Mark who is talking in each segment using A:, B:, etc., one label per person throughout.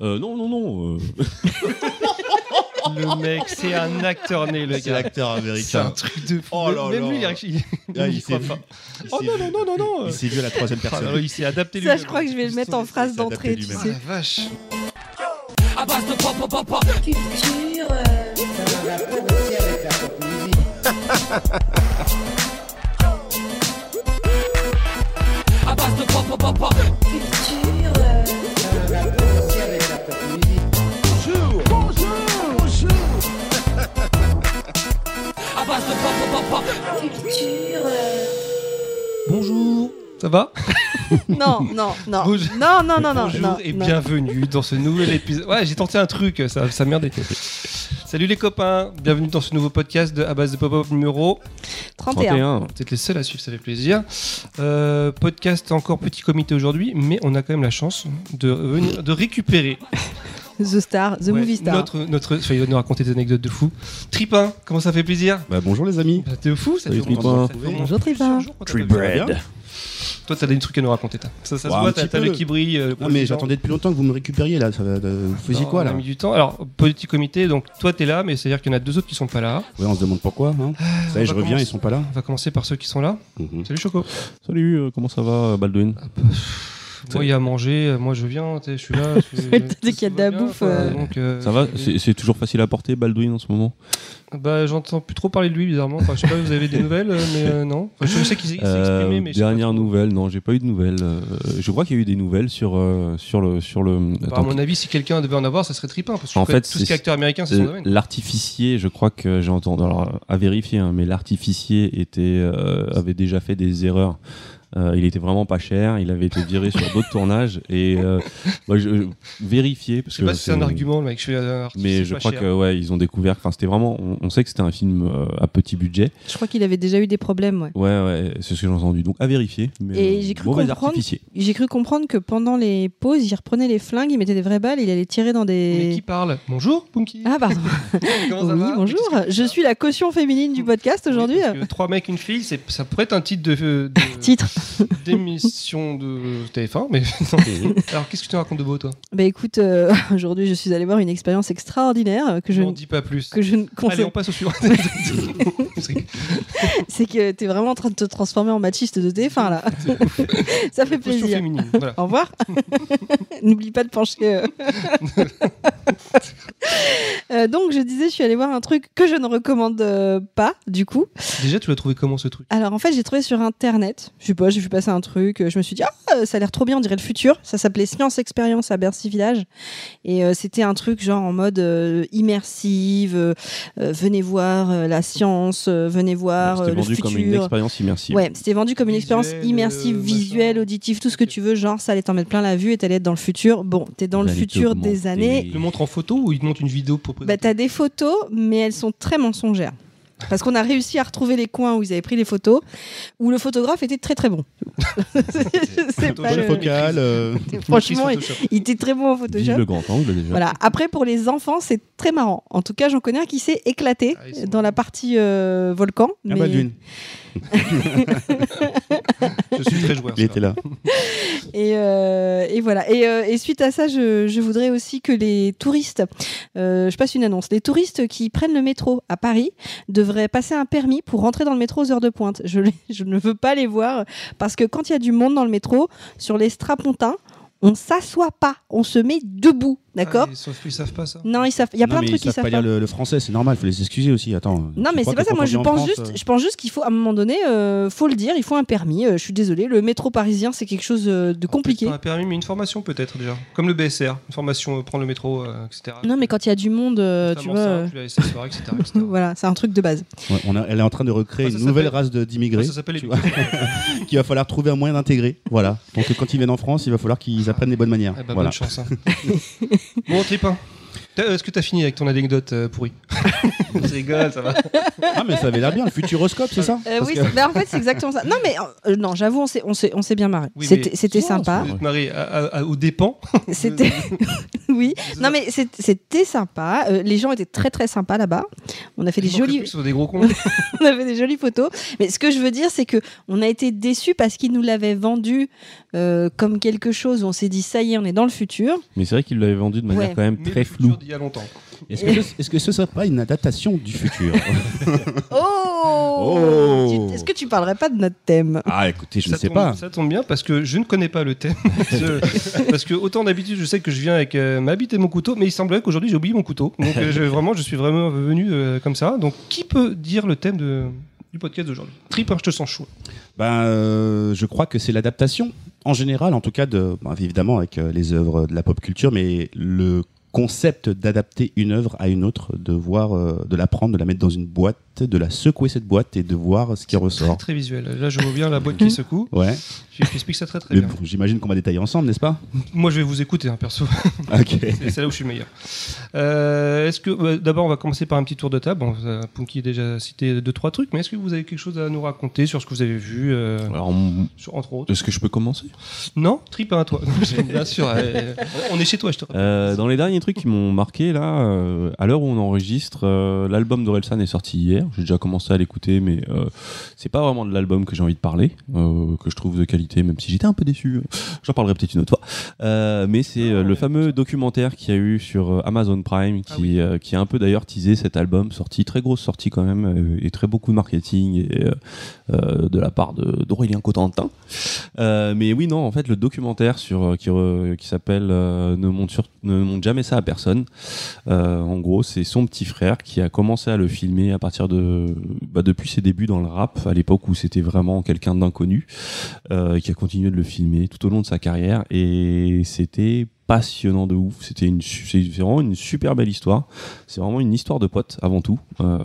A: Euh, non, non, non. euh,
B: Le mec, c'est un acteur né, le
C: C'est
B: gars.
C: l'acteur
B: C'est un
C: américain.
B: truc de fou.
C: Oh là
B: Même
C: là.
B: lui, il a- il
C: Ah,
B: il
C: il
B: croit
C: s'est vu.
B: pas.
C: il
A: Oh
C: s'est
A: non,
C: vu-
A: non, non, non, non.
C: Il s'est vu à la troisième
B: Ah,
C: personne.
B: alors, il s'est adapté
D: Ça,
B: lui-même. hein.
D: je crois que je vais le mettre en phrase
C: s'est adapté
D: d'entrée, tu
C: lui-même.
B: Ah, la
D: sais.
B: vache. Bonjour. Ça va
D: Non, non, non.
B: Bonjour.
D: Non, non, non, non.
B: Bonjour
D: non,
B: et
D: non.
B: bienvenue dans ce nouvel épisode. Ouais, j'ai tenté un truc, ça, ça merdait. Salut les copains, bienvenue dans ce nouveau podcast de À base de pop-up numéro.
D: 31.
B: Vous êtes les seuls à suivre, ça fait plaisir. Euh, podcast encore petit comité aujourd'hui, mais on a quand même la chance de, venir- de récupérer
D: The Star, The
B: Ouais,
D: Movie Star.
B: notre. notre enfin, il va nous raconter des anecdotes de fou. Tripin, comment ça fait plaisir
C: Bah, bonjour les amis.
B: Ça T'es fou, ça
C: Salut,
B: fait au moins-
C: Tripin.
B: ça fait au moins plusieurs
D: Bonjour, Tripin.
B: jours qu'on t'a pas vu.
C: Bread.
B: Toi, t'as des trucs à nous raconter, t'as. Ça, ça se
C: Ouais, un
B: voit, t'as
C: petit
B: t'as l'œil
C: peu.
B: qui brille. euh, le
C: Non mais
B: profil
C: j'attendais depuis longtemps que vous me récupériez là. Ça va- euh, Vous faisiez
B: Non,
C: quoi
B: on
C: là
B: a mis du temps. Alors, petit comité, donc toi t'es là, mais c'est-à-dire qu'il y en a deux autres qui sont pas là.
C: Ouais, on se demande pourquoi. Hein. Ça y est, je
B: va
C: reviens,
B: commencer.
C: ils sont pas là.
B: On va commencer par ceux qui sont là.
C: Mhm.
B: Salut Choco.
A: Salut, euh, comment ça va, Baldwin
B: Euh, Moi, il y a à manger, euh, moi je viens, t'es- je suis là. je suis-
D: Dès qu'il y a de la
B: Ça va bien,
D: bouffe,
B: quoi.
D: euh,
B: Donc, euh,
A: Ça va C'est c'est toujours facile à porter, Baldwin, en ce moment
B: Bah, j'entends plus trop parler de lui, bizarrement. Enfin, je sais pas, vous avez des nouvelles, euh, mais euh, non. Enfin, je sais qu'il s'est il s'est exprimé,
A: Euh,
B: mais. je sais pas
A: Dernière
B: trop.
A: nouvelle, non, j'ai pas eu de nouvelles. Euh, je crois qu'il y a eu des nouvelles sur, euh, sur le. Sur le
B: Bah, à
A: Attends,
B: mon avis, si quelqu'un devait en avoir, ça serait Tripin. Parce que
A: En
B: en fait,
A: fait,
B: tout ce qui
A: c'est-
B: est acteur américain, c'est son
A: Euh,
B: domaine.
A: L'artificier, je crois que j'ai entendu. Alors, euh, à vérifier, hein, mais l'artificier était, euh, avait déjà fait des erreurs. Euh, il était vraiment pas cher. Il avait été viré sur d'autres tournages et euh, bah, je, je- vérifier parce
B: Je sais
A: que
B: pas si c'est un argument, le mec. Je suis un artiste,
A: Mais
B: c'est
A: je
B: pas
A: crois
B: cher.
A: que ouais, ils ont découvert. Enfin, c'était vraiment. On, on sait que c'était un film euh, à petit budget.
D: Je crois qu'il avait déjà eu des problèmes, ouais.
A: Ouais, ouais, c'est ce que j'ai entendu. Donc à vérifier. Mais, euh,
D: Et j'ai cru
A: mauvais
D: comprendre-
A: artificier.
D: J'ai cru comprendre que pendant les pauses, il reprenait les flingues, il mettait des vraies balles, il allait tirer dans
B: Mais qui
D: des.
B: parle Bonjour, Punky.
D: Ah, pardon.
B: Comment ça
D: Oui,
B: va
D: bonjour.
B: Qu'est-ce que-
D: Je suis la caution féminine du podcast aujourd'hui.
B: Oui,
D: euh,
B: parce que Trois mecs, une fille, c'est- ça pourrait être un titre de, de-
D: Titre.
B: d'émission de TF1, mais
D: Mhm.
B: alors qu'est-ce que tu racontes de beau, toi
D: Bah écoute, euh, aujourd'hui, je suis allée voir une expérience extraordinaire que je,
B: n'en dis pas plus.
D: que je ne
B: Allez,
D: conseille.
B: on passe au suivant.
D: C'est que t'es vraiment en train de te transformer en machiste de TF1 là. Ça fait
B: Position
D: plaisir.
B: féminine. Voilà.
D: Au revoir. N'oublie pas de pencher. euh. Euh, donc, je disais, je suis allée voir un truc que je ne recommande euh, pas, du coup.
B: Déjà, tu l'as trouvé comment ce truc
D: Alors, en fait, j'ai trouvé sur Internet, je sais pas, j'ai vu passer un truc, euh, je me suis dit, ah, euh, ça a l'air trop bien, on dirait le futur. Ça s'appelait Science Expérience à Bercy Village. Et euh, c'était un truc genre en mode euh, immersive, euh, euh, venez voir euh, la science, euh, venez voir
A: C'était
D: euh, le
A: vendu
D: futur.
A: comme une expérience immersive.
D: Ouais, c'était vendu comme une
B: Visuel,
D: expérience immersive,
B: euh,
D: visuelle,
B: machin.
D: auditive, tout ce que
B: Ok.
D: tu veux. Genre, ça allait t'en mettre plein la vue et t'allais être dans le futur. Bon, t'es dans le
A: Réalité
D: futur des
A: augmentée.
D: années.
B: Il le montre en photo ou il te montre une vidéo pour
D: Bah,
B: présenter
D: t'as des photos, mais elles sont très mensongères. Parce qu'on a réussi à retrouver les coins où ils avaient pris les photos, où le photographe était très très bon. C'est pas
C: Bonne
D: le-
C: focale. euh,
D: Franchement, il,
B: Photoshop.
D: il était très bon en
A: Vive
D: Photoshop.
A: le grand angle déjà.
D: Voilà. Après, pour les enfants, c'est très marrant. En tout cas, j'en connais un qui s'est éclaté
B: Ah, ils sont-
D: dans la partie euh, volcan.
C: Ah,
D: mais-
C: Baldwin,
B: Je suis très joueur.
C: il
B: ça.
C: était là.
D: Et, euh, et voilà. Et, euh, et suite à ça, je, je voudrais aussi que les touristes, euh, je passe une annonce, les touristes qui prennent le métro à Paris devraient passer un permis pour rentrer dans le métro aux heures de pointe. Je, les- je ne veux pas les voir parce que quand il y a du monde dans le métro, sur les strapontins, on s'assoit pas, on se met debout, d'accord
B: Ah, Sauf qu'ils savent pas ça.
D: Non, ils savent- il y a
C: Non,
D: plein
C: mais
D: de trucs
C: ils
D: qui
C: savent
D: savent
C: pas
D: pas.
C: lire le, le français, c'est normal, faut les excuser aussi. Attends.
D: Non,
C: tu
D: mais
C: crois
D: c'est pas
C: que
D: ça.
C: quand
D: Moi,
C: on
D: je
C: vient en
D: pense
C: France,
D: juste,
C: euh,
D: je pense juste qu'il faut, à un moment donné, euh, faut le dire, il faut un permis. Euh, je suis désolée, le métro parisien, c'est quelque chose euh, de
B: Alors, peut-être
D: compliqué.
B: pas Un permis, mais une formation peut-être déjà. Comme le BSR, une formation, euh, prendre le métro, euh, etc.
D: Non, mais quand il y a du monde, euh, tu
B: Notamment
D: vois.
B: ça,
D: euh,
B: tu l'as laissé soir, etc. etc.
D: voilà, c'est un truc de base.
C: ouais, on a- elle est en train de recréer
B: Ouais, ça
C: une nouvelle
B: s'appelle-
C: race de-
B: Ça,
C: d'immigrés
B: ça s'appelle
C: tu
B: les-
C: qu'il va falloir trouver un moyen d'intégrer. Voilà.
B: ben,
C: Donc euh, quand ils viennent en France, il va falloir qu'ils apprennent les bonnes manières.
B: Eh ben,
C: voilà.
B: Bonne chance. hein. bon, Tripin. T'as- euh, Est-ce que t'as fini avec ton anecdote euh, pourrie Je rigole, ça va.
C: Ah, mais ça avait l'air bien, le futuroscope, c'est ça
D: Euh, oui, c'est- bah, en fait, c'est exactement ça. Non, mais euh, non, j'avoue, on s'est- on s'est on s'est bien marré.
B: Oui,
D: C'était
B: mais-
D: c'était
C: Oh,
D: sympa.
B: Vous êtes marié à- à- à- aux dépens.
D: C'était oui. Non mais c'est- c'était sympa. Euh, les gens étaient très très sympas là-bas. On a fait des
B: Ils manquent
D: jolies
B: plus sur des gros cons.
D: on a fait des jolies photos. Mais ce que je veux dire c'est que on a été déçus parce qu'ils nous l'avaient vendu euh, comme quelque chose où on s'est dit ça y est on est dans le futur.
A: Mais c'est vrai qu'il l'avait vendu de manière
D: Ouais.
A: quand même
B: Mais
A: très
B: le futur
A: floue.
B: d'il y a longtemps.
C: Est-ce que, ce- est-ce que ce serait pas une adaptation du futur
D: Oh,
C: Oh.
D: Tu- Est-ce que tu parlerais pas de notre thème
C: Ah, écoutez, je ne
B: ça
C: sais
B: tombe,
C: pas.
B: Ça tombe bien parce que je ne connais pas le thème. Je- parce que autant d'habitude, je sais que je viens avec euh, ma bite et mon couteau, mais il semblerait qu'aujourd'hui j'ai oublié mon couteau. Donc euh, je, vraiment, je suis vraiment venu euh, comme ça. Donc qui peut dire le thème de, du podcast d'aujourd'hui Tripper, je te sens chaud.
C: Ben, euh, je crois que c'est l'adaptation, en général, en tout cas, de, ben, évidemment, avec euh, les œuvres de la pop culture, mais le concept d'adapter une œuvre à une autre, de voir, euh, de la prendre, de la mettre dans une boîte, de la secouer cette boîte et de voir ce qui
B: Très,
C: ressort.
B: très visuel. Là, je vois bien la boîte qui secoue.
C: Ouais.
B: Je je t'explique ça très très
C: Mais
B: bien.
C: bon, J'imagine qu'on va détailler ensemble, n'est-ce pas
B: Moi, je vais vous écouter, hein, perso.
C: Ok.
B: C'est c'est là où je suis le meilleur. Euh, est-ce que bah, d'abord on va commencer par un petit tour de table. Bon, euh, Punky a déjà cité deux trois trucs, mais est-ce que vous avez quelque chose à nous raconter sur ce que vous avez vu, euh,
A: Alors, m-
B: sur, entre autres
A: est-ce que je peux commencer
B: Non, trip à toi. Bien sûr, euh, on est chez toi, je te rappelle.
A: Euh, dans les derniers trucs qui m'ont marqué, là, euh, à l'heure où on enregistre, euh, l'album d'Orelsan est sorti hier. J'ai déjà commencé à l'écouter, mais euh, c'est pas vraiment de l'album que j'ai envie de parler, euh, que je trouve de qualité, même si j'étais un peu déçu. Euh, J'en parlerai peut-être une autre fois. Euh, mais c'est euh, le fameux documentaire qu'il y a eu sur euh, Amazon Prime, qui,
B: Ah oui.
A: euh, qui a un peu d'ailleurs teasé cet album, sorti, très grosse sortie quand même, euh, et très beaucoup de marketing et, euh, euh, de la part de- d'Aurélien Cotentin. Euh, mais oui, non, en fait, le documentaire sur, euh, qui, re- qui s'appelle euh, ne, montre sur- ne montre jamais ça à personne. Euh, en gros, c'est son petit frère qui a commencé à le filmer à partir de. bah, depuis ses débuts dans le rap, à l'époque où c'était vraiment quelqu'un d'inconnu, euh, et qui a continué de le filmer tout au long de sa carrière. Et c'était passionnant de ouf. C'était une, su- c'est vraiment une super belle histoire. C'est vraiment une histoire de pote avant tout, euh,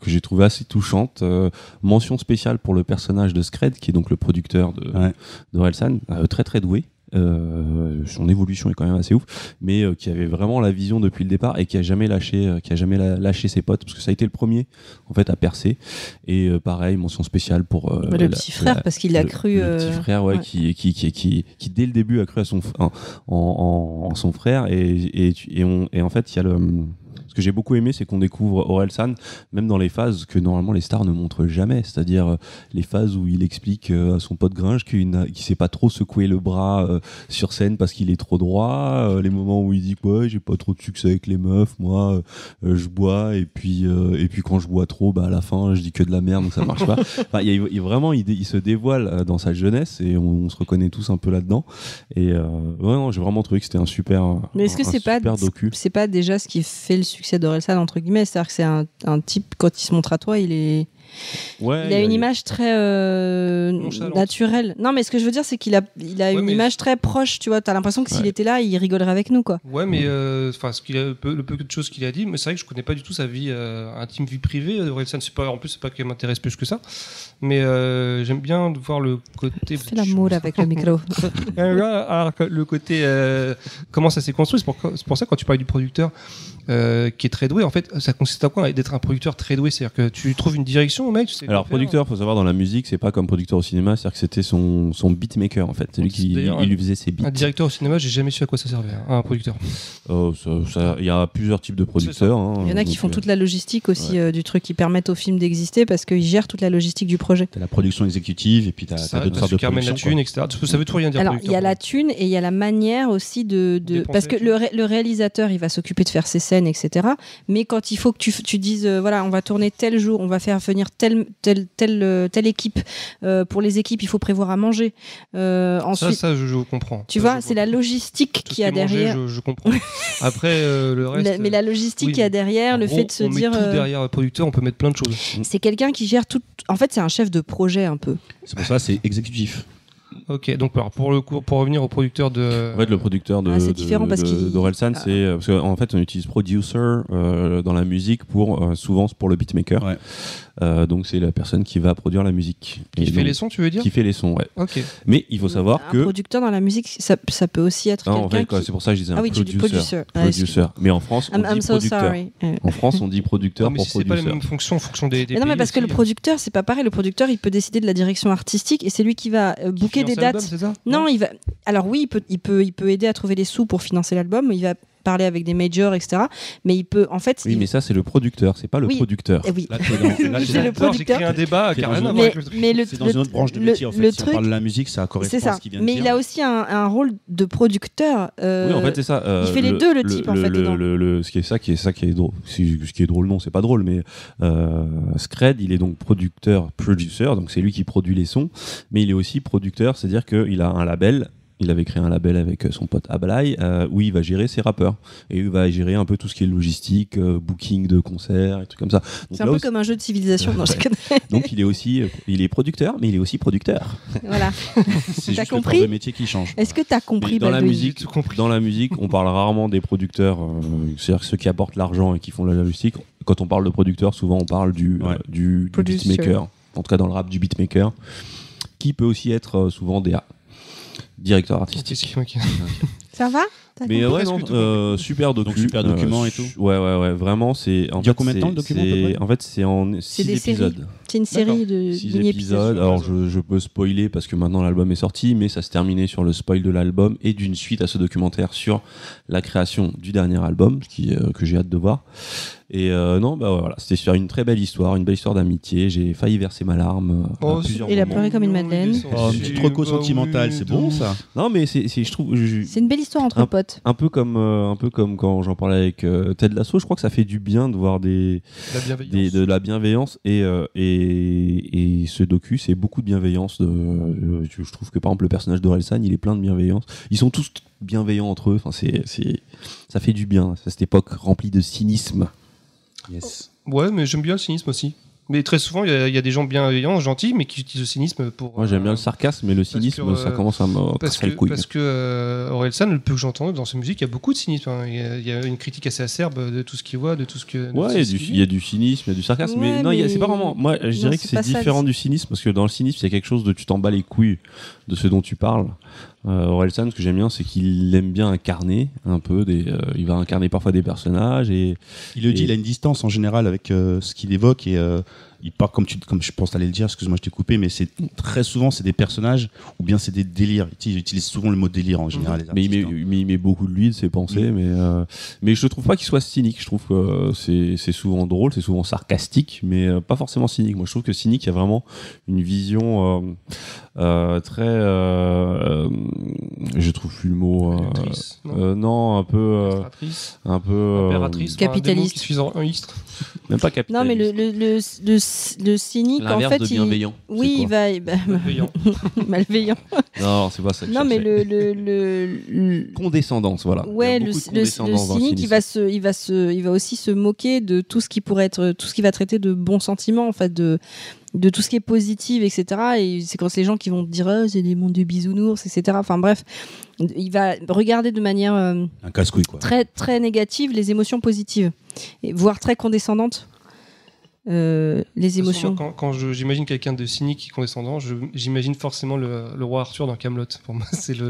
A: que j'ai trouvé assez touchante. Euh, mention spéciale pour le personnage de Scred, qui est donc le producteur de,
C: Ouais.
A: d'Orelsan, euh, très très doué. Euh, son évolution est quand même assez ouf, mais euh, qui avait vraiment la vision depuis le départ et qui a jamais lâché, euh, qui a jamais la- lâché ses potes parce que ça a été le premier en fait à percer. Et euh, pareil, mention spéciale pour euh,
D: Bah, Le
A: la-
D: petit frère
A: la-
D: parce qu'il a
A: le-
D: cru. euh,
A: le petit frère ouais,
D: ouais.
A: Qui, qui, qui, qui, qui, dès le début a cru à son, f- en, en- en son frère et, et, tu- et, on, et en fait il y a le ce que j'ai beaucoup aimé c'est qu'on découvre Orelsan même dans les phases que normalement les stars ne montrent jamais c'est-à-dire euh, les phases où il explique euh, à son pote Gringe qu'il n'a- qu'il sait pas trop secouer le bras euh, sur scène parce qu'il est trop droit euh, les moments où il dit que, ouais j'ai pas trop de succès avec les meufs moi euh, je bois et puis euh, et puis quand je bois trop bah à la fin je dis que de la merde donc ça marche pas Enfin, il y a- il- vraiment, il, dé- il se dévoile euh, dans sa jeunesse et on, on se reconnaît tous un peu là-dedans. Et euh, ouais, non, j'ai vraiment trouvé que c'était un super.
D: Mais est-ce
A: un-
D: que
A: un
D: c'est pas
A: super docu
D: c'est pas déjà ce qui fait le succès d'Orelsan entre guillemets, c'est-à-dire que c'est un, un type quand il se montre à toi, il est
A: Ouais,
D: il a une image très euh,
B: Nonchalante.
D: naturelle. Non mais ce que je veux dire c'est qu'il a il a
B: Ouais,
D: une
B: mais-
D: image très proche, tu vois, t'as l'impression que s'il
A: Ouais.
D: était là, il rigolerait avec nous quoi.
B: Ouais, mais euh, enfin, ce qu'il a, peu- le peu de choses qu'il a dit, mais c'est vrai que je connais pas du tout sa vie euh, intime, vie privée. Orelsan, c'est pas, en plus, c'est pas qu'elle m'intéresse plus que ça. Mais euh, j'aime bien de voir le côté.
D: Fais l'amour avec le micro.
B: Euh, Alors, que le côté euh, comment ça s'est construit, c'est pour, c'est pour ça quand tu parles du producteur euh, qui est très doué, en fait, ça consiste à quoi D'être un producteur très doué, c'est-à-dire que tu trouves une direction, mec. Tu sais quoi
A: Alors
B: faire.
A: producteur, faut savoir dans la musique, c'est pas comme producteur au cinéma, c'est-à-dire que c'était son son beatmaker en fait, c'est lui qui il,
B: D'ailleurs, un-
A: lui faisait ses beats.
B: Un directeur au cinéma, j'ai jamais su à quoi ça servait. hein, un producteur.
A: Oh, ça- ça- Il y a plusieurs types de producteurs. hein.
D: Il y en a qui
A: Donc,
D: font
A: euh,
D: toute la logistique aussi euh, du truc, qui permettent au film d'exister parce qu'ils gèrent toute la logistique du projet.
C: T'as la production exécutive et puis t'as
B: Ça,
C: t'as d'autres sortes de
B: qui ramène la
C: production.
B: thune, etc. Ça veut tout rien dire.
D: Alors, il
B: producteur.
D: y a la thune et il y a la manière aussi de. de-
B: Dépenser
D: parce que
B: la
D: le, ré- le réalisateur, il va s'occuper de faire ses scènes, etc. Mais quand il faut que tu, f- tu dises, euh, voilà, on va tourner tel jour, on va faire venir telle, telle, telle, euh, telle équipe. euh, pour les équipes, il faut prévoir à manger. Euh,
B: Ça,
D: ensuite,
B: ça, je, je comprends.
D: tu
B: Ça,
D: vois,
B: je
D: c'est la logistique
B: Tout ce
D: qu'il y a
B: qui est mangé,
D: derrière.
B: je, je comprends. Après, euh, le reste.
D: La- mais la logistique
B: oui,
D: qu'il y a derrière,
B: en
D: le
B: gros,
D: fait de se
B: on
D: dire.
B: Met tout
D: euh,
B: derrière le producteur, on peut mettre plein de choses.
D: c'est quelqu'un qui gère tout. En fait, c'est un chef de projet un peu.
C: C'est pour ça, c'est exécutif.
B: Ok, donc alors, pour, le coup, pour revenir au producteur de.
A: En fait, le producteur de,
D: Ah, c'est
A: de-
D: différent parce
A: de-
D: qu'il-
A: d'Orelsan,
D: Ah.
A: c'est euh, parce qu'en fait, on utilise producer euh, dans la musique pour euh, souvent c'est pour le beatmaker.
C: Ouais.
A: Euh, donc c'est la personne qui va produire la musique.
B: Qui
A: Et
B: fait
A: donc-
B: les sons, tu veux dire
A: Qui fait les sons, ouais.
B: Ok.
A: Mais il faut savoir
D: un
A: que.
D: producteur dans la musique, ça, ça peut aussi être
A: Ah, en
D: quelqu'un
A: fait, quoi,
D: qui-
A: c'est pour ça que je disais
D: Ah
A: un
D: oui, tu dis
A: producer.
D: producer. Ah, excuse-
A: Producer. Mais en France, on
D: I'm,
A: dit
D: I'm so
A: producteur.
D: sorry. Euh.
A: En France, on dit producteur
B: Non, mais
A: pour
B: si c'est pas les
A: producteur.
B: mêmes fonctions en fonction des. des
D: Mais non, mais
B: pays
D: parce que le
B: aussi. euh, hein.
D: producteur, c'est pas pareil. Le producteur, il peut décider de la direction artistique et c'est lui qui va euh,
B: Qui
D: booker des
B: finance l'album,
D: dates.
B: c'est ça
D: Non, il va. Alors oui, il peut, il peut, il peut aider à trouver les sous pour financer l'album. Il va parler avec des majors, etc. Mais il peut, en fait,
A: Oui,
D: il-
A: mais ça, c'est le producteur, c'est pas le
D: Oui.
A: producteur.
D: Eh oui.
C: Là, t'es dans- là,
D: C'est
C: t'es
B: J'adore,
D: le
B: J'ai
D: producteur.
B: créé un débat
C: C'est
B: qui a
C: dans
B: rien
C: une
B: à voir
D: Mais,
B: avec le truc.
D: mais le,
C: C'est dans une autre branche de
D: le-
C: métier en
D: le
C: fait. Si on
D: truc,
C: parle de la musique, ça correspond
D: c'est ça.
C: à ce qu'il vient de
D: Mais
C: dire.
D: il a aussi un, un rôle de producteur. euh,
A: Oui, en fait, c'est ça. euh,
D: il fait les deux, le type, en fait, dedans.
A: le- le- ce qui est ça, qui est ça, qui est drôle. Si- Ce qui est drôle, non, c'est pas drôle, mais euh, Scred, il est donc producteur, producer, donc c'est lui qui produit les sons, mais il est aussi producteur, c'est-à-dire qu'il a un label. Il avait créé un label avec euh, son pote Ablai euh, où il va gérer ses rappeurs et il va gérer un peu tout ce qui est logistique, euh, booking de concerts et trucs comme ça. Donc,
D: c'est un
A: là
D: peu
A: aussi-
D: comme un jeu de civilisation. Non, je déconne.
A: donc il est aussi euh, il est producteur mais il est aussi producteur.
D: voilà.
C: C'est
D: T'as
C: juste le
D: compris
C: corps de métier qui change.
D: Est-ce que t'as
A: Mais
D: compris
A: dans la
D: Baldwin
A: musique,
B: J'ai tout compris.
A: dans la musique, on parle rarement des producteurs, euh, c'est-à-dire ceux qui apportent l'argent et qui font la musique. Quand on parle de producteur, souvent on parle du, euh,
C: Ouais.
A: du, du
D: Producer.
A: beatmaker, en tout cas dans le rap du beatmaker, qui peut aussi être euh, souvent DA, directeur artistique.
B: Artistique, ok.
D: Ça va T'as
A: Mais
D: compris
A: euh, ouais,
B: presque
A: non,
B: tout.
A: euh, super docu,
C: Donc, super document et tout.
A: su- Ouais, ouais, ouais, vraiment, c'est. en
C: Dure
A: fait,
C: combien de temps,
A: c'est-
C: le document, à peu
A: c'est-
C: près
A: En fait, c'est en 6
D: des séries.
A: épisodes.
D: C'est une série de
A: Six
D: mini-épisodes.
A: épisodes. Alors je, je peux spoiler parce que maintenant l'album est sorti, mais ça se terminait sur le spoil de l'album et d'une suite à ce documentaire sur la création du dernier album, ce qui, euh, que j'ai hâte de voir. Et euh, non, bah ouais, voilà, c'était sur une très belle histoire, une belle histoire d'amitié. J'ai failli verser ma larme. euh, à
B: Oh,
A: plusieurs
D: Et il a
A: moments.
D: pleuré comme une madeleine.
C: Oh, une petite reco sentimentale, c'est bon ça
A: Non, mais c'est, c'est- je trouve. je-
D: C'est une belle histoire entre
A: Un-
D: potes.
A: un peu comme euh, un peu comme quand j'en parlais avec euh, Ted Lasso je crois que ça fait du bien de voir des,
B: La
A: des-
B: bienveillance.
A: de la bienveillance et, euh, et, et ce docu c'est beaucoup de bienveillance de, euh, je je trouve que par exemple le personnage d'Orelsan il est plein de bienveillance ils sont tous bienveillants entre eux enfin, c'est, c'est- ça fait du bien à cette époque remplie de cynisme
C: Yes.
B: Ouais, mais j'aime bien le cynisme aussi. Mais très souvent, il y, a- il y a des gens bienveillants, gentils, mais qui utilisent le cynisme pour.
A: moi j'aime bien
B: euh,
A: le sarcasme mais le
B: que,
A: cynisme ça
B: euh,
A: commence à me
B: Parce
A: casser
B: que,
A: le couille
B: parce que euh, Orelsan, le peu que j'entends dans sa musique, il y a beaucoup de cynisme. hein. Il, y a, il y a une critique assez acerbe de tout ce qu'il voit, de tout ce que. de
A: Ouais, il y, a
B: ce
A: du-
B: qu'il
A: il y a du cynisme, il y a du sarcasme, mais
D: Ouais,
A: non, il y a- c'est pas
D: mais-
A: vraiment. Moi, je dirais que
D: c'est
A: c'est
D: pas ça,
A: différent
D: le-
A: du cynisme parce que dans le cynisme, c'est quelque chose de tu t'en bats les couilles de ce dont tu parles. Euh, Orelsan, ce que j'aime bien, c'est qu'il aime bien incarner un peu des. euh, il va incarner parfois des personnages et.
C: Il le dit,
A: Et-
C: il a une distance en général avec euh, ce qu'il évoque et euh, il part comme tu, comme je pense t'allais le dire. Excuse-moi, je t'ai coupé, mais c'est très souvent c'est des personnages ou bien c'est des délires. Tu sais, Ils utilisent souvent le mot délire en général. les
A: Mais il, met,
C: artistes, hein. Mm.
A: mais il met beaucoup de lui de ses pensées, mais euh, mais je trouve pas qu'il soit cynique. Je trouve que euh, c'est c'est souvent drôle, c'est souvent sarcastique, mais euh, pas forcément cynique. Moi, je trouve que cynique, il y a vraiment une vision euh, euh, très. euh, euh, je trouve plus le mot. euh,
B: Actrice, non
A: Euh, non, un peu, euh,
B: Castratrice,
A: un peu, euh,
B: impératrice, enfin,
D: Capitaliste.
B: des mots qui suffisent en un istre.
A: même pas capitaliste.
D: Non, mais le, le, le, le- le cynique, en
A: L'inverse
D: fait,
A: de
D: il.
A: bienveillant. c'est
D: Oui, il
A: quoi
D: va. il- bah,
B: Bienveillant.
D: malveillant.
A: Non, c'est pas ça. que je
D: Non, mais
A: cherchais.
D: le. le, le, le-
A: condescendance, voilà.
D: Ouais,
A: Il y a
D: le,
A: beaucoup de
D: le- le
A: condescendance dans le
D: cynique, il va se, il va se, il va aussi se moquer de tout ce qui pourrait être, tout ce qui va traiter de bons sentiments, en fait, de, de tout ce qui est positif, etc. Et c'est quand c'est les gens qui vont te dire, oh, c'est des mondes de bisounours, etc. Enfin bref, il va regarder de manière euh,
C: hein. un casse-couille quoi.
D: très très négative les émotions positives, et voire très condescendantes euh, les
B: De toute
D: émotions.
B: façon, Quand, quand je- j'imagine quelqu'un de cynique et condescendant, je- j'imagine forcément le, le roi Arthur dans Camelot. Pour moi, c'est le.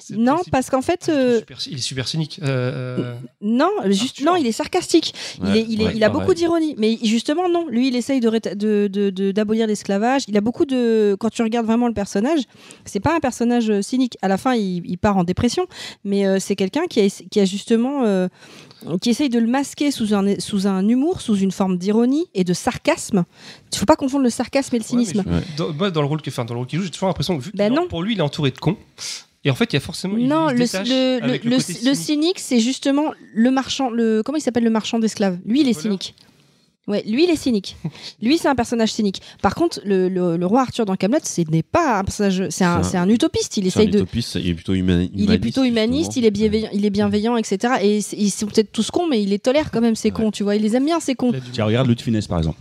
B: c'est le
D: Non,
B: principe.
D: parce qu'en fait,
B: Ah,
D: euh,
B: super- il est super cynique. Euh, euh,
D: non, juste,
B: Arthur.
D: non, il est sarcastique. il, est- il est- il a beaucoup d'ironie, mais justement non. Lui, il essaye de réta- de- de- de- d'abolir l'esclavage. Il a beaucoup de. Quand tu regardes vraiment le personnage, c'est pas un personnage euh, cynique. À la fin, il, il part en dépression, mais euh, c'est quelqu'un qui a, ess- qui a justement euh, qui essaye de le masquer sous un sous un humour, sous une forme d'ironie et de sarcasme. Il faut pas confondre le sarcasme et le cynisme.
B: Ouais, mais je- dans, moi, dans le rôle que- enfin, dans le rôle qu'il joue, j'ai toujours l'impression que vu que
D: Ben
B: dans-
D: non.
B: pour lui, il est entouré de cons. Et en fait, il y a forcément. il-
D: Non,
B: il se
D: le,
B: détache
D: le, le,
B: avec
D: le-
B: côté
D: le
B: cynique.
D: cynique, c'est justement le marchand. Le, comment il s'appelle le marchand d'esclaves Lui, il est
B: Voleur.
D: cynique. Ouais, lui, il est cynique. lui, c'est un personnage cynique. Par contre, le, le- le roi Arthur dans Camelot, ce n'est pas un personnage. C'est
A: C'est
D: un,
A: un-
D: c'est un utopiste. Il
A: Il,
D: essaye de.
A: il est plutôt humani- humaniste.
D: Il est plutôt humaniste, il est, bienveillant, il est bienveillant, etc. Et c'est- ils sont peut-être tous cons, mais il les tolère quand même, ces cons, tu vois. Il les aime bien, ces cons.
B: Il a du-
C: Tiens, regarde Louis de Funès par exemple.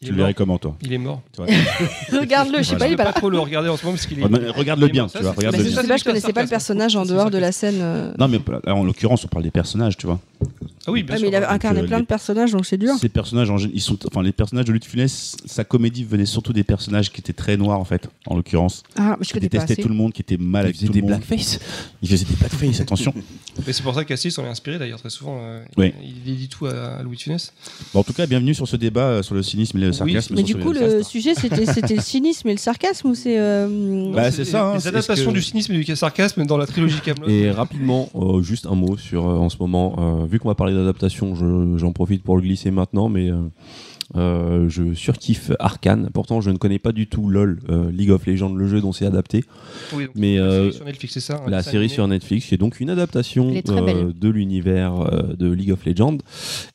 B: il est
C: tu le
B: mort.
C: verrais comment toi
B: Il est mort.
C: Tu vois
D: Regarde-le, je sais
C: Voilà.
D: pas, il
B: Je peux
D: est pas
B: pas
D: là.
B: trop le regarder en ce moment parce qu'il est.
C: Ouais, mais regarde-le
B: il est
C: bien,
B: mort.
C: tu
B: Ça,
C: vois,
B: c'est-
C: regarde-le
D: Bah,
B: mais
C: bien.
D: je
B: ça,
D: sais pas,
B: c'est
D: je connaissais pas le
B: sarcasme.
D: personnage en
B: C'est
D: dehors
B: sarcasme.
D: de la scène. euh.
C: Non mais là, en l'occurrence on parle des personnages, tu vois.
B: Ah oui, bien
D: Ouais, mais
B: sûr.
D: il a incarné
C: euh,
D: plein
C: les-
D: de personnages, donc c'est dur.
C: Ces personnages, en gé- ils sont, enfin, les personnages de Louis de Funès, sa comédie venait surtout des personnages qui étaient très noirs en fait, en l'occurrence.
D: Ah, mais je
C: Qui
D: connais pas
C: détestaient
D: assez.
C: tout le monde, qui étaient
A: Ah,
C: mal avec tout le monde.
A: blackface.
C: Ils faisaient des blackface, attention.
B: Mais c'est pour ça qu'Assis en est inspiré d'ailleurs très souvent. euh,
C: Oui.
B: Il il dit tout à à Louis de Funès.
C: Bon, en tout cas, bienvenue sur ce débat euh, sur le cynisme et le
B: Oui,
C: sarcasme.
D: Mais
C: sur
D: du
C: ce-
D: coup,
B: hein.
D: le sujet, c'était c'était le cynisme et le sarcasme ou c'est. euh,
C: Bah, c'est ça, hein,
B: Les
C: c'est-
B: adaptations
C: est-ce que-
B: du cynisme et du sarcasme dans la trilogie Camelot.
A: Et rapidement, euh, juste un mot sur euh, en ce moment. euh, vu qu'on va parler d'adaptation, je- j'en profite pour le glisser maintenant, mais euh, euh, je surkiffe Arkane. Pourtant, je ne connais pas du tout LOL, euh, League of Legends, le jeu dont c'est adapté.
B: Oui, donc,
A: Mais,
B: la
A: euh,
B: série sur Netflix, c'est Oh, ça un
A: la
B: dessin
A: série
B: animé.
A: sur Netflix, qui est donc une adaptation
E: Elle est très belle.
A: de l'univers euh, de League of Legends.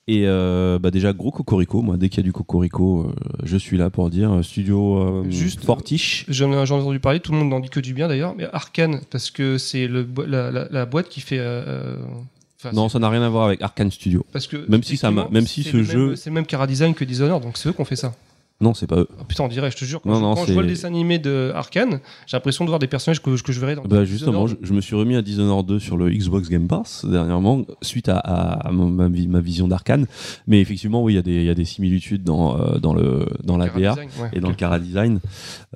A: Et euh, bah déjà, gros cocorico. Moi, dès qu'il y a du cocorico, euh, je suis là pour dire euh, studio euh,
B: Juste-
A: Fortiche.
B: J'en ai j'en ai entendu parler, tout le monde n'en dit que du bien d'ailleurs, mais Arkane, parce que c'est le bo- la, la- la boîte qui fait. euh, enfin,
A: Non,
B: c'est-
A: ça n'a rien à voir avec Arkane Studio.
B: parce que
A: même si ça m'a- même si
B: c'est
A: ce
B: le
A: jeu-
B: c'est le même Cara Design que Dishonored, donc c'est eux qui ont fait ça.
A: Non, c'est pas eux.
B: Oh, putain, on dirait, je te jure, quand,
A: Non,
B: je,
A: non,
B: quand je
A: c'est-
B: vois le dessin animé de Arkane, j'ai l'impression de voir des personnages que, que je verrais dans.
A: Bah justement, je,
B: Ah, Dishonored.
A: je me suis remis à Dishonored 2 sur le Xbox Game Pass dernièrement, suite à, à- à mon- ma, vi- ma vision d'Arkane. Mais effectivement, oui, il y a des- il y, a des similitudes dans, euh, dans, le, dans la
B: Cara
A: DA
B: Design, ouais.
A: et dans le Cara Design.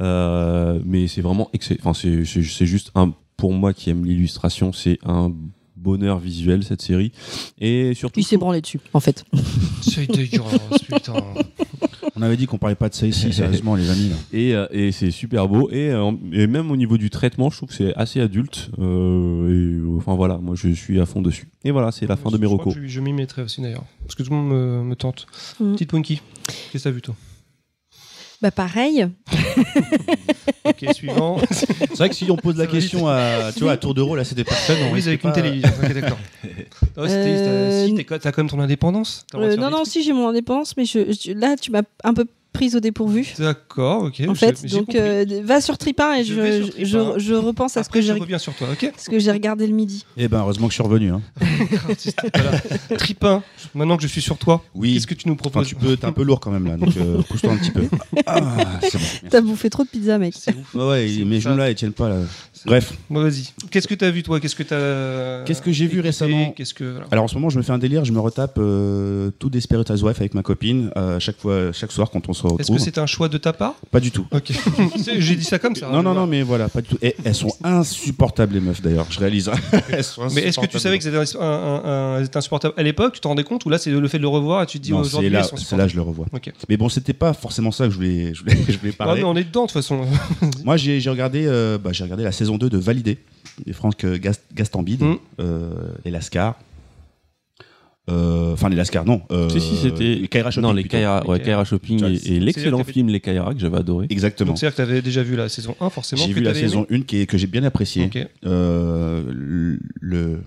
A: Euh, mais c'est vraiment excellent. Enfin, c'est- c'est c'est juste un, pour moi qui aime l'illustration, c'est un bonheur visuel cette série. Et surtout,
D: Il s'est branlé dessus, en fait.
B: C'est dégueulasse, putain.
C: On avait dit qu'on parlait pas de ça ici, sérieusement, les amis. là.
A: et, euh, et c'est super beau. Et, euh, et même au niveau du traitement, je trouve que c'est assez adulte. Euh, et, euh, enfin voilà, moi je suis à fond dessus. Et voilà, c'est la fin de mes
B: Je crois
A: recos.
B: que Je, je m'y mettrai aussi d'ailleurs, parce que tout le monde me, me tente.
D: Mm.
B: Petite Punky, qu'est-ce que t'as vu toi
D: Bah, pareil.
B: Ok, suivant.
C: C'est vrai que si on pose la
B: Ça va vite.
C: question à, tu vois, à tour de rôle à ces deux personnes, on
B: Oui,
C: risque
B: c'est avec une
C: pas-
B: télévision. Ok, d'accord. Non, c'était-
D: Euh,
B: Si, t'es co- t'as quand même ton indépendance. T'as le droit de
D: Euh,
B: faire
D: non,
B: des
D: non,
B: trucs.
D: si j'ai mon indépendance, mais je, je- là, tu m'as un peu prise au dépourvu.
B: D'accord, ok.
D: En
B: je-
D: fait,
B: mais j'ai
D: donc
B: compris.
D: euh, va sur Tripin et
B: Je
D: je,
B: vais sur
D: je-
B: Tripin.
D: je- je repense à ce
B: Après,
D: que
B: je
D: j'ai
B: reviens sur toi, ok
D: ce que j'ai regardé le midi.
C: Eh ben, heureusement que je suis revenu. hein.
B: Voilà. Tripin, maintenant que je suis sur toi,
C: Oui.
B: qu'est-ce que tu nous
C: Enfin,
B: proposes
C: tu peux, t'es un peu lourd quand même là, donc euh, couche-toi un petit peu. Ah, c'est bon.
D: T'as bouffé trop de pizza, mec.
B: C'est ouf.
C: Ouais, ouais,
B: C'est
C: mes
B: ça.
C: genoux là, ils tiennent pas là. Bref,
B: Bon, vas-y. Qu'est-ce que t'as vu, toi Qu'est-ce que t'as.
C: Qu'est-ce que j'ai vu
B: écouté
C: récemment
B: Qu'est-ce que. voilà.
C: alors en ce moment, je me fais un délire, je me retape euh, tout Desperate Housewives avec ma copine euh, chaque fois, chaque soir quand on se
B: Est-ce que
C: retrouve.
B: c'est un choix de ta part
C: Pas du tout.
B: Ok. C'est- j'ai dit ça comme ça. hein,
C: Non, non,
B: voilà.
C: non, mais voilà, pas du tout. Et elles sont insupportables, les meufs, d'ailleurs, je réalise. Elles sont
B: Mais est-ce que tu
C: insupportables.
B: savais que c'était un, un- un- elles étaient insupportables à l'époque Tu t'en rendais compte Ou là, c'est le fait de le revoir et tu te dis
C: Non, c'est
B: aujourd'hui,
C: là,
B: elles sont
C: c'est là,
B: insupportables
C: je le revois.
B: Ok.
C: Mais bon, c'était pas forcément ça que je voulais, je voulais, je voulais
B: Ah,
C: parler.
B: mais on est dedans, de toute façon.
C: Moi, j'ai j'ai regardé, euh, bah, j'ai regardé la saison 2 de Validé, de Franck euh, Gast- Gastambide,
B: Mm.
C: euh, les Lascar. Euh, Enfin, les Lascar, non. euh,
A: Si, si, c'était.
C: Les Kaira Shopping,
A: Non, les
C: plutôt.
A: Kaira, ouais,
B: Les Kaira.
A: Kaira Shopping et-
C: Ça, c'est-
A: et,
B: c'est-à-dire
A: l'excellent
B: que
A: film Les Kaira que j'avais adoré.
C: Exactement.
B: Donc, c'est-à-dire que t'avais déjà vu la saison 1, forcément.
C: J'ai
B: que
C: vu la
B: t'avais aimé.
C: saison 1 qui est, que j'ai bien appréciée.
B: Ok.
C: Euh, le- le,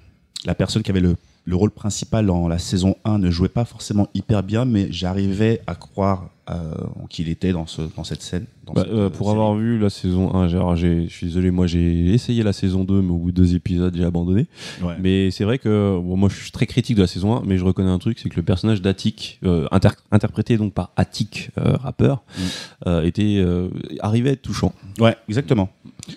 C: la personne qui avait le, le rôle principal dans la saison 1 ne jouait pas forcément hyper bien, mais j'arrivais à croire euh, en qui il était dans, ce, dans cette scène. dans
A: Bah,
C: cette,
A: euh,
C: euh,
A: pour
C: série.
A: avoir vu la saison 1, j'ai- alors, j'ai- je suis désolé, moi j'ai essayé la saison 2, mais au bout de deux épisodes, j'ai abandonné.
C: Ouais.
A: Mais c'est vrai que bon, moi je suis très critique de la saison 1, mais je reconnais un truc, c'est que le personnage d'Attic, euh, inter- interprété donc par Attic, euh, rappeur,
C: Mm.
A: euh, était, euh, arrivait à être touchant.
C: Ouais, exactement.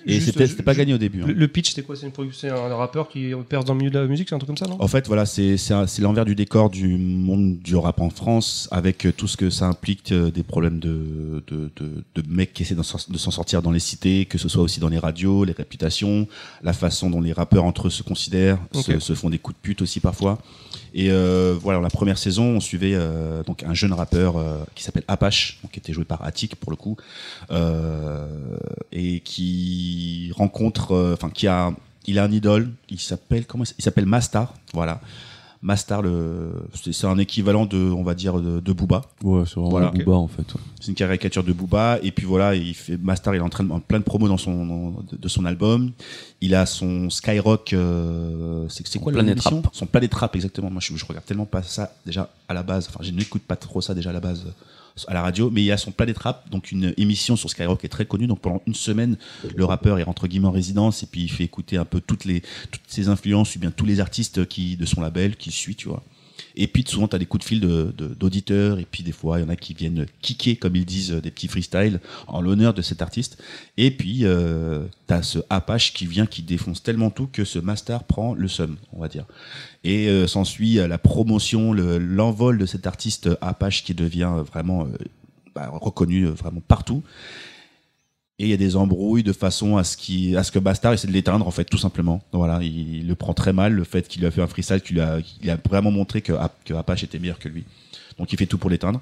C: Et
B: Juste,
C: c'était
B: je-
C: c'était pas
B: je-
C: gagné au début. hein.
B: Le, le pitch, c'était quoi C'est une produ- c'est un rappeur qui perd dans le milieu de la musique, c'est un truc comme ça, non
C: En fait, voilà, c'est c'est un- c'est l'envers du décor du monde du rap en France, avec euh, tout ce que ça implique euh, des problèmes de, de, de, de mecs qui essaient d'en sor- de s'en sortir dans les cités, que ce soit aussi dans les radios, les réputations, la façon dont les rappeurs entre eux se considèrent, se,
B: Ok.
C: se font des coups de pute aussi parfois. Et euh, voilà, dans la première saison, on suivait euh, donc un jeune rappeur euh, qui s'appelle Apache, donc qui était joué par Attic pour le coup, euh, et qui rencontre, euh, enfin qui a, il a un idole, il s'appelle comment il s- Il s'appelle Mastar, voilà. Mastar, le, c'est c'est un équivalent de, on va dire, de, de Booba.
A: Ouais, c'est vraiment
C: Voilà.
A: Booba en fait. ouais.
C: C'est une caricature de Booba. Et puis voilà, il fait Mastar, il est en train de en plein de promos dans son dans- de, de son album. Il a son Skyrock, euh, c'est c'est
A: Son
C: quoi le
A: Planet
C: nom de l'émission Son Planet Rap, exactement. Moi, je, je regarde tellement pas ça déjà à la base. Enfin, je n'écoute pas trop ça déjà à la base euh, à la radio, mais il a son Planet Rap, donc une émission sur Skyrock qui est très connue. Donc pendant une semaine, le rappeur est entre guillemets en résidence et puis il fait écouter un peu toutes les toutes ses influences ou bien tous les artistes qui de son label qui suit, tu vois. Et puis souvent, tu as des coups de fil de- de- d'auditeurs, et puis des fois, il y en a qui viennent kicker, comme ils disent, euh, des petits freestyles en l'honneur de cet artiste. Et puis, euh, tu as ce Apache qui vient, qui défonce tellement tout que ce master prend le seum, on va dire. Et euh, s'ensuit euh, la promotion, le- l'envol de cet artiste euh, Apache qui devient euh, vraiment euh, bah, reconnu euh, vraiment partout. Et il y a des embrouilles de façon à ce, qui, à ce que Bastard essaie de l'éteindre, en fait, tout simplement. Donc voilà, il, il le prend très mal, le fait qu'il lui a fait un freestyle, qu'il lui a, qu'il a vraiment montré que, Ap- que Apache était meilleur que lui. Donc il fait tout pour l'éteindre.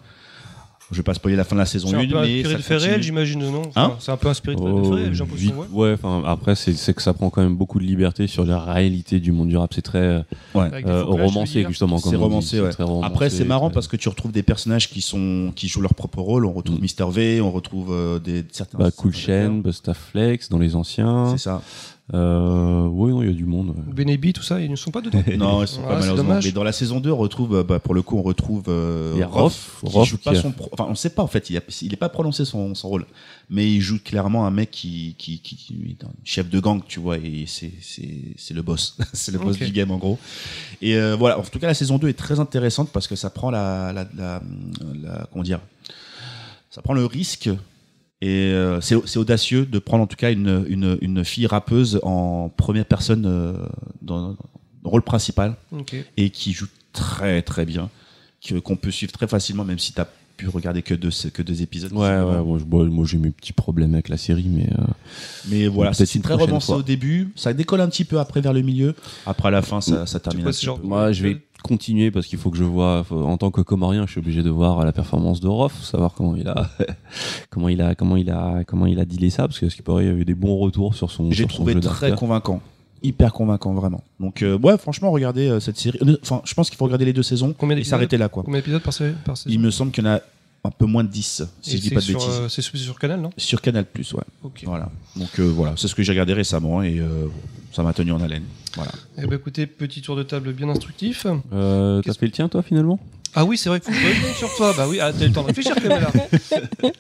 C: Je vais pas spoiler la fin de la saison
B: C'est
C: 1,
B: un peu
C: mais.
B: inspiré
C: ça
B: de faits réels,
C: continue.
B: j'imagine, non Enfin,
C: Hein
B: C'est un peu inspiré de
A: Oh,
B: faits réels, j'ai l'impression.
A: vite,
B: ouais.
A: ouais, enfin, après, c'est- c'est que ça prend quand même beaucoup de liberté sur la réalité du monde du rap. C'est très euh,
C: Ouais.
B: Avec des faux collages,
A: romancé,
B: je veux dire.
A: justement. comme
C: C'est
A: on dit.
C: romancé, ouais.
A: très romancé,
C: Après, c'est marrant
A: très-
C: parce que tu retrouves des personnages qui, sont, qui jouent leur propre rôle. On retrouve
A: Mm.
C: Mister V, on retrouve euh, des, certains.
A: Bah, Cool
C: certains
A: Chain, Busta Flex, dans les anciens.
C: C'est ça.
A: Euh, oui, non, il y a du monde. ouais.
B: Benebi, tout ça, ils ne sont pas dedans.
C: Non, ils sont
B: Ah,
C: pas
B: c'est
C: malheureusement.
B: dommage.
C: Mais dans la saison 2, on retrouve, euh, bah, pour le coup, on retrouve euh,
A: Il y a
C: Roth,
A: Roth,
C: qui
A: Roth
C: joue
A: qui
C: pas
A: a-
C: son. pro- Enfin, on sait pas en fait. Il n'est pas prononcé son, son rôle, mais il joue clairement un mec qui, qui, qui, qui est un chef de gang, tu vois, et c'est c'est- c'est le boss, c'est le boss
B: Ok.
C: du game en gros. Et euh, voilà. En tout cas, la saison 2 est très intéressante parce que ça prend la, la, la- la- comment dire, ça prend le risque. Et euh, c'est c'est audacieux de prendre en tout cas une, une, une fille rappeuse en première personne euh, dans, dans le rôle principal
B: Ok.
C: et qui joue très très bien, que- qu'on peut suivre très facilement, même si t'as pu regarder que deux, que deux épisodes.
A: Ouais, ouais, bon, je- bon, moi j'ai mes petits problèmes avec la série, mais euh,
C: Mais voilà,
A: Peut-être
C: c'est
A: une
C: très
A: prochaine
C: romancé
A: fois.
C: au début, ça décolle un petit peu après vers le milieu, après à la fin ça, ça termine.
B: vois,
C: un
B: c'est
C: petit
B: genre-
C: peu.
A: moi je vais continuer parce qu'il faut que je vois, faut- en tant que comorien, je suis obligé de voir la performance de Roth, savoir comment il a, comment il a, comment il a, comment il a dealé ça, parce que ce qui paraît, il y a eu des bons retours sur son.
C: J'ai
A: sur son
C: trouvé
A: jeu
C: très
A: d'acteur.
C: convaincant, hyper convaincant vraiment. Donc euh, ouais, franchement, regardez euh, cette série. Enfin, je pense qu'il faut regarder les deux saisons
B: Combien
C: et
B: d'épisodes
C: s'arrêter là quoi.
B: Combien d'épisodes par, sa- par saison
C: Il me semble qu'il y en a un peu moins de 10,
B: Et
C: si je dis
B: c'est
C: pas de
B: sur,
C: bêtises.
B: euh, C'est sur, sur Canal, non
C: Sur Canal Plus, ouais.
B: Ok.
C: Voilà. Donc euh, voilà, c'est ce que j'ai regardé récemment et euh, ça m'a tenu en haleine. Voilà.
B: Eh ben, écoutez, petit tour de table bien instructif.
A: Euh, T'as
B: Qu'est-ce-
A: fait le tien toi finalement
B: Ah oui, c'est vrai qu'il faut que je revienne sur toi. Bah oui, ah, t'as eu le temps de réfléchir quand même là.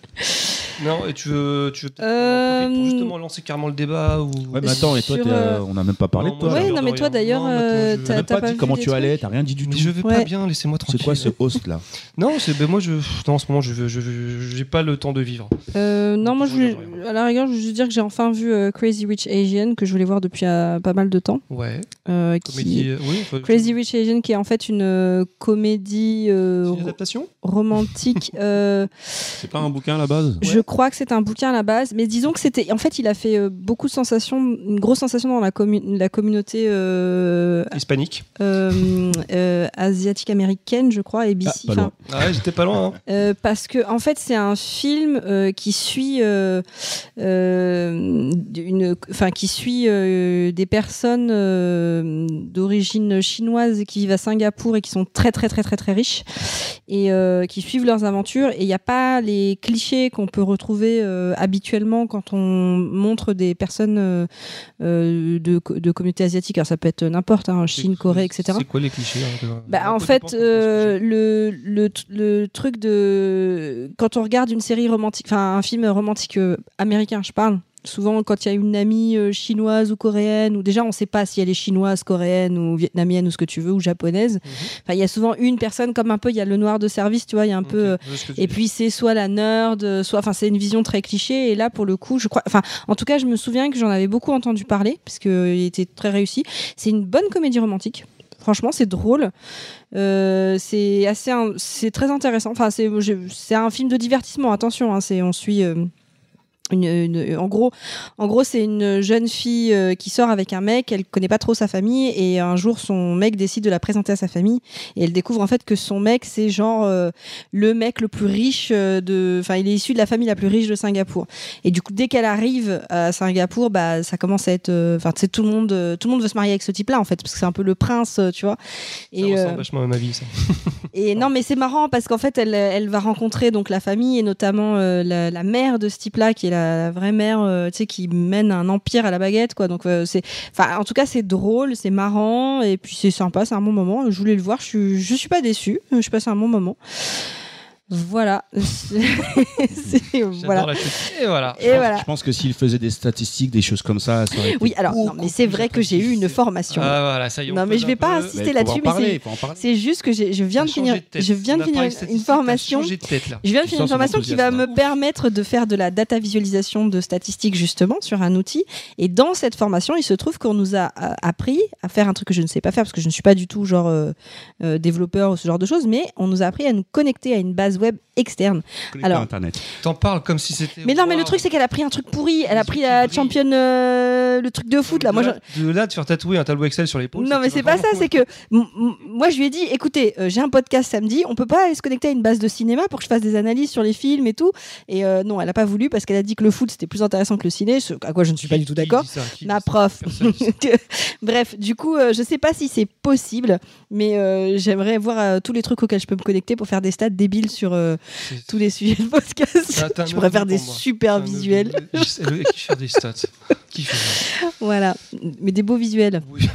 B: Non, et tu veux, tu veux peut-être
D: Euh,
B: en profiter pour justement lancer carrément le débat ou.
C: Ouais, mais attends, et toi,
D: Sur,
C: t'es, euh,
D: euh,
C: on n'a même pas parlé
B: Non,
C: de
B: moi,
C: toi.
B: j'ai
D: Ouais,
B: peur
D: non,
B: de
D: mais
B: rien.
D: toi, d'ailleurs,
B: Non, maintenant,
D: euh,
B: je-
D: t'as-
C: T'as même pas,
D: pas
C: dit
D: vu
C: comment
D: des
C: tu allais,
D: trucs
C: t'as rien dit du
B: Mais
C: tout.
B: je vais pas
D: Ouais.
B: bien, laissez-moi tranquille.
C: C'est quoi ce host là
B: Non, c'est ben moi je non, en ce moment je veux- je veux- j'ai pas le temps de vivre.
D: Euh, non, moi,
B: Je
D: je voulais-
B: regarderai.
D: à la rigueur, je veux juste dire que j'ai enfin vu euh, Crazy Rich Asian, que je voulais voir depuis euh, pas mal de temps.
B: Ouais.
D: euh, qui-
B: Comédie. euh, Oui. enfin,
D: Crazy Rich Asian, qui est en fait une euh, comédie euh,
B: c'est une
D: ro-
B: adaptation
D: romantique. euh,
A: C'est pas un bouquin à la base
D: Je crois que c'est un bouquin à la base, mais disons que c'était. En fait, il a fait euh, beaucoup de sensations, une grosse sensation dans la, commu- la communauté euh,
B: hispanique.
D: euh, euh, asiatique américaine, je crois,
C: Ah,
D: ABC.
C: pas loin.
D: enfin,
B: Ah ouais, j'étais pas loin. hein.
D: euh, parce que en fait, c'est un film euh, qui suit, euh, euh, une, enfin, qui suit euh, des personnes euh, d'origine chinoise qui vivent à Singapour et qui sont très très très très très riches et euh, qui suivent leurs aventures. Et il n'y a pas les clichés qu'on peut retrouver euh, habituellement quand on montre des personnes euh, euh, de, co- de communautés asiatiques. Alors ça peut être n'importe, hein, Chine,
B: C'est-
D: Corée, etc.
B: C'est quoi les clichés hein, de-
D: Bah, en
B: Ça
D: fait,
B: dépend,
D: euh, le, le, le truc de. Quand on regarde une série romantique, enfin un film romantique euh, américain, je parle, souvent quand il y a une amie euh, chinoise ou coréenne, ou déjà on ne sait pas si elle est chinoise, coréenne ou vietnamienne ou ce que tu veux, ou japonaise,
B: Mhm.
D: enfin il y a souvent une personne, comme un peu, il y a le noir de service, tu vois, il y a un
B: Ok,
D: peu. euh,
B: je vois ce que tu
D: et
B: dis.
D: puis c'est soit la nerd, euh, soit, enfin c'est une vision très cliché. Et là pour le coup, je crois, enfin en tout cas je me souviens que j'en avais beaucoup entendu parler parce que euh, il était très réussi. C'est une bonne comédie romantique. Franchement, c'est drôle. Euh, c'est assez, un- c'est très intéressant. Enfin, c'est, je- c'est un film de divertissement. Attention, hein, c'est, on suit. euh, une, une- en gros, en gros, c'est une jeune fille euh, qui sort avec un mec. Elle connaît pas trop sa famille et un jour, son mec décide de la présenter à sa famille. Et elle découvre en fait que son mec, c'est genre euh, le mec le plus riche euh, de. Enfin, il est issu de la famille la plus riche de Singapour. Et du coup, dès qu'elle arrive à Singapour, bah, ça commence à être. euh, Enfin, tu sais, tout le monde, euh, tout le monde veut se marier avec ce type-là en fait, parce que c'est un peu le prince, euh, tu vois.
B: Ça
D: euh,
B: ressemble vachement à ma vie, ça.
D: et non, mais c'est marrant parce qu'en fait, elle, elle va rencontrer donc la famille et notamment euh, la, la mère de ce type-là, qui est la, la vraie mère, euh, tu sais, qui mène un empire à la baguette, quoi. Donc euh, c'est, enfin, en tout cas, c'est drôle, c'est marrant et puis c'est sympa, c'est un bon moment. Je voulais le voir, je suis, je suis pas déçue, je passe un bon moment. Voilà. C'est- voilà.
B: J'adore la chute. Et voilà.
D: Et voilà.
C: Je pense que s'il faisait des statistiques, des choses comme ça, ça aurait été
D: Oui, alors, non,
C: beaucoup
D: mais c'est
C: plus
D: vrai que j'ai eu une
C: apprécié.
D: formation.
B: Ah, voilà, ça y est. on
D: Non, mais
B: pose
D: je
B: un
D: vais pas
B: peu-
D: insister
C: Mais il faut
D: là-dessus,
C: en
D: mais
C: parler,
D: c'est-
C: il faut en parler.
D: C'est juste que j'ai- je viens de
B: T'as changé
D: finir,
B: de tête.
D: je viens de
B: On a
D: finir
B: parlé
D: une- une
B: statistiques, t'as
D: formation.
B: changé de tête, là.
D: Je viens de
C: Tu
D: finir une
C: sens son
D: formation qui va
C: enthousiasme,
D: me
C: hein.
D: permettre de faire de la data visualisation de statistiques justement sur un outil. Et dans cette formation, il se trouve qu'on nous a euh, appris à faire un truc que je ne sais pas faire parce que je ne suis pas du tout genre euh, euh, développeur ou ce genre de choses, mais on nous a appris à nous connecter à une base web externe.
C: Connecté
D: Alors-
C: à Internet.
B: T'en parles comme si c'était.
D: Mais non, mais le
B: Waouh.
D: truc c'est qu'elle a pris un truc pourri. Elle a
B: Les
D: pris
B: outils
D: la
B: brillent.
D: championne, euh, le truc de foot là. Moi,
B: de
D: je-
B: là, de là, de faire tatouer un tableau Excel sur l'épaule.
D: Non, mais c'est pas ça, c'est que m- m- moi je lui ai dit écoutez, euh, j'ai un podcast samedi, on peut pas aller se connecter à une base de cinéma pour que je fasse des analyses sur les films et tout. Et euh, non, elle a pas voulu parce qu'elle a dit que le foot c'était plus intéressant que le ciné, ce à quoi je ne suis pas du tout d'accord. Ma prof.
B: Personne dit ça.
D: Bref, du coup, euh, je sais pas si c'est possible, mais euh, j'aimerais voir euh, tous les trucs auxquels je peux me connecter pour faire des stats débiles sur euh, tous les sujets de podcast.
B: Ah, t'as un
D: Je pourrais
B: ovni
D: faire des
B: pour moi.
D: super visuels.
B: Qui fait des stats Qui fait ça
D: Voilà, mais des beaux visuels.
B: Oui.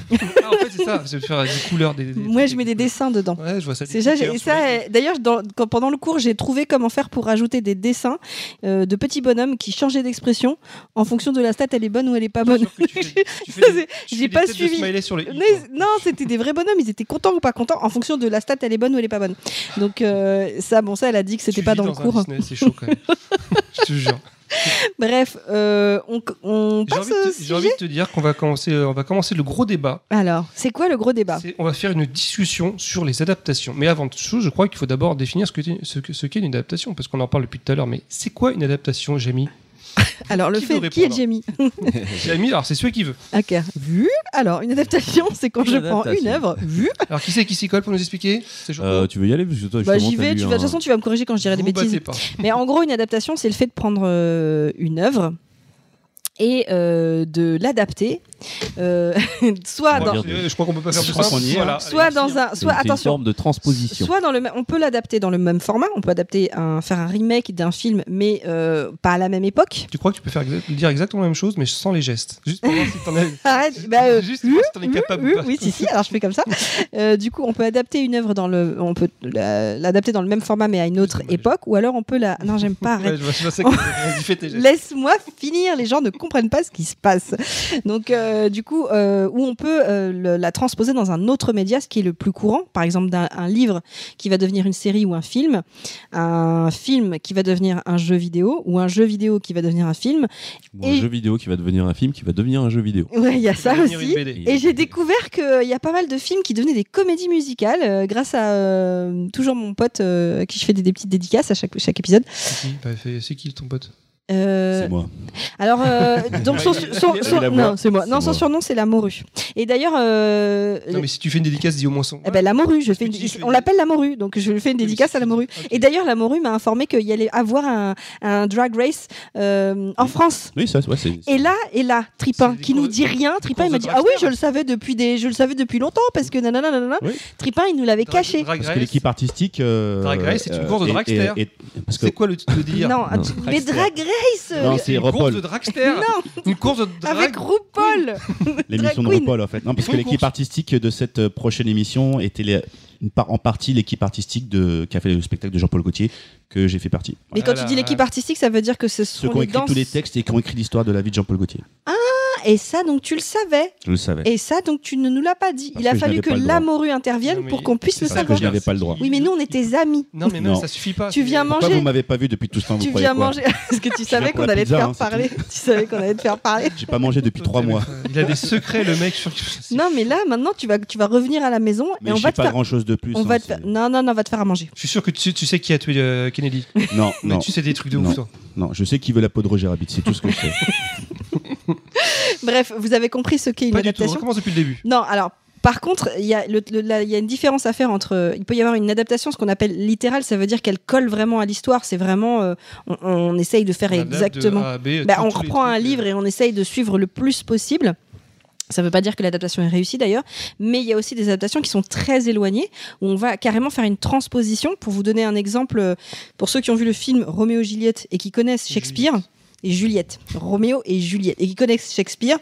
B: Ah, en fait, c'est ça, c'est de faire des couleurs. Des, des-
D: Moi, je mets des dessins dedans.
B: Ouais, je vois ça. des
D: C'est ça, j'ai-
B: stickers sur
D: ça,
B: les-
D: euh, d'ailleurs, dans- quand- pendant le cours, j'ai trouvé comment faire pour ajouter des dessins euh, de petits bonhommes qui changeaient d'expression en fonction de la stat, elle est bonne ou elle est pas
B: Je
D: bonne.
B: suis sûr que tu fais- tu fais
D: Ça,
B: des-
D: c'est-
B: tu fais des
D: j'ai pas
B: têtes de
D: suivi.
B: smiley sur les i,
D: Mais- non, c'était des vrais bonhommes, ils étaient contents ou pas contents en fonction de la stat, elle est bonne ou elle est pas bonne. Donc, euh, ça, bon, ça, elle a dit que
B: quoi.
D: c'était
B: Tu
D: pas
B: vis
D: dans le
B: un
D: cours.
B: Disney, C'est chaud quand même. Je te jure.
D: Bref, euh, on, on
B: J'ai
D: passe
B: envie, de
D: au
B: te- j'ai
D: sujet.
B: envie de te dire qu'on va commencer, on va commencer le gros débat.
D: Alors, c'est quoi le gros débat
B: C'est- On va faire une discussion sur les adaptations. Mais avant toute chose, je crois qu'il faut d'abord définir ce que t'es- ce que- ce qu'est une adaptation, parce qu'on en parle depuis tout à l'heure. Mais c'est quoi une adaptation, Jamie
D: Alors, le
B: qui
D: fait
B: veut
D: qui est
B: répondre
D: Jamie
B: Jamie, alors c'est celui qui veut.
D: Ok, vu Alors, une adaptation, c'est quand
A: Une
D: je prends une
A: adaptation. Ah,
D: œuvre, vu
B: Alors qui c'est qui s'y colle pour nous expliquer C'est Jean-
A: Euh, tu veux y aller parce que toi,
D: Bah,
A: justement,
D: j'y
A: t'as hein.
D: vais,
A: lu
D: tu vas, de
A: un-
D: toute façon, tu vas me corriger quand je dirai des
B: Vous vous
D: bêtises.
B: battez pas.
D: Mais en gros, une adaptation, c'est le fait de prendre euh, une œuvre et euh, de l'adapter, euh, soit
A: Ouais,
D: dans,
A: bien.
B: Euh, Je crois qu'on peut pas faire
C: Je
B: plus
C: crois
B: simple.
C: qu'on y est,
B: Voilà,
C: hein.
B: allez,
D: soit
B: merci,
D: dans
B: hein.
D: un, soit
A: C'est une
D: attention,
A: forme de transposition.
D: soit dans le, même- on peut l'adapter dans le même format, on peut adapter un, faire un remake d'un film, mais euh, pas à la même époque.
B: Tu crois que tu peux faire exa- dire exactement la même chose, mais sans les gestes, juste pour voir si t'en as.
D: Arrête, bah, euh,
B: Juste voir si t'en es capable.
D: oui,
B: ou pas.
D: oui, si, si, alors je fais comme ça. Euh, du coup, on peut adapter une œuvre dans le, on peut la- l'adapter dans le même format, mais à une autre
B: Juste comme
D: époque, ou alors on peut la, non, j'aime pas, arrête.
B: Ouais, je vois- je vois ça que tu fais tes gestes.
D: Laisse-moi finir, les gens ne comprennent pas ce qui se passe. Donc, euh, du coup, euh, où on peut euh, le- la transposer dans un autre média, ce qui est le plus courant, par exemple d'un un livre qui va devenir une série ou un film, un film qui va devenir un jeu vidéo, ou un jeu vidéo qui va devenir un film.
A: Ou un
D: Et-
A: jeu vidéo qui va devenir un film qui va devenir un jeu vidéo.
D: Ouais, il y a ça
B: Devenir une
D: aussi.
B: BD.
D: Et j'ai découvert qu'il y a pas mal de films qui devenaient des comédies musicales euh, grâce à euh, toujours mon pote euh, à qui je fais des, des petites dédicaces à chaque, chaque épisode.
B: C'est qui Bah, fais- C'est qui ton pote
D: Euh,
C: C'est moi.
D: Alors, euh, donc son, son- son-
C: C'est la voix.
D: non, c'est moi. Non,
C: C'est
D: son
C: moi.
D: surnom c'est la morue. Et d'ailleurs, euh,
B: Non, mais si tu fais une dédicace, dis au moins son.
D: eh ben, la morue, je fais une-
B: Parce que tu-
D: on l'appelle la morue, donc je lui fais une dédicace à la morue.
B: Ok.
D: Et d'ailleurs, la morue m'a informé qu'il y allait avoir un, un drag race euh, en France.
C: Oui, ça, ouais, c'est.
D: Et là, et là,
B: C'est
D: Tripin,
B: des
D: qui nous
B: cours-
D: dit rien. Tripin,
B: cours
D: il m'a
B: de
D: dit
B: dragster.
D: ah oui, je le savais depuis des, je le savais depuis longtemps parce que nanana, nanana.
C: Oui.
D: Tripin, il nous l'avait
B: Drag-
D: caché.
B: Drag
C: Parce que
B: Race,
C: l'équipe artistique. euh,
B: Drag Race, c'est une course de
C: et- et-
B: dragster.
C: et- Parce que.
B: C'est quoi le, le délire
D: Non,
A: Non.
D: tu- mais
C: Dragster.
D: drag race.
C: Non, c'est
B: Une course
C: Europol.
B: de dragster
D: Non,
B: Une course de drag
D: avec RuPaul.
C: L'émission de
D: Drag Queen.
C: RuPaul, en fait. Non, parce que
B: Une
C: l'équipe
B: course.
C: artistique de cette euh, prochaine émission était les- une part- en partie l'équipe artistique de, qui a fait le spectacle de Jean-Paul Gaultier, que j'ai fait partie.
D: Mais
B: Voilà.
D: quand tu dis l'équipe artistique, ça veut dire que ce
C: Ceux
D: sont
C: qui ont
D: les
C: écrit tous les
D: danses.
C: textes et qui ont écrit l'histoire de la vie de Jean-Paul Gaultier.
D: Et ça, donc tu le savais.
C: Je le savais.
D: Et ça, donc tu ne nous l'as pas dit.
C: Parce
D: Il a
C: que je
D: fallu
C: n'avais
D: que
C: pas le
D: la
C: droit.
D: morue intervienne
B: Non, mais
D: pour qu'on puisse
B: c'est
D: le
B: ça,
C: parce que
D: savoir.
C: je n'avais pas le droit.
D: Oui, mais nous, on est tes amis.
B: Non, mais même
C: Non.
B: ça suffit pas.
D: Tu viens
C: Pourquoi
D: manger.
C: vous m'avez pas vu depuis tout ce temps vous
D: Tu
C: croyez
D: viens
C: quoi
D: manger parce que tu savais
C: pour
D: qu'on
C: la
D: allait te
C: pizza,
D: faire
C: hein, c'est
D: parler. tu savais qu'on allait te faire parler.
C: J'ai pas mangé depuis trois mois.
B: Il a des secrets, le mec. Sur...
D: Non, mais là, maintenant, tu vas, tu vas revenir à la maison
C: Mais
D: et on
C: je
D: va
C: sais
D: te
C: pas
D: faire.
C: grand chose de plus.
D: On
C: hein,
D: va te
C: c'est-
D: faire- Non, non, non, on va te faire à manger.
B: Je suis sûr que tu, tu sais qui a tué euh, Kennedy.
C: Non, non,
B: Mais tu sais des trucs de
C: Non.
B: ouf, toi.
C: non. Je sais qui veut la peau de Roger Rabbit, c'est tout ce que je sais.
D: Bref, vous avez compris ce qu'est une
B: Pas du tout, hein. on
D: adaptation.
B: recommence depuis le début.
D: Non, alors. Par contre, il y, a le- le- la- il y a une différence à faire entre. Il peut y avoir une adaptation, ce qu'on appelle littérale, ça veut dire qu'elle colle vraiment à l'histoire. C'est vraiment. euh, on, on essaye de faire
B: On adapte euh, de
D: Bah, exactement.
B: A à B,
D: Bah,
B: tous- tous
D: on
B: les
D: reprend
B: trucs,
D: un
B: euh,
D: livre et on essaye de suivre le plus possible. Ça ne veut pas dire que l'adaptation est réussie d'ailleurs, mais il y a aussi des adaptations qui sont très éloignées, où on va carrément faire une transposition. Pour vous donner un exemple, euh, pour ceux qui ont vu le film Roméo et Juliette et qui connaissent Shakespeare, et Juliette, Roméo et Juliette, et qui connaissent Shakespeare,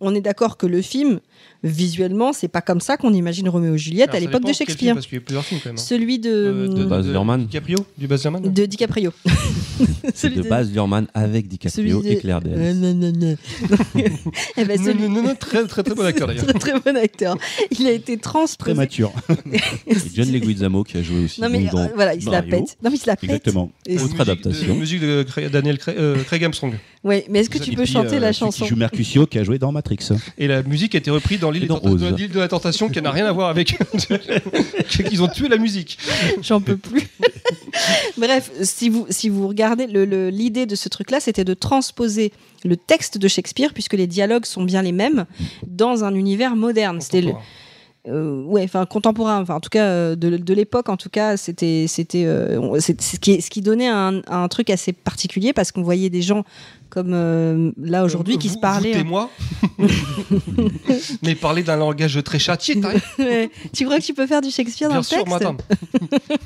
D: on est d'accord que le film, visuellement, c'est pas comme ça qu'on imagine Roméo et Juliette
B: Alors,
D: à
B: ça
D: l'époque
B: dépend
D: de
B: quel film,
D: Shakespeare.
B: Parce qu'il y a plusieurs films quand même. hein.
D: Celui de,
B: Euh,
A: de Baz Luhrmann.
B: DiCaprio Du Baz Luhrmann
D: de DiCaprio.
A: C'est de base Lurman avec DiCaprio
D: celui de-
A: et Claire Danes.
D: Euh, non, non, non. Eh ben,
B: Non,
D: celui-
B: non, non, non, très, très, très bon acteur d'ailleurs.
D: Très, très bon acteur. Il a été
C: Très
D: transposé.
C: mature.
A: Et John Leguizamo qui a joué aussi
D: Non mais
A: donc, dans
D: euh, voilà, il se la
A: Mario.
D: pète. Non mais il se la pète.
C: Exactement.
D: Et c'est-
A: Autre adaptation.
B: La musique de Craig- Daniel Craig, euh, Craig Armstrong.
D: ouais, mais est-ce que tu
C: Et
D: peux
C: puis,
D: chanter
C: euh,
D: la
C: celui
D: chanson
C: Qui joue Mercutio qui a joué dans Matrix.
B: Et la musique a été reprise dans l'île
A: Et dans
B: des Tenta-
A: Rose.
B: dans l'île de la tentation qui n'a rien à voir avec. Ils ont tué la musique.
D: J'en peux plus. Bref, si vous si vous regardez le- le- l'idée de ce truc-là, c'était de transposer le texte de Shakespeare puisque les dialogues sont bien les mêmes
A: Mm.
D: dans un univers moderne. C'était le, euh, ouais, enfin contemporain, enfin en tout cas euh, de, de l'époque, en tout cas c'était c'était euh, on- c'est- c'est ce qui ce qui donnait un, un truc assez particulier parce qu'on voyait des gens comme euh, là aujourd'hui qui
B: Vous-
D: se hein. parlaient.
B: Vous et moi. mais parler d'un langage très châtié, t'as rien.
D: hein. Ouais. tu crois que tu peux faire du Shakespeare dans
B: bien
D: le
B: sûr,
D: texte
B: madame.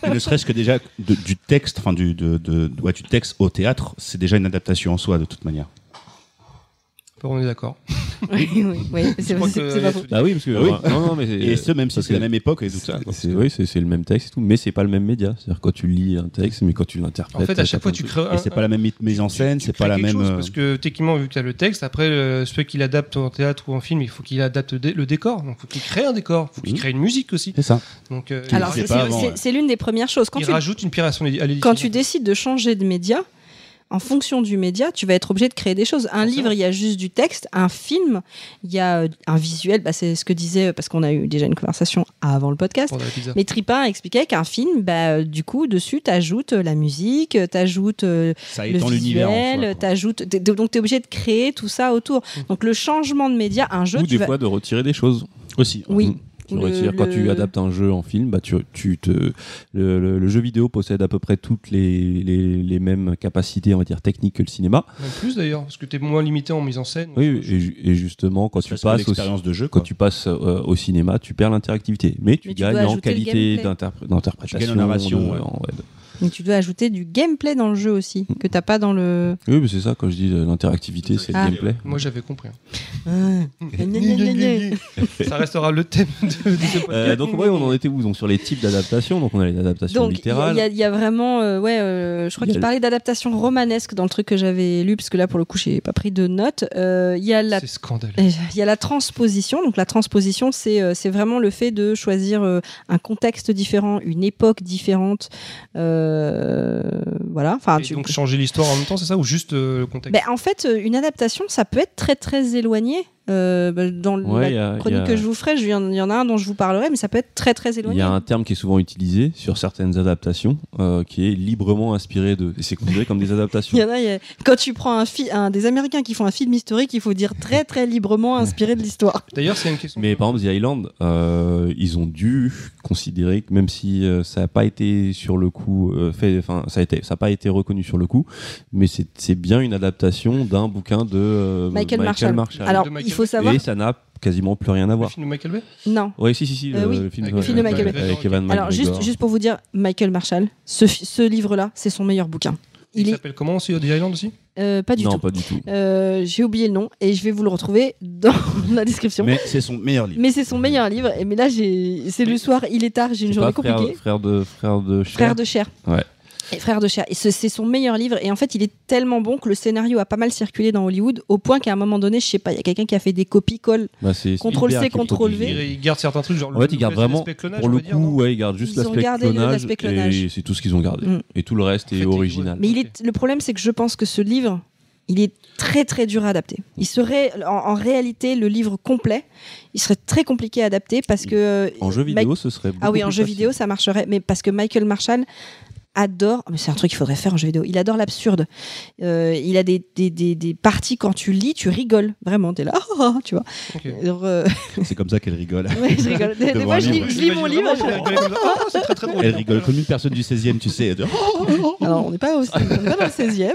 C: Et ne serait-ce que déjà de- du texte, enfin du, de, de- ouais, du texte au théâtre, c'est déjà une adaptation en soi de toute manière.
B: On est d'accord.
D: Oui, oui, oui, c'est
B: Je crois
D: c'est-
B: que-
D: c'est pas faux.
A: Bah oui, parce que.
C: Ah oui.
A: Non, non, mais c'est-
C: Et ce, même si
A: parce
C: c'est la
A: que-
C: même époque et tout ça. quoi.
A: c'est- Oui, c'est c'est le même texte et tout, mais c'est pas le même média. C'est-à-dire quand tu lis un texte, mais quand tu l'interprètes.
B: En fait, à
A: ça
B: chaque fois,
A: peut-
B: tu crées un.
C: Et c'est pas la même mythe- mise en scène,
B: tu
C: c'est
B: crées
C: pas la
B: quelque
C: même.
B: chose,
C: euh,
B: parce que techniquement, vu que tu as le texte, après, euh, ceux qui l'adaptent en théâtre ou en film, il faut qu'il adapte dé- le décor. Donc, il faut qu'il crée un décor. Il faut qu'il
C: Mhm.
B: crée une musique aussi.
C: C'est ça.
B: Donc, euh,
C: sais
D: Alors c'est
B: il-
C: pas
D: c'est-
C: avant,
D: c'est-
C: ouais.
D: c'est l'une des premières choses quand
B: il
D: tu
B: rajoute une pierre à son édi- à l'édifice.
D: quand tu décides de changer de média. En fonction du média, tu vas être obligé de créer des choses. Un
B: Forcément.
D: livre, il y a juste du texte. Un film, il y a euh, un visuel. Bah, c'est ce que disait, parce qu'on a eu déjà une conversation avant le podcast.
B: Pour la pizza.
D: Mais Tripin expliquait qu'un film, bah, euh, du coup, dessus, t'ajoutes euh, la musique, euh, t'ajoutes euh,
C: Ça
A: Bah,
D: le
C: étend l'univers. en soi,
D: visuel,
C: quoi.
D: t'ajoutes. t'es- Donc, t'es obligé de créer tout ça autour. Donc, le changement de média, un jeu,
A: Mmh. Ou
D: tu
A: des
D: vas.
A: fois de retirer des choses.
C: Aussi.
D: Oui.
A: Tu
D: Le-
A: retires. Quand tu
D: le-
A: adaptes un jeu en film, bah tu, tu te, le, le- le jeu vidéo possède à peu près toutes les, les, les mêmes capacités, on va dire, techniques que le cinéma.
B: Même plus d'ailleurs, parce que tu es moins limité en mise en scène.
A: Oui, et, ju- et justement, quand tu
C: Parce que
A: passes aussi,
C: l'expérience de jeu,
A: quand
C: quoi.
A: tu passes euh, au cinéma, tu perds l'interactivité, mais tu
D: Mais tu dois
A: gagnes en
D: ajouter le
A: qualité
D: gameplay.
A: d'interpr- d'interprétation.
C: Tu gagnes en narration,
A: de-
C: ouais.
A: en- ouais, de-
D: Mais tu dois ajouter du gameplay dans le jeu aussi,
A: Mmh.
D: que t'as pas dans le.
A: Oui, mais c'est ça, quand je dis euh, l'interactivité, c'est
D: Ah.
A: le gameplay.
B: Moi j'avais compris. hein.
D: Gnagnagnagnagna.
B: Ça restera le thème de, de ce podcast.
A: Euh, donc oui, on en était où Donc sur les types d'adaptation, donc on a les adaptations
D: Donc, il y a-
A: littérales.
D: il y, a- il y a vraiment, euh, ouais, euh, je crois
A: Il y a
D: qu'il
A: le-
D: parlait d'adaptation romanesque dans le truc que j'avais lu, parce que là, pour le coup, j'ai pas pris de notes. Euh, Il y a la
B: C'est scandaleux.
D: Euh, Il y a la transposition. Donc la transposition, c'est euh, c'est vraiment le fait de choisir euh, un contexte différent, une époque différente. Euh, voilà. Enfin,
B: Et
D: tu-
B: donc changer l'histoire en même temps, c'est ça ou juste euh, le contexte
D: Ben, en fait, euh, une adaptation, ça peut être très très éloigné. Euh, ben, dans
A: Ouais, il y
D: la
A: a- il y
D: chronique
A: a-
D: que je vous ferai, je- il y, en- il y en a un dont je vous parlerai, mais ça peut être très très
A: Il
D: éloigné.
A: y a un terme qui est souvent utilisé sur certaines adaptations, euh, qui est librement inspiré de. Et c'est considéré comme des adaptations.
D: Il y en a, il y a- quand tu prends un, fi- un des Américains qui font un film historique, il faut dire très très librement inspiré de l'histoire.
B: D'ailleurs, c'est une question.
A: Mais par exemple, The Island, euh, ils ont dû considérer que même si euh, ça n'a pas été sur le coup euh, fait, enfin ça a été, ça n'a pas été reconnu sur le coup, mais c'est c'est bien une adaptation d'un bouquin de euh,
D: Michael, Marshall.
A: Marshall.
D: Alors,
B: Ah, De Michael
D: il faut
B: Bay.
D: savoir.
A: Et ça n'a quasiment plus rien à
B: le
A: voir.
B: film de Michael Bay
D: Non.
A: Oui, si, si, si,
D: Euh,
A: le,
D: oui.
A: le film,
B: Avec
A: de,
B: le film de
A: avec-
B: Michael Bay.
A: avec Evan
D: Alors juste,
A: McGregor.
D: juste pour vous dire, Michael Marshall, ce, fi- ce livre-là, c'est son meilleur bouquin. Il
B: Il
D: est
B: s'appelle comment aussi The Island aussi
D: euh, pas du
A: non,
D: tout.
A: pas du tout.
D: Euh, J'ai oublié le nom et je vais vous le retrouver dans la description. Mais,
C: Mais c'est son meilleur livre.
D: c'est son meilleur livre. Et mais là, j'ai- c'est le soir, il est tard, j'ai une
A: C'est
D: journée
A: pas frère,
D: compliquée.
A: frère de frère de Cher.
D: Frère de chair.
A: Ouais.
D: Et frère de chair. Et ce- c'est son meilleur livre. Et en fait, il est tellement bon que le scénario a pas mal circulé dans Hollywood, au point qu'à un moment donné, je sais pas, il y a quelqu'un qui a fait des copies-colles.
A: Bah, c'est
D: Contrôle
A: Spielberg
D: C,
A: qui
D: contrôle
A: produit.
B: Il il garde certains trucs, genre
A: En fait, ils gardent vraiment,
B: l'aspect clonage,
A: pour
B: on
A: le
B: va dire, non
A: coup, ouais, ils gardent juste
D: Ils ont
A: l'aspect
D: gardé le-
A: clonage,
D: l'aspect clonage.
A: et c'est tout ce qu'ils ont gardé.
D: Mm.
A: Et tout le reste
B: En
A: est
B: fait,
A: original.
D: Mais il
B: Ok.
D: est, le problème, c'est que je pense que ce livre, il est très très dur à adapter. Il serait, en, en réalité, le livre complet, il serait très compliqué à adapter parce que. euh,
A: En jeu
D: Ma-
A: vidéo, ce serait beaucoup
D: Ah oui, en
A: plus
D: jeu
A: facile.
D: vidéo, ça marcherait, mais parce que Michael Marshall adore, mais c'est un truc qu'il faudrait faire en jeu vidéo, il adore l'absurde. Euh, il a des, des, des, des parties, quand tu lis, tu rigoles, vraiment, t'es là, oh, tu vois.
B: Ok.
D: Alors, euh,
C: C'est comme ça qu'elle rigole.
D: ouais, je rigole. Des- des
C: Devant
D: fois,
C: un
D: je lis,
C: livre.
D: je lis mon livre.
B: J'imagine vraiment, il a rigolé comme ça. Ah, c'est très très drôle.
C: Elle rigole comme une personne du 16e, tu sais. de-
D: je- Alors, on n'est pas, aussi- on n'est pas dans le 16 e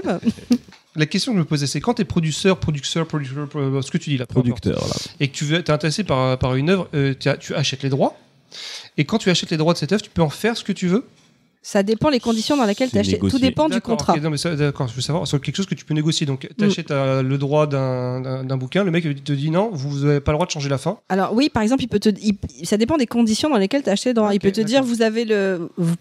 B: La question que je me posais, c'est quand t'es producteur, producteur, producteur, pro- euh, ce que tu dis là, peu importe,
A: Producteur, là.
B: et que tu veux, t'es intéressé par, par une œuvre, euh, t'as- tu achètes les droits. Et quand tu achètes les droits de cette œuvre, tu peux en faire ce que tu veux.
D: Ça dépend les conditions dans lesquelles
A: C'est
D: tu achètes. Tout
A: négocié.
D: dépend du
B: D'accord,
D: contrat. Mm.
B: ok, non, mais ça, d'accord, je veux savoir, c'est quelque chose que tu peux négocier. Donc, tu achètes le droit d'un, d'un- d'un bouquin, le mec il te dit non, vous n'avez pas le droit de changer la fin.
D: Alors oui, par exemple, il peut te, il- ça dépend des conditions dans lesquelles tu achètes. Dans, il
B: Ok,
D: peut te dire,
B: d'accord.
D: vous avez le, vous,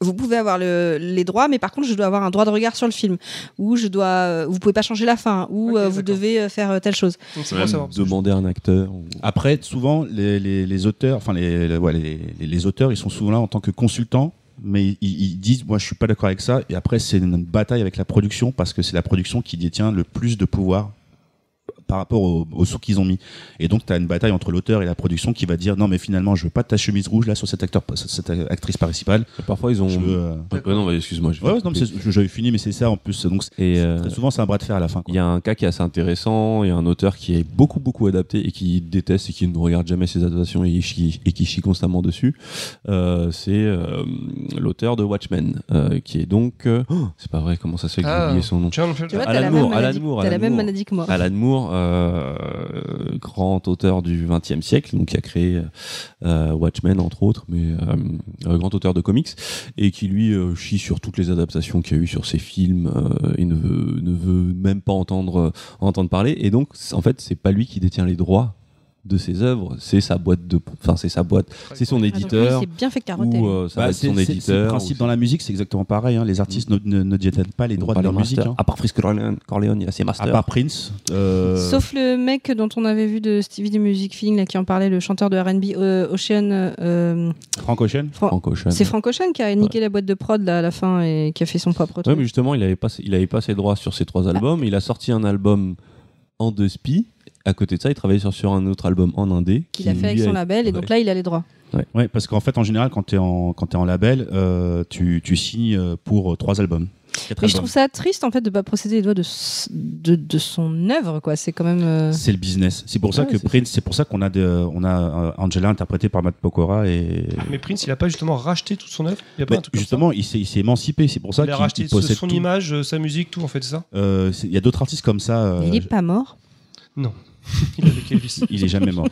D: vous pouvez avoir le- les droits, mais par contre, je dois avoir un droit de regard sur le film, ou je dois, euh, vous pouvez pas changer la fin, ou
B: Ok,
D: euh, vous
B: d'accord.
D: devez euh, faire euh, telle chose.
B: Donc, c'est pour savoir. parce que
A: Demander à un acteur. ou-
C: Après, souvent, les, les- les auteurs, enfin les, les- ouais, les- les- les auteurs, ils sont souvent là en tant que consultants, mais ils, ils disent, moi, je suis pas d'accord avec ça. Et après, c'est une bataille avec la production parce que c'est la production qui détient le plus de pouvoir par rapport aux au sous qu'ils ont mis. Et donc, tu as une bataille entre l'auteur et la production qui va dire, non, mais finalement, je veux pas ta chemise rouge là sur cet acteur, cette actrice principale.
A: Parfois, ils ont.
C: Je veux, euh,
A: Ouais, non, mais excuse-moi. je vais
C: Ouais, ouais,
A: te
C: non, mais
A: couper.
C: c'est- j'avais fini, mais c'est ça en plus. Donc, c'est-
A: Et euh,
C: très souvent, c'est un bras de fer à la fin. quoi.
A: il y a un cas qui est assez intéressant. Il y a un auteur qui est beaucoup, beaucoup adapté et qui déteste et qui ne regarde jamais ses adaptations et, chie- et qui chie constamment dessus. Euh, c'est euh, l'auteur de Watchmen, euh, qui est donc. euh, oh, c'est pas vrai, comment ça se fait que j'ai
B: Ah.
A: oublié son nom
B: Tiens, on fait-
D: Tu vois,
A: Alan
D: t'as la,
A: Moore,
D: même maladie-
A: Alan Moore,
D: t'as la
A: Alan
D: même
A: Moore.
D: maladie que moi. Ah,
A: Alan Moore, euh, grand auteur du XXe siècle, donc qui a créé euh, Watchmen entre autres, mais euh, euh, grand auteur de comics, et qui lui euh, chie sur toutes les adaptations qu'il y a eu sur ses films euh, et ne veut, ne veut même pas entendre, euh, entendre parler. Et donc, c- en fait, c'est pas lui qui détient les droits de ses œuvres, c'est sa boîte de, enfin c'est sa boîte, c'est son
D: Ah, donc lui,
A: éditeur
D: il s'est bien fait carotter.
A: ou euh, ça va
C: Bah,
A: être
C: c'est
A: son
C: c'est- c'est le
A: éditeur.
C: principe dans la musique, c'est exactement pareil. hein. Les artistes ne- ne, ne détiennent pas les
A: ou-
C: droits
A: pas
C: de leur
A: les
C: musique.
A: masters.
C: hein.
A: À part Fritz Corleone, Corleone, il a ses
C: À
A: masters.
C: part Prince. euh,
D: Sauf le mec dont on avait vu de Stevie du Music Feeling là qui en parlait, le chanteur de R&B euh, Ocean. euh,
C: Frank Ocean.
D: Fran-
A: Frank Ocean.
D: c'est Frank Ocean qui a niqué la boîte de prod là, à la fin et qui a fait son propre
A: Ouais,
D: truc.
A: mais justement, il avait pas, il avait pas ses droits sur ses trois albums. Il a sorti un album en deux spi. À côté de ça, il travaillait sur, sur un autre album en indé.
D: Qu'il a fait avec
A: lui
D: son label et donc
A: Ouais.
D: là il a les droits.
C: Ouais, parce qu'en fait, en général, quand tu es, en label, euh, tu, tu signes euh, pour euh, trois albums. Quatre
D: Mais je
C: albums.
D: trouve ça triste en fait de pas procéder les doigts de, s- de, de son œuvre quoi. C'est quand même. euh,
C: C'est le business. C'est pour ça
A: Ouais,
C: que
A: c'est-
C: Prince, c'est pour ça qu'on a, de, on a euh, Angela interprétée par Matt Pokora et.
B: Mais Prince, il a pas justement racheté toute son œuvre Il y a pas
C: Bah,
B: Ah, un truc comme ça
C: justement, il s'est il s'est émancipé. C'est pour ça
B: il a
C: qu'il
B: racheté
C: qu'il
B: ce-
C: possède
B: son
C: tout.
B: image, euh, sa musique, tout en fait, c'est ça
C: Euh, c'est- Il y a d'autres artistes comme ça. euh,
D: il est pas mort.
B: Il avait Elvis.
C: Il est jamais mort.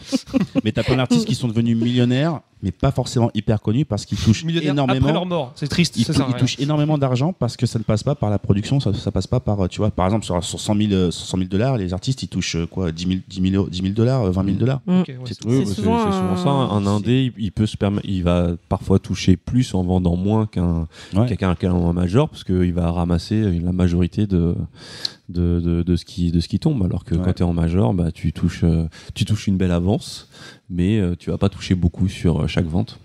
C: mais t'as plein d'artistes qui sont devenus millionnaires, mais pas forcément hyper connus parce qu'ils touchent
B: Millionnaire après leur
C: énormément.
B: mort, c'est triste,
C: Ils,
B: ça
C: tou-
B: sert à
C: ils
B: rien.
C: touchent énormément d'argent parce que ça ne passe pas par la production, ça, ça passe pas par, euh, tu vois, par exemple, sur, sur 100 000 euh, sur 100 000 dollars, les artistes, ils touchent euh, quoi, 10 000, 10 000 euros- 10 000 dollars, euh, 20 000 dollars.
D: Mm.
B: Ok, ouais,
A: C'est
B: c'est-
A: oui, bah,
D: c'est
A: c'est- c'est
D: souvent
A: souvent,
D: un-
A: ça. Un indé, il, il peut se permettre, il va parfois toucher plus en vendant moins qu'un
C: Ouais.
A: quelqu'un qui a un major, parce qu'il va ramasser euh, la majorité de de, de, de ce qui de ce qui tombe. Alors que
C: Ouais.
A: quand t'es en major, bah tu touches euh, tu touches une belle avance, mais euh, tu vas pas toucher beaucoup sur euh, chaque vente.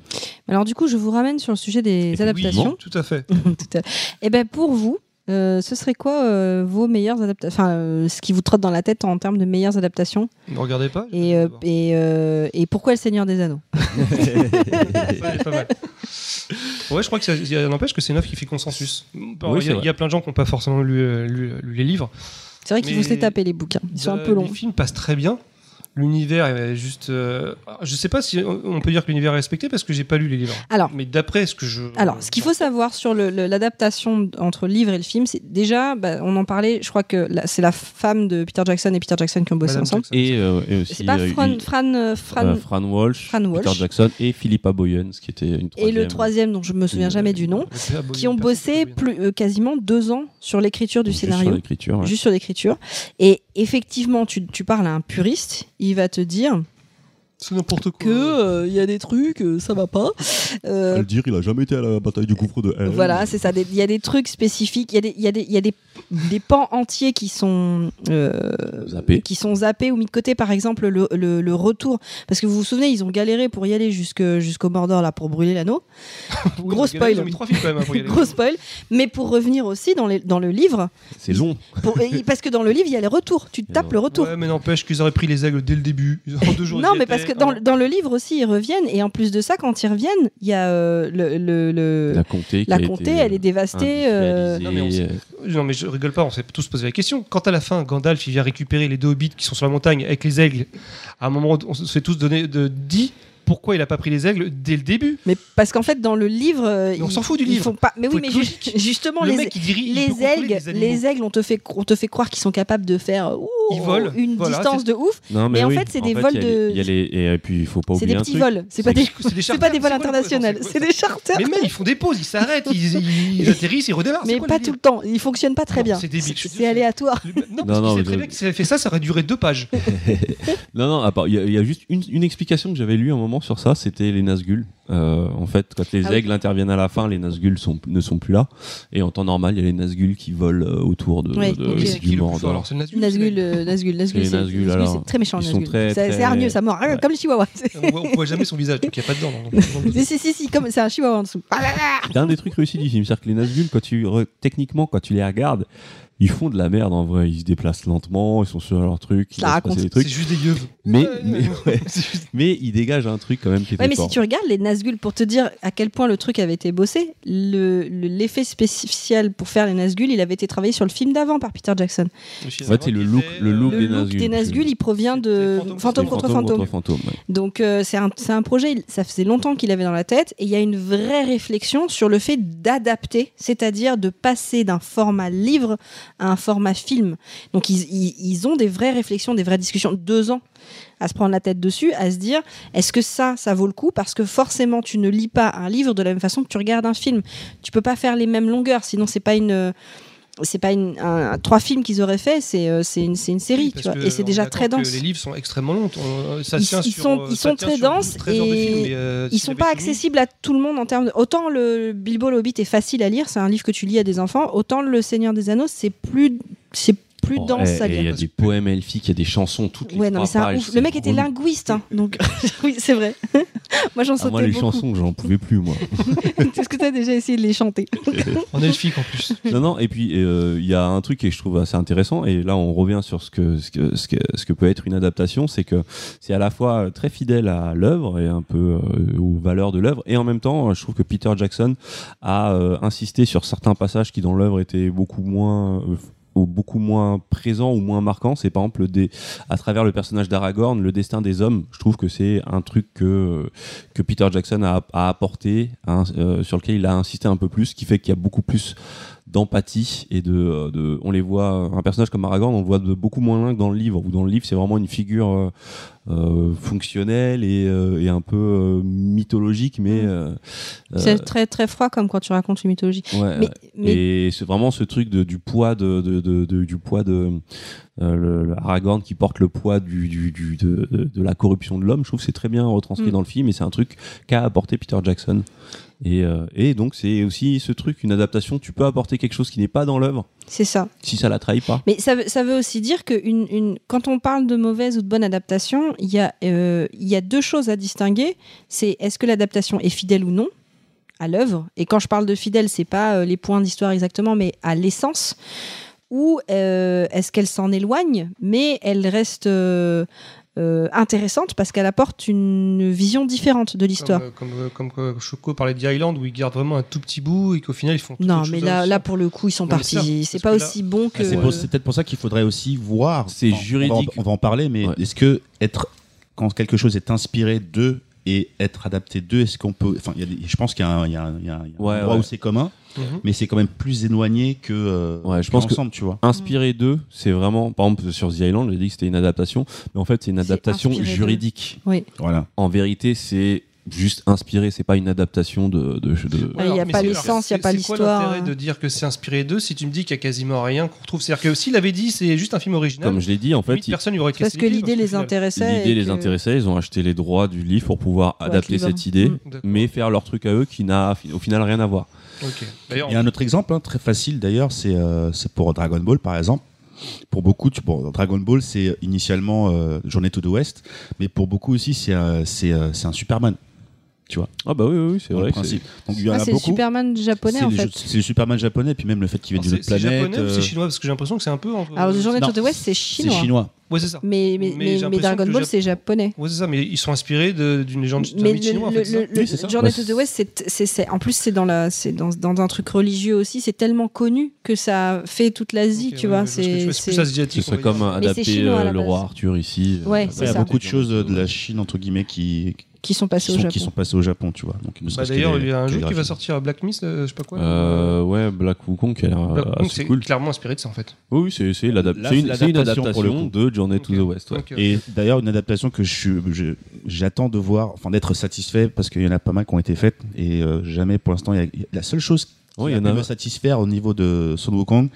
D: Alors du coup je vous ramène sur le sujet des adaptations.
B: Eh ben Oui, tout à fait.
D: Tout à- Eh ben pour vous. euh, ce serait quoi euh, vos meilleures adaptations, enfin euh, ce qui vous trotte dans la tête en termes de meilleures adaptations
B: Ne regardez pas.
D: et, euh, et, euh, et pourquoi le Seigneur des Anneaux
B: Ouais, pas mal. Ouais, je crois que ça ça n'empêche que c'est une œuvre qui fait consensus. Bon,
A: Oui,
B: il,
A: c'est
B: y a,
A: vrai.
B: il y a plein de gens qui n'ont pas forcément lu, euh, lu- lu les livres.
D: C'est vrai qu'il
B: Mais-
D: faut se les taper les bouquins, ils sont un
B: Euh,
D: peu longs.
B: Les films passent très bien. L'univers est juste. euh, Je sais pas si on on peut dire que l'univers est respecté parce que j'ai pas lu les livres.
D: Alors.
B: Mais d'après ce que je.
D: Ah. Alors, ce qu'il faut savoir sur le- le- l'adaptation entre le livre et le film, c'est déjà, bah, on en parlait, je crois que la- c'est la femme de Peter Jackson et Peter Jackson qui ont bossé
B: Madame
D: ensemble.
B: Jackson.
A: Et, euh, et aussi
D: C'est pas
A: euh,
D: Fran,
A: il-
D: Fran, euh, Fran-
A: Euh, Fran Walsh,
D: Fran
A: Peter
D: Walsh.
A: Jackson et Philippa Boyens, qui était une
D: et
A: troisième.
D: le troisième dont je me souviens
A: Une- euh,
D: jamais du nom,
B: Le Père Boyle,
D: qui ont
B: le Père
D: bossé
B: Boyle.
D: plus, euh, quasiment deux ans sur l'écriture du
A: Juste sur
D: scénario.
A: l'écriture, ouais.
D: juste sur l'écriture. Et effectivement, tu, tu parles à un puriste, il va te dire
B: C'est n'importe quoi.
D: que euh, il y a des trucs, euh, ça va pas. Euh,
A: dire, il a jamais été à la bataille
C: Euh,
A: du gouffre de Hell.
D: Voilà, c'est ça. des- Il y a des trucs spécifiques, il y a des, il y a des, il y a des, des pans entiers qui sont euh,
A: Zappés.
D: qui sont zappés ou mis de côté. Par exemple, le, le- le retour, parce que vous vous souvenez, ils ont galéré pour y aller jusque jusqu'au Mordor là pour brûler l'anneau.
B: Oui,
D: gros
B: ils ont galéré,
D: spoil.
B: Ils ont mis trois films quand même hein, pour y aller.
D: Gros spoil. Mais pour revenir aussi dans, les- dans le livre,
A: C'est long.
D: pour- et- parce que dans le livre il y a les retours. Tu te
A: Il y a
D: tapes
A: le-
D: le retour.
B: Ouais, mais n'empêche qu'ils auraient pris les aigles dès le début. Ils ont deux jours.
D: Non,
B: ils y
D: mais parce que
B: étaient. Ah
D: dans, le- dans le livre aussi, ils reviennent. Et en plus de ça, quand ils reviennent, il y a euh, le, le- le-
A: La comté, qui
D: la
A: a été,
D: comté, elle est
A: euh,
D: dévastée. euh,
A: industrialisée,
B: Non, mais on sait- Non, mais je rigole pas, on s'est tous posé la question. Quand à la fin, Gandalf il vient récupérer les deux hobbits qui sont sur la montagne avec les aigles, à un moment, on se fait tous donner de dit pourquoi il a pas pris les aigles dès le début.
D: Mais parce qu'en fait, dans le livre, euh,
B: Mais on
D: ils-
B: s'en fout du
D: ils
B: livre.
D: font pas. Mais
B: Faut être
D: oui, mais ju-
B: logique.
D: justement,
B: le
D: les,
B: mec, il dirige. il peut
D: les
B: contrôler
D: aigles,
B: les animaux.
D: les aigles, on te fait, on te fait croire qu'ils sont capables de faire euh, ouh,
B: Ils volent,
D: une
B: voilà,
D: distance de ouf.
A: Non,
D: Mais en
A: oui.
D: fait, c'est des vols
A: il y a les-
D: de-
A: il y a les- Et puis, il faut pas
D: C'est des
A: oublier un
D: petits
A: truc.
D: vols. C'est pas des,
B: C'est des
D: c'est pas des
B: charters, c'est quoi
D: vols
B: le-
D: internationaux.
B: c'est quoi
D: C'est des charters.
B: Mais même, ils font des pauses, ils s'arrêtent, ils, ils- ils atterrissent, ils redémarrent. Ah, c'est
D: Mais
B: quoi
D: pas
B: le
D: tout le temps. Ils fonctionnent pas très
B: Non,
D: bien.
B: c'est débile, je suis
D: C'est
B: désolé.
D: aléatoire.
B: délire Non,
A: Non,
B: parce
A: non,
B: qu'il sait
A: mais
B: très
A: de- Euh,
B: bien que s'il avait fait ça, ça aurait duré deux pages.
A: Non, non, à part- il y, a- il y a juste une, une explication que j'avais lue un moment sur ça, c'était les Nazgûl. Euh, en fait, quand les
D: Ah oui.
A: aigles interviennent à la fin, les Nazgûl sont, ne sont plus là. Et en temps normal, il y a les Nazgûl qui volent euh, autour de,
D: Ouais,
A: de-
D: ok.
A: du hein.
B: C'est qui le
A: Mordor.
B: plus fort, alors C'est le Nazgûl,
D: Nazgul,
B: c'est-
D: euh, Nazgul, Nazgul,
A: les
D: c'est
A: Nazgûl,
D: Nazgûl,
A: alors.
D: c'est très méchant.
A: Ils sont
D: Nazgul.
A: très,
D: C'est-
A: très-
D: C'est hargneux, ça mord. Ah,
A: Ouais.
D: Comme le chihuahua.
B: On voit, on voit jamais son visage, donc il n'y a pas hein. dedans. non, non, non.
D: Si, si, si, si, comme c'est un chihuahua en dessous. Ah
A: C'est un des trucs réussis du film, c'est-à-dire que les Nazgûl, quand tu re- techniquement, quand tu les regardes, ils font de la merde en vrai. Ils se déplacent lentement, ils sont sur leur truc, ils
D: Ça
A: laissent
D: raconte.
A: passer des
B: C'est
A: trucs.
B: juste des yeux.
A: Mais,
B: Ouais,
A: mais, ouais.
B: C'est juste-
A: Mais ils dégagent un truc quand même qui est
D: Ouais,
A: très
D: mais
A: fort.
D: si tu regardes les Nazgûl, pour te dire à quel point le truc avait été bossé, le- le- l'effet spécial pour faire les Nazgûl, il avait été travaillé sur le film d'avant par Peter Jackson.
A: En fait, c'est le look- le look
D: Le
A: des
D: look
A: Nazgûl,
D: des Nazgûl, il provient de
B: C'était
D: Fantôme
A: Les
D: contre
A: fantômes
D: Fantôme.
A: contre fantômes, ouais.
D: Donc euh, c'est un, c'est un projet, il- ça faisait longtemps qu'il avait dans la tête, et il y a une vraie réflexion sur le fait d'adapter, c'est-à-dire de passer d'un format livre à un format film. Donc ils, ils- ils ont des vraies réflexions, des vraies discussions, deux ans à se prendre la tête dessus, à se dire est-ce que ça, ça vaut le coup Parce que forcément, tu ne lis pas un livre de la même façon que tu regardes un film. Tu peux pas faire les mêmes longueurs, sinon c'est pas une... C'est pas une, un- un- trois films qu'ils auraient fait, c'est euh, c'est une, c'est une série,
B: Oui,
D: tu
B: parce
D: vois,
B: que
D: et c'est
B: on
D: déjà
B: est
D: très
B: d'accord
D: dense.
B: que Les livres sont extrêmement longs. on- ça
D: Ils-
B: tient
D: ils
B: sur,
D: sont-
B: euh,
D: ils
B: ça
D: sont
B: tient
D: très
B: sur
D: denses
B: 12, 13 heures de
D: et
B: film, mais, euh,
D: ils
B: s'il
D: sont
B: avait
D: pas
B: tout mis-
D: accessibles à tout le monde en termes de... autant le Bilbo le Hobbit est facile à lire c'est un livre que tu lis à des enfants autant le Seigneur des Anneaux c'est plus c'est plus
A: Oh,
D: dense
A: eh,
D: à
A: eh, Il y
D: lire
A: a des poèmes elfiques, il y a des chansons, toutes les
D: ouais non
A: trois
D: mais c'est un
A: pages,
D: ouf.
A: c'est
D: le mec était
A: relou.
D: linguiste hein, donc oui c'est vrai moi j'en
A: Ah,
D: sautais
A: moi, les
D: beaucoup
A: chansons, j'en pouvais plus, moi.
D: est-ce que t'as déjà essayé de les chanter
B: En elfique en plus.
A: non, non, et puis euh, il y a un truc que je trouve assez intéressant, et là on revient sur ce que, ce que, ce que, ce que peut être une adaptation, c'est que c'est à la fois euh, très fidèle à l'œuvre et un peu euh, aux valeurs de l'œuvre, et en même temps, euh, je trouve que Peter Jackson a euh, insisté sur certains passages qui dans l'œuvre étaient beaucoup moins. euh, ou beaucoup moins présents ou moins marquants. c'est par exemple le dé- à travers le personnage d'Aragorn, le destin des hommes. Je trouve que c'est un truc que que Peter Jackson a, a apporté, hein, euh, sur lequel il a insisté un peu plus, ce qui fait qu'il y a beaucoup plus d'empathie et de, euh, de- on les voit un personnage comme Aragorn on le voit de beaucoup moins loin que dans le livre où dans le livre c'est vraiment une figure euh, euh, fonctionnelle et, euh, et un peu euh, mythologique mais euh,
D: Mmh. c'est très très froid comme quand tu racontes une mythologie
A: euh, ouais,
D: mais, mais
A: et c'est vraiment ce truc de, du poids de, de- de- de- du poids de euh, le, le Aragorn qui porte le poids du, du- du- de, de- de la corruption de l'homme. Je trouve que c'est très bien retranscrit
D: Mm.
A: dans le film et c'est un truc qu'a apporté Peter Jackson. Et, euh, et donc c'est aussi ce truc, une adaptation. Tu peux apporter quelque chose qui n'est pas dans l'œuvre
D: c'est ça
A: si ça la trahit pas.
D: Mais ça, veut- ça veut aussi dire que une, une- quand on parle de mauvaise ou de bonne adaptation, il y, a, euh, il y a deux choses à distinguer. C'est est-ce que l'adaptation est fidèle ou non à l'œuvre Et quand je parle de fidèle, c'est pas euh, les points d'histoire exactement, mais à l'essence. Ou euh, est-ce qu'elle s'en éloigne, mais elle reste euh, euh, intéressante parce qu'elle apporte une vision différente de l'histoire
B: Comme, euh, comme, euh, comme, euh, Choco parlait d'Island où ils gardent vraiment un tout petit bout et qu'au final ils font. toute
D: Non,
B: autre
D: mais
B: chose
D: là,
B: à
D: là, pour le coup, ils sont
B: Non, mais ça,
D: partis. C'est
B: parce
D: pas
B: que là-
D: aussi bon que.
C: Ah, c'est pour- c'est peut-être pour ça qu'il faudrait aussi voir.
A: C'est
C: On- on va en-
A: juridique.
C: On va, en parler, mais
A: Ouais.
C: est-ce que être quand quelque chose est inspiré de et être adapté de, est-ce qu'on peut Enfin, il y a des- je pense qu'il y a un, il y a un- il y a un
A: Ouais,
C: endroit
A: ouais.
C: où c'est commun,
B: Mhm.
C: mais c'est quand même plus éloigné que. euh,
A: Ouais, je pense que-
C: ensemble, tu vois.
D: Mm.
A: Inspiré d'eux, c'est vraiment, par exemple sur The Island, j'ai dit que c'était une adaptation, mais en fait c'est une
D: C'est
A: adaptation
D: inspiré d'eux.
A: juridique.
C: Voilà.
A: En vérité, c'est juste inspiré, c'est pas une adaptation de. de, de-
D: Ouais, il y a
B: mais
D: pas
B: c'est-
D: l'essence, il y
B: c'est-
D: a pas
B: C'est quoi
D: l'histoire,
B: l'intérêt
D: hein.
B: de dire que c'est inspiré d'eux si tu me dis qu'il y a quasiment rien qu'on retrouve C'est-à-dire que s'il avait dit c'est juste un film original,
A: Comme je l'ai dit, en fait,
B: limite,
A: il-
B: personne lui aurait cassé
D: Parce que
B: les pieds, parce
D: l'idée les
B: qu'au final-
D: intéressait.
A: L'idée
D: et
A: les
D: que-
A: intéressait, ils ont acheté les droits du livre pour pouvoir
D: Ouais,
A: adapter
D: Cliver.
A: cette idée,
D: Mm.
B: D'accord.
A: mais faire leur truc à eux qui n'a fi- au final rien à voir.
B: Ok. D'ailleurs,
C: Il y a un autre exemple hein, très facile d'ailleurs, c'est euh, c'est pour Dragon Ball par exemple. Pour beaucoup, tu, bon, Dragon Ball c'est initialement euh, Journée tout ouest, mais pour beaucoup aussi c'est euh, c'est euh, c'est un Superman.
A: Ah bah oui, oui, oui, c'est
C: dans le
A: vrai. que
C: principe.
A: c'est-
C: Donc il y en
D: Ah,
C: a
D: c'est le
C: beaucoup.
D: Superman japonais
C: C'est
D: en
C: le
D: fait.
C: jeu- C'est le Superman japonais, puis même le fait qu'il vienne
B: alors,
C: d'une
B: Ah, c'est
C: autre
B: c'est
C: planète.
B: japonais ou c'est
C: euh,
B: chinois Parce que j'ai l'impression que c'est un peu. entre-
D: Alors, le journée
C: Non.
D: de West, c'est
C: c'est
D: chinois.
C: chinois.
B: Ouais, c'est ça.
D: Mais, mais,
B: Mais j'ai
D: mais, mais
B: l'impression
D: Dragon
B: que le
D: Ball,
B: Jap-
D: c'est japonais.
B: Ouais, c'est ça, mais ils sont inspirés de- d'une légende d'un
D: Mais
B: mythe
D: le,
B: chinois. en fait,
D: le-
B: c'est ça
D: le- le-
C: Oui, c'est ça.
D: Journey
A: Bah,
D: to the West, c'est- c'est- c'est- en plus, c'est dans, la- c'est dans, dans un truc religieux aussi, c'est tellement connu que ça fait toute l'Asie,
B: Ok,
D: tu
B: ouais,
D: vois.
B: ouais, je vois ce que tu
D: C'est
B: veux, c'est plus
D: c'est-
A: Ce
B: asiatique. on
A: serait
B: va
A: comme
B: dire.
A: adapter
D: chinois, à
A: euh,
D: la
A: le roi
D: base.
A: Arthur ici.
D: Ouais,
A: euh,
D: c'est
C: Il y a
D: ça.
C: beaucoup de choses euh, de la Chine entre guillemets qui
D: qui sont passés
C: qui
D: au
C: sont,
D: Japon.
C: qui sont passés au Japon, tu vois. Donc, ne
B: Bah,
C: serait-ce que
B: D'ailleurs,
C: les-
B: il y a un
C: que
B: jeu
C: les
B: qui va
C: graphismes.
B: sortir, Black Myth, euh, je sais pas quoi.
A: Euh, ouais, Black Wukong qui a l'air
B: Black
A: euh,
B: Wukong,
A: assez
B: c'est
A: cool.
B: clairement inspiré de ça en fait.
A: Oui, oui, c'est c'est l'adap-
C: Là,
A: c'est
C: c'est
A: une, c'est une
C: l'adaptation,
A: adaptation,
C: pour le coup.
A: de Journey to
B: Ok.
A: the West. ouais.
B: Donc, euh,
C: Et d'ailleurs, une adaptation que je suis- je- j'attends de voir, enfin d'être satisfait, parce qu'il y en a pas mal qui ont été faites, et euh, jamais pour l'instant, il y a- la seule chose qui
A: Ouais, il y
C: a
A: en
C: pu
A: a-
C: me satisfaire au niveau de Son Wukong,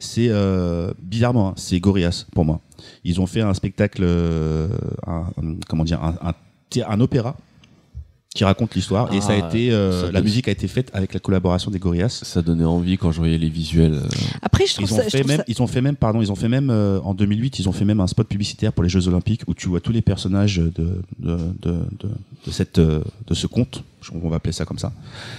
C: c'est euh, bizarrement, hein, c'est Gorillaz pour moi. Ils ont fait un spectacle, euh, un- un- comment dire, un, un thé- un opéra qui raconte l'histoire, et ça a
A: Ah,
C: été, euh,
A: ça
C: la
A: donne-
C: musique a été faite avec la collaboration des Gorillaz.
A: Ça donnait envie quand je voyais les visuels. euh.
D: Après, je trouve
C: Ils ont,
D: ça. je
C: fait
D: trouve
C: même,
D: ça-
C: ils ont fait même, pardon, ils ont fait même euh, en 2008, ils ont fait même un spot publicitaire pour les Jeux Olympiques où tu vois tous les personnages de de, de, de, de cette euh, de ce conte, je- on va appeler ça comme ça,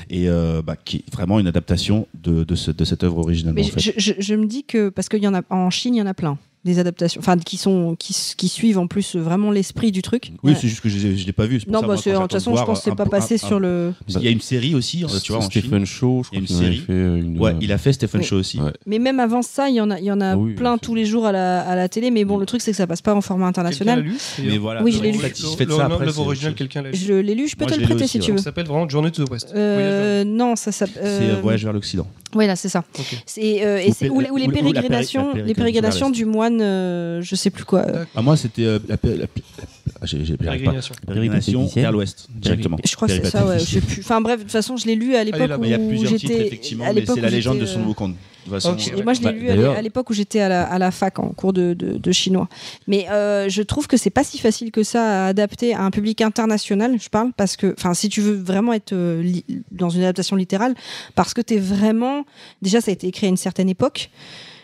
C: et euh, bah, qui est vraiment une adaptation de de, ce- de cette œuvre originale.
D: Mais
C: En
D: je,
C: fait.
D: je- je- je me dis que parce qu'il y en a en Chine, il y en a plein des adaptations, enfin qui sont qui, s- qui suivent en plus vraiment l'esprit du truc.
C: Oui,
D: Ouais.
C: c'est juste que je, je l'ai pas vu. c'est pour
D: non,
C: ça,
D: bah,
C: moi,
D: c'est-
C: quand
D: de toute
C: j'attends
D: façon,
C: de
D: je
C: voir
D: pense que c'est
C: un-
D: pas
C: un-
D: passé
C: un-
D: sur le.
C: Il y a une série aussi, hein, tu vois, en Chine.
A: Stephen Shaw, je
C: Il y a
A: crois qu'il
C: une
A: en avait
C: série.
A: fait euh, une.
C: Ouais, il a fait Stephen
D: Oui.
C: Shaw aussi.
A: Ouais.
D: Mais même avant ça, il y en a, il y en a
A: Ah oui,
D: plein
A: c'est-
D: tous les jours à la, à la télé. Mais bon, le truc, c'est que ça passe pas en format
B: quelqu'un l'a
D: international.
B: lu
C: Mais voilà,
D: Oui, je l'ai lu.
C: satisfait de
B: Le-
C: ça.
B: le-
C: après,
B: L'œuvre
C: c'est-
B: originale, quelqu'un l'a lu.
D: Je l'ai lu, je peux
C: Moi,
D: te
C: je
D: le
C: l'ai lu
D: prêter
C: aussi,
D: si tu
C: ouais.
D: veux.
B: Ça s'appelle vraiment Journey to the West.
D: Euh, non, ça s'appelle.
C: C'est euh, Voyage vers l'Occident.
D: Ouais, là, c'est ça.
B: Ok.
D: C'est euh, et
C: Ou
D: c'est-
C: pé-
D: ou, les- ou les
C: ou- ou la péri- la
D: pérégrinations, les
C: pérégrination
D: pérégrinations
C: vers
D: du moine, euh, je sais plus quoi. euh,
C: Ah, moi, c'était euh, la, pé- la pé- ah, j'ai- j'ai- j'arrive pas.
B: Pérégrinations.
C: Pérégrination
A: Péripéticienne.
C: vers l'ouest directement.
D: Je crois que c'est ça, ouais. Je sais plus. Enfin bref, de toute façon, je l'ai lu à l'époque
B: là,
D: où
C: Ah Mais il y a plusieurs titres,
D: j'étais.
C: effectivement,
D: à
C: mais
D: l'époque
C: c'est
D: où
C: la légende
D: j'étais,
C: de Son
D: euh,
C: Wukong. De toute façon,
B: Ok.
C: euh,
D: Et moi, je l'ai
A: Bah,
D: lu à l'é-
A: d'ailleurs-
D: à l'époque où j'étais à la, à la fac en cours de, de- de chinois. Mais euh, je trouve que c'est pas si facile que ça à adapter à un public international, je parle, parce que, enfin, si tu veux vraiment être euh, li- dans une adaptation littérale, parce que t'es vraiment. Déjà, ça a été écrit à une certaine époque.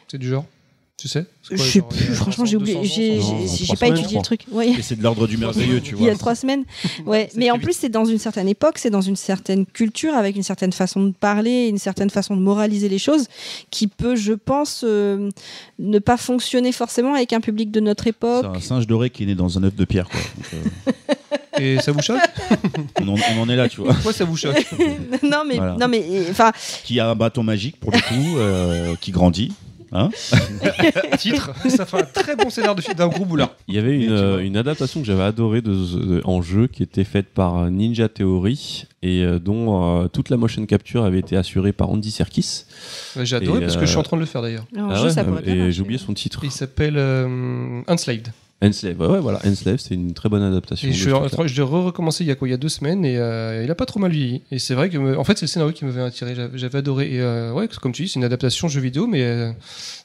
B: C'est du genre Tu sais C'est
D: Je
B: quoi,
D: sais
B: genre, il y
D: plus,
B: a
D: franchement,
B: 200,
D: j'ai oublié.
B: 200, 300,
D: J'ai j'ai-
A: trois
D: j'ai pas
A: semaines,
D: étudié le
A: je
D: truc. Ouais.
C: mais c'est de l'ordre du merveilleux, tu
D: Il y
C: vois.
D: a trois semaines. Ouais, mais en plus, c'est dans une certaine époque, c'est dans une certaine culture, avec une certaine façon de parler, une certaine façon de moraliser les choses, qui peut, je pense, euh, ne pas fonctionner forcément avec un public de notre
C: C'est
D: époque.
C: un singe doré qui est né dans un œuf de pierre, quoi. Donc,
B: Et ça vous choque
C: euh, on, en, on en est là, tu vois.
B: Pourquoi ça vous choque
D: non, mais,
C: Voilà.
D: non, mais, enfin,
C: Qui a un bâton magique, pour le coup, euh, qui grandit.
B: Titre Ça fait un très bon scénar de film d'un gros boulard.
A: Il y avait
B: Et
A: une,
B: tu
A: euh,
B: vois.
A: une adaptation que j'avais adorée de, de- en jeu qui était faite par euh, Ninja Theory et euh, dont euh, toute la motion capture avait été assurée par Andy Serkis.
B: Ouais, J'ai adoré
A: Et,
B: parce que
A: euh,
B: je suis en train de le faire d'ailleurs.
D: en
A: Ah
D: jeu,
A: ouais,
D: ça pourrait bien
A: et
D: marcher.
A: j'ai oublié son titre.
B: Il s'appelle euh, Unslaved.
A: Enslave. Ouais, ouais, voilà, Enslave, c'est une très bonne adaptation.
B: Et
A: de ce
B: je, l'ai-
A: truc-là.
B: je l'ai re-recommencé il y a quoi Il y a deux semaines et euh, il a pas trop mal vieilli. Et c'est vrai que, euh, en fait, c'est le scénario qui m'avait attiré. J'avais j'avais adoré. Et euh, ouais, comme tu dis, c'est une adaptation jeu vidéo, mais euh,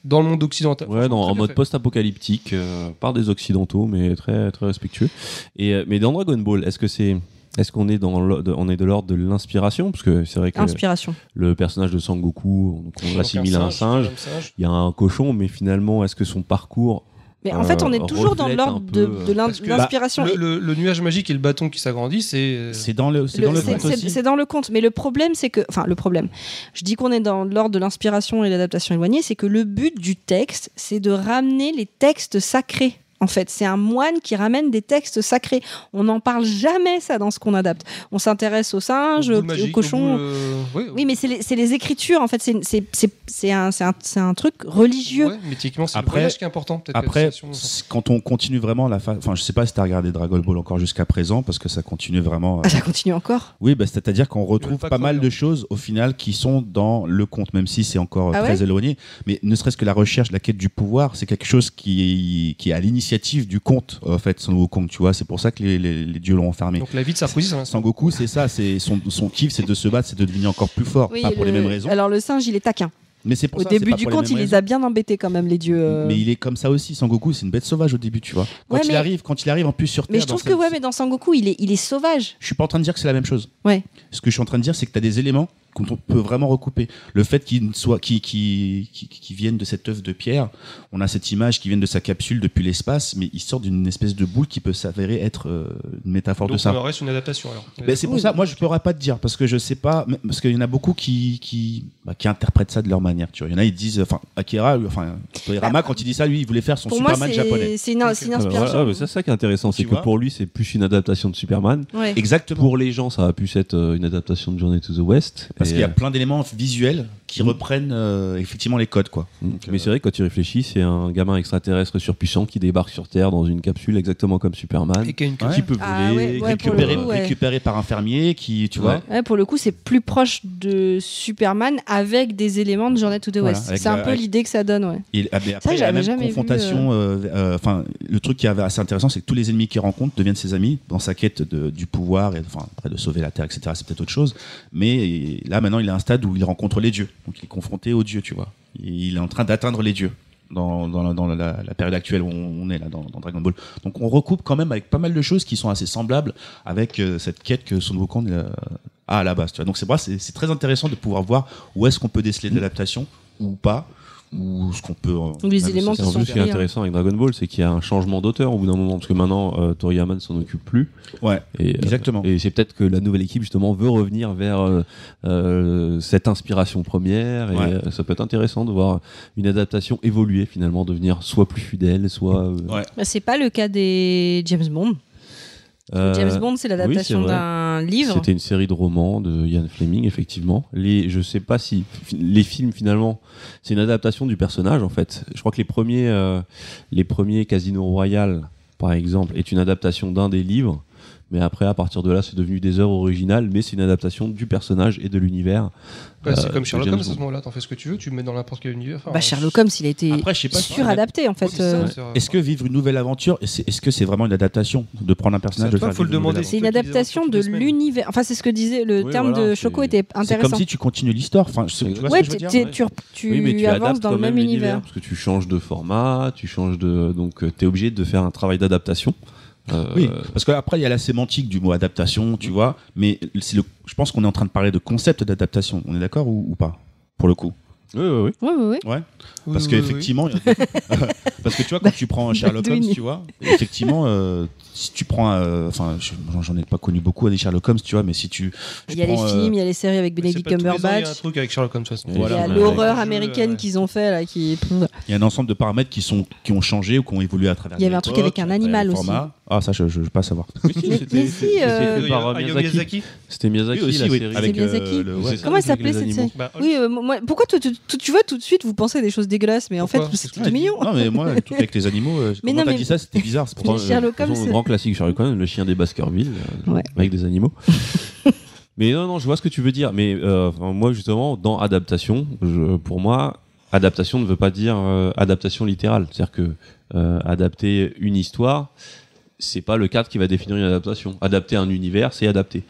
B: dans le monde occidental.
A: Ouais,
B: Franchement,
A: dans-
B: très
A: en
B: bien
A: mode
B: fait.
A: post-apocalyptique, euh, par des occidentaux, mais très, très respectueux. Et, euh, mais dans Dragon Ball, est-ce que c'est. Est-ce qu'on est, dans l'o- de- on est de l'ordre de l'inspiration Parce que c'est vrai que
D: Inspiration.
A: le personnage de Sangoku, on, on
B: Donc,
A: l'assimile à un singe.
B: un singe.
A: Il y a un cochon, mais finalement, est-ce que son parcours
D: Mais en fait, on est
A: Euh,
D: toujours dans
A: reflète
D: l'ordre
A: un
D: de,
A: peu,
D: de l'in-
B: parce que-
D: l'inspiration.
B: Le,
D: Et-
B: le- le nuage magique et le bâton qui s'agrandit, c'est. euh,
C: C'est dans le, c'est
D: Le-
C: dans le
D: c'est-
C: conte
D: c'est-
C: aussi.
D: c'est dans le conte. Mais le problème, c'est que. Enfin, le problème. Je dis qu'on est dans l'ordre de l'inspiration et l'adaptation éloignée, c'est que le but du texte, c'est de ramener les textes sacrés. En fait, c'est un moine qui ramène des textes sacrés. On n'en parle jamais, ça, dans ce qu'on adapte. On s'intéresse aux singes,
B: au bout
D: aux,
B: de
D: aux
B: magique,
D: cochons.
B: au bout, euh, ouais,
D: Oui, mais c'est les, c'est les écritures, en fait. C'est- c'est- C'est c'est un, c'est un- c'est un truc religieux.
B: Ouais, mais techniquement, c'est le
C: Après-
B: voyage qui est important. peut-être,
C: Après,
B: la sensation.
C: c- quand on continue vraiment la phase. Enfin, je sais pas si t'as regardé Dragon Ball encore jusqu'à présent, parce que ça continue vraiment. euh,
D: Ah, ça continue encore
C: Oui, bah, c'est-à-dire qu'on
B: veulent
C: retrouve
B: pas
C: pas mal
B: crever,
C: de choses au final qui sont dans le conte, même si c'est encore euh,
D: Ah
C: très éloigné. Mais ne serait-ce que la recherche, la quête du pouvoir, c'est quelque chose qui est, qui est à l'initiative du conte, en fait, Son Wukong, tu vois. C'est pour ça que les, les- les dieux l'ont enfermé.
B: Donc la vie de Sarkozy, c'est un-
C: Sangoku, c'est ça, c'est son, son kiff, c'est de se battre, c'est de devenir encore plus fort, pas pour les mêmes raisons.
D: Alors, le singe, il est taquin.
C: Mais c'est pour
D: Au
C: ça, c'est
D: début
C: pas
D: du
C: pour les
D: conte, il
C: mêmes
D: les a bien embêtés, quand même, les dieux.
C: raisons.
D: euh.
C: Mais il est comme ça aussi, Sangoku, c'est une bête sauvage au début, tu vois. Quand
D: Ouais,
C: il
D: mais-
C: arrive, quand il arrive en plus sur Terre,
D: Mais je
C: dans
D: trouve que
C: cette-
D: ouais, mais dans Sangoku, il est, il est sauvage.
C: Je suis pas en train de dire que c'est la même chose.
D: Ouais.
C: Ce que je suis en train de dire, c'est que tu as des éléments qu'on t- peut vraiment recouper. Le fait qu'ils soient, qui, qui, qui, qui viennent de cette œuvre de pierre, on a cette image qui vient de sa capsule depuis l'espace, mais il sort d'une espèce de boule qui peut s'avérer être euh, une métaphore
B: Donc
C: de ça.
B: on
A: euh,
B: en reste une adaptation alors.
C: Ben, c'est pour ça, moi je pourrais pas te dire parce que je sais pas, mais- parce qu'il y en a beaucoup qui qui, bah, qui interprètent ça de leur manière. Tu vois, il y en a ils disent, enfin Akira, lui, enfin Toriyama quand il dit ça, lui il voulait faire son
D: Bah, Pour moi,
C: Superman japonais.
D: c'est c'est une, c'est une
A: Ah bah
D: inspiration.
A: voilà, ouais, c'est ça qui est intéressant, c'est
C: Tu
A: que
C: vois
A: pour lui, c'est plus une adaptation de Superman.
D: Ouais.
C: Exactement.
A: Pour les gens, ça a pu être euh, une adaptation de Journey to the West.
C: Parce
A: Et,
C: qu'il y a
A: euh, Mm.
C: plein d'éléments visuels qui reprennent euh, effectivement les codes, quoi. Donc,
A: mais
C: euh,
A: c'est vrai que quand tu réfléchis, c'est un gamin extraterrestre surpuissant qui débarque sur Terre dans une capsule exactement comme Superman,
B: Et qu'il y a une
C: Ouais.
A: qui peut voler,
D: Ah ouais,
A: qui
D: ouais,
A: peut-
D: pour le
C: récupéré,
D: coup, ouais.
C: récupéré par un fermier qui, tu vois.
D: Ouais, pour le coup, c'est plus proche de Superman avec des éléments de Journée to the
C: Voilà,
D: West.
C: avec
D: c'est un
C: la-
D: peu
C: avec-
D: l'idée que ça donne, ouais.
C: Et, ah, mais après, il y a
D: j'avais
C: la même
D: jamais vu,
C: confrontation. euh, euh, Enfin, le truc qui est assez intéressant, c'est que tous les ennemis qu'il rencontre deviennent ses amis dans sa quête de- du pouvoir, et, enfin, après, de sauver la Terre, etc. C'est peut-être autre chose. Mais là, maintenant, il est à un stade où il rencontre les dieux. Donc, il est confronté aux dieux, tu vois. Il est en train d'atteindre les dieux dans, dans la, dans la- la- la période actuelle où on on est, là, dans, dans Dragon Ball. Donc, on recoupe quand même avec pas mal de choses qui sont assez semblables avec euh, cette quête que Son Wukong euh, a à la base. Tu vois. Donc, c'est vrai, c'est c'est très intéressant de pouvoir voir où est-ce qu'on peut déceler de
B: Mm.
C: l'adaptation ou pas ou ce qu'on peut euh,
D: Ou les éléments
A: Et
D: qui
A: en
D: sont
A: plus, ce qui est
D: pris, hein.
A: intéressant avec Dragon Ball, c'est qu'il y a un changement d'auteur au bout d'un moment, parce que maintenant, euh, Toriyama ne s'en occupe plus.
C: Ouais,
A: Et, euh,
C: exactement.
A: et c'est peut-être que la nouvelle équipe, justement, veut revenir vers euh, euh, cette inspiration première. Et
C: Ouais.
A: euh, ça peut être intéressant de voir une adaptation évoluer, finalement, devenir soit plus fidèle, soit. euh,
C: Ouais.
D: Bah, c'est pas le cas des James Bond.
A: euh,
D: James Bond, c'est l'adaptation
A: oui, c'est vrai.
D: d'un livre.
A: C'était une série de romans de Ian Fleming, effectivement. Les, je sais pas si fi- les films finalement, c'est une adaptation du personnage en fait. Je crois que les premiers, euh, les premiers Casino Royale, par exemple, est une adaptation d'un des livres. Mais après, à partir de là, c'est devenu des œuvres originales, mais c'est une adaptation du personnage et de l'univers.
B: Ouais, c'est
A: Euh,
C: bah,
B: comme Sherlock
A: James
B: Holmes à ce
A: Bond.
B: moment-là, t'en fais ce que tu veux, tu le mets dans n'importe quel univers. Enfin,
D: Bah, Sherlock Holmes, il a été
C: Après, je sais pas si-
D: suradapté, en
B: ouais,
D: fait.
B: c'est
D: euh,
B: ça, c'est-
C: Est-ce que vivre une nouvelle aventure, est-ce est-ce que c'est vraiment une adaptation de prendre un personnage
B: Je sais
C: de
B: pas,
C: faire
B: faut
C: vivre
B: le
C: une nouvelle
B: demander.
C: aventure
D: C'est une
B: Toutes les
D: adaptation
B: aventures
D: de
B: toutes les semaines.
D: l'univers. Enfin, c'est ce que disait le
A: Oui,
D: terme
A: voilà,
D: de Choco
A: c'est-
D: était
C: C'est comme
D: intéressant.
C: si tu continues l'histoire. Enfin, je sais- tu vois
D: ouais,
C: ce que je veux
D: t'es-
C: dire
D: t'es-
A: ouais.
D: tu, rep- tu
A: Oui, mais tu
D: avances
A: adaptes
D: dans
A: quand
D: le même univers.
A: parce que tu changes de format, tu changes de, donc tu es obligé de faire un travail d'adaptation. Euh,
C: Oui, parce qu'après, il y a la sémantique du mot adaptation, tu vois. Mais c'est le, je pense qu'on est en train de parler de concept d'adaptation. On est d'accord ou, ou pas Pour le coup.
A: oui, oui, oui.
D: Ouais, ouais, ouais.
B: Oui,
C: Parce
B: oui, oui, oui.
C: qu'effectivement, parce que tu vois, quand tu
D: Bah,
C: prends Sherlock Holmes,
D: Badouine.
C: tu vois, effectivement, euh, si tu prends, euh, enfin, je- j'en- j'en ai pas connu beaucoup à des Sherlock Holmes, tu vois, mais si tu. je
D: Il y a les
C: prends, euh,
D: films, il y a les séries avec
B: Mais c'est
D: Benedict
B: pas tous les ans, Il y a un
D: Cumberbatch.
B: truc avec Sherlock Holmes, de toute façon.
A: Il y a
D: Il y
C: Voilà,
D: a
C: mais-
D: l'horreur
B: Ouais. Oh,
D: américaine qu'ils ont fait là, qui
C: Il y a un ensemble de paramètres qui, sont, qui ont changé ou qui ont évolué à travers
D: Il y avait un truc
C: l'époque,
D: avec un
C: à travers
D: animal
C: le
D: aussi.
C: format. Ah, ça, je ne veux pas savoir.
D: Mais- mais si, euh,
A: c'était
B: Oui,
A: fait par
B: Hayao
A: Miyazaki.
B: Miyazaki.
A: C'était Miyazaki la série.
D: avec- C'est Miyazaki.
C: euh, le-
A: C'est
C: ouais.
A: ça, avec
D: Comment elle
A: les
D: s'appelait, cette
A: animaux.
D: série
B: Bah,
D: Oui, euh, moi- pourquoi tu, tu- tu- tu vois tout de suite, vous pensez à des choses dégueulasses, mais en fait,
B: Pourquoi
D: c'est
B: Parce
D: tout mignon.
C: Non, mais moi, le truc avec les animaux, euh,
D: Mais
C: quand
D: non,
C: t'as
D: mais-
C: dit ça, c'était bizarre. c'est pour
D: Mais
C: ça.
A: Bon,
D: Sherlock
A: de toute façon,
D: Holmes,
A: euh, le grand classique Sherlock Holmes, le chien des Baskerville, euh,
D: Ouais.
A: avec des animaux. mais non, non, je vois ce que tu veux dire. Mais euh, enfin, moi, justement, dans adaptation, je- pour moi, adaptation ne veut pas dire euh, adaptation littérale. C'est-à-dire que euh, adapter une histoire, c'est pas le cadre qui va définir une adaptation. Adapter un univers, c'est adapter.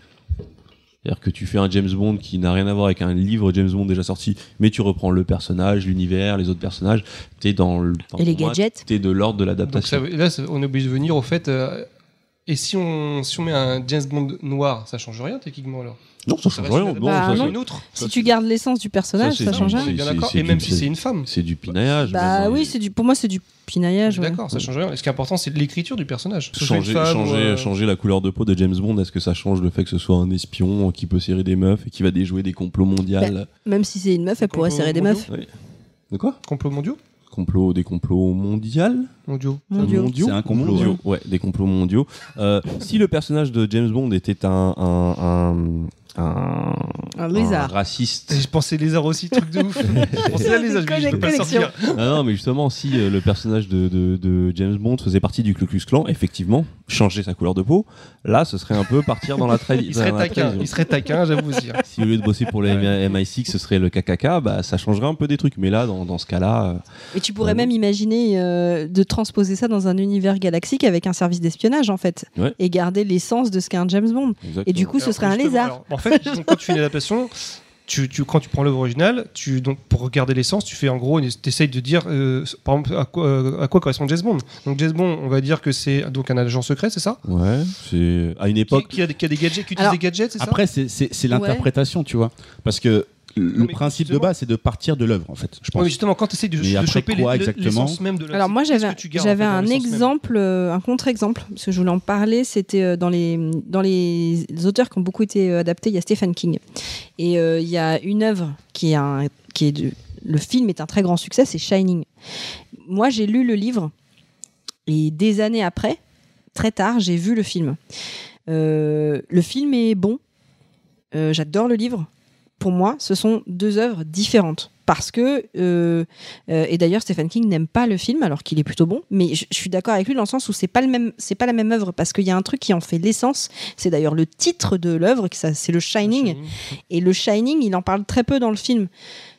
A: C'est-à-dire que tu fais un James Bond qui n'a rien à voir avec un livre James Bond déjà sorti, mais tu reprends le personnage, l'univers, les autres personnages, t'es dans le.
B: ah,
D: Et les
A: pour moi,
D: gadgets
A: T'es de l'ordre de
B: Donc
A: l'adaptation.
B: ça veut- là, ça- on est obligé de venir au fait. euh, et si on, si on met un James Bond noir, ça change rien techniquement alors
A: Non, ça
B: Ça
A: change
B: reste
A: rien.
B: une
A: Non,
D: Bah,
A: ça,
D: non.
A: c'est-
B: une autre.
A: ça,
D: Si tu
A: c'est-
D: gardes l'essence du personnage,
A: ça,
D: ça,
A: c'est-
D: change
B: On
A: c'est-
B: est
D: rien.
B: bien
A: c'est-
B: d'accord.
A: c'est
B: Et même
A: du-
B: si c'est une femme.
A: C'est du euh, pinaillage.
D: Bah
A: maintenant.
D: oui, c'est du, pour moi, c'est du pinaillage. ouais.
B: D'accord, ça change rien. Et ce qui est important, c'est l'écriture du personnage. Que ce soit une
A: Changer,
B: femme ou,
A: changer,
B: euh,
A: changer la couleur de peau de James Bond, est-ce que ça change le fait que ce soit un espion qui peut serrer des meufs et qui va déjouer des complots mondiaux
D: Même si c'est une meuf, elle pourrait
B: Complot
D: serrer des
B: mondiaux.
D: meufs.
A: De quoi
B: Complot mondiaux
A: Complots, des complots mondiaux
B: Mondiaux.
D: Mon Dieu.
C: C'est un complot,
A: Mondiaux. Ouais, des complots mondiaux. Euh, si le personnage de James Bond était un. un, un, un-
D: Un
A: un
B: Ah.
D: lézard.
A: raciste.
B: Je pensais lézard aussi, truc de ouf. Je pensais à lézard, je me dis, je peux pas
D: Connexion.
B: sortir.
A: Ah non, mais justement, si euh, le personnage de, de- de James Bond faisait partie du Ku Klux Klan, effectivement, changer sa couleur de peau, là, ce serait un peu partir dans la trahison.
B: Il serait
A: dans la
B: taquin,
A: trahison.
B: il serait taquin, j'avoue aussi. hein.
A: Si au lieu de bosser pour les MI6, ce serait le KKK, bah, ça changerait un peu des trucs. Mais là, dans, dans ce cas-là, euh,
D: Et tu
B: Ah
D: pourrais même imaginer euh, de transposer ça dans un univers galaxique avec un service d'espionnage, en fait.
A: Ouais.
D: Et garder l'essence de ce qu'est un James Bond.
A: euh,
D: Et du coup, ce
B: Alors,
D: serait un
B: justement,
D: lézard.
B: alors, en fait, donc, quand tu fais une adaptation, tu, tu- quand tu prends l'œuvre originale, tu, donc, pour regarder l'essence, tu fais en gros, tu essayes de dire, euh, par exemple, à quoi, euh, à quoi correspond James Bond. Donc James Bond, on va dire que c'est donc un agent secret, c'est ça
A: ouais, c'est à une
B: qui,
A: époque.
B: qui a, qui a des gadgets, qui utilise
D: Alors,
B: des gadgets, c'est ça
C: Après, c'est- c'est c'est l'interprétation, tu vois. Parce que
B: mais
C: le principe de
B: justement-
C: base, c'est de partir de l'œuvre, en fait, je
B: Ouais,
C: pense.
B: mais justement, quand tu essayes de,
C: Mais
B: de
C: après
B: choper les-
C: quoi
B: le-
C: exactement
B: l'essence même de la
D: Alors moi
B: qu'est-ce
D: j'avais
B: que tu gardes,
D: j'avais
B: en fait, dans
D: un
B: l'essence même
D: exemple, euh, un contre-exemple, parce que je voulais en parler, c'était euh, dans les, dans les auteurs qui ont beaucoup été euh, adaptés, il y a Stephen King. Et euh, il y a une œuvre qui est un... Qui est de- le film est un très grand succès, c'est Shining. Moi j'ai lu le livre, et des années après, très tard, j'ai vu le film. Euh, le film est bon, Euh, j'adore le livre, pour moi, ce sont deux œuvres différentes. Parce que, euh, euh, et d'ailleurs, Stephen King n'aime pas le film, alors qu'il est plutôt bon, mais je, je suis d'accord avec lui dans le sens où c'est pas, le même- c'est pas la même œuvre, parce qu'il y a un truc qui en fait l'essence, c'est d'ailleurs le titre de l'œuvre, que ça- c'est le Shining, et le Shining, il en parle très peu dans le film,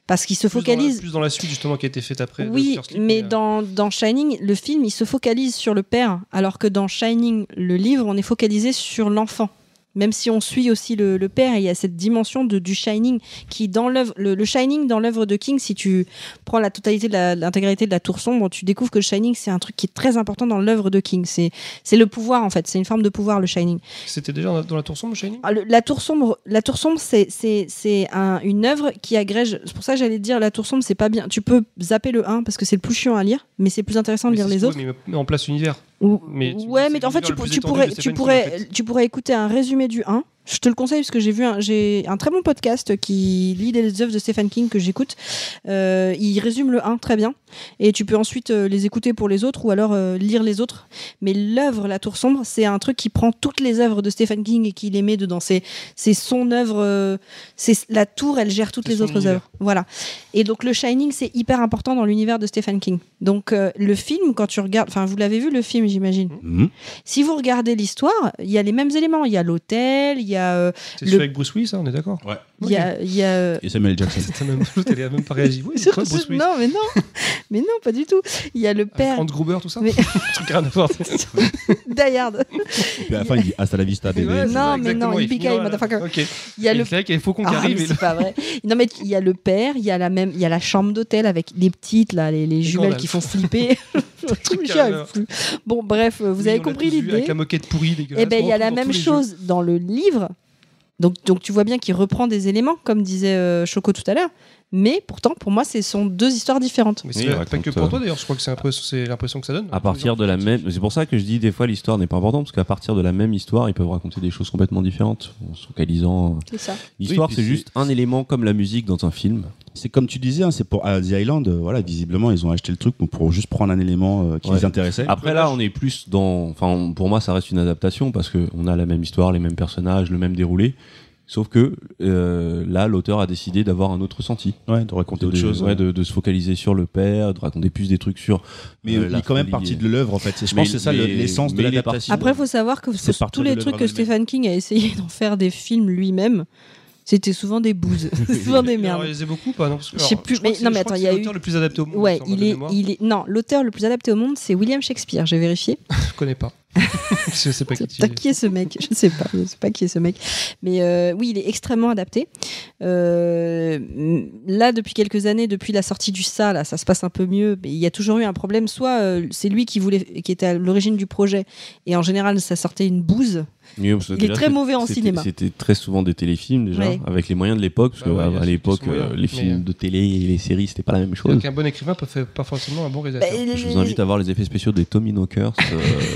D: parce qu'il se
B: Plus dans la-
D: focalise.
B: plus dans la suite justement qui a été faite après.
D: Oui,
B: Doctor Sleep,
D: mais
B: euh,
D: dans, dans Shining, le film, il se focalise sur le père, alors que dans Shining, le livre, on est focalisé sur l'enfant. Même si on suit aussi le, le père, il y a cette dimension de, du Shining qui, dans l'œuvre, le, le Shining dans l'œuvre de King, si tu prends la totalité de la- l'intégralité de la Tour sombre, tu découvres que le Shining, c'est un truc qui est très important dans l'œuvre de King. C'est, c'est le pouvoir en fait, c'est une forme de pouvoir le Shining.
B: C'était déjà dans la- dans la tour sombre, Shining
D: Ah, le- La Tour sombre, la Tour sombre, c'est c'est c'est un- une œuvre qui agrège. C'est pour ça que j'allais te dire la Tour sombre, c'est pas bien. Tu peux zapper le 1 parce que c'est le plus chiant à lire, mais c'est plus intéressant de
B: Mais
D: lire
B: c'est
D: les
B: ce
D: autres.
B: que- Mais mais en place univers.
D: Ou-
B: mais tu-
D: ouais,
B: c'est
D: mais en fait,
B: l'univers
D: tu,
B: le plus
D: pour- tu
B: étendu de
D: pourrais
B: Stephen
D: tu
B: King, en
D: pourrais
B: fait.
D: tu pourrais écouter un résumé du 1. Je te le conseille parce que j'ai vu un j'ai un très bon podcast qui lit les œuvres de Stephen King que j'écoute. Euh, il résume le 1 très bien et tu peux ensuite euh, les écouter pour les autres ou alors euh, lire les autres. Mais l'œuvre La Tour sombre, c'est un truc qui prend toutes les œuvres de Stephen King et qui les met dedans. C'est c'est son œuvre. euh, c'est la tour, elle gère toutes
B: C'est
D: les
B: son
D: autres
B: univers.
D: œuvres. Voilà. Et donc le Shining, c'est hyper important dans l'univers de Stephen King. Donc euh, le film, quand tu regardes, enfin vous l'avez vu le film, j'imagine.
C: Hmm.
D: Si vous regardez l'histoire, il y a les mêmes éléments. Il y a l'hôtel, il y a, euh,
B: C'est
D: Le-
B: celui avec Bruce Willis, hein, on est d'accord
C: Ouais.
D: il y a, il y a, euh,
C: Et Samuel Jackson.
B: T'as même, l'autre, elle a même pas réagi. Oui, c'est quoi Bruce Willis Euh,
D: non mais non, mais non pas du tout. Il y a le
B: Avec
D: père
B: Hans Gruber, tout ça
D: Mais-
B: Un truc rien à voir.
D: Dayard.
C: Et puis à la fin, il dit Hasta la vista,
B: Ouais,
C: bébé.
B: c'est ça,
D: mais non,
B: exactement,
D: il
B: finit
D: became
B: là.
D: motherfucker.
B: Ok.
D: Il y a le
B: C'est vrai qu'il faut qu'on
D: Ah,
B: arrive.
D: mais
B: et le-
D: c'est pas vrai. Non mais il y a le père, il y a la même, il y a la chambre d'hôtel avec les petites là, les, les jumelles
B: Gandalf.
D: qui font flipper. Le truc, j'y arrive plus. bon bref, euh, vous
B: Oui,
D: avez
B: on l'a
D: compris
B: tous vu
D: l'idée.
B: Avec la moquette pourrie, dégueulasse.
D: Eh ben, il y a
B: on
D: la
B: retrouve dans
D: même
B: tous les
D: chose dans le livre. Donc, donc tu vois bien qu'il reprend des éléments, comme disait euh, Choco tout à l'heure. Mais pourtant, pour moi, ce sont deux histoires différentes.
B: jeux. Mais
A: Oui,
B: c'est
A: il
B: pas
A: raconte,
B: que pour
A: euh,
B: toi d'ailleurs, je crois que c'est un peu- c'est l'impression que ça donne.
A: À partir de la même. C'est pour ça que je dis des fois l'histoire n'est pas importante, parce qu'à partir de la même histoire, ils peuvent raconter des choses complètement différentes, en se focalisant. euh,
D: C'est ça.
A: L'histoire,
C: puis
A: c'est
C: c'est-
A: juste un élément comme la musique dans un film.
C: C'est comme tu disais, hein, c'est pour à The Island. euh, voilà, visiblement, ils ont acheté le truc pour- pour juste prendre un élément euh, qui
A: Ouais. Ah,
C: les intéressait.
A: Après là, on est plus dans. Enfin, on- pour moi, ça reste une adaptation parce que on a la même histoire, les mêmes personnages, le même déroulé. Sauf que euh, là, l'auteur a décidé d'avoir un autre ressenti,
C: Ouais, de raconter autre
A: de,
C: chose.
A: ouais, de, de se focaliser sur le père, de raconter plus des trucs sur.
C: Mais
A: euh,
C: il
A: la
C: est quand même
A: folie.
C: partie de l'œuvre, en fait. Et Je
A: Mais-
C: pense que c'est ça le-
A: mais-
C: l'essence de
A: mais il est parti-
C: l'adaptation.
D: Après, il faut savoir que
C: C'est
D: sur
C: partir
D: tous
C: de
D: les
C: l'œuvre
D: trucs que
C: elle-même.
D: Stephen King a essayé d'en faire des films lui-même, c'était souvent des bouses, C'est souvent des
B: Alors,
D: merdes.
B: il les a beaucoup, pas non parce que-
D: Je sais
B: alors,
D: plus,
B: crois
D: mais-
B: que c'est-
D: non, mais
B: je
D: attends,
B: crois que
D: il y a
B: c'est
D: eu-
B: l'auteur le plus adapté au monde.
D: Ouais,
B: me semble,
D: il
B: de
D: est,
B: mémoire.
D: il est. Non, l'auteur le plus adapté au monde, c'est William Shakespeare. J'ai vérifié.
B: Je connais pas. Je sais pas qui tu
D: Putain, qui est ce mec Je ne sais pas, je sais pas qui est ce mec. Mais euh, oui, il est extrêmement adapté. Euh, là, depuis quelques années, depuis la sortie du ça, là, ça se passe un peu mieux. Mais il y a toujours eu un problème. Soit euh, c'est lui qui voulait, qui était à l'origine du projet, et en général, ça sortait une bouse.
A: Oui, euh, parce que
D: Il est
A: déjà,
D: très
A: c'est-
D: mauvais en
A: c'était-
D: cinéma.
A: C'était très souvent des téléfilms déjà,
D: Ouais.
A: avec les moyens de l'époque, parce
B: Bah ouais,
A: qu'à
B: il y a ceux qui
A: l'époque,
B: sont
A: euh,
B: moyens,
A: les films
B: mais-
A: de télé et les séries, c'était pas la même chose.
B: Donc un bon écrivain peut faire pas forcément un bon réalisateur.
D: Bah,
A: Je vous invite à voir les effets spéciaux des Tommy Knockers, euh,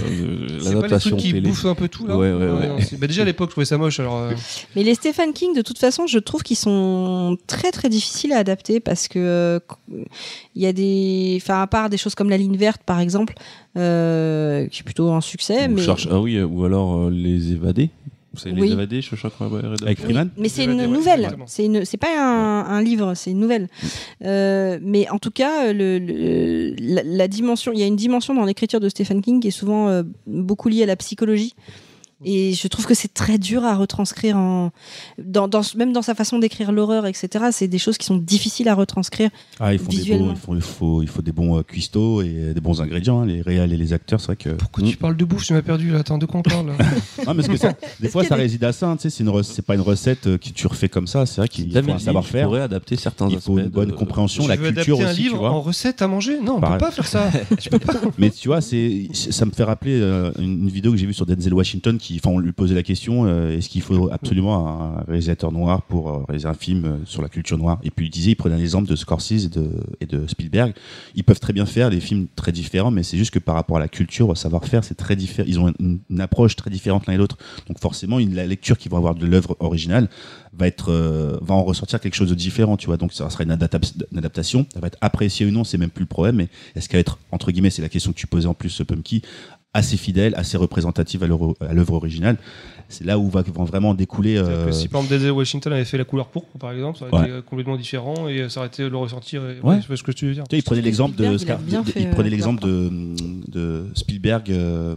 A: de- de
B: C'est pas les
A: l'adaptation
B: trucs qui
A: télé.
B: bouffent un peu tout là.
A: Ouais, ouais, ouais.
B: non, c'est- bah, déjà à l'époque, je trouvais ça moche. Alors, euh,
D: Mais les Stephen King, de toute façon, je trouve qu'ils sont très très difficiles à adapter parce que euh, il y a des, enfin à part des choses comme La Ligne verte par exemple, euh, qui est plutôt un succès,
A: Ou
D: mais
A: cherche- ah oui, euh, ou alors euh, les évadés. Vous savez,
D: Oui.
A: les évadés, je crois qu'on va
C: Avec Freeman
D: Mais c'est
B: Je vais
D: une
B: dire, ouais,
D: nouvelle,
B: exactement.
D: c'est une, c'est pas un, un livre, c'est une nouvelle. Euh, mais en tout cas, euh, le, le- la, la dimension, il y a une dimension dans l'écriture de Stephen King qui est souvent euh, beaucoup liée à la psychologie. Et je trouve que c'est très dur à retranscrire, en, dans, dans, même dans sa façon d'écrire l'horreur, etc. C'est des choses qui sont difficiles à retranscrire.
C: Ah, ils font des
D: Visuellement.
C: bons, ils font, il faut, il faut des bons euh, cuistots et euh, des bons ingrédients, hein, les réels et les acteurs, c'est vrai que.
B: pourquoi tu parles de bouffe Tu m'as perdu là. Attends, de quoi on parle là
C: Non, mais parce que ça, des
D: Est-ce
C: fois,
D: qu'il y
C: ça
D: a des-
C: réside à ça. hein, tu sais, c'est une rec- c'est pas une recette euh, que tu refais comme ça. C'est vrai qu'il faut un savoir-faire.
A: pourrait adapter certains
C: Il faut
A: aspects
C: une bonne
A: de-
C: compréhension,
B: Tu
C: la
B: veux
C: culture
B: adapter un
C: aussi, tu
B: livre
C: vois.
B: en recette à manger Non, on
C: Pareil.
B: peut pas faire ça.
C: Mais tu vois, c'est c'est- ça me fait rappeler euh, une vidéo que j'ai vue sur Denzel Washington qui, enfin, on lui posait la question euh, est-ce qu'il faut absolument un réalisateur noir pour euh, réaliser un film euh, sur la culture noire Et puis il disait, il prenait l'exemple de Scorsese et de, et de Spielberg. Ils peuvent très bien faire des films très différents, mais c'est juste que par rapport à la culture, au savoir-faire, c'est très différent. Ils ont une, une approche très différente l'un et l'autre. Donc forcément, une- la lecture qu'ils vont avoir de l'œuvre originale va être, euh, va en ressortir quelque chose de différent, tu vois. Donc ça sera une, adapta- une adaptation. Elle va être appréciée ou non, c'est même plus le problème. Mais est-ce qu'elle va être entre guillemets, c'est la question que tu posais en plus, ce Pumpkin, assez fidèle, assez représentative à l'œuvre à l'œuvre originale. C'est là où va- vont vraiment découler.
B: C'est-à-dire
C: euh,
B: que si par exemple Denzel Washington avait fait la couleur pourpre, par exemple, ça aurait
C: Ouais.
B: été euh, complètement différent et euh, ça aurait été le ressentir. Et...
C: Ouais.
B: Ouais, c'est ce que tu veux dire.
C: Tu sais, il prenait
D: trouve
C: l'exemple
D: que
C: de,
D: Spielberg,
C: Scar-
D: il a bien
C: de-
D: fait,
C: il prenait
D: euh,
C: l'exemple de, de Spielberg, euh,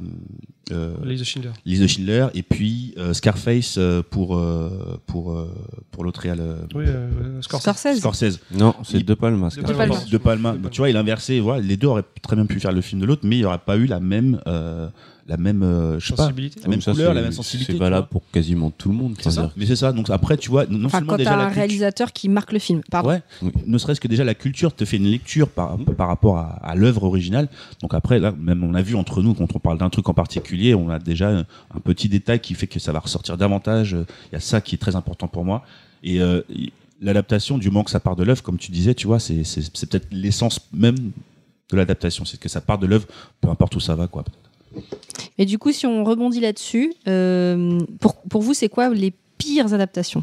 C: euh,
B: Lisa Schindler.
C: Lise de Schindler, et puis euh, Scarface euh, pour euh, pour euh, pour l'autre réal euh,
B: Oui, euh, Scorsese.
D: Scorsese.
C: Scorsese.
A: Non, c'est
C: Il-
A: De Palma. ce
B: De
A: cas.
D: Palma.
C: De Palma. Bah, tu vois, il a inversé. Voilà, les deux auraient très bien pu faire le film de l'autre, mais il n'y aurait pas eu la même euh, la même euh, je sais pas.
B: sensibilité.
C: La même
A: Donc ça,
C: couleur, la
A: c'est-
C: même sensibilité,
A: C'est
C: tu
A: valable
C: vois.
A: pour quasiment tout le monde.
C: C'est ça. Mais c'est ça. Donc après, tu vois, non non
D: Enfin,
C: seulement
D: quand t'as
C: déjà
D: un
C: la culture-
D: réalisateur qui marque le film. Pardon.
C: Ouais.
A: Oui.
C: Ne serait-ce que déjà la culture te fait une lecture par, par rapport à, à l'œuvre originale. Donc après, là, même on a vu entre nous, quand on parle d'un truc en particulier, on a déjà euh, un petit détail qui fait que ça va ressortir davantage. Euh, Il y a ça qui est très important pour moi. Et euh, y- l'adaptation, du moment que ça part de l'œuvre, comme tu disais, tu vois, c'est c'est- c'est peut-être l'essence même de l'adaptation. C'est que ça part de l'œuvre, peu importe où ça va, quoi.
D: Et du coup, si on rebondit là-dessus, euh, pour, pour vous, c'est quoi les pires adaptations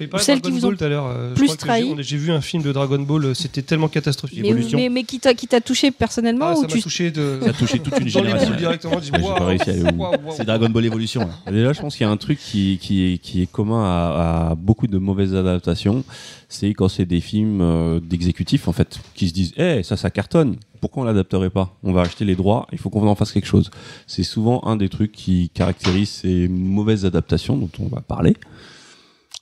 B: Mais pareil,
D: Celle
B: Dragon
D: qui vous
B: Ball
D: ont
B: tout à l'heure, euh, je
D: plus
B: crois que
D: trahi.
B: j'ai- J'ai vu un film de Dragon Ball, euh, c'était tellement catastrophique.
D: mais,
C: Évolution.
D: mais, mais qui t'a qui t'a touché personnellement
B: Ah,
D: ou
B: ça m'a
D: tu
B: touché de...
C: Ça a touché toute une
B: dans les
C: génération.
B: boules directement. J'ai
A: J'ai pas réussi à aller au bout.
C: C'est Dragon Ball Evolution. ouais.
A: Déjà, je pense qu'il y a un truc qui, qui, est- qui est commun à, à beaucoup de mauvaises adaptations, c'est quand c'est des films euh, d'exécutifs en fait, qui se disent Eh, ça, ça cartonne, pourquoi on l'adapterait pas On va acheter les droits, il faut qu'on en fasse quelque chose. C'est souvent un des trucs qui caractérise ces mauvaises adaptations dont on va parler.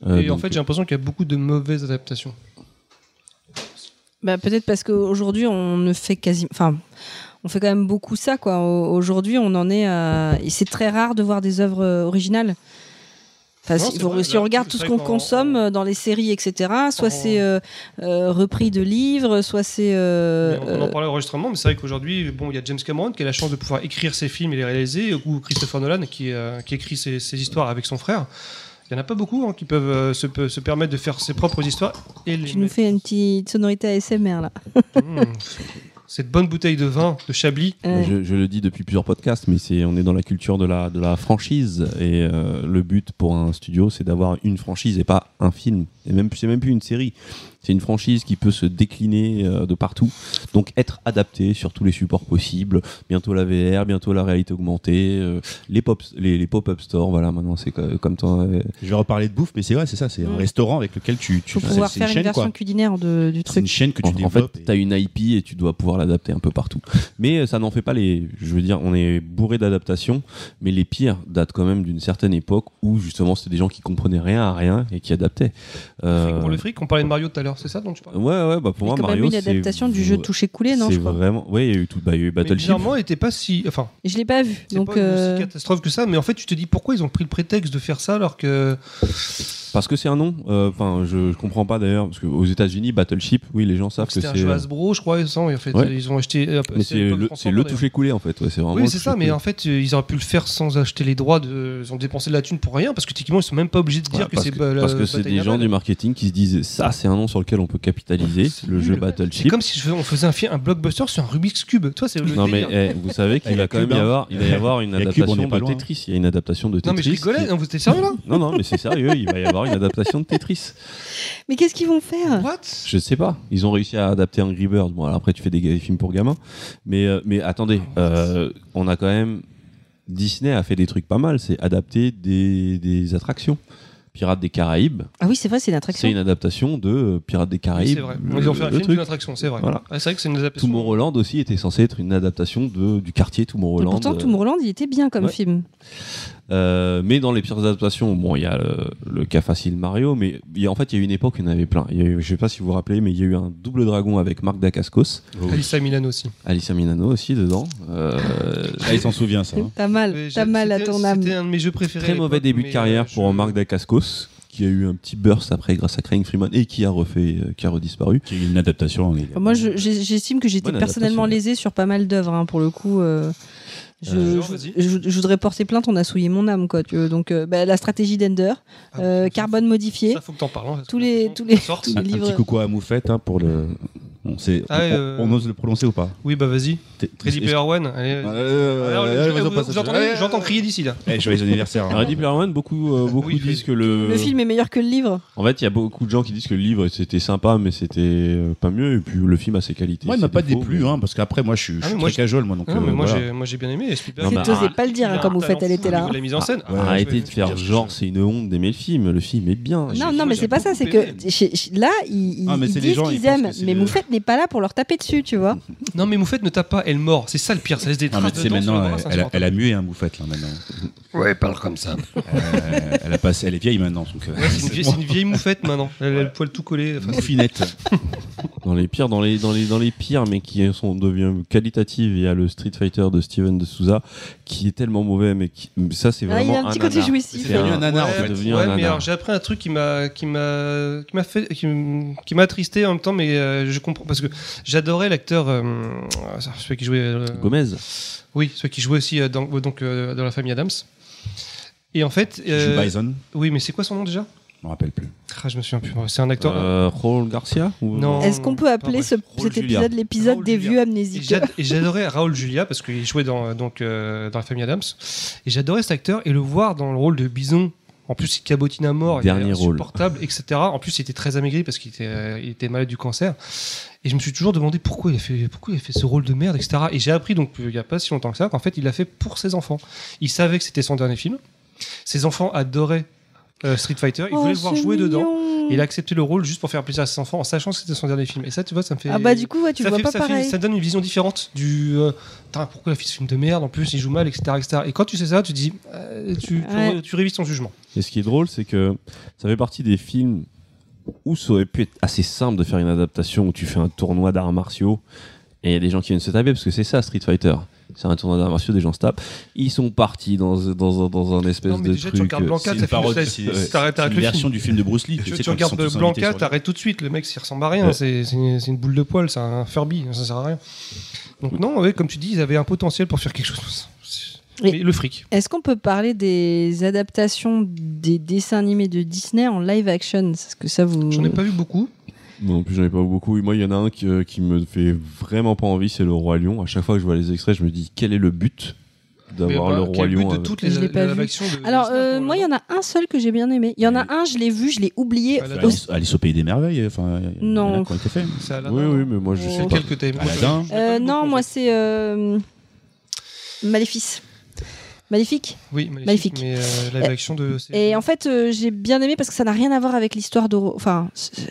A: Euh,
B: Et en
A: donc,
B: fait, j'ai l'impression qu'il y a beaucoup de mauvaises adaptations.
D: Bah, peut-être parce qu'aujourd'hui on ne fait quasi, enfin, on fait quand même beaucoup ça quoi. Au- Aujourd'hui, on en est à, et c'est très rare de voir des œuvres euh, originales. Enfin,
B: Non,
D: si,
B: c'est
D: vous-
B: vrai,
D: si
B: là,
D: on regarde
B: c'est
D: tout ce
B: vrai
D: qu'on
B: qu'en-
D: consomme
B: en-
D: euh, dans les séries, etc., soit
B: en-
D: c'est euh, euh, repris de livres, soit c'est euh,
B: Mais on, on en
D: euh,
B: parlait à l'enregistrement, mais c'est vrai qu'aujourd'hui, bon, il y a James Cameron qui a la chance de pouvoir écrire ses films et les réaliser, ou Christopher Nolan qui, euh, qui écrit ses, ses histoires avec son frère. Il n'y en a pas beaucoup hein, qui peuvent euh, se, pe- se permettre de faire ses propres histoires et les
D: tu nous fais une petite sonorité ASMR là.
B: Mmh. Cette bonne bouteille de vin de Chablis.
D: Ouais.
A: Bah, Je, je le dis depuis plusieurs podcasts, mais c'est on est dans la culture de la, de la franchise et euh, le but pour un studio, c'est d'avoir une franchise et pas un film. Et même c'est même plus une série, c'est une franchise qui peut se décliner euh, de partout, donc être adaptée sur tous les supports possibles. Bientôt la VR, bientôt la réalité augmentée, euh, les pop les, les pop-up stores. Voilà, maintenant c'est co- comme toi. euh,
C: Je vais reparler de bouffe, mais c'est vrai, c'est ça. C'est un
D: Mm.
C: restaurant avec lequel tu. tu
D: faut
C: c'est-
D: pouvoir
C: c'est une
D: faire une,
C: chaîne,
D: version
C: quoi.
D: culinaire de- du
C: C'est une
D: truc.
C: chaîne que tu
A: en, en fait,
C: développes. et-
A: tu as une IP et tu dois pouvoir l'adapter un peu partout. Mais euh, ça n'en fait pas les. Je veux dire, on est bourré d'adaptations, mais les pires datent quand même d'une certaine époque où justement c'était des gens qui comprenaient rien à rien et qui adaptaient. Euh,
B: Pour le fric, on parlait de Mario tout à l'heure, c'est ça dont tu parles
A: Ouais, ouais, bah pour
D: Il y a
A: moi,
D: quand
A: Mario.
D: même une
A: c'est-
D: adaptation du jeu toucher coulé, non
A: C'est
D: je crois.
A: vraiment. Oui, il y a eu tout. Bah, il y a eu
B: Mais
A: Battleship.
B: Bizarrement, elle était pas si. Enfin,
D: Je l'ai pas vu,
B: c'est
D: donc
B: pas une
D: euh,
B: si catastrophe que ça, mais en fait, tu te dis pourquoi ils ont pris le prétexte de faire ça alors que.
A: Parce que c'est un nom. euh, Enfin, je, je comprends pas d'ailleurs. Parce qu'aux États-Unis, Battleship, oui, les gens savent que
B: C'était
A: c'est.
B: un jeu Hasbro, je crois, sans, et en fait,
A: Ouais.
B: ils ont acheté. euh,
A: Mais c'est
B: l'époque
A: le, c'est
B: Transformers,
A: le
B: d'ailleurs.
A: toucher coulé en fait. Ouais, c'est vraiment
B: Oui,
A: le
B: c'est ça,
A: toucher-coulé.
B: mais en fait, euh, ils auraient pu le faire sans acheter les droits. De... Ils ont dépensé de la thune pour rien parce que techniquement, ils sont même pas obligés de dire
A: Ouais,
B: que
A: parce
B: c'est.
A: que,
B: pas la-
A: parce que c'est
B: Bataille
A: des gens
B: navale.
A: du marketing qui se disent ça c'est un nom sur lequel on peut capitaliser
B: C'est
A: le jeu
B: nul. C'est
A: Battleship
B: comme si je faisais- on faisait un, fi- un blockbuster sur un Rubik's Cube. Toi, c'est le.
A: non mais
B: délire.
A: eh, vous savez qu'il
C: Il y a
A: va quand même
C: Cube,
A: y
C: hein.
A: avoir il va y avoir une
C: Il y a Cube,
A: adaptation
C: on est pas
A: de
C: loin.
A: Tetris il y a une adaptation de Tetris
B: Non, mais je rigolais,
A: qui-
B: non, vous étiez sérieux là
A: non non mais c'est sérieux il va y avoir une adaptation de Tetris
D: mais qu'est-ce qu'ils vont faire
B: What
A: je sais pas ils ont réussi à adapter Angry Birds bon alors après tu fais des, des films pour gamins mais euh, mais attendez euh, on a quand même Disney a fait des trucs pas mal c'est adapter des, des attractions Pirates des Caraïbes
D: Ah oui, c'est vrai, c'est une
A: c'est
D: attraction.
A: une adaptation de euh, Pirates des
B: Oui,
A: Caraïbes
B: c'est vrai.
A: le-
B: Ils ont fait un
A: le
B: film
A: truc.
B: d'une attraction, c'est vrai.
A: Voilà.
B: Ah, c'est vrai que c'est une adaptation.
A: Tomorrowland aussi était censé être une adaptation de, du quartier
D: Et
A: Tomorrowland.
D: pourtant, Tomorrowland, il était bien comme
A: Ouais.
D: film.
A: Euh, mais dans les pires adaptations, bon, il y a le, le cas facile Mario, mais il y a- en fait, il y a eu une époque, où il y en avait plein. Il y a eu, je sais pas si vous vous rappelez, mais il y a eu un double dragon avec Marc Dacascos,
B: Alissa Milan aussi.
A: Alicia Minano aussi dedans. Euh,
C: Ah, il s'en souvient, ça. hein.
D: T'as mal,
B: Mais
D: t'as
B: j'ai-
D: mal à
B: c'était-
D: ton âme.
B: C'était un de mes jeux préférés. à
A: très mauvais
B: l'époque,
A: début de
B: mais,
A: carrière
B: euh,
A: pour
B: je-
A: Marc Dacascos, qui a eu un petit burst après grâce à Craig Freeman et qui a refait, euh, qui a redisparu.
C: Qui est une adaptation. il est-
D: Moi, je- j'ai- j'estime que j'étais
A: Bonne
D: personnellement
A: adaptation.
D: lésée sur pas mal d'œuvres, hein, pour le coup. euh, je,
B: Euh,
D: je,
B: vas-y.
D: je- je voudrais porter plainte, on a souillé mon âme, quoi. tu veux. Donc, euh, bah, la stratégie d'Ender,
B: Ah,
D: euh,
B: ça,
D: carbone modifié.
B: Ça, faut que t'en parles. hein, parce
D: Tous
B: que
D: les-
B: faut
D: tous
B: qu'on
D: les-
B: sorte.
D: tous les-
C: Un, un
D: livre-
C: petit coucou à Moufette hein, pour le, On, sait,
B: Ah,
C: on,
B: euh,
C: on ose le prononcer ou pas
B: Oui, bah vas-y.
C: T'es-
B: Ready
C: est-ce-
B: Player One. allez,
C: Euh,
B: allez.
C: euh,
B: Alors,
C: allez, vas-y,
B: je-
C: on
B: vous-
C: passe-
B: vous entendez Ah,
C: allez,
B: J'entends crier d'ici là.
C: Eh, joyeux anniversaire. hein.
A: Ready Player One, beaucoup, euh, beaucoup
B: Oui,
A: disent que le...
D: Le film est meilleur que le livre.
A: En fait, il y a beaucoup de gens qui disent que le livre c'était sympa, mais c'était euh, pas mieux. Et puis le film a ses qualités.
C: Moi, il m'a
A: ses
C: pas
A: défauts,
C: déplu,
A: mais-
C: hein, parce qu'après, moi, je suis, je
B: Ah,
C: suis
B: mais moi,
C: très
B: je-
C: cajole, moi. Donc,
B: Ah non, mais
C: euh,
B: moi
C: voilà.
B: j'ai moi, j'ai bien aimé. Spielberg,
A: Non,
D: J'ai
A: bah,
D: t'osais
A: ah,
D: pas le dire, hein,
B: il a
D: comme
B: un
D: vous faites,
B: talent
D: elle
B: fou
D: était
B: au
D: là.
B: niveau de la mise en scène.
C: Ouais.
A: Arrêtez
B: ouais,
A: de
B: je
A: faire
B: veux dire,
A: genre
B: je-
A: c'est une honte d'aimer le film. Le film est bien.
D: Non,
A: J'ai-
D: non, mais
B: j'ai
D: c'est pas ça.
B: beaucoup
D: C'est que
B: aimé.
D: chez- chez- là, ils,
C: Ah, mais
D: ils
C: c'est les
D: disent
C: gens, ils
D: qu'ils
C: pensent
D: aiment,
C: que c'est
D: mais
C: le-
D: Moufette n'est pas là pour leur taper dessus, tu vois.
B: Non, mais Moufette ne tape pas, elle mord. C'est ça le pire, ça laisse des
C: Non,
B: traces
C: mais tu sais,
B: dedans sur le
C: maintenant,
B: bras,
C: elle,
B: ça,
C: elle
B: c'est
C: a, elle a mué, hein, Bouffette, là, maintenant.
E: Ouais, parle comme ça.
C: Euh, elle, a passé, elle est vieille maintenant, donc. euh,
B: Ouais, c'est une, vieille-
C: bon.
B: c'est une vieille moufette maintenant. Elle a le poil tout collé. Enfin,
C: Mouffinette.
A: Dans les pires, dans les dans les dans les pires, mais qui sont deviennent qualitatives. Il y a le Street Fighter de Steven de Souza qui est tellement mauvais, mais qui- ça c'est
D: Ah, il
A: vraiment.
D: y a un petit côté
A: nanar.
D: jouissif.
A: C'est
C: devenu
A: un-
C: un nanar,
B: ouais,
C: en fait.
A: c'est devenu
B: ouais,
A: un
B: mais
A: nanar.
B: alors j'ai appris un truc qui m'a qui m'a qui m'a fait qui m- qui m'a attristé en même temps, mais euh, je comprends parce que j'adorais l'acteur euh, ah, celui qui jouait euh,
A: Gomez.
B: oui celui qui jouait aussi euh, dans euh, donc euh, dans la famille Adams. Et en fait euh,
C: Joe Bison,
B: oui mais c'est quoi son nom déjà
C: je me rappelle plus.
B: ah, je me souviens plus. C'est un acteur.
A: Euh, Raoul Garcia. ou-
B: Non.
D: Est-ce qu'on peut appeler
B: ouais.
D: ce-
A: Raoul
D: cet
A: Julia.
D: épisode l'épisode
B: Raoul
D: des
B: Julia.
D: vieux
B: Et
D: amnésiques
B: j'ad- et j'adorais Raoul Julia parce qu'il jouait dans, euh, donc, euh, dans la famille Adams. Et j'adorais cet acteur et le voir dans le rôle de Bison. En plus, il cabotine à mort, il
A: Dernier
B: est
A: rôle.
B: insupportable, etc. En plus, il était très amaigri parce qu'il était, euh, il était malade du cancer. Et je me suis toujours demandé pourquoi il a fait, pourquoi il a fait ce rôle de merde, etc. Et j'ai appris, donc, il n'y a pas si longtemps que ça, qu'en fait, il l'a fait pour ses enfants. Il savait que c'était son dernier film. Ses enfants adoraient euh, Street Fighter.
D: Oh,
B: Ils voulaient le voir jouer dedans. Et il a accepté le rôle juste pour faire plaisir à ses enfants en sachant que c'était son dernier film. Et ça, tu vois, ça me fait
D: Ah bah du coup, ouais, tu
B: ça
D: le vois
B: fait-
D: pas
B: ça fait-
D: pareil.
B: ça donne une vision différente du. euh, Putain, pourquoi il fait ce film de merde En plus, il joue mal, etc. etc. Et quand tu sais ça, tu dis. euh, tu, tu
D: Ouais.
B: re- tu révises ton jugement.
A: Et ce qui est drôle, c'est que ça fait partie des films où ça aurait pu être assez simple de faire une adaptation où tu fais un tournoi d'arts martiaux et il y a des gens qui viennent se taper parce que c'est ça Street Fighter. C'est un tournoi d'arts martiaux, des gens se tapent. Ils sont partis dans, dans, dans un espèce
B: Non, mais
A: de
B: déjà, tu
A: truc. euh,
B: regardes Blanca,
A: c'est-
B: t'as fait
C: parodie,
B: le
C: c'est-
B: slice.
C: ouais.
B: T'arrêtes avec
C: C'est une
B: le film.
C: version du film de Bruce Lee.
B: Tu, tu
C: sais, quand ils
B: regardes
C: sont tous invités
B: Blanca,
C: sur les-
B: t'arrêtes tout de suite. Le mec, s'y ressemble à rien.
A: Ouais.
B: C'est c'est une, c'est une boule de poil, c'est un Furby. hein, Ça sert à rien. Donc, non, ouais, comme tu dis, ils avaient un potentiel pour faire quelque chose.
D: Oui.
B: Mais le fric.
D: Est-ce qu'on peut parler des adaptations des dessins animés de Disney en live action Est-ce que ça vous
B: J'en ai pas vu beaucoup.
A: Non, en plus, j'en ai pas beaucoup. Et moi, il y en a un qui, euh, qui me fait vraiment pas envie, c'est le Roi Lion. À chaque fois que je vois les extraits, je me dis quel est le but d'avoir
B: Mais,
A: le
B: bah,
A: Roi
B: quel but
A: Lion
B: de
A: avec-
B: toutes
D: Je l'ai
B: les
D: pas
B: la- la
D: vu.
B: version de-
D: Alors,
B: de-
D: euh,
B: de-
D: moi, il y en a un seul que j'ai bien aimé. Il y en a un, je l'ai vu, je l'ai oublié.
B: Aladdin.
D: Au-
C: Alice- Alice au pays des merveilles. Enfin, il y en a
D: Non.
C: qui ont été faits.
B: C'est Aladdin,
A: Oui,
B: non
A: oui, mais moi, je
D: Oh.
A: sais
B: C'est
A: pas.
B: quel que t'aimes
C: Aladdin.
D: Euh, non, moi, c'est euh, Maléfice. Maléfique.
B: Oui, maléfique.
D: Maléfique.
B: Mais euh, live action de. c'est-
D: Et en fait, euh, j'ai bien aimé parce que ça n'a rien à voir avec l'histoire de. Enfin, c'est-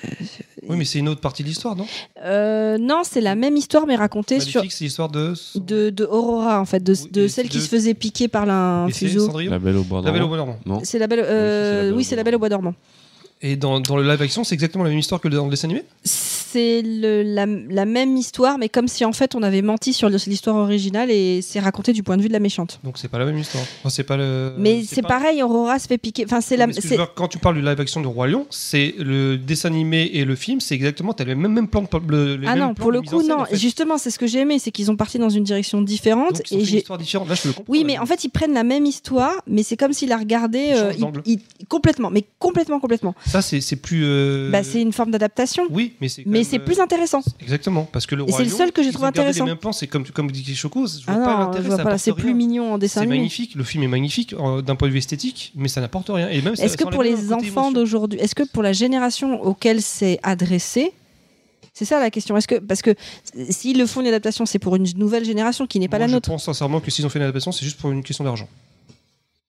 B: Oui, mais c'est une autre partie de l'histoire, non
D: euh, non, c'est la même histoire mais racontée
B: Maléfique, c'est l'histoire de.
D: sur de, de Aurora en fait, de,
B: Oui,
D: de
B: et
D: celle
B: c'est
D: qui
B: de-
D: se faisait piquer par un
B: Et c'est
D: fuseau.
B: Cendrillon
A: La Belle au bois
B: La Belle au
A: dormant.
B: Bois Dormant.
A: Non.
D: C'est la belle. euh,
A: Oui,
D: oui,
A: c'est
D: c'est
A: la
D: la
A: Belle au
D: belle au bois dormant.
B: Et dans, dans le live action, c'est exactement la même histoire que dans le dessin animé
D: C'est le- la, la même histoire, mais comme si en fait on avait menti sur l'histoire originale et c'est raconté du point de vue de la méchante.
B: Donc c'est pas la même histoire. Enfin, Euh, c'est pas le.
D: mais c'est
B: pas-
D: pareil, Aurora se fait piquer. Enfin, c'est la.
B: Mais ce que je
D: c'est-
B: veux dire, Quand tu parles du live action de Roi Lion, c'est le dessin animé et le film, c'est exactement. T'as le même, même plan de. le- les
D: Ah
B: mêmes
D: non,
B: plans
D: pour
B: de
D: le
B: mise
D: coup,
B: en scène,
D: non.
B: en fait.
D: Justement, c'est ce que j'ai aimé, c'est qu'ils sont partis dans une direction différente
B: Donc, ils ont fait
D: et
B: une
D: j'ai.
B: histoire différente. Là, je peux le comprends.
D: Oui, mais en fait, ils prennent la même histoire, mais c'est comme s'ils la regardaient
B: Ils
D: euh,
B: changent d'angle.
D: ils- ils- complètement, mais complètement, complètement.
B: Ça, c'est c'est plus. euh,
D: Bah, c'est une forme d'adaptation,
B: Oui, mais c'est. quand
D: mais
B: même,
D: c'est
B: euh,
D: plus intéressant.
B: Exactement, parce que le
D: Et
B: Roi
D: c'est le
B: Lion,
D: seul que j'ai
B: ils
D: trouvé
B: ont gardé
D: intéressant.
B: Les mêmes plans, c'est comme comme dit Choco, je vois
D: Ah
B: pas
D: non,
B: l'intérêt,
D: je
B: ça
D: vois pas là,
B: apporte
D: c'est plus
B: rien.
D: mignon en
B: C'est
D: dessin animé.
B: magnifique, le film est magnifique euh, d'un point de vue esthétique, mais ça n'apporte rien. Et même ça-
D: Est-ce que
B: ça
D: pour
B: enlève
D: les
B: un côté
D: enfants
B: émotion.
D: d'aujourd'hui, est-ce que pour la génération auquel c'est adressé, c'est ça la question. Est-ce que parce que s- s'ils le font une adaptation, c'est pour une nouvelle génération qui n'est pas
B: Moi,
D: la nôtre.
B: Je pense sincèrement que s'ils ont fait une adaptation, c'est juste pour une question d'argent.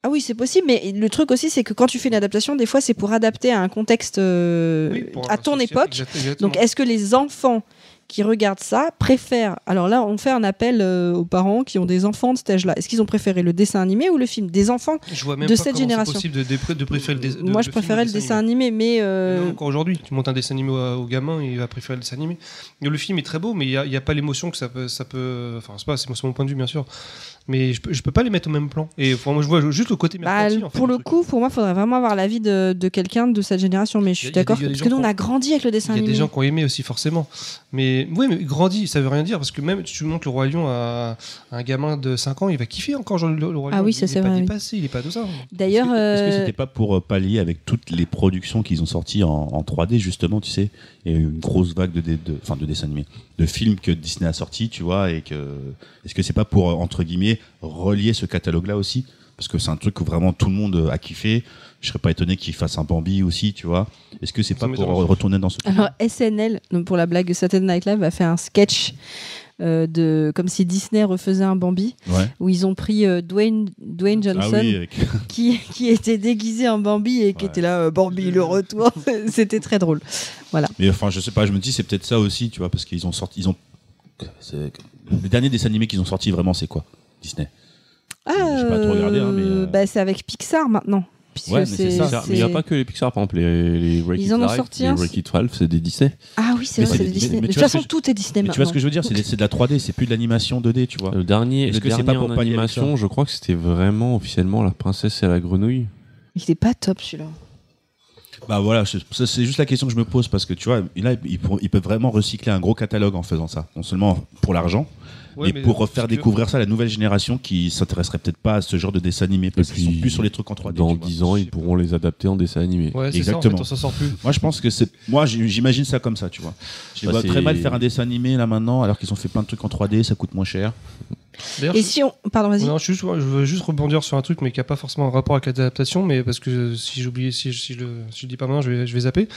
D: Ah oui, c'est possible, mais le truc aussi, c'est que quand tu fais une adaptation, des fois, c'est pour adapter à un contexte euh,
B: Oui, pour
D: à
B: un
D: ton
B: social,
D: époque.
B: exact- exactement.
D: Donc, est-ce que les enfants qui regardent ça préfèrent Alors là, on fait un appel euh, aux parents qui ont des enfants de cet âge-là. Est-ce qu'ils ont préféré le dessin animé ou le film Des enfants
B: je vois même
D: de
B: pas
D: cette
B: comment c'est
D: génération.
B: possible de, de- de préférer le, dé- de-
D: Moi, je
B: le film
D: préférais
B: au
D: le dessin animé, mais euh,
B: animé. Même Encore aujourd'hui, tu montes un dessin animé au, au gamin, il va préférer le dessin animé. Mais le film est très beau, mais il n'y a, pas l'émotion que ça peut, ça peut. Enfin, c'est pas, c'est mon- c'est mon point de vue, bien sûr. Mais je peux, je peux pas les mettre au même plan. Et enfin, moi, je vois juste le côté
D: Bah,
B: mercantile. en fait,
D: pour
B: du
D: le
B: truc.
D: coup, pour moi, faudrait vraiment avoir l'avis de, de quelqu'un de cette génération. Mais
B: Y a-
D: je suis
B: y a des-
D: d'accord
B: y a des
D: parce
B: gens
D: que nous, on
B: qui ont-
D: a grandi avec le dessin
B: Il y a
D: animé.
B: des gens qui ont aimé aussi, forcément. Mais mais oui, mais grandit, ça veut rien dire parce que même si tu montres le roi lion à un gamin de 5 ans, il va kiffer encore Jean- le, le roi
D: Ah
B: lion.
D: oui,
B: Il-
D: ça,
B: il
D: c'est
B: est
D: vrai,
B: Pas
D: oui.
B: dépassé, il est pas tout ça.
D: D'ailleurs,
C: Est-ce que
D: euh,
C: c'était pas pour euh, pallier avec toutes les productions qu'ils ont sorties en, en 3D justement, tu sais Il y a eu une grosse vague de, dé- de, enfin, de dessins animés, de films que Disney a sortis, tu vois, et que est-ce que c'est pas pour euh, entre guillemets relier ce catalogue-là aussi Parce que c'est un truc que vraiment tout le monde euh, a kiffé. Je serais pas étonné qu'ils fassent un Bambi aussi, tu vois. Est-ce que c'est
B: Ça
C: pas pour
B: m'étonnerait.
C: retourner dans ce truc
D: Alors SNL, donc pour la blague Saturday Night Live, a fait un sketch euh, de comme si Disney refaisait un Bambi,
C: Ouais.
D: où ils ont pris euh, Dwayne, Dwayne Johnson
C: Ah oui, avec-
D: qui, qui était déguisé en Bambi et qui
C: Ouais.
D: était là euh, Bambi le retour. C'était très drôle.
C: Mais enfin, je sais pas, je me dis, c'est peut-être ça aussi, tu vois, parce qu'ils ont sorti. Ils ont... c'est- Le dernier dessin animé qu'ils ont sorti, vraiment, c'est quoi Disney
D: Ah,
C: J'ai pas trop regardé, hein, mais, euh,
D: bah, c'est avec Pixar maintenant. puisque
C: Ouais, mais c'est ça.
A: Pixar, mais il n'y a pas que les Pixar, par exemple, les, les Wreck-It
D: Ils en ont
A: Ralph,
D: sorti
A: les
D: un,
A: Wreck-It Ralph, c'est des Disney.
D: Ah oui, c'est
C: Mais
D: vrai,
C: c'est-
D: c'est
C: mais- mais
D: Disney. de
C: tu
D: toute
C: vois ce
D: façon,
C: que je-
D: tout est Disney
C: Mais
D: maintenant.
C: tu vois ce que je veux dire C'est des- c'est de la 3D, c'est plus de l'animation 2D, tu vois.
A: Le dernier,
C: Est-ce
A: le
C: que c'est
A: dernier
C: pas pour
A: en
C: pallier avec
A: animation, je crois que c'était vraiment officiellement La Princesse et la Grenouille.
D: Il était pas top celui-là.
C: Bah voilà, je- ça, c'est juste la question que je me pose parce que tu vois, là, ils, pour- ils peuvent vraiment recycler un gros catalogue en faisant ça. Non seulement pour l'argent,
B: Ouais,
C: mais
B: mais
C: pour
B: parce
C: refaire
B: que-
C: découvrir ça à la nouvelle génération qui s'intéresserait peut-être pas à ce genre de dessin animé parce
A: Et
C: qu'ils sont
A: puis,
C: plus sur les trucs en 3D.
A: Dans
C: tu vois.
A: 10 ans, ils pourront les adapter en dessin animé.
B: Ouais, c'est ça. En fait,
C: Exactement.
B: on s'en sort plus.
C: Moi, je pense que c'est. Moi, j'ai- j'imagine ça comme ça, tu vois. Je les
A: Bah,
C: vois
A: c'est-
C: très mal faire un dessin animé là maintenant, alors qu'ils ont fait plein de trucs en 3D, ça coûte moins cher.
B: D'ailleurs,
D: Et
B: je-
D: si on. Pardon, vas-y.
B: Non, je, suis juste- je veux juste rebondir sur un truc, mais qui n'a pas forcément un rapport avec l'adaptation, mais parce que si j'oublie, si, je- si je le, si je le dis pas maintenant, je vais, je vais zapper.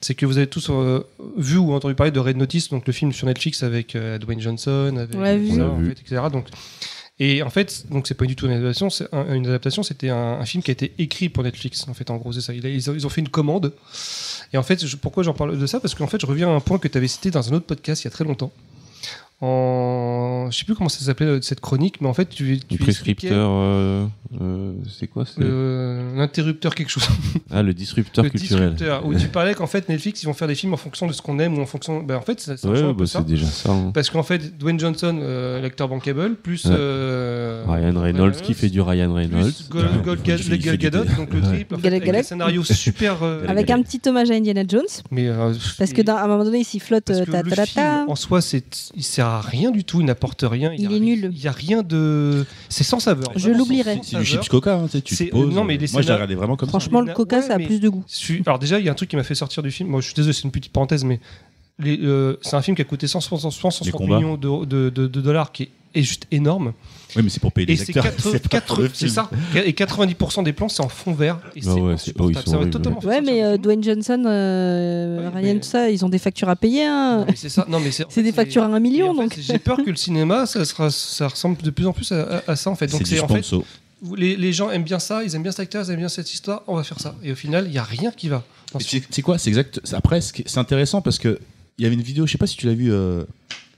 B: C'est que vous avez tous euh, vu ou entendu parler de Red Notice, donc le film sur Netflix avec euh, Dwayne Johnson, avec
D: On l'a vu.
B: tout ça,
A: On l'a
B: en
A: vu.
B: fait, etc. Donc, et en fait, donc c'est pas du tout une adaptation. c'est un- une adaptation, c'était un, un film qui a été écrit pour Netflix. En fait, en gros, c'est ça. Ils, ils ont, ils ont fait une commande. Et en fait, je- pourquoi j'en parle de ça Parce qu'en fait, je reviens à un point que tu avais cité dans un autre podcast il y a très longtemps. En, je sais plus comment ça s'appelait euh, cette chronique, mais en fait, tu, tu
A: Le
B: expliquais,
A: prescripteur, euh, euh, c'est quoi c'est-
B: euh, l'interrupteur quelque chose,
A: Ah, le disrupteur
B: le
A: culturel.
B: disrupteur, où tu parlais qu'en fait Netflix ils vont faire des films en fonction de ce qu'on aime ou en fonction, ben en fait ça, ça
A: Ouais,
B: rejoint un
A: bah,
B: peu ça.
A: c'est déjà ça. hein.
B: Parce qu'en fait, Dwayne Johnson, euh, l'acteur bankable, plus
A: Ouais.
B: euh,
A: Ryan Reynolds qui fait du Ryan Reynolds.
B: plus Gol- Gol-
C: Il
B: Gol-
C: fait du- il fait du-
B: Gadot, donc le
A: Ouais.
B: triple, en fait,
D: Gadot,
B: avec
D: Gadot.
B: un scénario super. euh,
A: Gadot.
D: Avec un petit hommage à Indiana Jones,
B: mais, euh,
D: parce
B: il-
D: que d'un- à un moment donné, il s'y flotte.
B: parce
D: euh,
B: que
D: ta-
B: le
D: ta- ta- ta.
B: film, en soi, c'est, il sert à rien du tout, il n'apporte rien.
D: Il
B: y a-
D: est nul.
B: Il n'y a rien de. C'est sans saveur.
D: Je
B: vraiment,
D: l'oublierai.
B: sans
C: C'est du
B: saveur.
C: chips coca, hein, tu sais, tu
B: C'est- euh,
C: te poses.
B: non, mais les
C: Moi, je
B: scénar-
C: la regardais vraiment comme ça.
D: Franchement, le coca,
B: Ouais,
D: ça a
B: mais-
D: plus de goût.
B: Je suis- Alors déjà, il y a un truc qui m'a fait sortir du film. Moi, je suis désolé, c'est une petite parenthèse, mais les- euh, c'est un film qui a coûté 160, 160
C: combats.
B: millions de, de- de- de dollars, qui est, est juste énorme.
C: Oui, mais c'est pour payer
B: Et
C: les
B: c'est
C: acteurs.
B: quatre-
C: pas
B: quatre-
C: pour le
B: c'est
C: film.
B: ça. Et 90% des plans, c'est en fond vert. Et
A: Ah ouais, c'est- oh, ils
B: insupportable.
A: sont
B: Ça m'a
A: horribles.
B: totalement fait
D: Ouais,
B: sortir
D: mais
B: du
D: euh,
B: film.
D: Dwayne Johnson, euh,
B: Ouais,
D: Ryan,
B: mais-
D: tout ça, ils ont des factures à payer. hein.
B: Non, mais c'est ça. Non, mais
D: C'est des factures à un
B: Et
D: million,
B: en fait,
D: donc.
B: J'ai peur que le cinéma, ça, sera, ça ressemble de plus en plus à, à- à ça en fait. Donc
C: C'est du
B: c'est en fait,
C: sponsor.
B: vous- les, les gens aiment bien ça, ils aiment bien cet acteur, ils aiment bien cette histoire, on va faire ça. Et au final, il y a rien qui va. dans
C: Mais
B: ce
C: C'est c'est quoi C'est exact. c'est- Après, ce qui- c'est intéressant parce que il y avait une vidéo. Je sais pas si tu l'as vu, euh,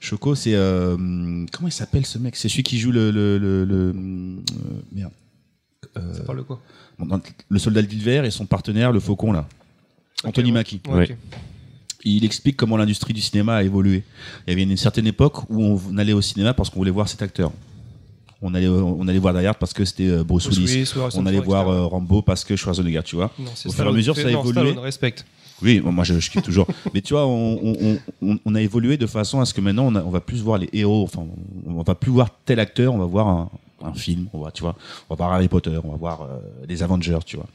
C: Choco. C'est euh, hum, comment il s'appelle ce mec C'est celui qui joue le, le, le- le, hum, euh, merde.
B: film. Ça parle de quoi
C: Bon, dans le soldat d'hiver et son partenaire, le faucon là, Anthony
B: ouais.
C: Mackie.
B: Ouais,
A: Ouais.
B: ok.
C: Il explique comment l'industrie du cinéma a évolué. Il y avait une certaine époque où on allait au cinéma parce qu'on voulait voir cet acteur. On allait, on allait voir derrière parce que c'était euh, Bruce
B: Bruce
C: Willis.
B: Willis, Harrison
C: on allait
B: Ford,
C: voir
B: etc.
C: euh, Rambo parce que Schwarzenegger, tu vois.
B: Non, c'est
C: Au fur et à
B: Stallone.
C: mesure, ça a
B: Non,
C: évolué.
B: Stallone, respecte.
C: Oui, moi je, je kiffe toujours. Mais tu vois, on, on- on- on a évolué de façon à ce que maintenant on, a- on va plus voir les héros. Enfin, on, on va plus voir tel acteur, on va voir un, un film. On va, tu vois, on va voir Harry Potter, on va voir euh, les Avengers, tu vois.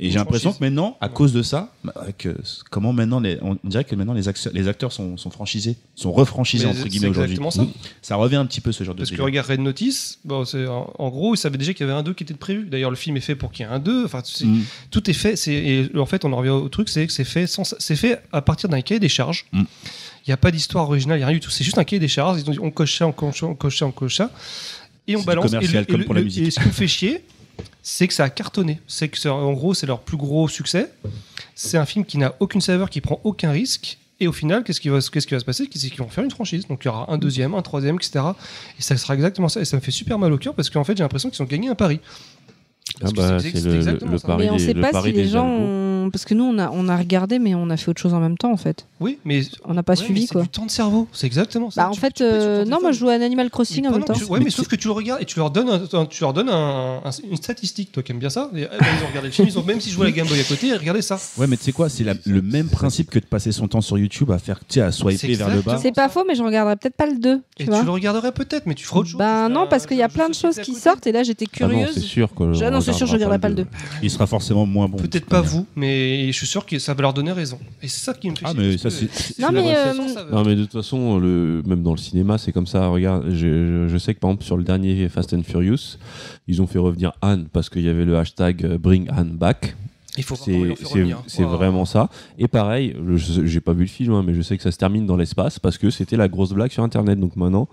C: Et
B: Une
C: j'ai l'impression
B: franchise.
C: que maintenant, à
B: Ouais.
C: cause de ça, bah, avec, euh, c- comment maintenant, les- on, on dirait que maintenant les acteurs, les acteurs sont, sont franchisés, sont refranchisés
B: Mais
C: entre
B: c'est
C: guillemets aujourd'hui. Mmh.
B: exactement ça.
C: Ça revient un petit peu ce genre de
B: Parce que
C: délire.
B: regarde Red Notice, bon, c'est- en, en gros, ils savaient déjà qu'il y avait un 2 qui était prévu. D'ailleurs, le film est fait pour qu'il y ait un 2. Enfin, c'est-
C: Mm.
B: tout est fait. c'est- Et en fait, on en revient au truc, c'est que c'est fait, sans- c'est fait à partir d'un cahier des charges. Il
C: Mm.
B: n'y a pas d'histoire originale, il n'y a rien du tout. C'est juste un cahier des charges. Ils ont dit on coche ça, on coche ça, on coche ça, on coche ça. Et on
C: C'est du
B: balance.
C: commercial,
B: et, le-
C: comme
B: et
C: pour
B: le-
C: la musique.
B: et ce qui me fait chier, c'est que ça a cartonné. C'est que, ça- en gros, c'est leur plus gros succès. C'est un film qui n'a aucune saveur, qui prend aucun risque. Et au final, qu'est-ce qui va, se- qu'est-ce qui va se passer C'est qu'ils vont faire une franchise. Donc il y aura un deuxième, un troisième, etc. Et ça sera exactement ça. Et ça me fait super mal au cœur parce qu'en fait, j'ai l'impression qu'ils ont gagné un pari.
A: Ah
B: Parce que
A: bah,
B: c'est-
A: c'est
B: c'est
A: le-
B: exactement
A: le
B: ça.
A: pari
D: Mais on
A: des-
D: sait
A: le
D: pas
A: pari
D: si les
A: des
D: gens
A: algos.
D: ont on- parce que nous, on a, on a regardé, mais on a fait autre chose en même temps, en fait.
B: Oui, mais.
D: On n'a pas
B: Ouais, mais
D: suivi,
B: c'est
D: quoi.
B: du temps de cerveau, c'est exactement ça.
D: Bah, en
B: Tu-
D: fait,
B: tu peux sur ton
D: euh, non,
B: téléphone.
D: moi, je joue à un Animal
B: Mais
D: Crossing en
B: pendant
D: même temps.
B: que tu- ouais,
C: Mais
B: mais,
C: tu-
B: sauf que tu le regardes et tu leur donnes, un- un- tu leur donnes un- un- une statistique, toi qui aimes bien ça. Et, ah, bah, ils ont regardé le film, ils ont, même si je jouais à la Game Boy à côté, regardez ça.
C: Ouais, mais tu sais quoi, c'est la- le même principe que de passer son temps sur YouTube à faire, tu sais, à
B: C'est
C: swiper vers le bas.
D: C'est pas faux, mais je regarderai peut-être pas le 2.
B: Et
D: Tu
B: tu,
D: vois
B: le regarderais peut-être, mais tu feras autre chose.
D: Ben
B: Tu
D: non,
B: feras-
D: parce qu'il y a
B: je
D: plein de
B: sais que
D: choses
B: c'est à
D: qui
B: côté.
D: sortent, et là, j'étais
A: Ah non, c'est
D: curieuse.
A: sûr que.
D: Je-
A: on
D: non, c'est sûr, je regarderai pas le
A: deux.
D: 2.
C: Il sera forcément moins bon.
B: Peut-être pas vous, mais je suis sûr que ça va leur donner raison. Et c'est ça qui me fait
C: Ah,
B: chier,
C: mais
B: parce
C: ça,
B: que-
C: c'est. c'est
D: Non,
B: c'est la
C: la
D: mais,
C: vraie-
D: euh,
B: vraie science, ça veut-
A: Non mais de toute façon, le, même dans le cinéma, c'est comme ça. Regarde, je, je- je sais que par exemple sur le dernier Fast and Furious, ils ont fait revenir Anne parce qu'il y avait le hashtag euh, Bring Anne Back.
B: Il faut voir comment ils
A: C'est
B: l'ont fait
A: c'est-
B: revenir.
A: c'est
B: Waouh.
A: vraiment ça. Et pareil, le- je- j'ai pas vu le film, hein, mais je sais que ça se termine dans l'espace parce que c'était la grosse blague sur Internet. Donc maintenant,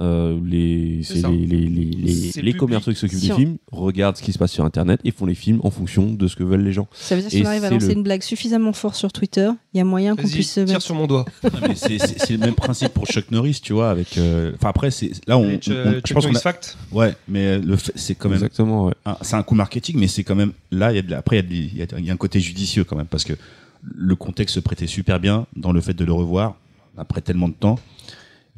A: euh, les,
B: C'est
A: c'est
B: ça.
A: les, les, les- les-
B: C'est le
A: les
B: public.
A: commerciaux qui s'occupent
D: Si
A: des
D: on-
A: films regardent ce qui se passe sur Internet et font les films en fonction de ce que veulent les gens.
D: Ça veut dire que
A: Et
D: si on arrive à
A: c'est
D: lancer
A: le-
D: une blague suffisamment forte sur Twitter, il y a moyen qu'on
B: Vas-y,
D: puisse. se
B: tire
D: mettre-
B: sur mon doigt.
D: euh,
C: Non, mais c'est- c'est c'est le même principe pour Chuck Norris, tu vois. Avec. euh, Enfin après, c'est là on.
B: Et
C: on-
B: tu-
C: on-
B: tu
C: je pense
B: fais
C: qu'on
B: Miss
C: a-
B: euh, Fact.
C: Ouais, mais euh, le fait- c'est quand même
A: Exactement. ouais.
C: Ah, c'est un coup marketing, mais c'est quand même là. Il y a de la- après, il y a de- il y, a- il y a un côté judicieux quand même parce que le contexte se prêtait super bien dans le fait de le revoir après tellement de temps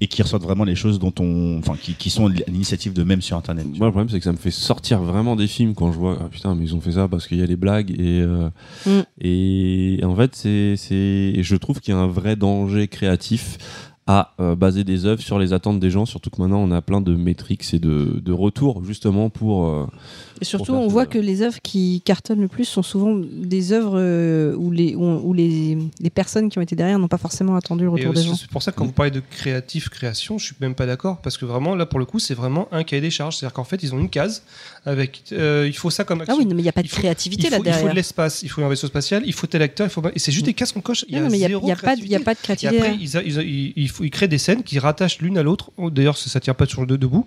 C: et qui ressortent vraiment les choses dont on, enfin, qui, qui sont à l'initiative de même sur Internet. tu
A: Moi, le problème, c'est que ça me fait sortir vraiment des films quand je vois ah, putain, mais ils ont fait ça parce qu'il y a des blagues et euh,
D: Mm.
A: et en fait, c'est c'est et je trouve qu'il y a un vrai danger créatif à euh, baser des œuvres sur les attentes des gens, surtout que maintenant on a plein de métriques et de, de retours justement pour euh,
D: Et surtout,
A: pour faire
D: on
A: ce-
D: voit que les œuvres qui cartonnent le plus sont souvent des œuvres euh, où, les, où, où les, les personnes qui ont été derrière n'ont pas forcément attendu le
B: Et
D: retour des
B: aussi,
D: gens.
B: c'est pour ça que quand vous parlez de créatif, création, je suis même pas d'accord parce que vraiment là pour le coup c'est vraiment un cahier des charges, c'est-à-dire qu'en fait ils ont une case avec euh, il faut ça comme action.
D: Ah oui, non, mais il n'y a pas de
B: Il faut-
D: créativité
B: il faut,
D: là
B: il faut de
D: derrière.
B: l'espace, il faut un vaisseau spatial, il faut tel acteur, il faut et c'est juste des cases qu'on coche. Il y
D: Non,
B: a
D: non, mais il n'y a,
B: zéro
D: il y a pas de- il y
B: créativité.
D: a pas de
B: Et
D: créativité.
B: après, ils, a- ils a- ils- ils font- ils créent des scènes qui rattachent l'une à l'autre. Oh, D'ailleurs, ça, ça tient pas sur le deux debout.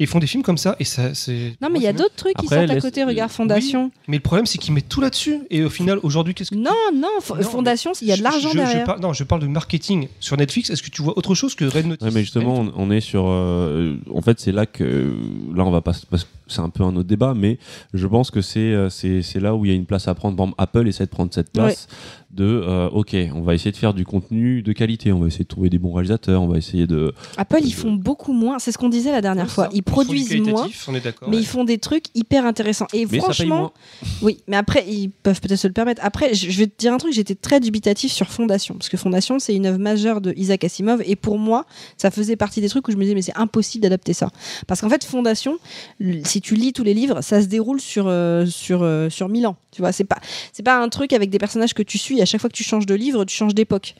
B: Et ils font des films comme ça. Et ça, c'est.
D: non, mais il y a
B: Moi, c'est
D: d'autres trucs qui
A: Après,
D: sortent à
A: laisse-
D: côté, regarde
A: oui.
D: Fondation.
B: bien. Mais le problème, c'est qu'ils mettent tout là-dessus. Et au final, aujourd'hui, qu'est-ce que.
D: Non, non, fo-
B: Non, mais
D: Fondation, il y a de
B: Je-
D: l'argent
B: je- je
D: derrière.
B: par- Non, je parle de marketing sur Netflix. Est-ce que tu vois autre chose que Red Notice
A: Ouais, mais justement, on, on est sur. euh, en fait, c'est là que. Là, on va pas. se- parce que C'est un peu un autre débat, mais je pense que c'est euh, c'est c'est là où il y a une place à prendre. Par exemple, Apple essaie de prendre cette place de. euh, ok, on va essayer de faire du contenu de qualité. On va essayer de trouver des bons réalisateurs. On va essayer de.
D: Apple, ils
A: Je-
D: font beaucoup moins. C'est ce qu'on disait la dernière fois. Ils produisent moins,
B: On est d'accord.
D: mais
B: ouais.
D: ils font des trucs hyper intéressants. Et
A: Mais ça paye
D: franchement,
A: moins.
D: Oui, mais après, ils peuvent peut-être se le permettre. Après, je je vais te dire un truc, j'étais très dubitatif sur Fondation, parce que Fondation, c'est une œuvre majeure de Isaac Asimov, et pour moi, ça faisait partie des trucs où je me disais, mais c'est impossible d'adapter ça. Parce qu'en fait, Fondation, l- si tu lis tous les livres, ça se déroule sur, euh, sur, euh, sur Milan. Tu vois, c'est pas, c'est pas un truc avec des personnages que tu suis, à chaque fois que tu changes de livre, tu changes d'époque.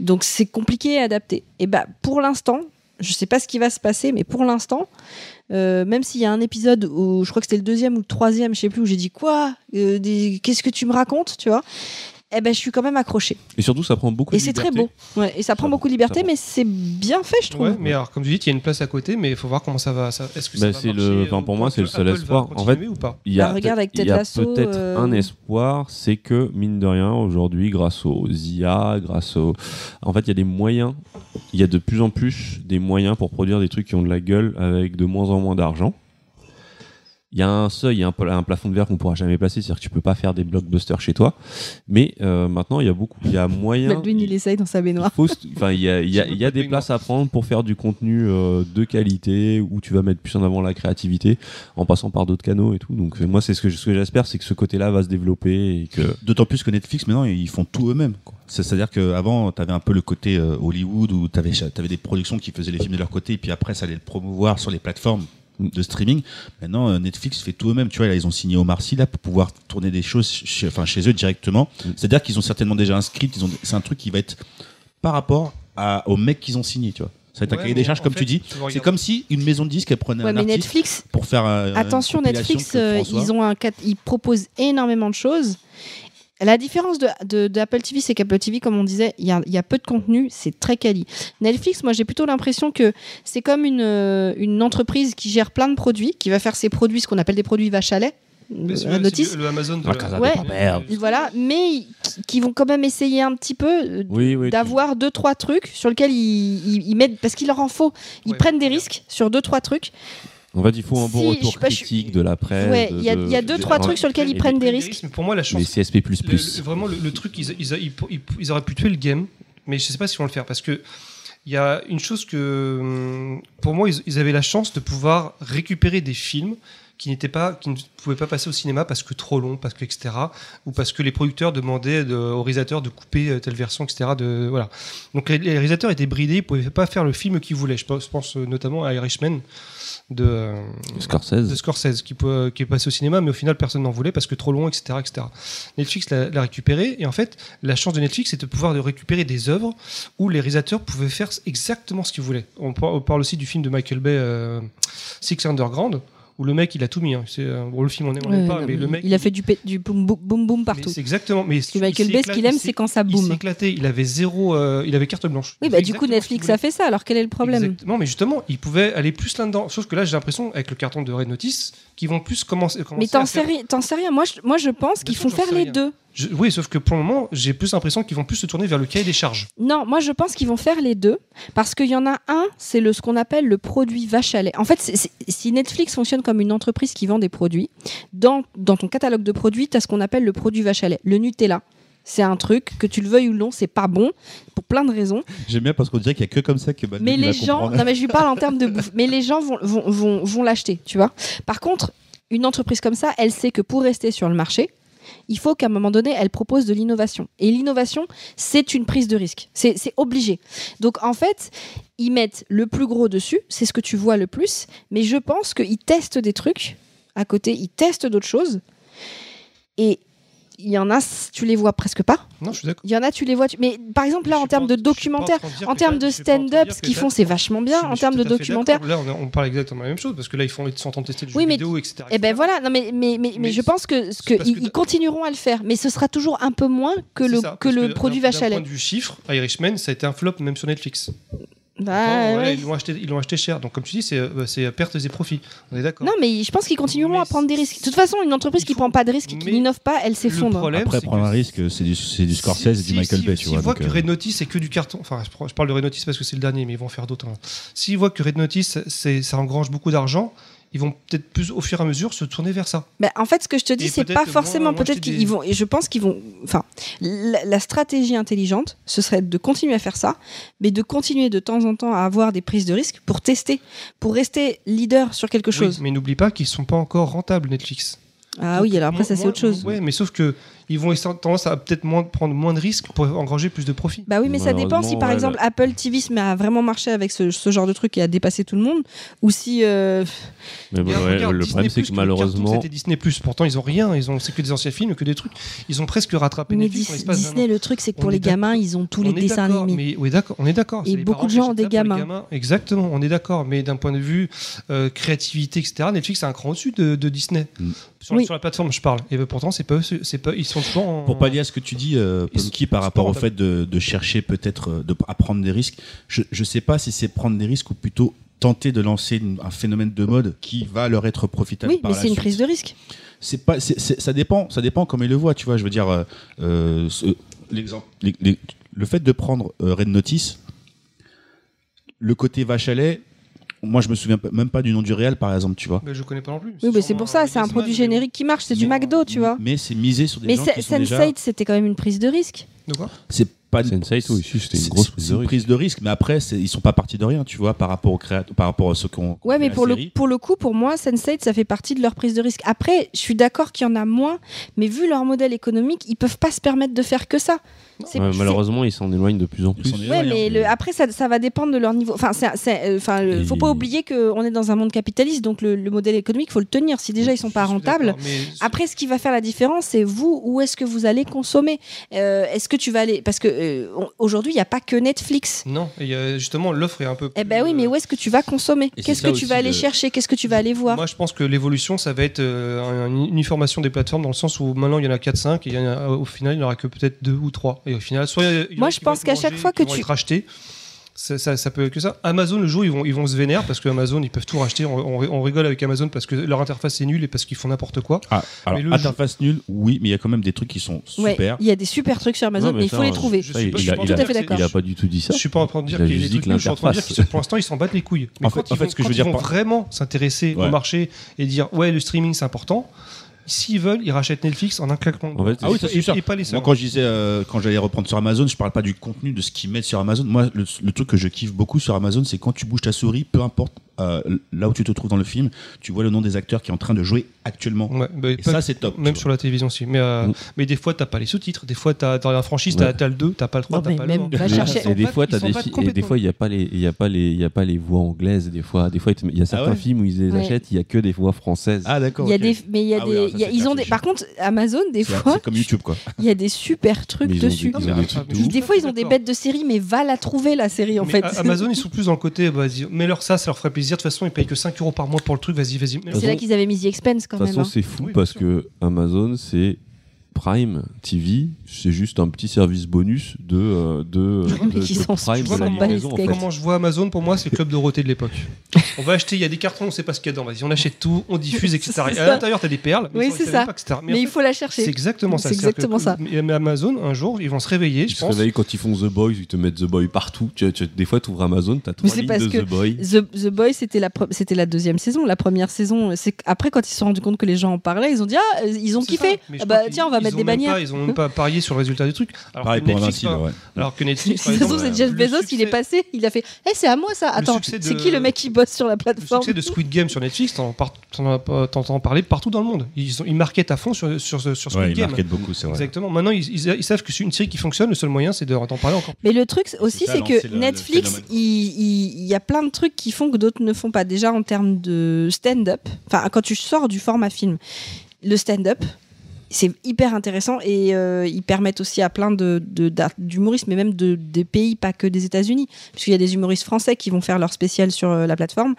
D: Donc c'est compliqué à adapter. Et bah, pour l'instant, je sais pas ce qui va se passer, mais pour l'instant, euh, même s'il y a un épisode où je crois que c'était le deuxième ou le troisième, je sais plus, où j'ai dit quoi Euh, des- Qu'est-ce que tu me racontes Tu vois Eh ben, je suis quand même accrochée.
A: Et surtout, ça prend beaucoup
D: Et
A: de
D: c'est très
A: liberté.
D: beau. Ouais, et ça, prend
A: prend-
D: beaucoup de liberté,
A: ça prend-
D: mais c'est bien fait, je trouve.
B: Ouais, mais alors, comme tu dis, il y a une place à côté, mais il faut voir comment ça va. Ça, est-ce que ça
A: Bah,
B: va
A: c'est
B: marcher,
A: le-
B: euh,
A: enfin, pour
B: ou
A: moi,
B: pas,
A: c'est le
B: que
A: seul
B: Apple va
A: espoir. En fait,
B: continuer ou pas
A: Il y a
D: Bah, regarde avec
A: peut-être- il y
D: Ted
A: a
D: Lasso,
A: peut-être
D: euh,
A: un espoir, c'est que mine de rien aujourd'hui, grâce aux IA, grâce aux, en fait, il y a des moyens, il y a de plus en plus des moyens pour produire des trucs qui ont de la gueule avec de moins en moins d'argent. Il y a un seuil, il y a un, pla- un plafond de verre qu'on pourra jamais placer, c'est-à-dire que tu peux pas faire des blockbusters chez toi. Mais euh, maintenant, il y a beaucoup, il y a moyen.
D: Baldwin, il essaye dans sa
A: Il
D: baignoire.
A: faut st- enfin, il y a, il y a- il y a des
B: Complètement.
A: places à prendre pour faire du contenu euh, de qualité où tu vas mettre plus en avant la créativité en passant par d'autres canaux et tout. Donc euh, moi, c'est ce que, je- ce que j'espère, c'est que ce côté-là va se développer et que
C: D'autant plus que Netflix, maintenant, ils font tout eux-mêmes. quoi. C'est- C'est-à-dire qu'avant, tu avais un peu le côté euh, Hollywood où tu avais, des productions qui faisaient les films de leur côté et puis après, ça allait le promouvoir sur les plateformes de streaming. Maintenant, euh, Netflix fait tout eux-mêmes. Tu vois, là, ils ont signé Omar Sy là, pour pouvoir tourner des choses chez, enfin, chez eux directement. C'est-à-dire qu'ils ont certainement déjà un script. Ils ont, c'est un truc qui va être par rapport à, aux mecs qu'ils ont signés. Tu vois. Ça va être un
B: Ouais,
C: cahier des
B: mais
C: charges,
B: en
C: comme
B: fait,
C: tu dis.
B: tu vas
C: C'est
B: regarder.
C: comme si une maison de disques elle prenait
D: Ouais,
C: un
D: mais
C: artiste
D: Netflix,
C: pour faire. euh, une
D: attention,
C: compilation
D: Netflix,
C: que
D: euh,
C: François-
D: ils, ont un, cat- ils proposent énormément de choses. La différence de, de, de Apple TV, c'est qu'Apple TV, comme on disait, il y a, il y a peu de contenu, c'est très quali. Netflix, moi, j'ai plutôt l'impression que c'est comme une, euh, une entreprise qui gère plein de produits, qui va faire ses produits, ce qu'on appelle des produits vache à lait,
B: Mais
D: euh,
B: c'est-
D: un
B: c'est
D: notice.
B: Le, le Amazon de
A: Ah,
B: la-
A: Casa
D: de Ouais.
A: Papel.
D: Voilà, mais ils- qui- qui vont quand même essayer un petit peu euh,
A: oui, oui,
D: d'avoir deux trois trucs sur lesquels ils, ils- ils mettent parce qu'il leur en faut ils
B: Ouais,
D: prennent des
B: bien.
D: risques sur deux trois trucs
A: En fait, il faut un bon
D: Si, je
A: retour
D: sais pas, je-
A: critique de la presse.
D: Ouais, il y a-
A: de-
D: il y a deux,
A: de-
D: trois
A: de-
D: trucs sur lesquels ils
A: Et
D: prennent des
B: Les
D: risques.
B: risques, Mais pour moi, la
A: Les
B: chance.
A: CSP++.
B: le- le- vraiment, le, le truc, ils, ils- ils- ils- ils auraient pu tuer le game, mais je sais pas si ils vont le faire parce que. Il y a une chose que, hum, pour moi, ils, ils avaient la chance de pouvoir récupérer des films qui n'étaient pas, qui ne pouvaient pas passer au cinéma parce que trop long, parce que etc. Ou parce que les producteurs demandaient de, aux réalisateurs de couper euh, telle version, etc. De, voilà. Donc les, les réalisateurs étaient bridés, ils pouvaient pas faire le film qu'ils voulaient. Je pense, je pense, euh, notamment à Irishman de. euh, de
A: Scorsese.
B: Scorsese qui, peut- qui est passé au cinéma, mais au final personne n'en voulait parce que trop long, etc. etc. Netflix l'a l'a récupéré et en fait, la chance de Netflix c'est de pouvoir de récupérer des œuvres où les réalisateurs pouvaient faire exactement ce qu'ils voulaient. On, par- on parle aussi du film de Michael Bay, euh, Six Underground, où le mec il a tout mis. hein. C'est euh, bon, le film on n'aime
D: Ouais,
B: pas,
D: non,
B: mais le mec
D: il a fait du, pé- du boum boum boum boum
B: mais
D: partout.
B: c'est exactement. Mais
D: Parce que Michael Bay, ce qu'il aime, c'est quand ça
B: il s'est
D: boum.
B: éclaté. Il avait zéro, euh, il avait carte blanche.
D: Oui,
B: Il
D: bah
B: fait
D: du
B: exactement
D: coup
B: ce qu'il
D: Netflix
B: voulait.
D: a fait ça. Alors quel est le problème
B: Exactement, mais justement, ils pouvaient aller plus là-dedans. Sauf que là, j'ai l'impression, avec le carton de Red Notice, qu'ils vont plus commencer. commencer
D: Mais t'en
B: à
D: sais,
B: faire-
D: ri- t'en sais rien. Moi, je, moi, je pense qu'ils
B: sûr,
D: font
B: j'en
D: faire
B: sais
D: les
B: rien.
D: deux.
B: Je- oui, sauf que pour le moment, j'ai plus l'impression qu'ils vont plus se tourner vers le cahier des charges.
D: Non, moi je pense qu'ils vont faire les deux parce qu'il y en a un, c'est le ce qu'on appelle le produit vache à lait. En fait, c'est- c'est- si Netflix fonctionne comme une entreprise qui vend des produits, dans, dans ton catalogue de produits, tu as ce qu'on appelle le produit vache à lait, le Nutella. C'est un truc que tu le veuilles ou non, c'est pas bon pour plein de raisons.
C: J'aime bien parce qu'on dirait qu'il y a que comme ça que Manu,
D: mais
C: il va
D: les gens,
C: comprendre.
D: non mais je lui parle en termes de bouffe, mais les gens vont, vont, vont, vont l'acheter, tu vois. Par contre, une entreprise comme ça, elle sait que pour rester sur le marché, il faut qu'à un moment donné, elle propose de l'innovation. Et l'innovation, c'est une prise de risque. C'est c'est obligé. Donc en fait, ils mettent le plus gros dessus, c'est ce que tu vois le plus, mais je pense qu'ils testent des trucs à côté, ils testent d'autres choses. Et il y en a, tu les vois presque pas.
B: Non, je suis d'accord.
D: Il y en a, tu les vois. tu- Mais par exemple, là, en termes de documentaire, en termes de stand-up, ce qu'ils font, c'est vachement bien. En termes de documentaire.
B: Là, on, on parle exactement la même chose parce que là, ils, font, ils sont en train de tester le jeu
D: Oui, mais-
B: vidéo, etc.
D: Eh ben voilà, non mais, mais, mais, mais
B: Mais
D: je pense que, ce que,
B: c'est parce que
D: ils, ils
B: t'as-
D: continueront à le faire, mais ce sera toujours un peu moins que
B: C'est
D: le,
B: ça,
D: que
B: parce
D: le
B: d'un-
D: produit
B: d'un
D: vache à lait.
B: point de vue chiffre, Irishman, ça a été un flop même sur Netflix.
D: Bah,
B: Pourtant, voilà,
D: ouais.
B: ils l'ont acheté, ils l'ont acheté cher. Donc, comme tu dis, c'est euh, c'est pertes et profits. On est d'accord.
D: Non mais je pense qu'ils continueront
B: Mais
D: à prendre des
B: c'est-
D: risques. De toute façon, une entreprise
B: Il
D: qui
B: faut-
D: prend pas de risques, qui
B: mais
D: n'innove pas, elle
B: Le
D: s'effondre.
B: problème,
C: Après,
B: c'est
C: prendre
B: que
C: un risque, c'est du, c'est du Scorsese et
B: Si-
C: du Michael
B: si-
C: Bay, tu
B: s'ils
C: vois.
B: voient
C: donc,
B: que
C: euh,
B: Red Notice c'est que du carton, enfin je, prends- je parle de Red Notice parce que c'est le dernier, mais ils vont en faire d'autres. hein. S'ils voient que Red Notice c'est, ça engrange beaucoup d'argent, ils vont peut-être plus au fur et à mesure se tourner vers ça.
D: Bah, en fait, ce que je te dis,
B: Et
D: c'est
B: peut-être
D: pas forcément.
B: moins- moins
D: Peut-être
B: acheter
D: qu'ils
B: des-
D: vont. et Je pense qu'ils vont. Enfin, la, la stratégie intelligente, ce serait de continuer à faire ça, mais de continuer de temps en temps à avoir des prises de risques pour tester, pour rester leader sur quelque
B: Oui,
D: chose.
B: mais n'oublie pas qu'ils sont pas encore rentables Netflix.
D: Ah oui, alors après, ça, c'est autre chose.
B: Oui, mais sauf que ils vont avoir tendance à peut-être moins, prendre moins de risques pour engranger plus de profits.
D: Bah oui, mais ça dépend si
A: Malheureusement,
D: par
A: ouais,
D: exemple Apple TV se met à vraiment marcher avec ce, ce genre de truc et à dépasser tout le monde, ou si. euh,
A: Mais bon,
B: Et
A: ouais,
B: regarde,
A: le
B: Disney+,
A: problème, c'est que
B: le cartoon,
A: malheureusement,
B: c'était Disney Plus. Pourtant, ils ont rien. Ils ont c'est que des anciens films, que des trucs. Ils ont presque rattrapé
D: mais
B: Netflix. en
D: Dis-
B: l'espace d'un
D: Disney, le truc, c'est que
B: On
D: pour
B: est
D: les
B: d'accord.
D: gamins, ils ont tous les
B: On est
D: dessins
B: d'accord,
D: animés.
B: Mais, oui, d'accord, on est d'accord.
D: Et
B: c'est les
D: beaucoup
B: parents
D: de gens
B: qui
D: ont des
B: achètent ça pour les
D: gamins.
B: Exactement, on est d'accord. Mais d'un point de vue euh, créativité, etc., Netflix c'est un cran au-dessus de, de Disney.
C: Mm.
B: Sur,
D: Oui.
B: sur la plateforme, je parle. Et ben, pourtant, c'est pas, eux, c'est c'est pas, ils sont toujours en...
C: Pour pallier à ce que tu dis, euh,
B: Ils
C: Punky, par
B: sont
C: rapport au
B: rentables.
C: fait de, de chercher peut-être euh, de, à prendre des risques, je ne sais pas si c'est prendre des risques ou plutôt tenter de lancer une- un phénomène de mode qui va leur être profitable
D: Oui,
C: par
D: mais
C: la
D: c'est une
C: suite.
D: prise de risque.
C: c'est pas c'est- c'est- ça dépend ça dépend comment il le voit tu vois je veux dire euh, euh, ce- l'exemple les- les- le fait de prendre euh, Red Notice le côté vache à lait moi je me souviens p- même pas du nom du réel par exemple tu vois
B: Mais Ben, je connais pas non plus.
D: Oui, mais c'est
B: sûrement
D: pour ça, c'est un
B: Disney,
D: produit
B: mais-
D: générique qui marche, c'est du
C: Non,
D: McDo, tu vois.
C: mais c'est misé sur des
D: Mais
C: gens
D: Sen-
C: qui sont
D: Sense8,
C: déjà
D: c'était quand même une prise de risque.
B: De quoi
C: c'est pas
A: Sense8, oui, si, c'était une
C: c'est-
A: grosse
C: c'est-
A: prise
C: c'est
A: de
C: une
A: risque.
C: prise de risque mais après c'est- ils sont pas partis de rien tu vois par rapport au créat- par rapport à ceux qui ont
D: Ouais, mais
C: la
D: pour le,
C: série.
D: pour le coup, pour moi, Sense8, ça fait partie de leur prise de risque. Après, je suis d'accord qu'il y en a moins, mais vu leur modèle économique, ils peuvent pas se permettre de faire que ça. C'est-
A: ouais,
D: c'est-
A: malheureusement, ils s'en éloignent de plus en
C: Ils
A: plus.
C: sont déjà
D: Ouais,
C: rien,
D: mais le- après, ça, ça va dépendre de leur niveau. Enfin, c'est, c'est- euh, enfin, le-
A: Et-
D: faut pas oublier qu'on est dans un monde capitaliste, donc le, le modèle économique, faut le tenir. Si déjà ils sont
B: Je
D: pas
B: suis
D: rentables.
B: d'accord, mais-
D: Après, ce qui va faire la différence, c'est vous, où est-ce que vous allez consommer Euh, Est-ce que tu vas aller. Parce que euh, on- aujourd'hui, il n'y a pas que Netflix.
B: Non, et, euh, justement, l'offre est un peu.
D: Eh ben
B: plus,
D: oui, mais
B: euh,
D: où est-ce que tu vas consommer
C: Et c'est
D: Qu'est-ce
C: ça
D: que tu
C: aussi
D: vas aller
C: le-
D: chercher Qu'est-ce que tu vas aller voir
B: Moi, je pense que l'évolution, ça va être euh, une uniformation des plateformes dans le sens où maintenant il y en a 4-5 et il y en a- au final il n'y en aura que peut-être 2 ou 3. Et au final, soit. il y en a
D: Moi,
B: qui
D: je
B: vont
D: pense
B: être
D: qu'à chaque
B: mangés,
D: fois
B: qui
D: que
B: vont
D: tu-
B: être rachetés, ça, ça- ça peut être que ça. Amazon, le jour, ils vont, ils vont se vénérer parce que Amazon, ils peuvent tout racheter. On, on- on rigole avec Amazon parce que leur interface est nulle et parce qu'ils font n'importe quoi.
F: Ah, alors,
B: Mais le jeu-
F: interface nulle, oui, mais il y a quand même des trucs qui sont
D: Ouais,
F: super.
D: il y a des super trucs sur Amazon,
A: Non,
D: mais,
A: mais
D: il faut
A: ça,
D: les
A: je-
D: trouver.
B: Je
A: Ça,
B: suis
A: il
B: pas- je suis
A: a-
B: pas
A: il
D: tout
A: a-
D: à fait d'accord.
A: il a pas du tout dit ça.
B: Je suis pas en train de dire
A: Il a
B: qu'il y a des
A: juste dit
B: trucs
A: que
B: nuls, je suis en train de dire
A: l'interface.
B: que pour l'instant ils s'en battent les couilles. Mais
F: En
B: quand
F: fait-
B: ils
F: en fait,
B: vont-
F: ce que je
B: quand
F: veux
B: ils
F: dire
B: vont
F: par-
B: vraiment s'intéresser
F: Ouais.
B: au marché et dire ouais le streaming c'est important, s'ils veulent ils rachètent Netflix en un claquement. de
A: En
B: doigts.
A: fait,
F: Ah oui, ça, c'est
B: et,
F: sûr.
B: et pas les seuls.
F: Moi, quand je disais, euh, quand j'allais reprendre sur Amazon, je parle pas du contenu de ce qu'ils mettent sur Amazon. Moi, le, le truc que je kiffe beaucoup sur Amazon, c'est quand tu bouges ta souris, peu importe euh, là où tu te trouves dans le film, tu vois le nom des acteurs qui est en train de jouer actuellement.
B: Ouais, bah,
F: Et
B: pas-
F: ça, c'est top.
B: même
F: tu
B: sur la télévision aussi. Mais, euh,
A: Mm.
B: mais des fois t'as pas les sous-titres, des fois t'as dans la franchise t'as
A: Ouais.
B: t'as le 2, t'as pas le 3,
D: Non,
B: t'as
D: mais
B: pas
D: même
B: le 1.
D: va
B: Mais
A: Mais-
D: chercher.
B: ils
A: Et des
B: s'en
A: fois,
B: battent-
A: t'as
B: ils s'en
A: des
B: battent
A: fi- et des
B: complètement.
A: fois, il n'y a pas les, il y a pas les, il y a pas les voix anglaises. Des fois, des fois, il te-
B: Ah
A: il y a certains
F: ouais
A: films où ils- ils
D: Ouais.
A: achètent, il y a que des voix françaises.
F: vois. Ah, d'accord.
D: Il y a
F: ok.
D: des, mais il y a
F: Ah oui,
D: des,
F: alors ça,
D: il y a-
F: c'est
D: ils
F: clair,
D: ont
F: c'est
D: des.
F: chiant.
D: Par contre, Amazon, des
F: C'est
D: fois,
F: c'est comme YouTube, quoi.
D: il y a des super trucs
A: Mais ils ont des-
D: dessus.
A: ils ont des trucs de
B: Ah, mais-
A: ouf.
D: Des fois, ils ont des
B: D'accord.
D: bêtes de série, mais va la trouver la série en
B: Mais
D: fait.
B: A- Amazon, ils sont plus dans le côté, bah, vas-y, mets-leur ça, ça leur ferait plaisir. De toute façon, ils payent que 5 euros par mois pour le truc, vas-y, vas-y. mets-leur.
D: C'est là qu'ils avaient mis The Expense quand
A: De toute
D: même.
A: façon,
D: hein.
A: c'est fou
B: Oui, bien
A: parce
B: sûr.
A: que Amazon, c'est Prime TV, c'est juste un petit service bonus de euh, de, de-
D: Mais qui
A: de
D: s'en
A: Prime
D: fout,
A: de la
D: on bat les
A: livraison, en
D: steaks.
A: fait.
B: Comment je vois Amazon, pour moi, c'est le club Dorothée de l'époque. on va acheter, il y a des cartons, on sait pas ce qu'il y a dedans. Vas-y, on achète tout, on diffuse, etc.
D: C'est
B: Et
D: ça.
B: à l'intérieur, t'as des perles. mais
D: Oui,
B: on les
D: c'est
B: savait
D: ça.
B: pas, etc. Mais, en
D: Mais il
B: fait,
D: faut la
B: c'est
D: chercher.
B: exactement ça.
D: C'est
B: C'est-à-dire
D: exactement
B: que-
D: ça.
B: mais- mais Amazon, un jour, ils vont se réveiller,
A: Ils
B: je
A: se
B: pense.
A: réveillent quand ils font The Boys, ils te mettent The Boy partout. Tu- tu- des fois, tu ouvres Amazon, t'as
D: Mais
A: trois
D: c'est
A: lignes
D: parce
A: de
D: que-
A: The Boy.
D: The, The Boy, c'était la, pre- c'était la deuxième saison. La première saison, c'est qu- après quand ils se sont rendus compte que les gens en parlaient, ils ont dit ah euh, ils ont
B: C'est
D: kiffé.
B: ça. Mais je
D: Ah bah
B: crois
D: tiens on va
B: qu'ils-
D: mettre
B: ils
D: des
B: ont même
D: bannières.
B: pas- Ils ont même pas parié sur le résultat du truc. Alors
F: Pareil
B: que
F: pour
B: Netflix,
F: Invincible, hein.
B: par-
F: ouais.
B: Alors que
D: De
B: Netflix, par
D: toute façon,
B: exemple,
D: c'est
B: euh,
D: Jeff
B: le
D: Bezos, il est
B: succès-
D: passé, il a fait Eh, c'est à moi ça Attends,
B: succès
D: c'est
B: de-
D: qui le mec qui bosse sur la
B: Le
D: plateforme
B: succès de Squid Game sur Netflix, t'en par- t'en as pas- t'entends parler partout dans le monde. Ils, ont- ils marketent à fond sur, sur, ce- sur Squid
F: Ouais, ils
B: Game.
F: marketent beaucoup, c'est vrai.
B: Exactement. Maintenant, ils, ils- ils savent que c'est une série qui fonctionne. Le seul moyen, c'est de d'en parler encore.
D: Mais le truc aussi,
F: ça,
D: c'est
F: lancer
D: que
F: le- le
D: Netflix,
F: phénomène.
D: il il- il y a plein de trucs qui font que d'autres ne font pas. Déjà en termes de stand-up, enfin quand tu sors du format film, le stand-up. C'est hyper intéressant et euh, ils permettent aussi à plein de, de- d'art- d'humoristes, mais même de, des pays, pas que des États-Unis, puisqu'il y a des humoristes français qui vont faire leur spécial sur euh, la plateforme.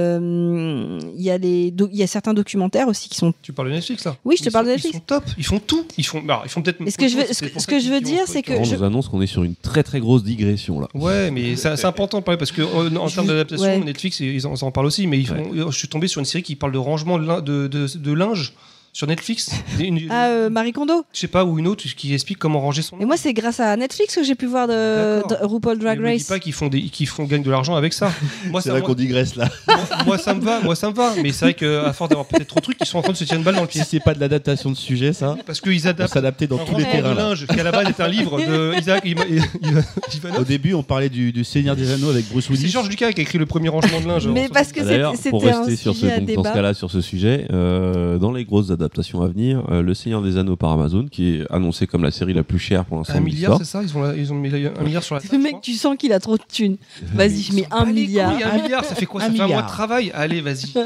D: Euh, Il y, a des doc- il y a certains documentaires aussi qui sont
B: Tu parles de Netflix, là
D: Oui, je te
B: Ils
D: parle de
B: sont-
D: Netflix.
B: Ils sont top. Ils font tout. Ils font, alors, ils font peut-être.
D: Mais ce que je veux- ce que- ce que je veux dire, c'est que-
A: On
D: je-
A: nous annonce qu'on est sur une très très grosse digression là.
B: Ouais, mais ça- c'est important de parler parce que euh, en,
D: Euh, Je
B: termes
D: vous-
B: d'adaptation,
D: ouais.
B: Netflix, ils en, ils en parlent aussi. Mais ils font- je suis tombé sur une série qui parle de rangement de, lin- de, de- de linge sur Netflix. Une- une-
D: Ah, euh, Marie Kondo.
B: je sais pas, ou une autre qui explique comment ranger son
D: Et moi, c'est grâce à Netflix que j'ai pu voir de,
B: D'accord.
D: de RuPaul Drag
B: Mais me dis
D: Race.
B: pas qu'ils font des, qu'ils font gagnent de l'argent avec ça. Moi,
F: C'est
B: ça,
F: là
B: moi-
F: qu'on digresse, là.
B: moi- moi, ça me va, moi ça me va. Mais c'est vrai qu'à force d'avoir peut-être trop de trucs, ils sont en train de se tirer une balle dans le pied.
C: Si c'est pas de l'adaptation de sujet, ça,
B: Parce qu'ils
C: on
B: adaptent.
C: s'adapter dans
B: un
C: tous les
B: rangement
C: terrains.
B: de
C: là.
B: linge, qui à la base est un livre de Isaac Ima- Ima- Ivanov.
C: Au début, on parlait du, du Seigneur des Anneaux avec Bruce
B: C'est
C: Willis.
B: Georges Lucas qui a écrit le premier rangement de linge.
D: Mais
B: On
D: parce que
A: Ah, D'ailleurs,
D: c'était-
A: pour
D: c'était un
A: rester
D: sujet
A: sur ce,
D: à
A: donc, dans ce
D: débat.
A: cas-là sur ce sujet, euh, dans les grosses adaptations à venir, euh, Le Seigneur des Anneaux par Amazon, qui est annoncé comme la série la plus chère pour l'instant.
B: Un
A: de l'histoire.
B: milliard, c'est ça ils ont, la- ils ont mis la- un milliard sur la
D: Le
B: table. je
D: mec,
B: crois.
D: tu sens qu'il a trop de thunes. Vas-y, je mets
B: Ils sont pas
D: un
B: les
D: milliard.
B: couilles, hein. un milliard, ça fait quoi
C: Un
B: Ça fait un mois
C: milliard.
B: de travail Allez, vas-y. c'est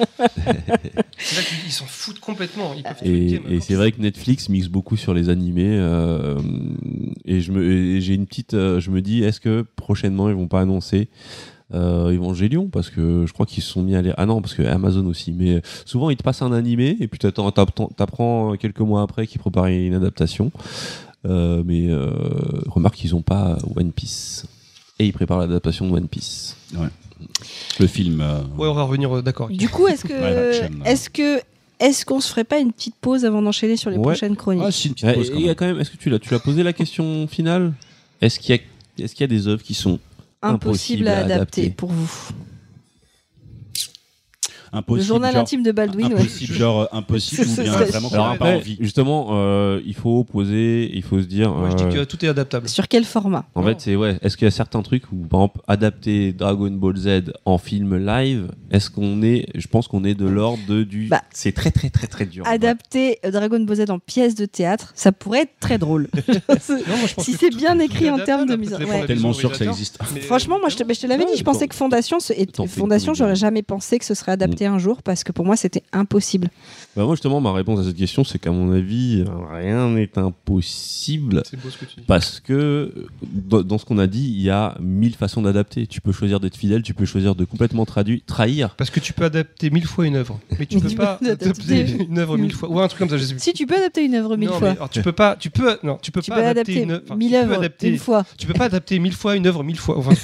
B: là qu'ils s'en foutent complètement. Ils peuvent tuer le game.
A: Et, et c'est vrai que Netflix mixe beaucoup sur les animés. euh, et je me, et j'ai une petite, euh, je me dis, est-ce que prochainement ils vont pas annoncer euh, Evangelion parce que je crois qu'ils se sont mis à les ah non parce que Amazon aussi mais euh, souvent ils te passent un animé et puis t'attends- t'app- t'apprends quelques mois après qu'ils préparent une adaptation Euh, mais euh, remarque qu'ils ont pas One Piece et ils préparent l'adaptation de One Piece
F: Le film. euh,
B: Ouais, on va revenir euh, d'accord.
D: Du coup, est-ce
F: Live action,
D: que,
F: là.
D: est-ce que, est-ce qu'on se ferait pas une petite pause avant d'enchaîner sur les
A: Ouais.
D: prochaines chroniques
F: Ah, si, une petite
A: Ouais,
F: pause
A: et
F: quand
A: il y a
F: même.
A: quand même est-ce que tu l'as tu l'as posé la question finale est-ce qu'il y a est-ce qu'il y a des œuvres qui sont
D: Impossible à adapter,
A: adapter.
D: pour vous.
F: Impossible,
D: le journal
F: genre-
D: intime de Baldwin. ouais.
F: Impossible, genre euh, impossible ou
D: C'est-
F: bien
D: c'est-
F: vraiment qu'on
A: Alors
F: n'a Ah, pas
A: après,
F: envie.
A: justement, euh, il faut poser, il faut se dire.
B: Moi, je dis que
A: euh,
B: tout est adaptable.
D: Sur quel format
A: En fait, c'est ouais. Est-ce qu'il y a certains trucs où, par exemple, adapter Dragon Ball Z en film live, est-ce qu'on est, je pense qu'on est de l'ordre de du.
D: Bah,
A: c'est très très très très dur.
D: Adapter euh, Dragon Ball Z en pièce de théâtre, ça pourrait être très drôle.
B: Non, moi, je pense
D: Si
B: que
D: c'est
B: tout-
D: bien
B: tout est
D: écrit en
B: adaptable,
D: termes de
B: après,
D: mise
B: ça
D: en-
B: dépend
D: ouais.
B: de la
F: Tellement
B: vision
F: sûr que ça
B: réalisateur.
F: existe.
B: Mais, euh,
D: Franchement, moi, je te, mais je te l'avais
A: Ouais,
D: dit, je pensais
A: quand-
D: que Fondation, ce- et-
A: T'en fais une
D: Fondation,
A: comédie.
D: j'aurais jamais pensé que ce serait adapté arrêter un jour parce que pour moi c'était impossible.
A: Bah, moi justement, ma réponse à cette question, c'est qu'à mon avis, rien n'est impossible.
B: C'est beau ce que tu dis.
A: Parce que dans dans ce qu'on a dit, il y a mille façons d'adapter. Tu peux choisir d'être fidèle, tu peux choisir de complètement traduire, trahir.
B: Parce que tu peux adapter mille fois une œuvre, mais tu
D: Mais
B: peux
D: tu
B: pas
D: peux
B: adapter
D: adapter
B: une œuvre mille fois ou un truc comme ça. Je sais plus.
D: Si tu peux adapter une œuvre mille
B: Mm. Non, mais
D: fois,
B: alors, tu peux pas, tu peux, non, tu peux
D: tu
B: pas
D: peux
B: adapter,
D: adapter
B: une œuvre. enfin,
D: mille
B: tu peux
D: œuvres
B: adapter-
D: une fois.
B: Tu peux pas adapter mille fois une œuvre mille fois. Enfin,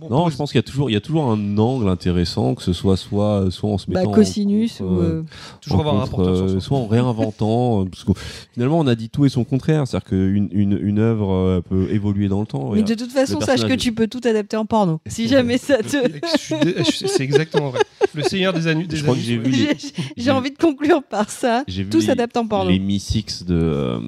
B: bon,
A: Non,
B: pause.
A: je pense qu'il y a toujours, il y a toujours un angle intéressant, que ce soit soit euh, soit en se
D: Bah,
A: mettant en
D: cosinus
A: contre,
D: ou.
A: euh,
D: euh,
B: toujours avoir un
A: rencontre,
B: rapporteur
A: euh,
B: sur soi.
A: soit en réinventant euh, parce que finalement on a dit tout et son contraire c'est-à-dire qu'une une, une œuvre euh, peut évoluer dans le temps
D: Mais
A: et-
D: de toute façon,
A: le
D: sache que
A: personnage-
D: tu peux tout adapter en porno. Si jamais ça te.
B: Je suis dé- je suis- C'est exactement vrai. Le Seigneur des Anneaux. des
A: Je crois que
B: Anneaux,
A: j'ai
B: ouais.
A: vu les-
D: J'ai j'ai envie de conclure par ça.
A: j'ai vu
D: Tout
A: les-
D: s'adapte en porno.
A: les Mi Six de, euh,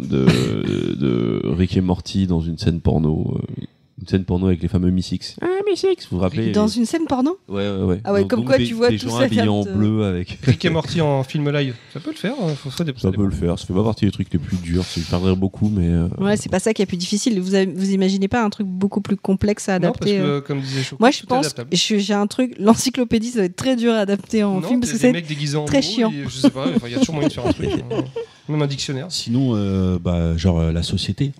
A: de, de Rick et Morty dans une scène porno euh, une scène porno avec les fameux Mi Six ah Mi Six vous vous rappelez
D: Dans
A: les-
D: une scène porno
A: ouais ouais, ouais.
D: Ah ouais,
A: Donc,
D: comme
A: donc
D: quoi,
A: des-
D: tu vois,
A: des
D: tout
A: gens
D: ça euh.
A: habillés en
D: adapte.
A: bleu avec
B: Rick et Morty en film live. Ça peut le faire. hein, Faut faut-
A: ça peut le faire ça fait pas partie des trucs les plus durs c'est je perdrais beaucoup mais euh,
D: Ouais, c'est pas ça qui est plus difficile. Vous, avez- vous imaginez pas un truc beaucoup plus complexe à
B: Non, parce
D: adapter
B: que,
D: euh.
B: euh, comme disait Choco,
D: Moi, je
B: tout est
D: pense,
B: adaptable.
D: je- j'ai un truc. L'encyclopédie, ça va être très dur à adapter en
B: Non,
D: film parce que
B: des
D: c'est.
B: mecs déguisés en
D: très
B: gros,
D: chiant.
B: et Je sais pas. enfin, Il y a toujours moyen de faire un truc. hein. Même un dictionnaire.
F: Sinon, euh, bah, genre euh, la société.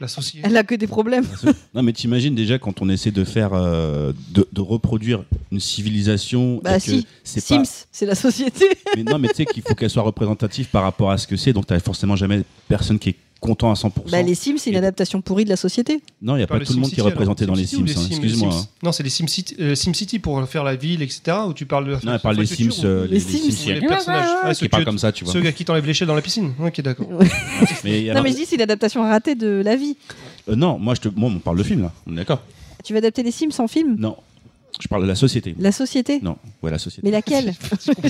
B: La société.
D: Elle a que des problèmes.
F: Non, mais t'imagines déjà quand on essaie de faire, euh, de, de reproduire une civilisation.
D: Bah
F: et que
D: si,
F: c'est
D: Sims,
F: pas.
D: c'est la société.
F: Mais non, mais tu sais qu'il faut qu'elle soit représentative par rapport à ce que c'est. Donc t'as forcément jamais personne qui est content à 100%.
D: Bah, les Sims, c'est une
F: Et-
D: adaptation pourrie de la société.
F: Non, il n'y a
B: Par
F: pas
B: le
F: tout le monde qui est
B: SimCity,
F: représenté
B: alors.
F: dans les Sims.
B: SimCity ou
F: hein.
B: Sims,
F: Excuse-moi.
B: les
F: hein.
B: Sims Non, c'est les SimCity euh, SimCity pour faire la ville, etc. Ou tu parles de.
F: Non, elle parle des Sims. euh,
D: Les Sims.
B: Ou les
F: qui
B: personnages. Ah, ceux,
F: parlent
B: que-
F: comme ça, tu vois.
B: ceux à qui t'enlèvent les chaises dans la piscine. Ok, d'accord.
F: Mais
D: non,
F: alors,
D: mais je dis, c'est l'adaptation ratée de la vie.
F: euh, non, moi, je te... moi, on parle de film là. On est d'accord
D: Tu vas adapter les Sims en film
F: Non. Je parle de la société.
D: La société
F: Non, ouais, la société.
D: Mais laquelle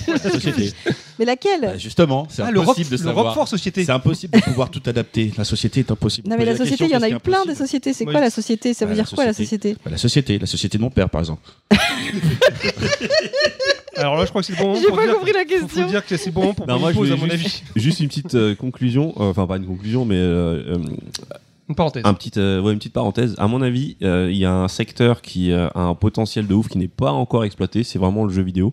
F: La société.
D: Mais laquelle
F: Bah, justement, c'est
B: Ah, le rock,
F: impossible de
B: le
F: savoir.
B: rock for société.
F: C'est impossible de pouvoir tout adapter. La société est impossible.
D: Non mais la
F: Poser
D: société, il y
F: question,
D: en a
F: qu'est-ce qui
D: eu
F: est
D: plein des
F: impossible
D: sociétés. C'est
B: Moi,
D: quoi
B: je-
D: la société Ça veut
F: Ouais,
D: dire
F: la
D: quoi la société
F: Bah, La société, la société de mon père, par exemple.
B: Alors là, je crois que c'est le bon moment.
D: J'ai
B: pour
D: pas
B: dire-
D: compris la
B: Faut, faut
D: question.
B: dire que c'est le bon moment pour
A: Non,
B: qu'on
A: moi, je
B: pose, à
A: voulais
B: mon avis.
A: juste une petite euh, conclusion euh, enfin pas une conclusion mais euh, euh,
B: Une parenthèse.
A: Un petit, euh, ouais, une petite parenthèse. À mon avis, euh, il y a un secteur qui euh, a un potentiel de ouf qui n'est pas encore exploité. C'est vraiment le jeu vidéo.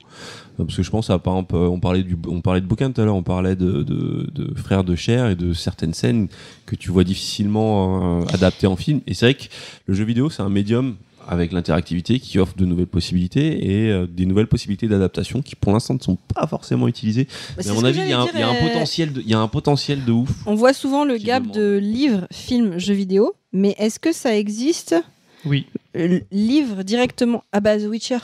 A: Euh, parce que je pense à, par exemple, euh, on parlait, du, on parlait de bouquin tout à l'heure, on parlait de, de, de Frères de chair et de certaines scènes que tu vois difficilement euh, adaptées en film. Et c'est vrai que le jeu vidéo, c'est un médium avec l'interactivité qui offre de nouvelles possibilités et euh, des nouvelles possibilités d'adaptation qui pour l'instant ne sont pas forcément utilisées.
D: Bah, c'est
A: Mais à
D: ce
A: mon
D: que
A: avis, il y, a un-
D: j'allais
A: il y a un
D: dire, euh,
A: potentiel de- il y a un potentiel de ouf.
D: On voit souvent le
A: qui
D: gap
A: demande.
D: de livre, film, jeu vidéo, mais est-ce que ça existe
B: Oui.
D: euh, livre directement à base Witcher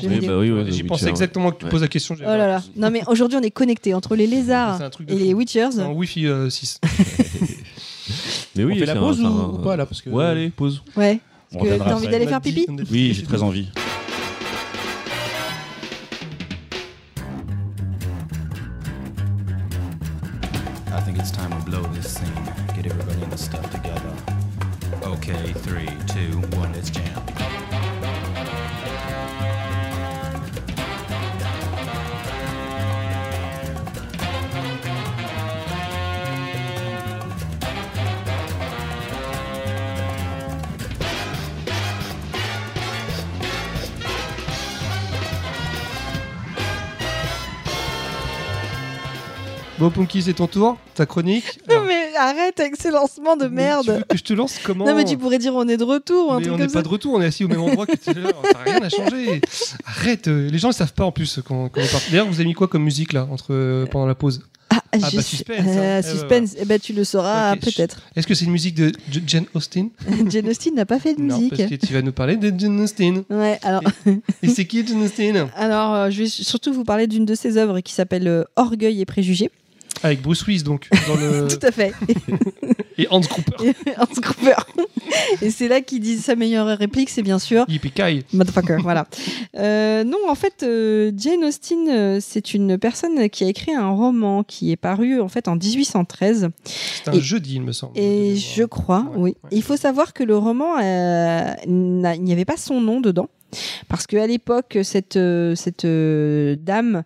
D: jeu
A: Oui,
D: vidéo.
A: bah oui, ouais,
B: J'y
A: The
B: pensais
A: Witcher,
B: exactement que tu
A: Ouais.
B: poses la question. j'ai-
D: Oh là là. Non mais aujourd'hui on est connecté entre les lézards
B: C'est un truc de
D: et les
B: fou.
D: Witchers.
B: C'est un Wi-Fi euh, 6.
A: Mais oui,
F: on fait la
A: c'est un-
F: pause ou,
A: c'est un-
F: ou pas là parce que...
A: Ouais, allez, pause.
D: Ouais.
F: On
D: Parce que
F: reviendra
D: t'as envie
F: après.
D: d'aller faire pipi
F: Oui, j'ai très envie.
G: I think it's time to blow this scene. Get everybody in the stuff together. Okay, three, two, one, let's jam.
B: Bon, Punky, c'est ton tour. Ta chronique.
D: Non
B: Alors,
D: mais arrête avec ce lancement de
B: mais Tu veux
D: merde.
B: que je te lance comment
D: Non mais tu pourrais dire on est de retour ou un
B: Mais on
D: truc
B: n'est
D: comme
B: pas
D: ça.
B: de retour, on est assis au même endroit que tout à l'heure. Ça n'a rien à changer. Arrête, euh, les gens ne savent pas en plus quand, quand on parle. D'ailleurs, vous avez mis quoi comme musique là entre, euh, pendant la pause
D: Ah,
B: bah,
D: j'ai-
B: suspense, hein.
D: euh,
B: Eh,
D: suspense. Eh ben tu le sauras
B: Ok,
D: peut-être.
B: Est-ce que c'est une musique de J- Jane Austen
D: Jane Austen n'a pas fait de
B: Non,
D: musique.
B: parce que tu vas nous parler de Jane Austen.
D: Ouais alors.
B: Et c'est qui Jane Austen
D: Alors, euh, je vais surtout vous parler d'une de ses œuvres qui s'appelle euh, Orgueil et préjugés.
B: Avec Bruce Willis donc dans le...
D: Tout à fait.
B: et Hans Cooper.
D: Hans Gruber. et c'est là qu'il dit sa meilleure réplique, c'est bien sûr.
B: Yippee
D: Motherfucker, voilà. Euh, non, en fait, euh, Jane Austen, euh, c'est une personne qui a écrit un roman qui est paru en fait en 1813.
B: C'est un
D: Et-
B: jeudi, il me semble.
D: Et
B: de
D: je
B: mémoire.
D: crois,
B: hein. Ouais,
D: oui.
B: ouais.
D: Il faut savoir que le roman, euh, n'a- il n'y avait pas son nom dedans. Parce qu'à l'époque, cette, euh, cette euh, dame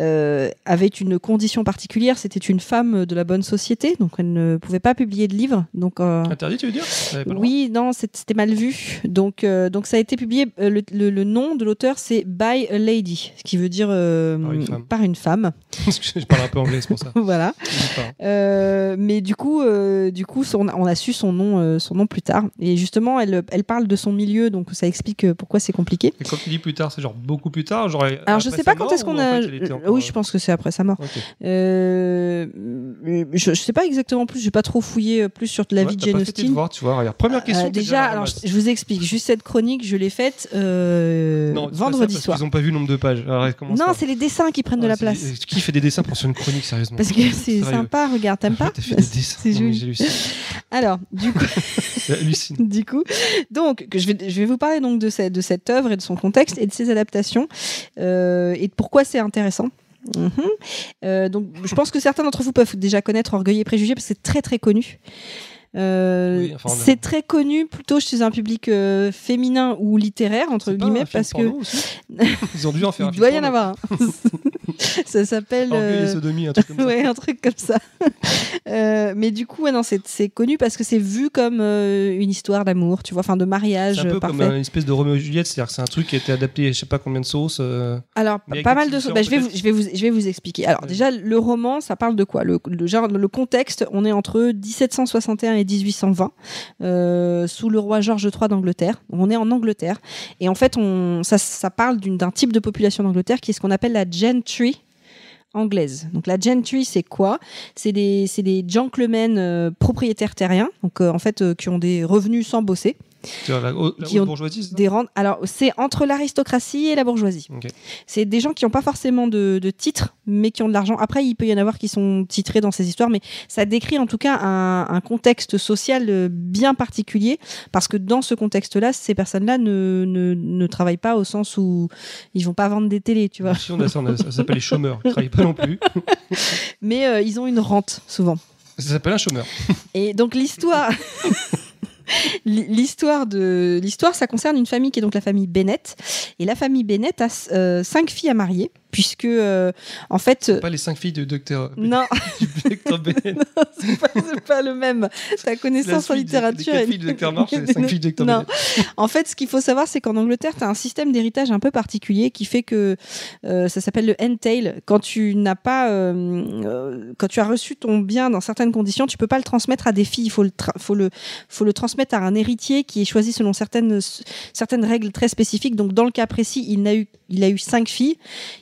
D: euh, avait une condition particulière, c'était une femme de la bonne société, donc elle ne pouvait pas publier de livres. Donc, euh,
B: Interdit, tu veux dire J'avais Ah, pas le
D: oui, non, c'est- c'était mal vu. Donc, euh, donc ça a été publié. euh, le, le- le nom de l'auteur, c'est By a Lady, ce qui veut dire euh,
B: Par une femme.
D: par une femme.
B: droit. Parce que je parle un peu anglais, c'est pour ça.
D: voilà. Euh, mais du coup, euh, du coup, son- on a su son nom, euh, son nom plus tard. Et justement, elle, elle parle de son milieu, donc ça explique euh, pourquoi c'est compliqué.
B: Et quand tu dis plus tard, c'est genre beaucoup plus tard. Genre
D: Alors, je sais pas quand est-ce qu'on a. oui,
B: euh,
D: je pense que c'est après sa mort.
B: Ok.
D: Euh, je, je sais pas exactement plus. J'ai pas trop fouillé euh, plus sur la vie de Jane Austen.
B: Voir, tu vois, regarde. Première question.
D: Euh,
B: t'es
D: déjà,
B: dans la
D: alors
B: ramasse.
D: je, je vous explique. Juste cette chronique, je l'ai faite euh,
B: Non, dis pas ça
D: vendredi
B: parce
D: soir.
B: qu'ils ont pas vu le nombre de pages. Arrête, commence
D: Non,
B: pas.
D: c'est les dessins qui prennent de
B: Ah,
D: la
B: c'est-
D: place.
B: euh, Qui fait des dessins pour sur une chronique, sérieusement
D: Parce que c'est
B: Sérieux.
D: sympa. Regarde, t'aimes pas
B: T'as fait des dessins.
D: C'est
B: Non, mais
D: joli.
B: j'ai lu ça.
D: Alors, du coup.
B: J'hallucine.
D: du coup. Donc, que je vais, je vais vous parler donc de, cette, de cette œuvre et de son contexte et de ses adaptations euh, et de pourquoi c'est intéressant. Mhm. Euh, donc, je pense que certains d'entre vous peuvent déjà connaître Orgueil et Préjugés parce que c'est très très connu. Euh,
B: Oui, enfin, on a-
D: c'est très connu plutôt chez un public euh, féminin ou littéraire entre
B: C'est pas un
D: guillemets
B: film
D: parce que
B: porno aussi Ils ont dû en faire un
D: il doit y
B: film
D: en avoir. un. ça s'appelle
B: porno. Orgueil et
D: euh,
B: sodomie, un truc comme ça.
D: ouais, un truc comme ça. Euh, mais du coup, ouais, non, c'est c'est connu parce que c'est vu comme euh, une histoire d'amour, tu vois, enfin de mariage
B: C'est un peu
D: euh, parfait.
B: comme euh, une espèce de Roméo et Juliette, c'est-à-dire que c'est un truc qui a été adapté à je sais pas combien de sauces. euh,
D: Alors,
B: Mais avec
D: pas
B: des
D: mal
B: petits
D: de choses.
B: différents,
D: Bah, je, vais vous,
B: peut-être.
D: je, vais vous, je vais vous expliquer. Alors,
B: Vas-y.
D: déjà, le roman, ça parle de quoi le, le, genre- le contexte, on est entre 1761 et 1820, euh, sous le roi George III d'Angleterre. Donc, On est en Angleterre. Et en fait, on, ça, ça parle d'une- d'un type de population d'Angleterre qui est ce qu'on appelle la gentry anglaise. Donc la gentry, c'est quoi C'est des, c'est des gentlemen euh, propriétaires terriens, donc euh, en fait euh, qui ont des revenus sans bosser
B: tu vois, la, haute- la
D: Qui
B: haute
D: ont
B: bourgeoisie. c'est ça
D: des rentes- Alors, c'est entre l'aristocratie et la bourgeoisie.
B: Ok.
D: C'est des gens qui n'ont pas forcément de, de titres, mais qui ont de l'argent. Après, il peut y en avoir qui sont titrés dans ces histoires, mais ça décrit en tout cas un, un contexte social euh, bien particulier, parce que dans ce contexte-là, ces personnes-là ne, ne, ne travaillent pas au sens où ils vont pas vendre des télés, tu vois.
B: Si on a ça, on a- ça s'appelle les chômeurs. Ils travaillent pas non plus.
D: Mais euh, ils ont une rente, souvent.
B: Ça s'appelle un chômeur.
D: Et donc l'histoire. L'hi- L'histoire de l'histoire, ça concerne une famille qui est donc la famille Bennett. Et la famille Bennett a euh, cinq filles à marier, puisque euh, en fait, euh,
B: Pas les cinq filles de docteur.
D: non,
B: Du docteur Bennett.
D: c'est pas, c'est pas le même. Ta
B: La
D: connaissance en
B: suite des- des
D: littérature.
B: quatre
D: elle-
B: filles de Dr. March et les cinq filles de Dr.
D: Non.
B: Bennett.
D: En fait, ce qu'il faut savoir, c'est qu'en Angleterre, tu as un système d'héritage un peu particulier qui fait que euh, ça s'appelle le entail. Quand tu n'as pas, euh, euh, quand tu as reçu ton bien dans certaines conditions, tu peux pas le transmettre à des filles. Il faut le, tra- faut le, faut le transmettre à un héritier qui est choisi selon certaines, certaines règles très spécifiques. Donc, dans le cas précis, il n'a eu, il a eu cinq filles.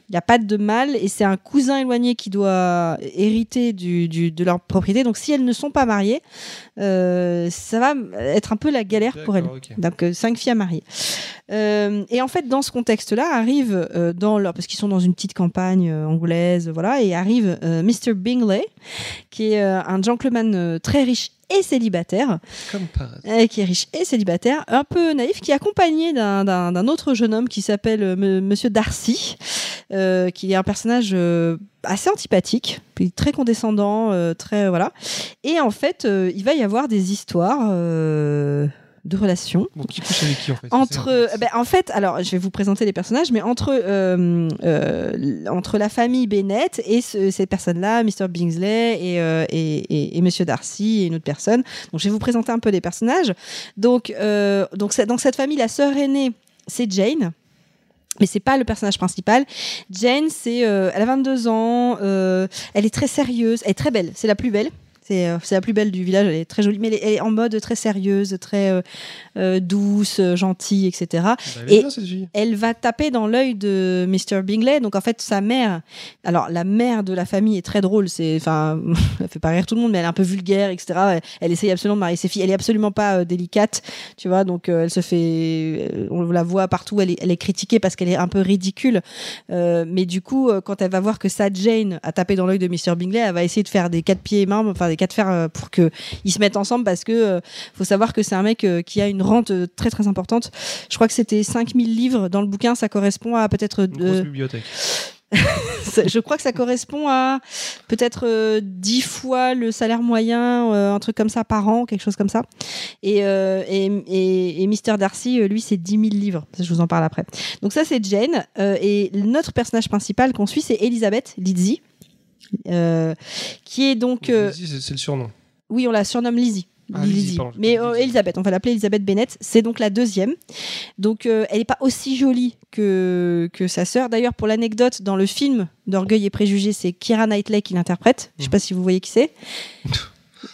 D: Il n'y a pas de mâle et c'est un cousin éloigné qui doit hériter du, du- de leur propriété. Donc, si elles ne sont pas mariées, euh, ça va être un peu la galère pour elles.
B: D'accord, ok.
D: Donc euh, cinq filles à marier. Euh, et en fait, dans ce contexte-là, arrive euh, dans leur parce qu'ils sont dans une petite campagne euh, anglaise, voilà, et arrive euh, Mr Bingley, qui est euh, un gentleman euh, très riche et célibataire,
B: Comme par hasard.
D: euh, qui est riche et célibataire, un peu naïf, qui est accompagné d'un- d'un d'un autre jeune homme qui s'appelle euh, me- Monsieur Darcy, euh, qui est un personnage euh, assez antipathique, puis très condescendant, euh, très voilà. Et en fait, euh, il va y avoir des histoires. euh, de relations
B: Bon, qui couche avec qui en fait
D: entre
B: C'est ça.
D: euh, ben, en fait alors je vais vous présenter les personnages mais entre euh, euh, l- entre la famille Bennett et ce- ces personnes là Mr Bingsley et, euh, et, et- et Monsieur Darcy et une autre personne donc je vais vous présenter un peu les personnages donc euh, donc c'est- dans cette famille la sœur aînée c'est Jane mais c'est pas le personnage principal. Jane, c'est, euh, elle a 22 ans, euh, elle est très sérieuse, elle est très belle, c'est la plus belle. C'est euh, c'est la plus belle du village, elle est très jolie, mais elle est, elle est en mode très sérieuse, très euh, euh, douce, euh, gentille, etc.
B: Bah, elle est
D: et-
B: bien, cette fille.
D: Elle va taper dans l'œil de Mr. Bingley. Donc en fait, sa mère, alors la mère de la famille est très drôle. C'est, enfin, elle fait pas rire tout le monde, mais elle est un peu vulgaire, etc. Elle, elle essaye absolument de marier ses filles. Elle est absolument pas euh, délicate, tu vois. Donc euh, elle se fait, euh, on la voit partout. Elle est, elle est critiquée parce qu'elle est un peu ridicule. Euh, mais du coup, euh, quand elle va voir que sa Jane a tapé dans l'œil de Mr. Bingley, elle va essayer de faire des quatre pieds et mains, enfin des quatre fers euh, pour que ils se mettent ensemble parce que euh, faut savoir que c'est un mec euh, qui a une rente euh, très très importante. Je crois que c'était 5000 livres dans le bouquin, ça correspond à peut-être
B: Une grosse
D: euh,
B: bibliothèque.
D: Ça- Je crois que ça correspond à peut-être euh, 10 fois le salaire moyen, euh, un truc comme ça par an, quelque chose comme ça. Et, euh, et, et, et Mr. Darcy, euh, lui, c'est 10 000 livres. Ça, Je vous en parle après. Donc ça, c'est Jane. Euh, et notre personnage principal qu'on suit, c'est Elisabeth Lizzie, euh, qui est donc... euh,
B: Lizzie, C'est c'est le surnom.
D: oui, on la surnomme Lizzie.
B: Ah,
D: Lizzie.
B: Lizzie, pardon, j'ai
D: Mais
B: compris
D: euh,
B: Lizzie.
D: Elisabeth, on va l'appeler Elisabeth Bennett, c'est donc la deuxième. Donc euh, elle n'est pas aussi jolie que, que sa sœur. D'ailleurs, pour l'anecdote, dans le film d'Orgueil et Préjugés, c'est Kira Knightley qui l'interprète.
B: Mmh.
D: Je ne sais pas si vous voyez qui c'est.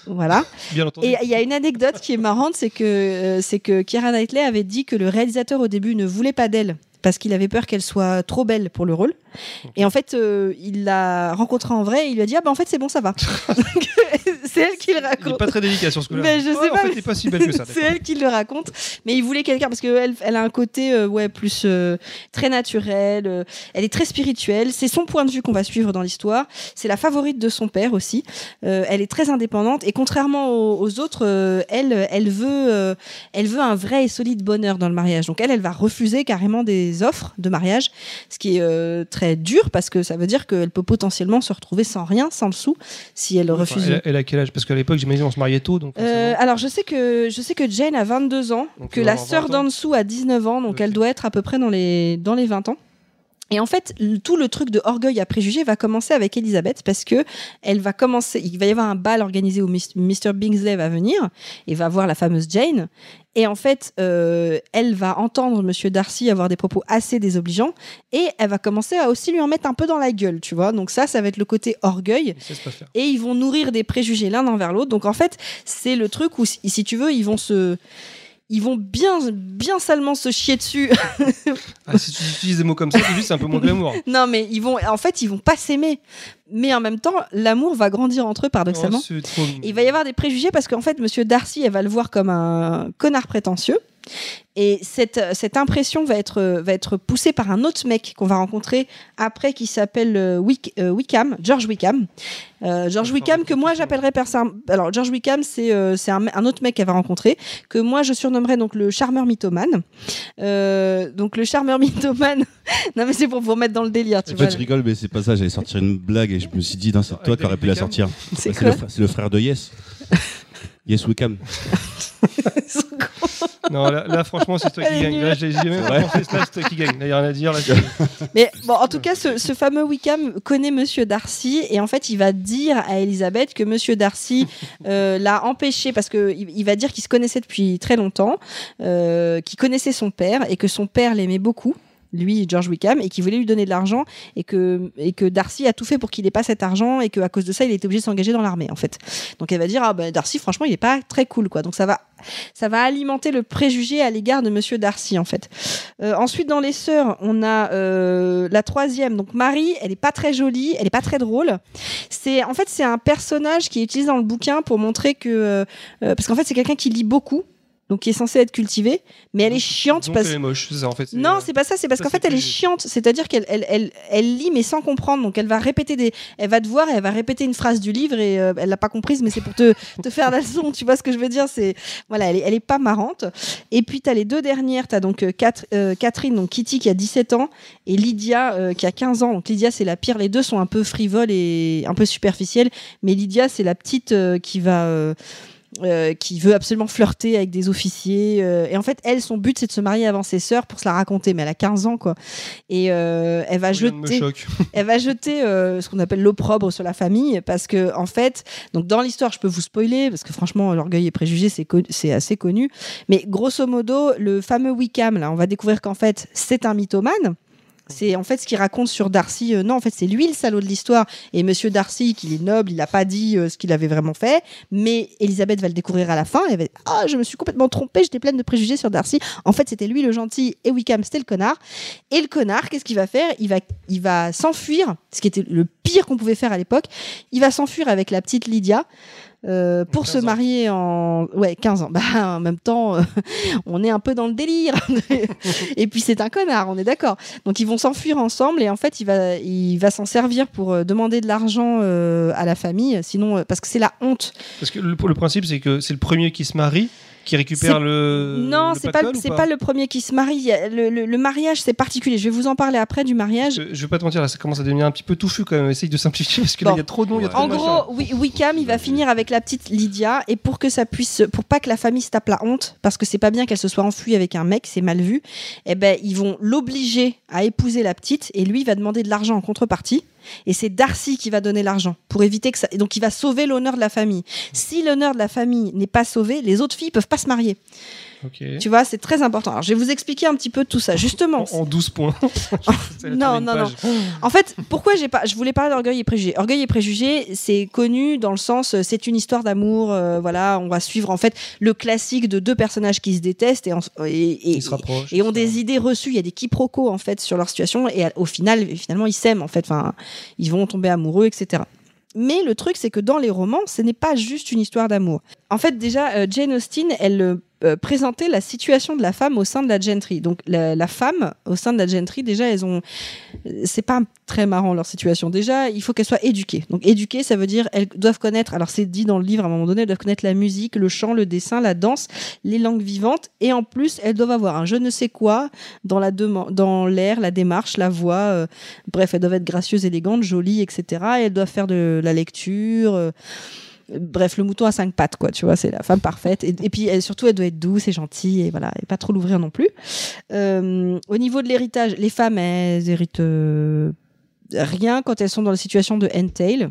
D: voilà.
B: Bien entendu.
D: Et il y a une anecdote qui est marrante, c'est que, euh, c'est que Keira Knightley avait dit que le réalisateur au début ne voulait pas d'elle parce qu'il avait peur qu'elle soit trop belle pour le rôle. Et en fait, euh, il l'a rencontrée en vrai et il lui a dit Ah bah en fait c'est bon, ça va. Donc, c'est elle qui le
B: Il est
D: raconte.
B: pas très délicat sur ce coup-là.
D: Mais je
B: Ouais,
D: sais
B: en
D: pas,
B: fait,
D: mais
B: il est pas si belle que ça.
D: c'est elle qui le raconte. Mais il voulait quelqu'un parce qu'elle elle a un côté euh, ouais, plus euh, très naturel. euh, elle est très spirituelle. C'est son point de vue qu'on va suivre dans l'histoire. C'est la favorite de son père aussi. Euh, elle est très indépendante et contrairement aux, aux autres, euh, elle, euh, elle veut, euh, elle veut un vrai et solide bonheur dans le mariage. Donc elle, elle va refuser carrément des offres de mariage, ce qui est euh, très dur parce que ça veut dire qu'elle peut potentiellement se retrouver sans rien, sans le sou, si elle
B: Enfin,
D: refuse.
B: elle, elle a quel âge Parce qu'à l'époque, j'imagine, on se mariait tôt. Donc
D: Euh,
B: forcément.
D: alors je sais que je sais que Jane a 22 ans,
B: Donc,
D: que
B: elle doit
D: la
B: avoir
D: sœur
B: 20 ans.
D: d'en dessous a 19 ans, donc
B: Ok.
D: elle doit être à peu près dans les dans les 20 ans. Et en fait, le- tout le truc de orgueil à préjugés va commencer avec Elisabeth parce que elle va commencer. Il va y avoir un bal organisé où Mis- Mr. Bingsley va venir et va voir la fameuse Jane. Et en fait, euh, elle va entendre Monsieur Darcy avoir des propos assez désobligeants et elle va commencer à aussi lui en mettre un peu dans la gueule, tu vois. Donc ça, ça va être le côté orgueil
B: Ils savent pas faire.
D: et ils vont nourrir des préjugés l'un envers l'autre. Donc en fait, c'est le truc où, si si tu veux, ils vont se. Ils vont bien, bien salement se chier dessus.
B: Ah, si tu utilises des mots comme ça, c'est juste un peu moins glamour.
D: non, mais ils vont, en fait, ils vont pas s'aimer. Mais en même temps, l'amour va grandir entre eux, paradoxalement.
B: Oh, c'est trop mignon.
D: Il va y avoir des préjugés parce qu'en fait, Monsieur Darcy, elle va le voir comme un connard prétentieux. Et cette, cette impression va être, euh, va être poussée par un autre mec qu'on va rencontrer après qui s'appelle euh, Wick- euh, Wickham, George Wickham. Euh, George
B: D'accord,
D: Wickham, que
B: d'accord,
D: moi
B: d'accord.
D: j'appellerais perso- Alors, George Wickham, c'est euh, c'est un, un autre mec qu'elle va rencontrer, que moi je surnommerais donc le charmeur mythomane. Euh, donc, le charmeur mythomane. non, mais c'est pour vous remettre dans le délire, tu
C: En
D: vois.
C: fait, je rigole, mais c'est pas ça. J'allais sortir une blague et je me suis dit, non, c'est toi qui aurais pu la sortir.
D: C'est
C: Bah,
D: quoi
C: le, fr- c'est le frère de Yes. Yes Wickham.
B: Non, là, là, franchement, c'est toi
D: Elle est
B: qui gagne. Là,
D: nulle.
B: j'ai j'ai même pas pensé, là, c'est toi qui gagne. Là, y a rien à dire. Là, c'est-
D: Mais bon, en tout cas, ce, ce fameux Wickham connaît Monsieur Darcy et en fait, il va dire à Elisabeth que Monsieur Darcy euh, l'a empêché parce que il, il va dire qu'il se connaissait depuis très longtemps, euh, qu'il connaissait son père et que son père l'aimait beaucoup. Lui, George Wickham, et qu'il voulait lui donner de l'argent, et que, et que Darcy a tout fait pour qu'il n'ait pas cet argent, et qu'à cause de ça, il était obligé de s'engager dans l'armée, en fait. Donc elle va dire, ah ben Darcy, franchement, il n'est pas très cool, quoi. Donc ça va, ça va alimenter le préjugé à l'égard de Monsieur Darcy, en fait. Euh, ensuite, dans les sœurs, on a euh, la troisième. Donc Marie, elle est pas très jolie, elle est pas très drôle. C'est en fait c'est un personnage qui est utilisé dans le bouquin pour montrer que euh, euh, parce qu'en fait c'est quelqu'un qui lit beaucoup, donc qui est censé être cultivé, mais elle est chiante
B: Donc,
D: parce
B: elle est moche, c'est ça, en fait. c'est- euh,
D: non, c'est pas ça. C'est parce
B: ça,
D: qu'en
B: c'est
D: fait, elle est
B: plus-
D: chiante. C'est-à-dire qu'elle elle, elle, elle lit mais sans comprendre. Donc elle va répéter des, elle va te voir et elle va répéter une phrase du livre et euh, elle l'a pas comprise, mais c'est pour te, te faire la leçon. Tu vois ce que je veux dire C'est voilà, elle est, elle est pas marrante. Et puis t'as les deux dernières. T'as donc euh, Cat- euh, Catherine, donc Kitty qui a 17 ans et Lydia euh, qui a 15 ans. Donc Lydia c'est la pire. Les deux sont un peu frivoles et un peu superficielles, mais Lydia c'est la petite euh, qui va euh, euh, qui veut absolument flirter avec des officiers. euh, et en fait, elle, son but, c'est de se marier avant ses sœurs pour se la raconter. Mais elle a 15 ans, quoi. Et euh, elle va
B: Rien ne me
D: jeter,
B: choque.
D: elle va jeter euh, ce qu'on appelle l'opprobre sur la famille, parce que en fait, donc dans l'histoire, je peux vous spoiler, parce que franchement, l'orgueil et préjugé, c'est con- c'est assez connu. Mais grosso modo, le fameux Wickham, là, on va découvrir qu'en fait, c'est un mythomane. C'est en fait ce qu'il raconte sur Darcy. euh, non, en fait, c'est lui le salaud de l'histoire. Et Monsieur Darcy, qu'il est noble, il n'a pas dit euh, ce qu'il avait vraiment fait. Mais Elisabeth va le découvrir à la fin. Elle va dire, Ah, je me suis complètement trompée, j'étais pleine de préjugés sur Darcy. En fait, c'était lui le gentil et Wickham, c'était le connard. Et le connard, qu'est-ce qu'il va faire Il va, il va s'enfuir, ce qui était le pire qu'on pouvait faire à l'époque. Il va s'enfuir avec la petite Lydia. euh, pour se
B: 15 ans.
D: marier en ouais 15 ans bah en même temps euh, on est un peu dans le délire et puis c'est un connard on est d'accord donc ils vont s'enfuir ensemble et en fait il va il va s'en servir pour euh, demander de l'argent euh, à la famille sinon euh, parce que c'est la honte
B: Parce que le, le principe, c'est que c'est le premier qui se marie qui récupère
D: C'est-
B: le.
D: non,
B: le
D: c'est pas,
B: Pascal ou
D: c'est pas le premier qui se marie. Il y a- Le, le- le mariage, c'est particulier. Je vais vous en parler après du mariage.
B: Je, je vais pas te mentir, là, ça commence à devenir un petit peu touffu quand même. Essaye de simplifier parce que là,
D: Bon.
B: il y a trop de noms, il y a
G: Ouais.
B: trop
D: En
B: de machins.
D: gros, oui, Wickham, il va finir avec la petite Lydia et pour que ça puisse, pour pas que la famille se tape la honte, parce que c'est pas bien qu'elle se soit enfuie avec un mec, c'est mal vu. Eh ben, ils vont l'obliger à épouser la petite et lui il va demander de l'argent en contrepartie. Et c'est Darcy qui va donner l'argent pour éviter que ça. et donc, il va sauver l'honneur de la famille. Si l'honneur de la famille n'est pas sauvé, les autres filles peuvent pas se marier.
B: Ok.
D: Tu vois, c'est très important. Alors, je vais vous expliquer un petit peu tout ça. Justement,
B: En, en 12 points.
D: Non, non, non. En fait, pourquoi j'ai pas, je voulais parler d'Orgueil et Préjugés. Orgueil et Préjugés, c'est connu dans le sens, euh, c'est une histoire d'amour. euh, voilà, on va suivre en fait le classique de deux personnages qui se détestent et, en- et, et-
B: Ils se rapprochent.
D: et ont des idées reçues. Il y a des quiproquos en fait sur leur situation et à- au final, finalement, ils s'aiment en fait. Enfin, ils vont tomber amoureux, etc. Mais le truc, c'est que dans les romans, ce n'est pas juste une histoire d'amour. En fait, déjà, euh, Jane Austen, elle euh, euh, présentait la situation de la femme au sein de la gentry. Donc, la, la femme au sein de la gentry, déjà, elles ont. euh, C'est pas très marrant leur situation. Déjà, il faut qu'elles soient éduquées. Donc, éduquées, ça veut dire elles doivent connaître. Alors, c'est dit dans le livre à un moment donné, elles doivent connaître la musique, le chant, le dessin, la danse, les langues vivantes. Et en plus, elles doivent avoir un je ne sais quoi dans la deman- dans l'air, la démarche, la voix. euh, bref, elles doivent être gracieuses, élégantes, jolies, etc. Et elles doivent faire de la lecture. euh, Bref, le mouton à cinq pattes, quoi, tu vois, c'est la femme parfaite. Et, et puis, elle, surtout, elle doit être douce et gentille, et voilà, et pas trop l'ouvrir non plus. Euh, au niveau de l'héritage, les femmes, elles héritent euh, rien quand elles sont dans la situation de entail.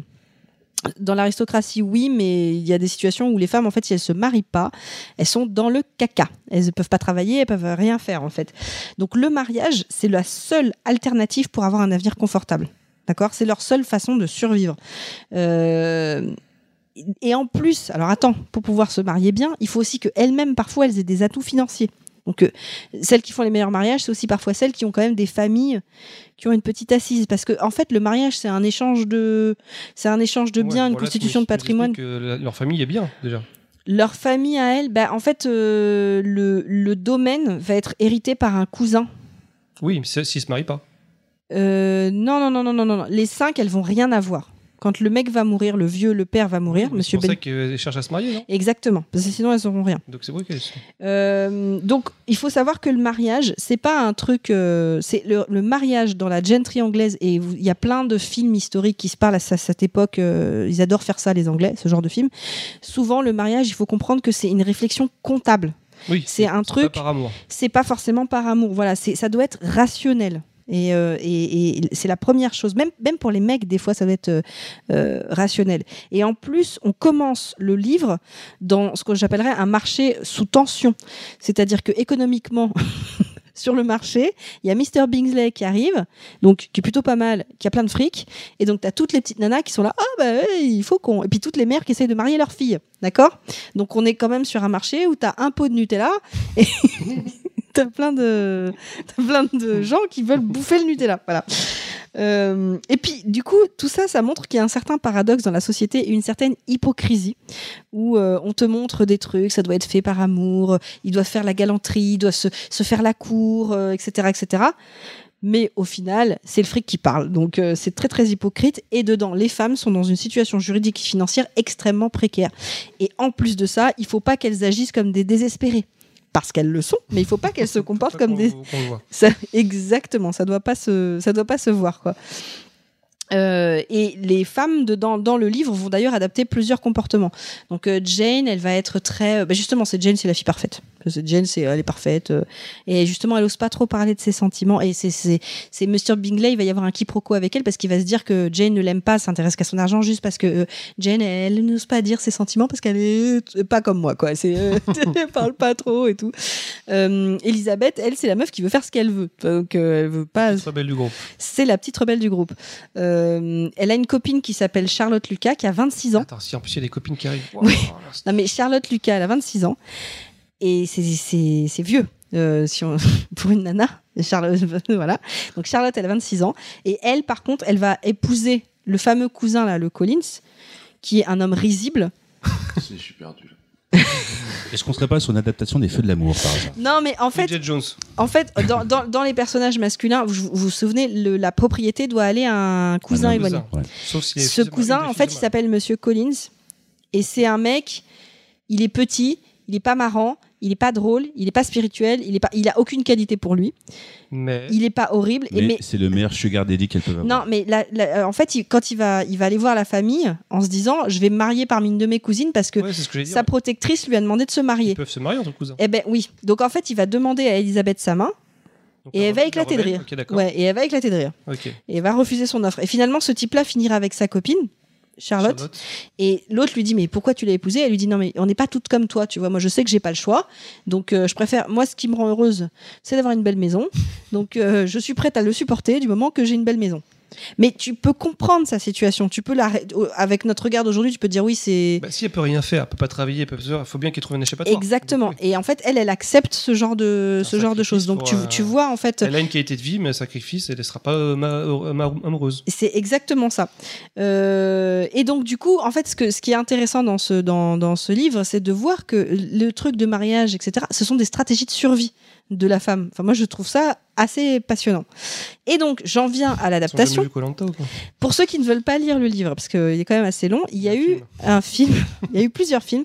D: Dans l'aristocratie, oui, mais il y a des situations où les femmes, en fait, si elles se marient pas, elles sont dans le caca. Elles ne peuvent pas travailler, elles peuvent rien faire, en fait. Donc, le mariage, c'est la seule alternative pour avoir un avenir confortable. D'accord C'est leur seule façon de survivre. Euh, et en plus, alors attends, pour pouvoir se marier bien, il faut aussi qu'elles-mêmes, parfois, elles aient des atouts financiers. Donc, euh, celles qui font les meilleurs mariages, c'est aussi parfois celles qui ont quand même des familles qui ont une petite assise. Parce que, en fait, le mariage, c'est un échange de, c'est un échange de biens, une constitution de patrimoine
B: Que la- leur famille est bien, déjà.
D: leur famille à elle, bah, en fait, euh, le, le domaine va être hérité par un cousin.
B: Oui, mais c'est- s'ils se marient pas.
D: Euh, non, non, non, non, non, non, non. Les cinq, elles vont rien avoir. Quand le mec va mourir, le vieux, le père va mourir,
B: Mais
D: monsieur
B: C'est pour
D: Ben.
B: ça qu'ils cherchent à se marier, non
D: Exactement, parce que sinon elles n'auront rien.
B: Donc c'est vrai qu'elles sont-
D: Euh, donc il faut savoir que le mariage, c'est pas un truc. euh, c'est le, le mariage dans la gentry anglaise, et vous- il y a plein de films historiques qui se parlent à, sa- cette époque. euh, ils adorent faire ça, les Anglais, ce genre de film. Souvent, le mariage, il faut comprendre que c'est une réflexion comptable.
B: Oui,
D: C'est un
B: pas
D: truc
B: par amour.
D: c'est pas forcément par amour. Voilà, c'est ça doit être rationnel. Et, euh, et- et c'est la première chose. Même, même pour les mecs, des fois, ça doit être euh, euh, rationnel. Et en plus, on commence le livre dans ce que j'appellerais un marché sous tension. C'est-à-dire que économiquement, sur le marché, il y a Mr. Bingsley qui arrive, donc qui est plutôt pas mal, qui a plein de fric. Et donc, tu as toutes les petites nanas qui sont là, ah bah ouais, il faut qu'on. Et puis toutes les mères qui essayent de marier leurs filles. D'accord Donc, on est quand même sur un marché où tu as un pot de Nutella et. T'as plein de t'as plein de gens qui veulent bouffer le Nutella, voilà. Euh, et puis du coup, tout ça, ça montre qu'il y a un certain paradoxe dans la société et une certaine hypocrisie où euh, on te montre des trucs, ça doit être fait par amour, il doit faire la galanterie, il doit se, se faire la cour, euh, etc., etc. Mais au final, c'est le fric qui parle. Donc euh, c'est très très hypocrite. Et dedans, les femmes sont dans une situation juridique et financière extrêmement précaire. Et en plus de ça, il faut pas qu'elles agissent comme des désespérées. Parce qu'elles le sont, mais il faut pas qu'elles se comportent
B: Pas
D: comme
B: qu'on-
D: des,
B: qu'on le voit.
D: ça, exactement, ça doit pas se, ça doit pas se voir quoi. Euh, et les femmes dedans, dans le livre vont d'ailleurs adapter plusieurs comportements. Donc euh, Jane, elle va être très, euh, bah, justement, c'est Jane, c'est la fille parfaite. Parce que Jane, c'est, elle est parfaite. euh, et justement, elle ose pas trop parler de ses sentiments. Et c'est, c'est, c'est Monsieur Bingley, il va y avoir un quiproquo avec elle parce qu'il va se dire que Jane ne l'aime pas, s'intéresse qu'à son argent juste parce que euh, Jane, elle n'ose pas dire ses sentiments parce qu'elle est euh, pas comme moi quoi. C'est, euh, elle parle pas trop et tout. Euh, Elisabeth, elle, c'est la meuf qui veut faire ce qu'elle veut. Donc, euh, elle veut pas.
B: Très belle du groupe.
D: C'est la petite rebelle du groupe. Euh, elle a une copine qui s'appelle Charlotte Lucas, qui a 26 ans.
B: Attends, si en plus il y a des copines qui arrivent. Waouh,
D: Oui.
B: là, c'est-
D: Non, mais Charlotte Lucas, elle a 26 ans. Et c'est- c'est c'est vieux. euh, si on- pour une nana, Charlotte, voilà. Donc Charlotte, elle a 26 ans. Et elle, par contre, elle va épouser le fameux cousin, là, le Collins, qui est un homme risible.
H: C'est super dur.
C: Est-ce qu'on serait pas sur une adaptation des Feux de l'amour par exemple
D: Non, mais en fait,
B: Bridget Jones.
D: En fait, dans, dans- dans les personnages masculins, vous vous, vous souvenez, le- la propriété doit aller à un cousin
B: Un
D: éloigné.
B: cousin.
C: Ouais.
B: Sauf s'il est-
D: Ce
B: excusez-moi,
D: cousin,
B: une-
D: en fait, il
B: excusez-moi.
D: s'appelle Monsieur Collins. Et c'est un mec, il est petit, il est pas marrant, il est pas drôle, il est pas spirituel, il est pas, il a aucune qualité pour lui,
B: Mais
D: il est pas horrible. et
F: Mais,
D: mais-
F: c'est le meilleur sugar daddy qu'elle peut avoir.
D: non, mais la- la- euh, en fait, il- quand il va, il va aller voir la famille en se disant, je vais me marier parmi une de mes cousines parce que
B: Ouais, c'est ce que j'ai dit.
D: sa protectrice lui a demandé de se
B: Ils
D: marier.
B: peuvent se marier entre cousins.
D: Eh ben oui. Donc en fait, il va demander à Elisabeth sa main.
B: Donc,
D: Et
B: la
D: elle va
B: rebelle-
D: éclater
B: la
D: de
B: rebelle,
D: rire.
B: Ok, d'accord.
D: Ouais, et elle va éclater de rire.
B: Ok.
D: Et elle va refuser son offre. Et finalement, ce type-là finira avec sa copine, Charlotte.
B: Charlotte.
D: Et l'autre lui dit mais pourquoi tu l'as épousée Elle lui dit non mais on n'est pas toutes comme toi, tu vois. Moi je sais que j'ai pas le choix, donc euh, je préfère. Moi ce qui me rend heureuse, c'est d'avoir une belle maison. Donc euh, je suis prête à le supporter du moment que j'ai une belle maison. Mais tu peux comprendre sa situation. Tu peux la ré- euh, avec notre regard d'aujourd'hui, tu peux dire oui c'est
B: Bah, si elle peut rien faire, elle peut pas travailler, elle peut il faut bien qu'elle trouve un échappatoire.
D: exactement.
B: Donc, oui.
D: Et en fait elle elle accepte ce genre de ce genre de
B: sacrifice
D: choses. Donc
B: pour,
D: tu,
B: euh,
D: tu vois en fait.
B: Elle a une qualité de vie, mais un sacrifice, elle ne sera pas euh, ma- euh, ma- amoureuse.
D: C'est exactement ça. Euh, et donc du coup, en fait, ce, que, ce qui est intéressant dans ce, dans, dans ce livre, c'est de voir que le truc de mariage, etc., ce sont des stratégies de survie de la femme. Enfin, moi, je trouve ça assez passionnant. Et donc, j'en
B: Ils
D: viens à
B: ont jamais
D: l'adaptation.
B: vu Koh-Lanta ou quoi
D: Pour ceux qui ne veulent pas lire le livre, parce qu'il est quand même assez long, il y a
B: Un
D: eu
B: film.
D: un film, il y a eu plusieurs films,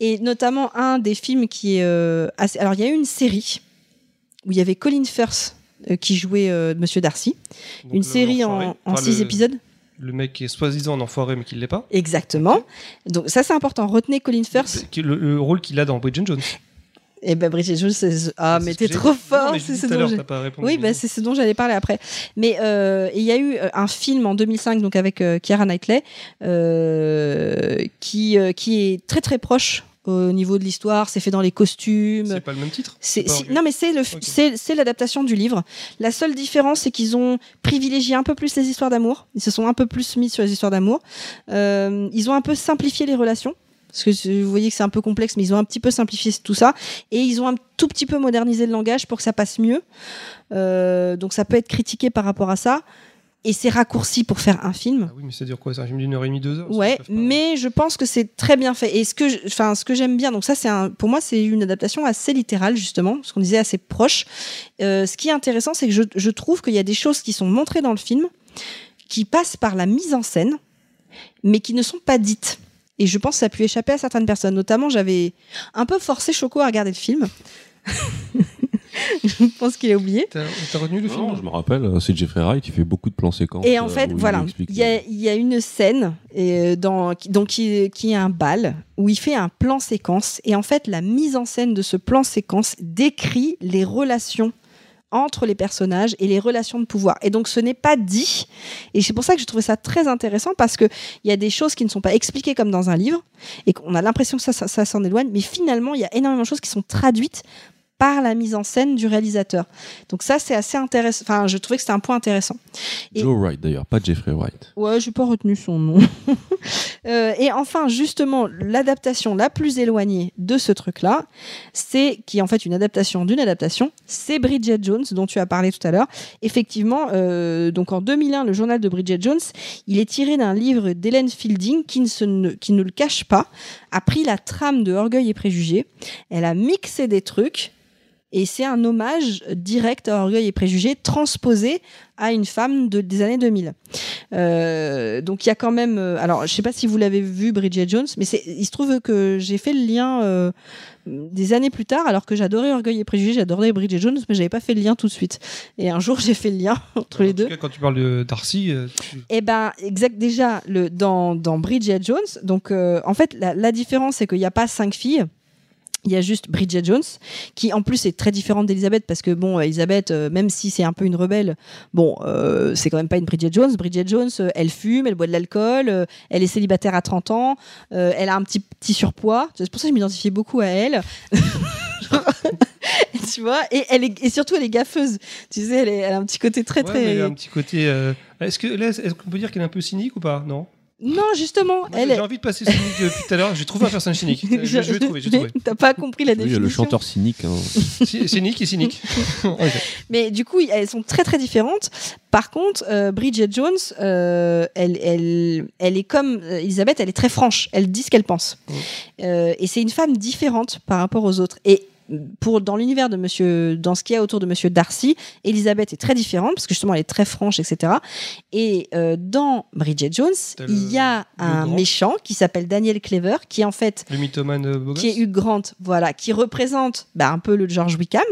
D: et notamment un des films qui est euh, assez... Alors, il y a eu une série où il y avait Colin Firth euh, qui jouait euh, Monsieur Darcy,
B: Donc,
D: une
B: le-
D: série
B: l'enfoiré.
D: en, en
B: Enfin,
D: six
B: le-
D: épisodes.
B: Le mec qui est soi-disant un enfoiré, mais qui ne l'est pas.
D: Exactement. Donc ça c'est important. Retenez Colin Firth.
B: Qui- Le, le rôle qu'il a dans Bridget Jones.
D: Et ben Bridget Jones, c'est... ah
B: C'est
D: mais
B: ce que
D: t'es
B: j'ai
D: trop
B: dit. Non,
D: fort.
B: mais je
D: c'est
B: dis
D: ce
B: tout à
D: dont
B: l'heure,
D: j'ai-
B: t'as pas répondu.
D: oui, ben, c'est ce dont j'allais parler après. Mais euh, il y a eu euh, un film en 2005 donc avec euh, Keira Knightley euh, qui euh, qui est très très proche au niveau de l'histoire. C'est fait dans les costumes.
B: C'est pas le même titre.
D: C'est,
B: pas
D: si-
B: horrible.
D: non mais c'est, le, f-
B: Ok.
D: c'est, c'est l'adaptation du livre. La seule différence c'est qu'ils ont privilégié un peu plus les histoires d'amour. Ils se sont un peu plus mis sur les histoires d'amour. Euh, ils ont un peu simplifié les relations. Parce que c'est- vous voyez que c'est un peu complexe, mais ils ont un petit peu simplifié tout ça. Et ils ont un tout petit peu modernisé le langage pour que ça passe mieux. Euh, donc ça peut être critiqué par rapport à ça. Et c'est raccourci pour faire un film.
B: Ah oui, mais c'est dire quoi C'est un film d'une heure et demie, deux heures ça,
D: Ouais,
B: ils peuvent pas-
D: mais je pense que c'est très bien fait. Et ce que, je- enfin, ce que j'aime bien, donc ça, c'est un, pour moi, c'est une adaptation assez littérale justement, ce qu'on disait assez proche. Euh, ce qui est intéressant, c'est que je, je trouve qu'il y a des choses qui sont montrées dans le film, qui passent par la mise en scène, mais qui ne sont pas dites. Et je pense que ça a pu échapper à certaines personnes. Notamment, j'avais un peu forcé Choco à regarder le film. je pense qu'il a oublié.
B: T'as t'as retenu le
A: Non,
B: film
A: je me rappelle, euh, c'est Jeffrey Wright qui fait beaucoup de plans séquences.
D: Et en
A: euh,
D: fait,
A: où il
D: voilà,
A: explique,
D: il y a, il y a une scène et, euh, dans, qui- donc qui, qui est un bal où il fait un plan séquence. Et en fait, la mise en scène de ce plan séquence décrit les relations entre les personnages et les relations de pouvoir. Et donc, ce n'est pas dit. Et c'est pour ça que je trouvais ça très intéressant parce que il y a des choses qui ne sont pas expliquées comme dans un livre et qu'on a l'impression que ça, ça, ça s'en éloigne. Mais finalement, il y a énormément de choses qui sont traduites par la mise en scène du réalisateur. Donc ça, c'est assez intéressant. Enfin, je trouvais que c'était un point intéressant. et-
A: Joe Wright d'ailleurs, pas Jeffrey Wright.
D: Ouais, j'ai pas retenu son nom. Euh, et enfin, justement, l'adaptation la plus éloignée de ce truc-là, c'est qui est en fait une adaptation d'une adaptation, c'est Bridget Jones dont tu as parlé tout à l'heure. Effectivement, euh, donc en 2001, le journal de Bridget Jones, il est tiré d'un livre d'Hélène Fielding qui ne, se ne- qui ne le cache pas, a pris la trame de Orgueil et Préjugés, elle a mixé des trucs. Et c'est un hommage direct à Orgueil et Préjugés transposé à une femme de- des années 2000. Euh, donc il y a quand même. euh, alors je sais pas si vous l'avez vu Bridget Jones, mais c'est- il se trouve que j'ai fait le lien euh, des années plus tard, alors que j'adorais Orgueil et Préjugés, j'adorais Bridget Jones, mais j'avais pas fait le lien tout de suite. Et un jour j'ai fait le lien entre les
B: En tout
D: deux.
B: cas, quand tu parles de Darcy, euh, tu-
D: Eh ben, exact. Déjà, le, dans, dans Bridget Jones, donc euh, en fait, la, la différence, c'est qu'il n'y a pas cinq filles. Il y a juste Bridget Jones, qui en plus est très différente d'Elisabeth, parce que bon, Elisabeth, euh, même si c'est un peu une rebelle, bon, euh, c'est quand même pas une Bridget Jones. Bridget Jones, euh, elle fume, elle boit de l'alcool, euh, elle est célibataire à 30 ans, euh, elle a un petit, petit surpoids. C'est pour ça que je m'identifiais beaucoup à elle. tu vois, et, elle est- et surtout, elle est gaffeuse. Tu sais, elle, est- elle a un petit côté très,
B: Ouais,
D: très.
B: mais elle a un petit côté. euh, Est-ce que là, est-ce qu'on peut dire qu'elle est un peu cynique ou pas Non.
D: Non, justement,
B: Moi,
D: elle
B: J'ai
D: est.
B: j'ai envie de passer cynique depuis tout à l'heure. J'ai trouvé un personnage cynique. Je, je vais trouver. Je vais trouver.
D: T'as pas compris la
A: Oui, il y a
D: définition.
A: le chanteur cynique. hein.
B: Cy- Cynique et cynique. Ok.
D: Mais du coup, elles sont très très différentes. Par contre, euh, Bridget Jones, euh, elle, elle, elle est comme euh, Elisabeth, elle est très franche. Elle dit ce qu'elle pense. Euh, et c'est une femme différente par rapport aux autres. Et pour dans l'univers de Monsieur, dans ce qu'il y a autour de Monsieur Darcy, Elisabeth est très différente parce que justement elle est très franche, etc. Et euh, dans Bridget Jones,
B: T'as le-
D: il y a un
B: grand.
D: méchant qui s'appelle Daniel Clever, qui en fait
B: Le mythomane euh, beau
D: qui est
B: gosse.
D: Hugh Grant, voilà, qui représente bah, un peu le George Wickham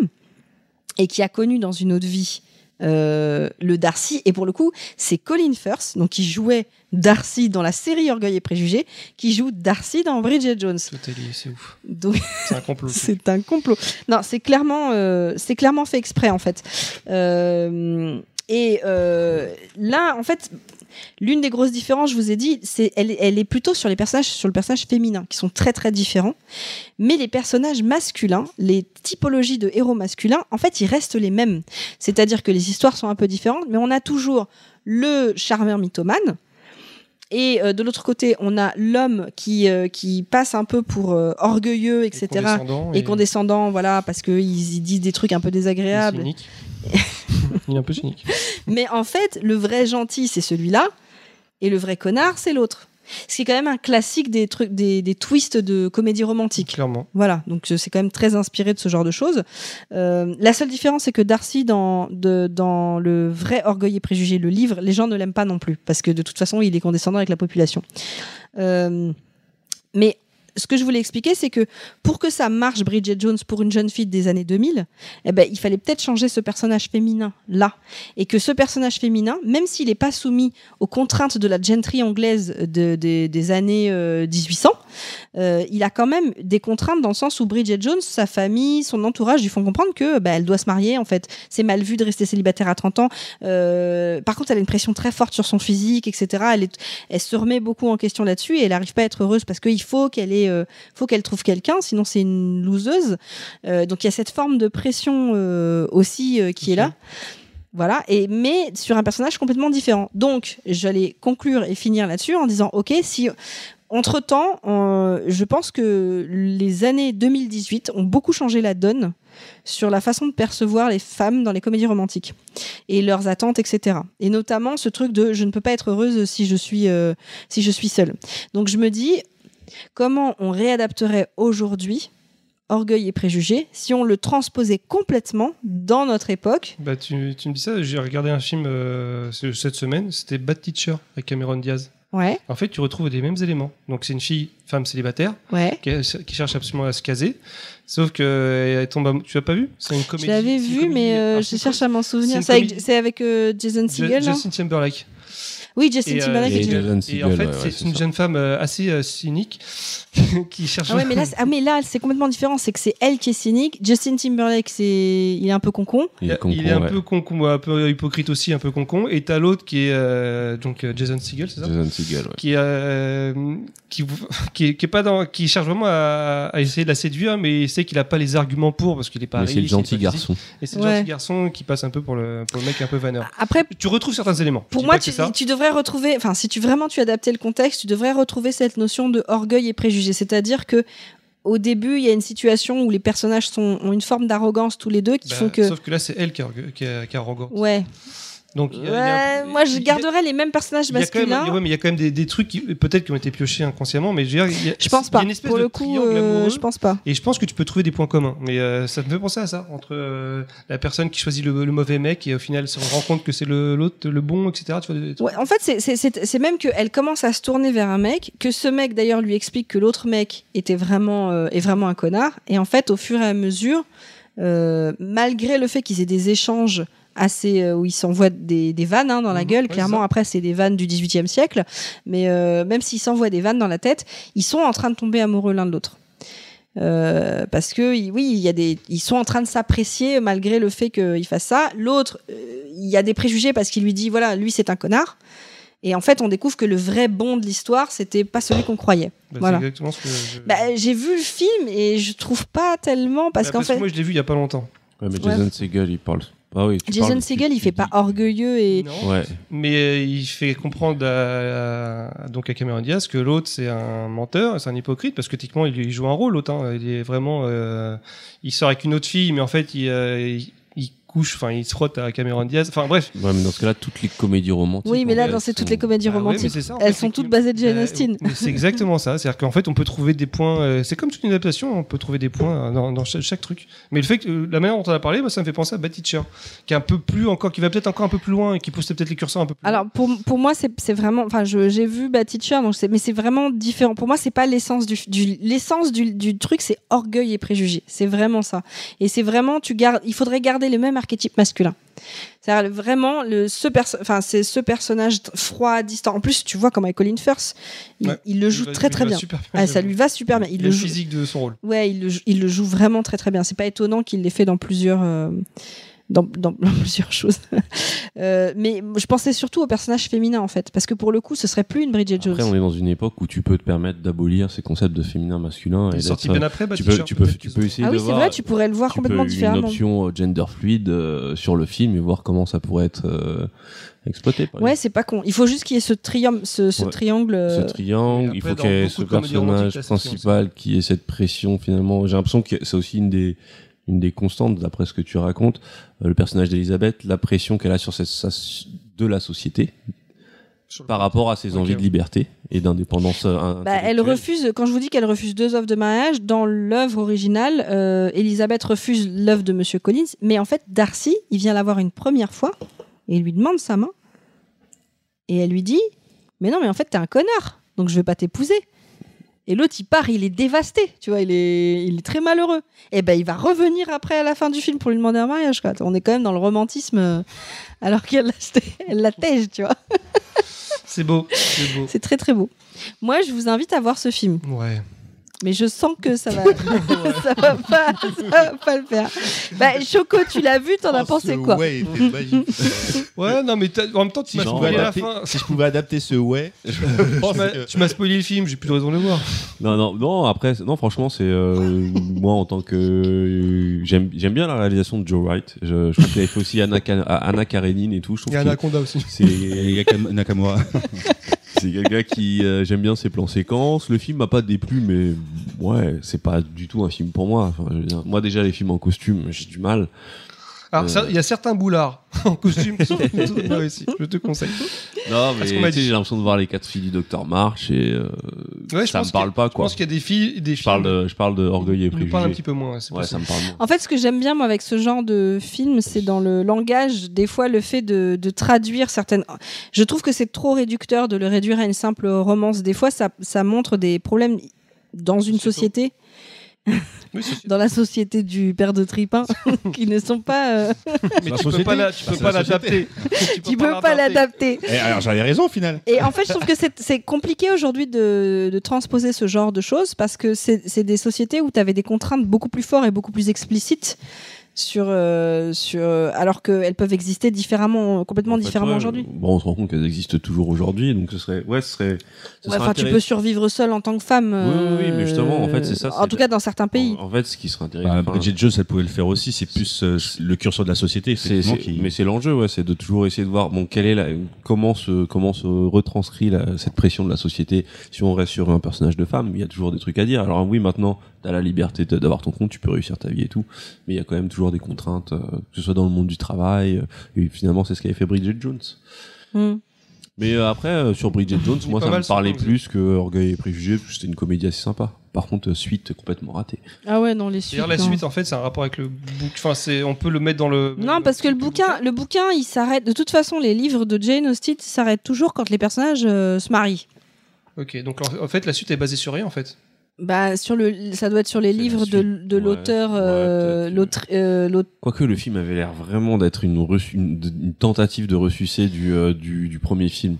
D: et qui a connu dans une autre vie euh, le Darcy. Et pour le coup, c'est Colin Firth, donc qui jouait Darcy dans la série Orgueil et Préjugés, qui joue Darcy dans Bridget Jones.
B: Tout est lié, c'est ouf.
D: Donc
B: C'est un complot.
D: c'est un complot. Non, c'est clairement, euh, c'est clairement fait exprès en fait. Euh, et euh, là, en fait, l'une des grosses différences, je vous ai dit, c'est elle, elle est plutôt sur les personnages, sur le personnage féminin, qui sont très très différents. Mais les personnages masculins, les typologies de héros masculins, en fait, ils restent les mêmes. C'est-à-dire que les histoires sont un peu différentes, mais on a toujours le charmeur mythomane. Et euh, de l'autre côté, on a l'homme qui, euh, qui passe un peu pour euh, orgueilleux, etc
B: condescendant
D: et condescendant, voilà, parce qu'ils disent des trucs un peu
B: et
D: désagréables.
B: cynique. Il est un peu cynique.
D: Mais en fait, le vrai gentil, c'est celui-là, et le vrai connard, c'est l'autre. Ce qui est quand même un classique des, trucs, des, des twists de comédie romantique.
B: Clairement.
D: Voilà, donc euh, c'est quand même très inspiré de ce genre de choses. Euh, la seule différence, c'est que Darcy, dans, de- dans le vrai Orgueil et Préjugés, le livre, les gens ne l'aiment pas non plus, parce que de toute façon, il est condescendant avec la population. Euh, mais ce que je voulais expliquer, c'est que pour que ça marche, Bridget Jones, pour une jeune fille des années 2000, eh ben, il fallait peut-être changer ce personnage féminin là. Et que ce personnage féminin, même s'il n'est pas soumis aux contraintes de la gentry anglaise de- des- des années euh, 1800, euh, il a quand même des contraintes dans le sens où Bridget Jones, sa famille, son entourage lui font comprendre que bah, elle doit se marier en fait. C'est mal vu de rester célibataire à 30 ans. Euh, par contre, elle a une pression très forte sur son physique, etc. Elle, est- elle se remet beaucoup en question là-dessus et elle n'arrive pas à être heureuse parce qu'il faut qu'elle ait, euh, faut qu'elle trouve quelqu'un, sinon c'est une loseuse. Euh, donc il y a cette forme de pression euh, aussi euh, qui est là. Voilà, et mais sur un personnage complètement différent. Donc, j'allais conclure et finir là-dessus en disant, ok, si entre temps, euh, je pense que les années 2018 ont beaucoup changé la donne sur la façon de percevoir les femmes dans les comédies romantiques et leurs attentes, etc. Et notamment ce truc de je ne peux pas être heureuse si je suis euh, si je suis seule. Donc je me dis comment on réadapterait aujourd'hui orgueil et préjugés si on le transposait complètement dans notre époque.
B: Bah, tu, tu me dis ça, j'ai regardé un film euh, ce- cette semaine, c'était Bad Teacher avec Cameron Diaz.
D: Ouais,
B: En fait, tu retrouves les mêmes éléments. Donc, c'est une fille, femme célibataire,
D: ouais.
B: qui, qui cherche absolument à se caser. Sauf que euh, elle tombe amou- Tu l'as pas vu C'est une
D: Je
B: comédie.
D: l'avais
B: c'est une
D: vu,
B: comédie-
D: mais euh,
B: ah,
D: je
B: c'est
D: cherche à m'en
B: c'est
D: souvenir.
B: une
D: C'est avec,
B: comédie-
D: c'est avec, euh, Jason
B: Je-
D: Segel, hein
B: Justin Timberlake.
D: Oui, Justin
B: Et, euh,
D: Timberlake.
B: et-
D: et Jason-
A: Jason
B: Et
A: Segel,
B: en fait,
A: ouais, ouais,
B: c'est
A: c'est
B: une
A: ça.
B: jeune femme euh, assez euh, cynique qui cherche.
D: Ah ouais, mais là, c'est- ah, mais là, c'est complètement différent. C'est que c'est elle qui est cynique. Justin Timberlake, c'est, il est un peu concon.
A: Il est,
B: Il est un
A: concon, ouais.
B: peu concon, un peu hypocrite aussi, un peu concon. Et t'as l'autre qui est euh, donc euh, Jason Segel, c'est ça
A: Jason Segel, ouais.
B: qui euh, qui qui, est- qui est pas dans qui cherche vraiment à, à essayer de la séduire mais il sait qu'il a pas les arguments pour parce qu'il est pas
A: Mais
B: riche,
A: c'est le
B: il est pas
A: gentil
B: physique.
A: garçon.
B: et c'est le
D: Ouais.
B: gentil garçon qui passe un peu pour le pour le mec un peu vanneur
D: Après,
B: tu retrouves certains éléments Je
D: pour
B: dis
D: moi,
B: pas que
D: tu,
B: c'est ça.
D: tu devrais retrouver, enfin, si tu vraiment tu adaptais le contexte, tu devrais retrouver cette notion de orgueil et préjugé. C'est-à-dire que au début, il y a une situation où les personnages sont, ont une forme d'arrogance tous les deux qui
B: Bah,
D: font que.
B: sauf que là c'est elle qui est, argue- qui est- qui est arrogante
D: Ouais.
B: donc il y a- il y a-
D: Ouais, moi, je
B: il y a-
D: garderais les mêmes personnages
B: il y a quand même-
D: masculins.
B: ouais, mais il y a quand même des, des trucs qui peut-être qui ont été piochés inconsciemment mais je veux dire, il y a-
D: Je pense
B: il y
D: pas.
B: a une espèce
D: Pour
B: de
D: le coup,
B: triangle
D: euh,
B: amoureux.
D: je pense pas.
B: Et je pense que tu peux trouver des points communs. Mais euh, ça me fait penser à ça, entre euh, la personne qui choisit le, le mauvais mec et au final se rend compte que c'est le- l'autre, le bon, etc. Tu vois, des-
D: Ouais, en fait, c'est- c'est- c'est c'est même qu'elle commence à se tourner vers un mec, que ce mec d'ailleurs lui explique que l'autre mec était vraiment, euh, est vraiment un connard. Et en fait, au fur et à mesure, euh, malgré le fait qu'ils aient des échanges assez euh, où ils s'envoient des, des vannes hein, dans la
B: Mhm,
D: gueule,
B: ouais,
D: clairement,
B: c'est ça.
D: après c'est des vannes du 18e siècle, mais euh, même s'ils s'envoient des vannes dans la tête, ils sont en train de tomber amoureux l'un de l'autre. Euh, parce que il- oui, il y a des, ils sont en train de s'apprécier malgré le fait qu'il fasse ça. L'autre, euh, il y a des préjugés parce qu'il lui dit voilà, lui c'est un connard. Et en fait, on découvre que le vrai bon de l'histoire, c'était pas celui qu'on croyait.
B: Bah,
D: voilà.
B: C'est exactement ce que je-
D: Bah, j'ai vu le film et je trouve pas tellement parce
B: Bah,
D: qu'en fait,
B: moi je l'ai vu il y a pas longtemps.
A: Ouais, mais
D: Ouais.
A: Jason Segel, il parle. Ah oui, tu
D: Jason
A: parles-
D: Segel,
A: tu-
D: il fait
A: tu
D: pas
A: dis-
D: orgueilleux et
B: Non.
A: Ouais.
B: Mais euh, il fait comprendre à, à- donc à Cameron Diaz que l'autre c'est un menteur, c'est un hypocrite parce que techniquement il, il joue un rôle l'autre. hein. Il est vraiment, euh, il sort avec une autre fille, mais en fait il, euh, il- il couche, enfin, il se frotte à Cameron Diaz. Enfin, bref.
A: Ouais, mais dans ce cas-là, toutes les comédies romantiques.
D: Oui, mais
A: en
D: là,
A: fait,
D: dans ces- toutes
A: sont-
D: les comédies
B: Ah ouais, mais
D: romantiques,
B: c'est ça, en fait,
D: elles sont
B: c'est
D: toutes
B: que-
D: basées de Jane
B: Euh,
D: Austen.
B: mais C'est exactement ça. C'est-à-dire qu'en fait, on peut trouver des points. euh, c'est comme toute une adaptation, on peut trouver des points euh, dans, dans cha- chaque, truc. Mais le fait que euh, la manière dont on a parlé, moi, ça me fait penser à Bad Teacher, qui est un peu plus encore, qui va peut-être encore un peu plus loin et qui pousse peut-être les curseurs un peu plus.
D: Alors
B: loin.
D: pour, pour moi c'est c'est vraiment enfin je- j'ai vu Bad Teacher donc c'est mais c'est vraiment différent pour moi c'est pas l'essence du, du- l'essence du, du truc c'est orgueil et préjugés c'est vraiment ça et c'est vraiment tu gardes il faudrait garder le même archétype masculin c'est vraiment le ce perso- enfin c'est ce personnage t- froid distant en plus tu vois comment est Colin Firth il,
B: Ouais.
D: il le
B: Il
D: joue
B: va-
D: très
B: il
D: très
B: va
D: bien
B: super
D: Ah, ça lui va super bien il,
B: Il a
D: le
B: le
D: joue
B: physique de son rôle.
D: ouais il le, joue- il le joue vraiment très très bien c'est pas étonnant qu'il l'ait fait dans plusieurs euh, dans, dans plusieurs choses Euh, mais je pensais surtout au personnage féminin en fait parce que pour le coup ce serait plus une Bridget Jones
A: Après, on est dans une époque où tu peux te permettre d'abolir ces concepts de féminin masculin
B: Il
A: et
B: est sorti
A: d'être- euh,
B: bien après Bad
A: tu peux,
B: Teacher,
A: tu peux,
B: peut-être
A: tu
B: qu'ils
A: peux
B: ont-
A: essayer
D: ah
A: de
D: oui c'est
A: voir-
D: vrai tu pourrais le voir
A: tu peux
D: complètement
A: une
D: différemment
A: option euh, gender fluide euh, sur le film et voir comment ça pourrait être euh, exploité. par
D: ouais c'est pas con il faut juste qu'il y ait ce, trium- ce, ce
A: Ouais.
D: triangle euh,
A: ce triangle,
B: Mais
A: il
B: après,
A: faut
B: dans
A: qu'il y ait
B: beaucoup
A: ce
B: de comédies romantiques,
A: personnage
B: là, c'est
A: principal qui ait cette pression finalement. J'ai l'impression que c'est aussi une des une des constantes d'après ce que tu racontes, Euh, le personnage d'Elisabeth, la pression qu'elle a sur cette- sa- de la société
B: Sur le-
A: par rapport à ses
B: Ok.
A: envies de liberté et d'indépendance. euh,
D: Bah, elle
A: intellectuelle.
D: refuse, quand je vous dis qu'elle refuse deux offres de mariage, dans l'œuvre originale, euh, Elisabeth refuse l'œuvre de Monsieur Collins, mais en fait, Darcy, il vient la voir une première fois et il lui demande sa main. Et elle lui dit Mais non, mais en fait, t'es un connard, donc je vais pas t'épouser. Et l'autre, il part, il est dévasté, tu vois, il est, il est très malheureux. Et ben, il va revenir après à la fin du film pour lui demander un mariage. quoi. On est quand même dans le romantisme, euh, alors qu'elle elle la tège, tu vois.
B: C'est beau, c'est beau.
D: C'est très très beau. Moi, je vous invite à voir ce film.
B: Ouais.
D: Mais je sens que ça va, ça va pas, ça va pas le faire. Bah, Choco, tu l'as vu,
C: Oh,
D: t'en
B: Oh,
D: as pensé quoi
F: Ouais, était magique.
B: Ouais, non, mais t'as- en même temps, tu
F: si,
B: m'as
F: je pouvais
B: spoilé la
F: adapter,
B: fin.
F: si je pouvais adapter ce ouais, je pense
B: Tu m'as-
F: que-
B: Tu m'as spoilé le film, j'ai plus de raison de le voir.
A: Non, non, non, après, c'est- non, franchement, c'est. euh, moi, en tant que. euh, J'aime j'aime bien la réalisation de Joe Wright. Je, je trouve qu'il avait fait aussi Anna, Ka- Anna Karenine et tout. Je trouve
B: Il y a
A: que
B: Anaconda aussi.
A: c'est
F: Et Yakam- Nakamura.
A: c'est quelqu'un qui. euh, J'aime bien ses plans séquences. Le film m'a pas déplu, mais. Ouais, c'est pas du tout un film pour moi. Enfin, je veux dire, moi, déjà, les films en costume, j'ai du mal.
B: Alors,
A: Euh.
B: ça- il y a certains boulards en costume qui sont plutôt bien réussis, je te conseille.
A: Non, mais
B: Parce qu'on m'a
A: tu sais,
B: dit.
A: j'ai l'impression de voir les quatre filles du Docteur March et. euh,
B: Ouais, je
A: ça
B: pense
A: me parle pas,
B: Je
A: quoi.
B: pense qu'il y a des filles, des
A: Je parle, de, je parle de Orgueil et
B: On parle un
A: Préjugés.
B: petit peu moins, c'est
A: Ouais, ça
B: possible.
A: me parle moins.
D: En fait, ce que j'aime bien moi avec ce genre de film, c'est dans le langage, des fois le fait de, de traduire certaines. Je trouve que c'est trop réducteur de le réduire à une simple romance. Des fois, ça, ça montre des problèmes dans une
B: Sociétaux.
D: société,
B: Oui, c'est-
D: dans la société du père de Tripin, qui ne sont pas. euh,
B: Mais
F: la
B: tu peux
F: société.
B: pas la- tu
F: Bah,
B: peux
F: c'est
B: pas
F: la
B: l'adapter.
D: tu peux pas l'adapter.
C: Eh,
F: Et alors j'avais raison au final.
D: Et en fait, je trouve que c'est- c'est compliqué aujourd'hui de, de transposer ce genre de choses parce que c'est c'est des sociétés où tu avais des contraintes beaucoup plus fortes et beaucoup plus explicites sur, euh, sur euh, alors qu'elles peuvent exister différemment, euh, complètement
A: En fait,
D: différemment
A: ouais,
D: aujourd'hui.
A: Bon, on se rend compte qu'elles existent toujours aujourd'hui, donc ce serait, ouais, ce serait. ce
D: Ouais,
A: serait
D: Enfin, tu peux survivre seul en tant que femme.
A: Oui, oui, oui, mais
D: euh,
A: justement, en fait, c'est ça,
D: En
A: c'est
D: tout
A: la-
D: cas, dans certains pays.
A: En, en fait, ce qui serait intéressant.
F: Bah,
A: enfin,
C: euh,
F: Bridget Jones, elle pouvait le faire aussi. C'est plus euh, le curseur de la société,
A: c'est-
F: effectivement.
A: c'est-
F: qui-
A: Mais c'est l'enjeu, ouais, c'est de toujours essayer de voir bon, quelle est la, comment, se, comment se retranscrit la- cette pression de la société. Si on reste sur un personnage de femme, il y a toujours des trucs à dire. Alors oui, maintenant, tu as la liberté de- d'avoir ton compte, tu peux réussir ta vie et tout, mais il y a quand même toujours des contraintes, euh, que ce soit dans le monde du travail, euh, et finalement, c'est ce qu'avait fait Bridget Jones. Oh.
D: Mm.
A: Mais euh, après, euh, sur Bridget Jones,
B: Il est
A: moi,
B: pas
A: ça
B: mal,
A: me
B: ce
A: parlait
B: film.
A: plus que Orgueil et Préjugés, parce que c'était une comédie assez sympa. Par contre, euh, suite complètement ratée.
D: Ah ouais, non, les suites.
B: D'ailleurs, la
D: non.
B: suite, en fait, c'est un rapport avec le bouquin. Enfin, c'est- on peut le mettre dans le.
D: Non, parce que le bouquin, le bouquin, il s'arrête. De toute façon, les livres de Jane Austen s'arrêtent toujours quand les personnages euh, se marient.
B: Ok, donc en en fait, la suite est basée sur rien, en fait.
D: Bah, sur le, ça doit être sur les
A: C'est la
D: livres de,
A: suite.
D: de
A: Ouais,
D: l'auteur,
A: ouais,
D: euh,
A: peut-être.
D: l'autre- euh, l'autre-
A: Quoique le film avait l'air vraiment d'être une, reçu- une, une tentative de ressucé du, euh, du, du premier film,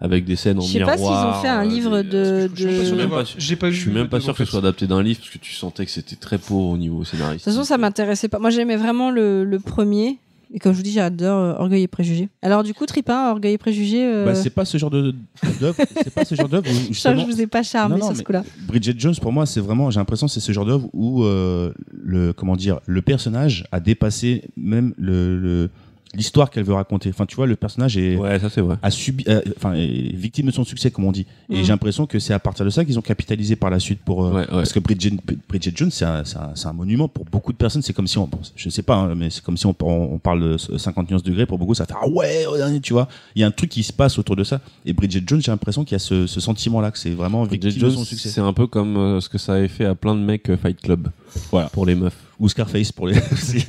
A: avec des scènes en
D: Je sais
A: miroir.
D: pas s'ils ont fait un
A: euh,
D: livre
A: des-
D: de.
B: Je suis pas sûr
D: de-
B: de
A: même
B: l'avoir-
A: pas sûr-
B: J'ai pas
A: Je suis
B: vu
A: même
B: le
A: pas
B: deux,
A: sûr
B: en
A: que ce
B: fait.
A: soit adapté d'un livre, parce que tu sentais que c'était très pauvre au niveau
D: De
A: scénariste.
D: toute façon, ça m'intéressait pas. Moi, j'aimais vraiment le, le premier. Et comme je vous dis, j'adore euh, Orgueil et Préjugés. Alors, du coup, Tripin, Orgueil et Préjugés, euh,
F: Bah, c'est pas ce genre de d'œuvre. c'est pas ce genre d'œuvre. où,
D: ça, je
F: justement,
D: vous ai pas charmé
F: Non, non,
D: sur ce
F: mais-
D: coup-là.
F: Bridget Jones, pour moi, c'est vraiment. J'ai l'impression, que c'est ce genre d'œuvre où euh, le comment dire, le personnage a dépassé même le, le- l'histoire qu'elle veut raconter. Enfin, tu vois, le personnage est,
A: Ouais, ça c'est vrai.
F: a subi, euh, enfin, est victime de son succès, comme on dit. Et
D: Mm.
F: j'ai l'impression que c'est à partir de ça qu'ils ont capitalisé par la suite pour. euh,
A: Ouais, ouais.
F: Parce que Bridget, Bridget Jones, c'est un, c'est un- c'est un monument pour beaucoup de personnes. C'est comme si on, bon, je sais pas, hein, mais c'est comme si on, on- on parle de 50 nuances degrés. Pour beaucoup, ça fait ah ouais, au dernier, tu vois. Il y a un truc qui se passe autour de ça. Et Bridget Jones, j'ai l'impression qu'il y a ce, ce sentiment-là, que c'est vraiment victime
A: Bridget Jones,
F: de son succès.
A: c'est un peu comme euh, ce que ça avait fait à plein de mecs euh, Fight Club.
F: Voilà.
A: Pour les meufs.
F: Ou Scarface pour les. aussi.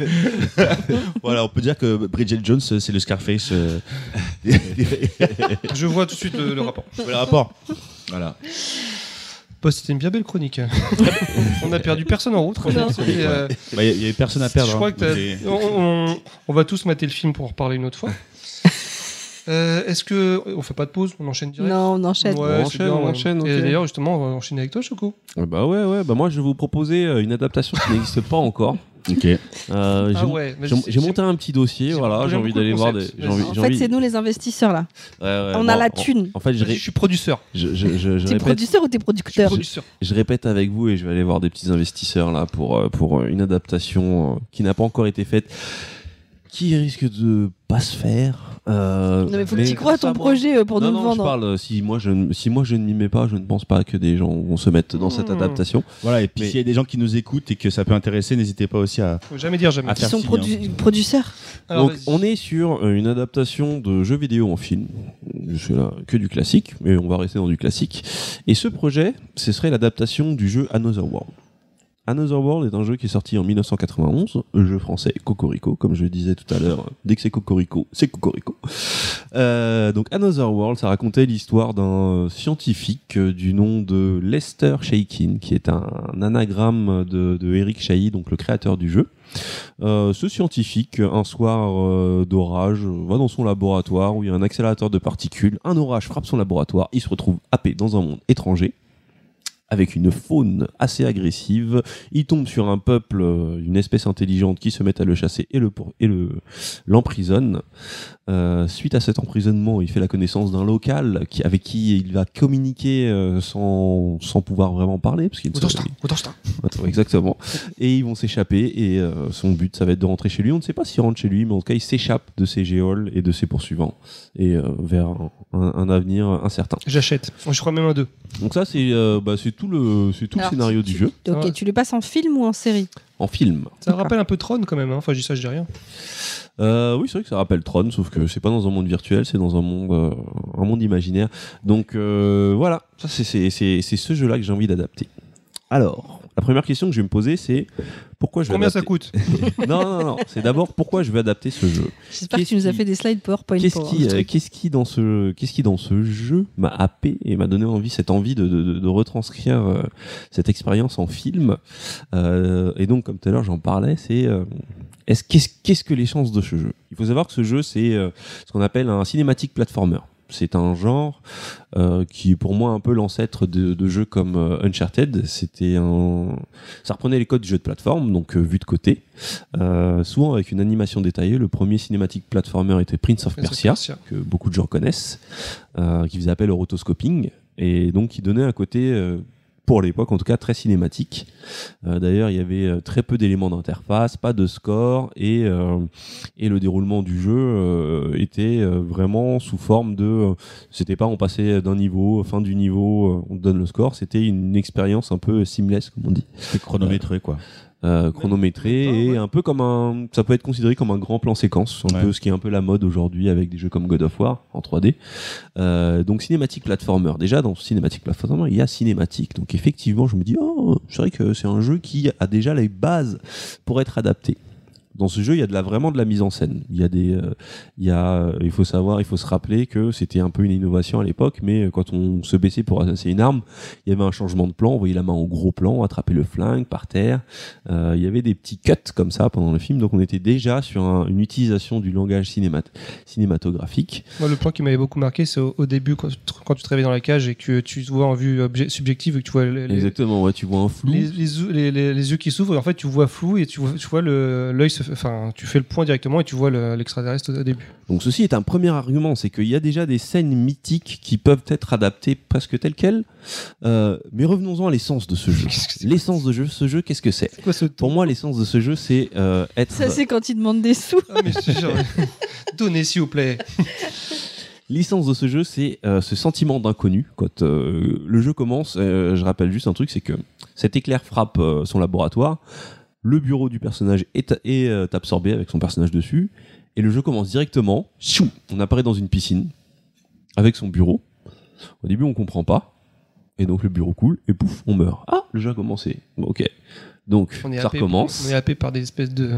F: voilà, on peut dire que Bridget Jones, c'est le Scarface. euh,
B: Je vois tout de suite euh, le, le rapport.
F: le rapport. Voilà.
B: Bah, C'était une bien belle chronique. on a perdu personne en route.
D: Non.
B: Et, euh,
F: Il Bah, y, a- y avait personne à perdre.
B: Je crois
F: hein.
B: que t'as-
F: Mais-
B: on, on- on va tous mater le film pour en reparler une autre fois. Euh, Est-ce que on fait pas de pause On enchaîne direct.
D: Non, on enchaîne.
B: Ouais,
A: On
B: c'est
A: enchaîne,
B: bien,
A: on
B: ouais.
A: enchaîne,
B: Et
A: ok.
B: d'ailleurs, justement, on va enchaîner avec toi, Choco.
A: Ah Bah ouais, ouais. Bah moi, je vais vous proposer euh, une adaptation qui n'existe pas encore.
F: Ok.
A: Euh,
D: Ah
A: j'ai-
B: Ah ouais. mais
A: j'ai-
B: c'est-
A: J'ai
B: c'est-
A: monté un petit dossier,
B: j'aime-
A: voilà, j'ai
B: j'aime
A: envie
B: beaucoup le
A: d'aller voir des.
B: concept.
A: j'ai envie-
D: En
A: j'ai
D: fait,
A: envie-
D: c'est nous les investisseurs là.
A: Ouais, ouais,
D: on
A: bon,
D: a la
A: en-
D: thune.
A: En, fait, je,
B: Vas-y,
A: ré-
B: Je suis producteur.
A: je, je, je, je
D: T'es
A: répète,
D: producteur ou t'es
B: Je suis
D: producteur
B: producteur.
A: je répète avec vous et je vais aller voir des petits investisseurs là pour, euh, pour euh, une adaptation euh, qui n'a pas encore été faite, qui risque de pas se faire. euh,
D: Non mais faut que tu crois
A: grâce
D: à ton
A: moi-
D: projet euh, pour
A: non,
D: nous
A: non,
D: le vendre.
A: Je parle, euh, si, moi je, ne- si moi je ne m'y mets pas, je ne pense pas que des gens vont se mettre dans cette
D: Hmm.
B: Mmh.
A: adaptation.
F: Voilà, et puis
A: Mais-
F: s'il y a des gens qui nous écoutent et que ça peut intéresser, n'hésitez pas aussi à.
B: Faut jamais dire jamais.
F: Ah,
D: Qui sont
F: Merci,
D: produ-
A: hein.
D: producteurs.
B: Alors,
A: Donc
B: vas-y.
A: on est sur euh, une adaptation de jeu vidéo en film. Je suis là que du classique, mais on va rester dans du classique. Et ce projet, ce serait l'adaptation du jeu Another World. Another World est un jeu qui est sorti en 1991, un jeu français Cocorico, comme je le disais tout à l'heure. Dès que c'est Cocorico, c'est Cocorico. Euh, donc Another World, ça racontait l'histoire d'un euh, scientifique euh, du nom de Lester Shaikin, qui est un, anagramme de, de Eric Chahi, donc le créateur du jeu. Euh, ce scientifique, un soir euh, d'orage, euh, va dans son laboratoire où il y a un accélérateur de particules. Un orage frappe son laboratoire. Il se retrouve happé dans un monde étranger avec une faune assez agressive. Il tombe sur un peuple, euh, une espèce intelligente qui se met à le chasser et le pour- et le l'emprisonne. Euh, suite à cet emprisonnement, il fait la connaissance d'un local qui, avec qui il va communiquer euh, sans, sans pouvoir vraiment parler parce qu'il ne
B: Autant
A: sait-
B: je t'en- autant je t'en-
A: Attends, exactement. Et ils vont s'échapper et euh, son but, ça va être de rentrer chez lui. On ne sait pas s'il rentre chez lui, mais en tout cas, il s'échappe de ses géoles et de ses poursuivants et euh, vers un- un- un avenir incertain.
B: J'achète. Je crois même un 2.
A: Donc ça, c'est euh, bah, c'est tout le c'est tout
D: Alors,
A: le scénario du
D: tu- tu-
A: jeu
D: Ok,
B: Ouais.
D: tu le passes en film ou en série
A: en film.
B: Ça
D: D'accord.
B: rappelle un peu Tron quand même. hein. Enfin, je dis ça, je dis rien.
A: Euh, oui, c'est vrai que ça rappelle Tron, sauf que c'est pas dans un monde virtuel, c'est dans un monde euh, un monde imaginaire. Donc euh, voilà, ça c'est c'est c'est c'est ce jeu-là que j'ai envie d'adapter. Alors, la première question que je vais me poser, c'est pourquoi je vais
B: Combien ça
A: adapter-
B: coûte
A: Non, non, non, non. c'est d'abord pourquoi je vais adapter ce jeu.
D: J'espère que
A: Qu'est-ce
D: tu nous as
A: qui-
D: fait des slides PowerPoint.
A: Qu'est-ce
D: pour-
A: qui, euh, qu'est-ce qui dans ce, qu'est-ce qui dans ce jeu m'a happé et m'a donné envie, cette envie de, de- de- de retranscrire euh, cette expérience en film. Euh, et donc, comme tout à l'heure, j'en parlais, c'est euh, est-ce qu'est-ce, qu'est-ce que les chances de ce jeu Il faut savoir que ce jeu, c'est euh, ce qu'on appelle un cinématique platformer. C'est un genre euh, qui est pour moi un peu l'ancêtre de, de jeux comme euh, Uncharted. C'était un, ça reprenait les codes du jeu de plateforme, donc euh, vu de côté, euh, souvent avec une animation détaillée. Le premier cinématique platformer était Prince of Persia
B: hein.
A: que beaucoup de gens connaissent, euh, qui faisait appel au rotoscoping, et donc qui donnait un côté, euh, pour l'époque en tout cas, très cinématique. Euh, D'ailleurs, il y avait euh, très peu d'éléments d'interface, pas de score, et, euh, et le déroulement du jeu euh, était euh, vraiment sous forme de... euh, c'était pas on passait d'un niveau, fin du niveau, euh, on te donne le score, c'était une expérience un peu seamless, comme on dit
F: C'était chronométré, quoi.
A: euh, chronométré
B: Même pas,
A: et
B: ouais.
A: un peu comme un ça peut être considéré comme un grand plan séquence un
F: Ouais.
A: peu ce qui est un peu la mode aujourd'hui avec des jeux comme God of War en 3D euh, donc cinématique platformer déjà dans cinématique platformer il y a cinématique donc effectivement je me dis oh c'est vrai que c'est un jeu qui a déjà les bases pour être adapté dans ce jeu, il y a de la, vraiment de la mise en scène. Il y a des, euh, il y a, euh, il faut savoir, il faut se rappeler que c'était un peu une innovation à l'époque, mais euh, quand on se baissait pour assasser une arme, il y avait un changement de plan, on voyait la main au gros plan, attraper le flingue par terre. Euh, il y avait des petits cuts comme ça pendant le film, donc on était déjà sur un- une utilisation du langage cinémat- cinématographique.
B: Moi, le point qui m'avait beaucoup marqué, c'est au, au début quand, tu te- quand tu te réveilles dans la cage et que tu te vois en vue obje- subjective et que tu vois les, les,
A: Exactement, ouais, tu vois un flou.
B: les- les- les- les yeux qui s'ouvrent. et En fait, tu vois flou et tu vois, tu vois le- l'œil se, enfin, tu fais le point directement et tu vois le- l'extraterrestre au début.
A: Donc ceci est un premier argument, c'est qu'il y a déjà des scènes mythiques qui peuvent être adaptées presque telles quelles. Euh, mais revenons-en à l'essence de ce jeu. L'essence de jeu, ce jeu, qu'est-ce que c'est
B: C'est quoi ce
A: Pour
B: ton
A: moi, l'essence de ce jeu, c'est euh, être
D: Ça, c'est quand il demande des sous.
B: Ah, mais c'est genre- Donnez s'il vous plaît.
A: L'essence de ce jeu, c'est euh, ce sentiment d'inconnu. Quand euh, le jeu commence, euh, je rappelle juste un truc, c'est que cet éclair frappe euh, son laboratoire, le bureau du personnage est, est, euh, absorbé avec son personnage dessus, et le jeu commence directement. Chou On apparaît dans une piscine avec son bureau. Au début, on comprend pas, et donc le bureau coule et pouf, on meurt. Ah, le jeu a commencé. Bon, ok. Donc
B: On est
A: ça
B: happé-
A: recommence,
B: On est happé par des espèces de.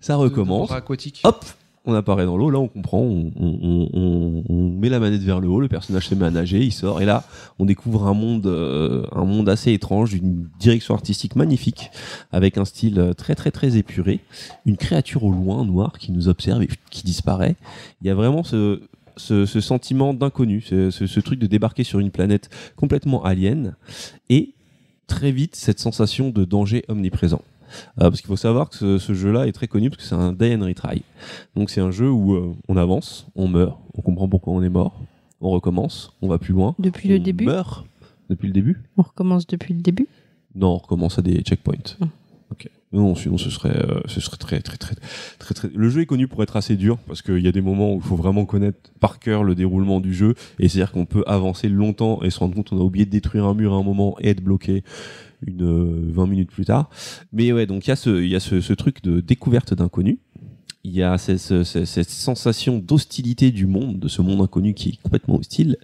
A: ça
B: de-
A: recommence.
B: de bras aquatiques.
A: Hop On apparaît dans l'eau, là on comprend, on, on- on- on- on met la manette vers le haut, le personnage se met à nager, il sort, et là on découvre un monde, euh, un monde assez étrange, une direction artistique magnifique, avec un style euh, très très très épuré, une créature au loin noire qui nous observe et pff, qui disparaît. Il y a vraiment ce, ce, ce sentiment d'inconnu, ce, ce- ce truc de débarquer sur une planète complètement alien, et très vite cette sensation de danger omniprésent. Euh, parce qu'il faut savoir que ce, ce jeu-là est très connu parce que c'est un day and retry. Donc c'est un jeu où euh, on avance, on meurt, on comprend pourquoi on est mort, on recommence, on va plus loin.
D: Depuis le
A: on
D: début
A: meurt depuis le début.
D: On recommence depuis le début.
A: Non, on recommence à des checkpoints.
D: Ah.
A: Ok. Non, sinon ce serait, euh, ce serait très, très, très, très, très. Le jeu est connu pour être assez dur parce qu'il y a des moments où il faut vraiment connaître par cœur le déroulement du jeu et c'est-à-dire qu'on peut avancer longtemps et se rendre compte qu'on a oublié de détruire un mur à un moment et être bloqué une euh, 20 minutes plus tard. Mais ouais, donc il y a ce, il y a ce, ce truc de découverte d'inconnu. Il y a cette, ce- ce- cette sensation d'hostilité du monde, de ce monde inconnu qui est complètement hostile.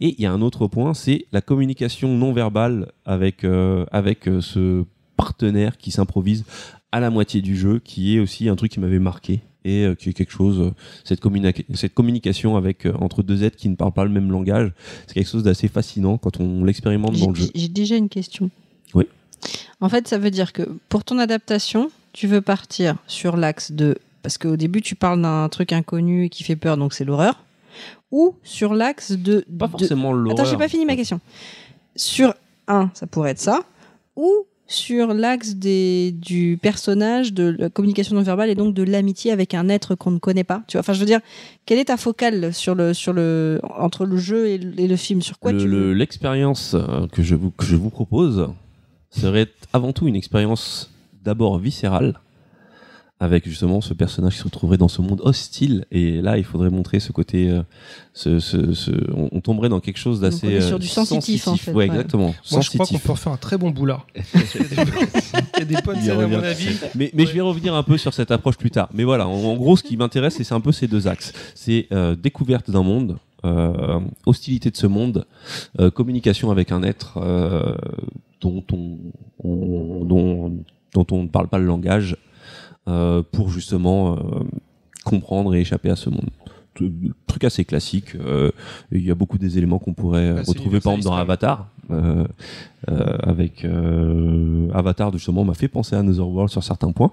A: Et il y a un autre point, c'est la communication non verbale avec, euh, avec euh, ce partenaire qui s'improvise à la moitié du jeu, qui est aussi un truc qui m'avait marqué et euh, qui est quelque chose, euh, cette, communica- cette communication avec, euh, entre deux êtres qui ne parlent pas le même langage, c'est quelque chose d'assez fascinant quand on l'expérimente
D: J'ai
A: dans le jeu.
D: j'ai déjà une question.
A: Oui.
D: En fait, ça veut dire que pour ton adaptation, tu veux partir sur l'axe de. Parce qu'au début, tu parles d'un truc inconnu qui fait peur, donc c'est l'horreur. Ou sur l'axe de.
A: Pas
D: de-
A: forcément l'horreur.
D: Attends, j'ai pas fini ma question. Sur un, ça pourrait être ça. Ou sur l'axe des- du personnage, de la communication non verbale et donc de l'amitié avec un être qu'on ne connaît pas. Tu vois, enfin, je veux dire, quelle est ta focale sur le, sur le, entre le jeu et le, et le film Sur quoi
A: Le-
D: tu
A: le- L'expérience euh, que, je vous- que je vous propose serait avant tout une expérience d'abord viscérale, avec justement ce personnage qui se retrouverait dans ce monde hostile. Et là, il faudrait montrer ce côté. euh, ce, ce- ce- on, on tomberait dans quelque chose d'assez.
D: on est sur
A: euh,
D: du sensitif, en fait,
A: Ouais,
D: ouais.
A: exactement.
B: Moi, je crois qu'on
A: sensitif.
B: peut refaire un très bon boulard. Il y a des- il y a des bonnes
F: Il
B: scènes, à
F: revient.
B: mon avis.
A: Mais, mais je vais revenir un peu sur cette approche plus tard. Mais voilà, en, en gros, ce qui m'intéresse, c'est c'est un peu ces deux axes. C'est euh, découverte d'un monde, euh, hostilité de ce monde, euh, communication avec un être euh, dont, on, on- dont, dont on ne parle pas le langage euh, pour justement euh, comprendre et échapper à ce monde. T- Truc assez classique. euh, Il y a beaucoup des éléments qu'on pourrait euh,
B: Assez
A: retrouver par exemple dans Avatar. euh, euh, avec euh, Avatar justement m'a fait penser à Another World sur certains points.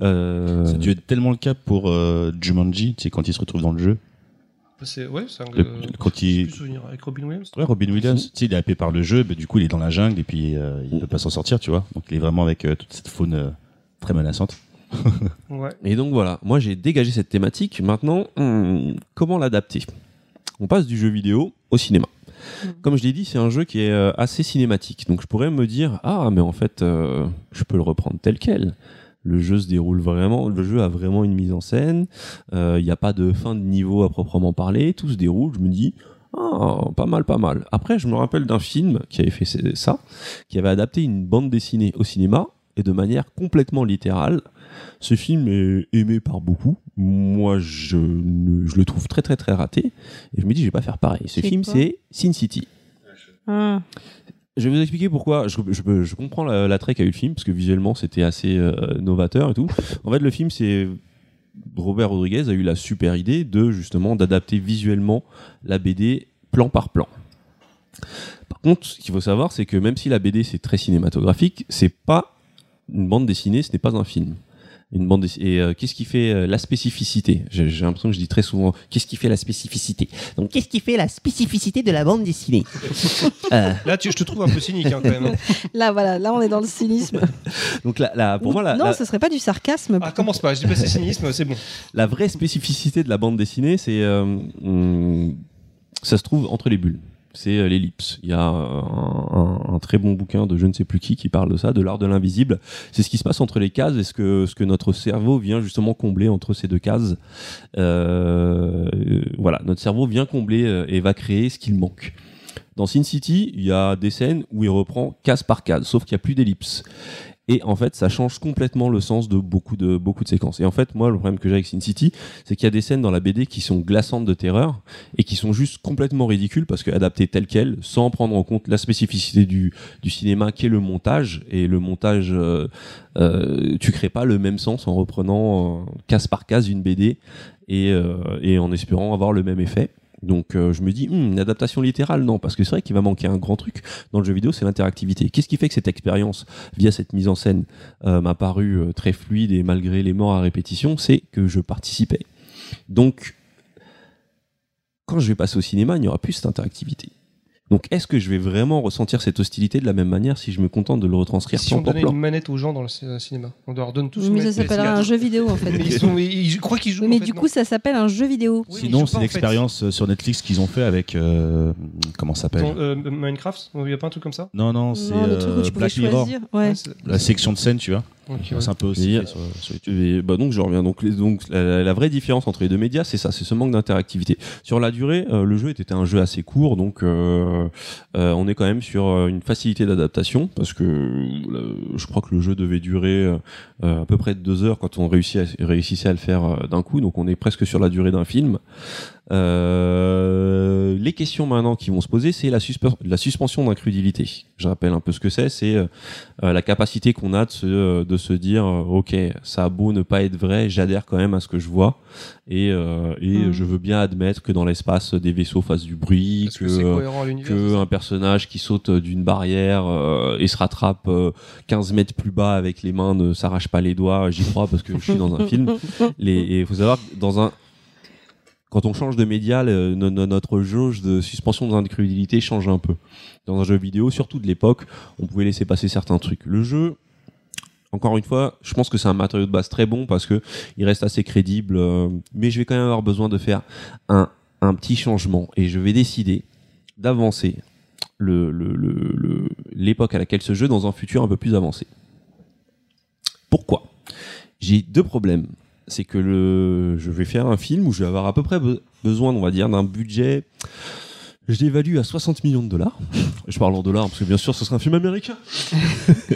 A: Euh,
F: Ça a dû être tellement le cas pour euh, Jumanji, c'est quand il se retrouve dans le jeu.
B: C'est ouais, c'est un.
F: Le-
B: euh,
F: quand
B: je sais
F: il,
B: plus souvenir avec Robin Williams.
F: Ouais, Robin Williams, tu sais, il est happé par le jeu, mais du coup, il est dans la jungle et puis euh, il
A: Mm.
F: peut pas s'en sortir, tu vois. Donc, il est vraiment avec euh, toute cette faune euh, très menaçante.
B: Ouais.
A: Et donc voilà, moi j'ai dégagé cette thématique. Maintenant, hmm, comment l'adapter On passe du jeu vidéo au cinéma. Comme je l'ai dit, c'est un jeu qui est euh, assez cinématique. Donc je pourrais me dire ah mais en fait euh, je peux le reprendre tel quel. Le jeu se déroule vraiment, le jeu a vraiment une mise en scène. Euh, Il n'y a pas de fin de niveau à proprement parler. Tout se déroule. Je me dis ah pas mal pas mal. Après je me rappelle d'un film qui avait fait ça, qui avait adapté une bande dessinée au cinéma et de manière complètement littérale. Ce film est aimé par beaucoup. Moi, je, ne- je le trouve très très très raté. Et je me dis, je vais pas faire pareil. Ce
D: C'est
A: film,
D: quoi
A: c'est Sin City.
D: Ah.
A: Je vais vous expliquer pourquoi. Je, je peux- je comprends la- l'attrait qu'a eu le film, parce que visuellement, c'était assez euh, novateur et tout. En fait, le film, c'est. Robert Rodriguez a eu la super idée de justement d'adapter visuellement la BD plan par plan. Par contre, ce qu'il faut savoir, c'est que même si la BD c'est très cinématographique, c'est pas une bande dessinée, ce n'est pas un film. Une bande dessi- et euh, qu'est-ce qui fait euh, la spécificité J'ai j'ai l'impression que je dis très souvent qu'est-ce qui fait la spécificité Donc qu'est-ce qui fait la spécificité de la bande dessinée Euh,
B: Là, tu- je te trouve un peu cynique hein, quand même.
D: Là, voilà, là, on est dans le cynisme.
A: Donc la, la- pour
D: Ou-
A: moi la,
D: non,
A: la-
D: ce serait pas du sarcasme.
B: Ah, commence pas, je dis pas c'est cynisme, c'est bon.
A: la vraie spécificité de la bande dessinée c'est euh, hum, ça se trouve entre les bulles. C'est euh, l'ellipse. Il y a euh, un, un- un très bon bouquin de je ne sais plus qui qui parle de ça, de l'art de l'invisible. C'est ce qui se passe entre les cases et ce que, ce que notre cerveau vient justement combler entre ces deux cases. Euh, euh, voilà, notre cerveau vient combler euh, et va créer ce qu'il manque. Dans Sin City, il y a des scènes où il reprend case par case, sauf qu'il n'y a plus d'ellipse. Et en fait, ça change complètement le sens de beaucoup de, beaucoup de séquences. Et en fait, moi, le problème que j'ai avec Sin City, c'est qu'il y a des scènes dans la BD qui sont glaçantes de terreur et qui sont juste complètement ridicules parce qu'adaptées telles quelles, sans prendre en compte la spécificité du, du cinéma qui est le montage. Et le montage, euh, euh, tu crées pas le même sens en reprenant euh, case par case une BD et, euh, et en espérant avoir le même effet. Donc euh, je me dis, Hmm, une adaptation littérale, non, parce que c'est vrai qu'il va manquer un grand truc dans le jeu vidéo, c'est l'interactivité. Qu'est-ce qui fait que cette expérience, via cette mise en scène, euh, m'a paru euh, très fluide et malgré les morts à répétition, c'est que je participais. Donc, quand je vais passer au cinéma, il n'y aura plus cette interactivité. Donc, est-ce que je vais vraiment ressentir cette hostilité de la même manière si je me contente de le retranscrire
B: Si
A: plan
B: on
A: pour
B: donnait
A: plan
B: une manette aux gens dans le c- euh, cinéma, on leur donne tous.
D: mais ça s'appellera un jeu vidéo en fait.
B: Mais ils sont, ils- je crois qu'ils jouent.
D: Oui,
B: en
D: mais
B: fait,
D: du
B: non.
D: coup, ça s'appelle un jeu vidéo.
B: Oui, mais je
F: Sinon,
B: sais
F: c'est
B: pas, en fait.
F: l'expérience euh, sur Netflix qu'ils ont fait avec. euh, comment ça s'appelle
B: Dans, euh, Minecraft, il n'y a pas un truc comme ça
F: Non, non, c'est
D: Non, le truc où
F: euh,
D: tu pouvais
F: Black Mirror.
D: choisir. Ouais.
B: c'est- euh,
F: La section de scène, tu vois.
B: donc, ouais.
F: C'est un peu aussi.
A: Et-
F: fait sur- sur YouTube.
A: Et bah donc je reviens. Donc, les- donc la, la vraie différence entre les deux médias, c'est ça, c'est ce manque d'interactivité. Sur la durée, euh, le jeu était un jeu assez court, donc euh, euh, on est quand même sur euh, une facilité d'adaptation parce que euh, je crois que le jeu devait durer euh, euh, à peu près deux heures quand on réussit à- réussissait à le faire euh, d'un coup. Donc on est presque sur la durée d'un film. Euh, les questions maintenant qui vont se poser, c'est la, suspe- la suspension d'incrédulité. Je rappelle un peu ce que c'est, c'est euh, euh, la capacité qu'on a de se, euh, de se dire euh, ok ça a beau ne pas être vrai j'adhère quand même à ce que je vois et, euh, et
D: Mm.
A: je veux bien admettre que dans l'espace des vaisseaux fassent du bruit
B: Parce
A: que,
B: que c'est
A: euh,
B: cohérent à l'univers.
A: que un personnage qui saute d'une barrière euh, et se rattrape euh, 15 mètres plus bas avec les mains ne s'arrache pas les doigts j'y crois parce que je suis dans un film Les- et il faut savoir que dans un quand on change de média, le- no- no- notre jauge de suspension d'incrédulité change un peu. Dans un jeu vidéo, surtout de l'époque, on pouvait laisser passer certains trucs. Le jeu, encore une fois, je pense que c'est un matériau de base très bon parce que il reste assez crédible, euh, mais je vais quand même avoir besoin de faire un, un petit changement et je vais décider d'avancer le- le- le- le- l'époque à laquelle ce jeu dans un futur un peu plus avancé. Pourquoi J'ai deux problèmes. C'est que le, je vais faire un film où je vais avoir à peu près be- besoin, on va dire, d'un budget. Je l'évalue à 60 millions de dollars. Je parle en dollars parce que bien sûr, ce sera un film américain.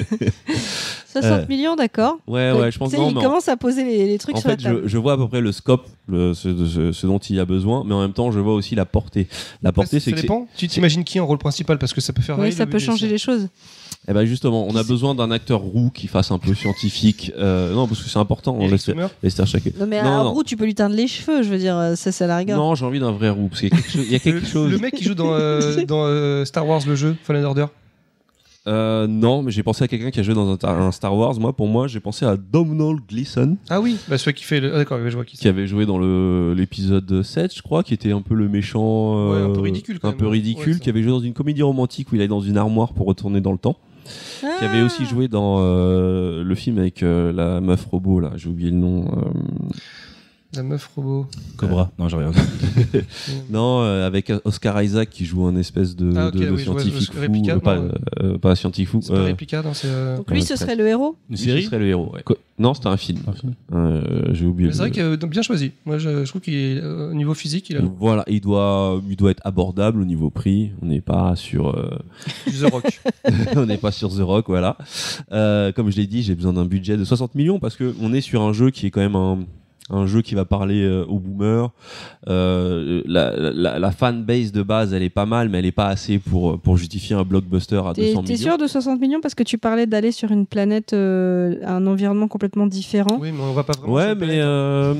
D: 60
A: Euh,
D: millions, d'accord.
A: Ouais, ouais, je pense
D: Tu sais,
A: non,
D: il
A: mais en-
D: commence à poser les, les trucs
A: en
D: sur
A: fait,
D: la table.
A: je, je vois à peu près le scope, le- ce, ce- ce dont il y a besoin, mais en même temps, je vois aussi la portée. La portée,
B: Après,
A: c'est
B: ça
A: que c'est-
B: dépend. Tu t'imagines qui en rôle principal parce que ça peut faire.
D: Oui,
B: varier
D: ça
B: le
D: peut
B: budget,
D: changer
B: ça.
D: les choses.
A: eh ben justement, on a besoin d'un acteur roux qui fasse un peu scientifique. Euh, non, parce que c'est important. on
B: Eric
A: laisse-
B: Sommer.
A: Lester Shackle.
D: Non, mais
A: Non,
D: un
A: non.
D: roux, tu peux lui teindre les cheveux, je veux dire, euh, ça, ça la regarde.
A: Non, j'ai envie d'un vrai roux parce qu'il y a quelque chose. il y a quelque
B: Le,
A: chose-
B: le mec qui joue dans, euh, dans euh, Star Wars, le jeu, Fallen Order.
A: Euh, non, mais j'ai pensé à quelqu'un qui a joué dans un, ta- un Star Wars. Moi, pour moi, j'ai pensé à Domhnall Gleeson
B: Ah oui, bah, celui qui fait. Le... Ah, d'accord, je vois qui
A: qui
B: c'est.
A: avait joué dans le- l'épisode 7, je crois, qui était un peu le méchant,
B: Ouais, un
A: euh,
B: peu ridicule, quand
A: un
B: même. hein.
A: peu ridicule,
B: Ouais, ça.
A: qui avait joué dans une comédie romantique où il allait dans une armoire pour retourner dans le temps. qui avait aussi
D: Ah.
A: joué dans euh, le film avec euh, la meuf robot là j'ai oublié le nom euh,
B: La meuf robot.
F: Cobra. Non, j'ai rien.
A: non euh, avec Oscar Isaac qui joue un espèce de,
B: Ah, ok,
A: de- de
B: oui, je vois,
A: scientifique
B: je-
A: fou
B: Replica,
A: euh, pas,
B: non, ouais.
A: euh, pas scientifique fou
B: C'est pas
A: euh,
B: Replica, non, c'est. euh,
D: Donc lui, ce serait le héros.
F: Une
A: lui,
F: série
A: ce serait le héros ouais.
F: Quoi
A: non c'était un film, Euh, j'ai oublié
B: Mais c'est
A: le-
B: vrai qu'il a bien choisi. Moi, je, je trouve qu'il est euh, au niveau physique, il a
A: Donc, voilà il doit il doit être abordable au niveau prix on n'est pas sur euh,
B: plus The Rock.
A: on n'est pas sur The Rock, voilà. Euh, comme je l'ai dit, j'ai besoin d'un budget de 60 millions parce que on est sur un jeu qui est quand même un, un jeu qui va parler euh, aux boomers. Euh, la, la, la fanbase de base, elle est pas mal, mais elle est pas assez pour, pour justifier un blockbuster à
D: T'es
A: 200
D: t'es
A: millions.
D: sûr de 60 millions parce que tu parlais d'aller sur une planète, euh, un environnement complètement différent.
B: Oui, mais on va pas vraiment.
A: Ouais,
B: sur
A: mais
B: Planète.
A: euh,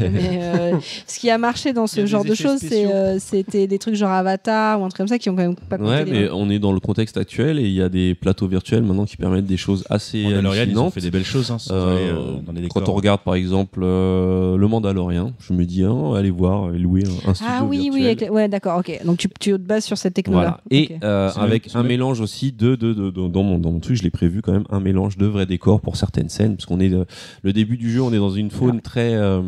D: Mais, euh, ce qui a marché dans
B: Il y a
D: ce
B: des
D: genre de
B: effets
D: choses, c'est,
B: spéciaux.
D: euh, c'était des trucs genre Avatar ou un truc comme ça qui ont quand même pas compté
A: ouais,
D: les
A: mais
D: mains.
A: on est dans le contexte actuel et il y a des plateaux virtuels maintenant qui permettent des choses assez
F: Mandalorian, ils ont
A: hallucinantes.
F: fait des belles choses hein, sans aller,
A: Euh,
F: euh, dans les décors.
A: quand on regarde par exemple euh, le Mandalorian, je me dis hein, allez voir, euh, louer un, un studio
D: Ah oui, oui,
A: virtuel.
D: avec les- ouais, d'accord, ok. Donc tu, tu te bases sur cette
A: Voilà.
D: techno-là.
A: Et
D: Ok.
A: euh,
F: C'est
A: avec
F: même- c'est
A: un
F: même-
A: mélange aussi de, de, de- de- dans, mon, dans mon truc, je l'ai prévu quand même, un mélange de vrais décors pour certaines scènes, parce qu'on est euh, le début du jeu, on est dans une
D: Ah.
A: faune très euh,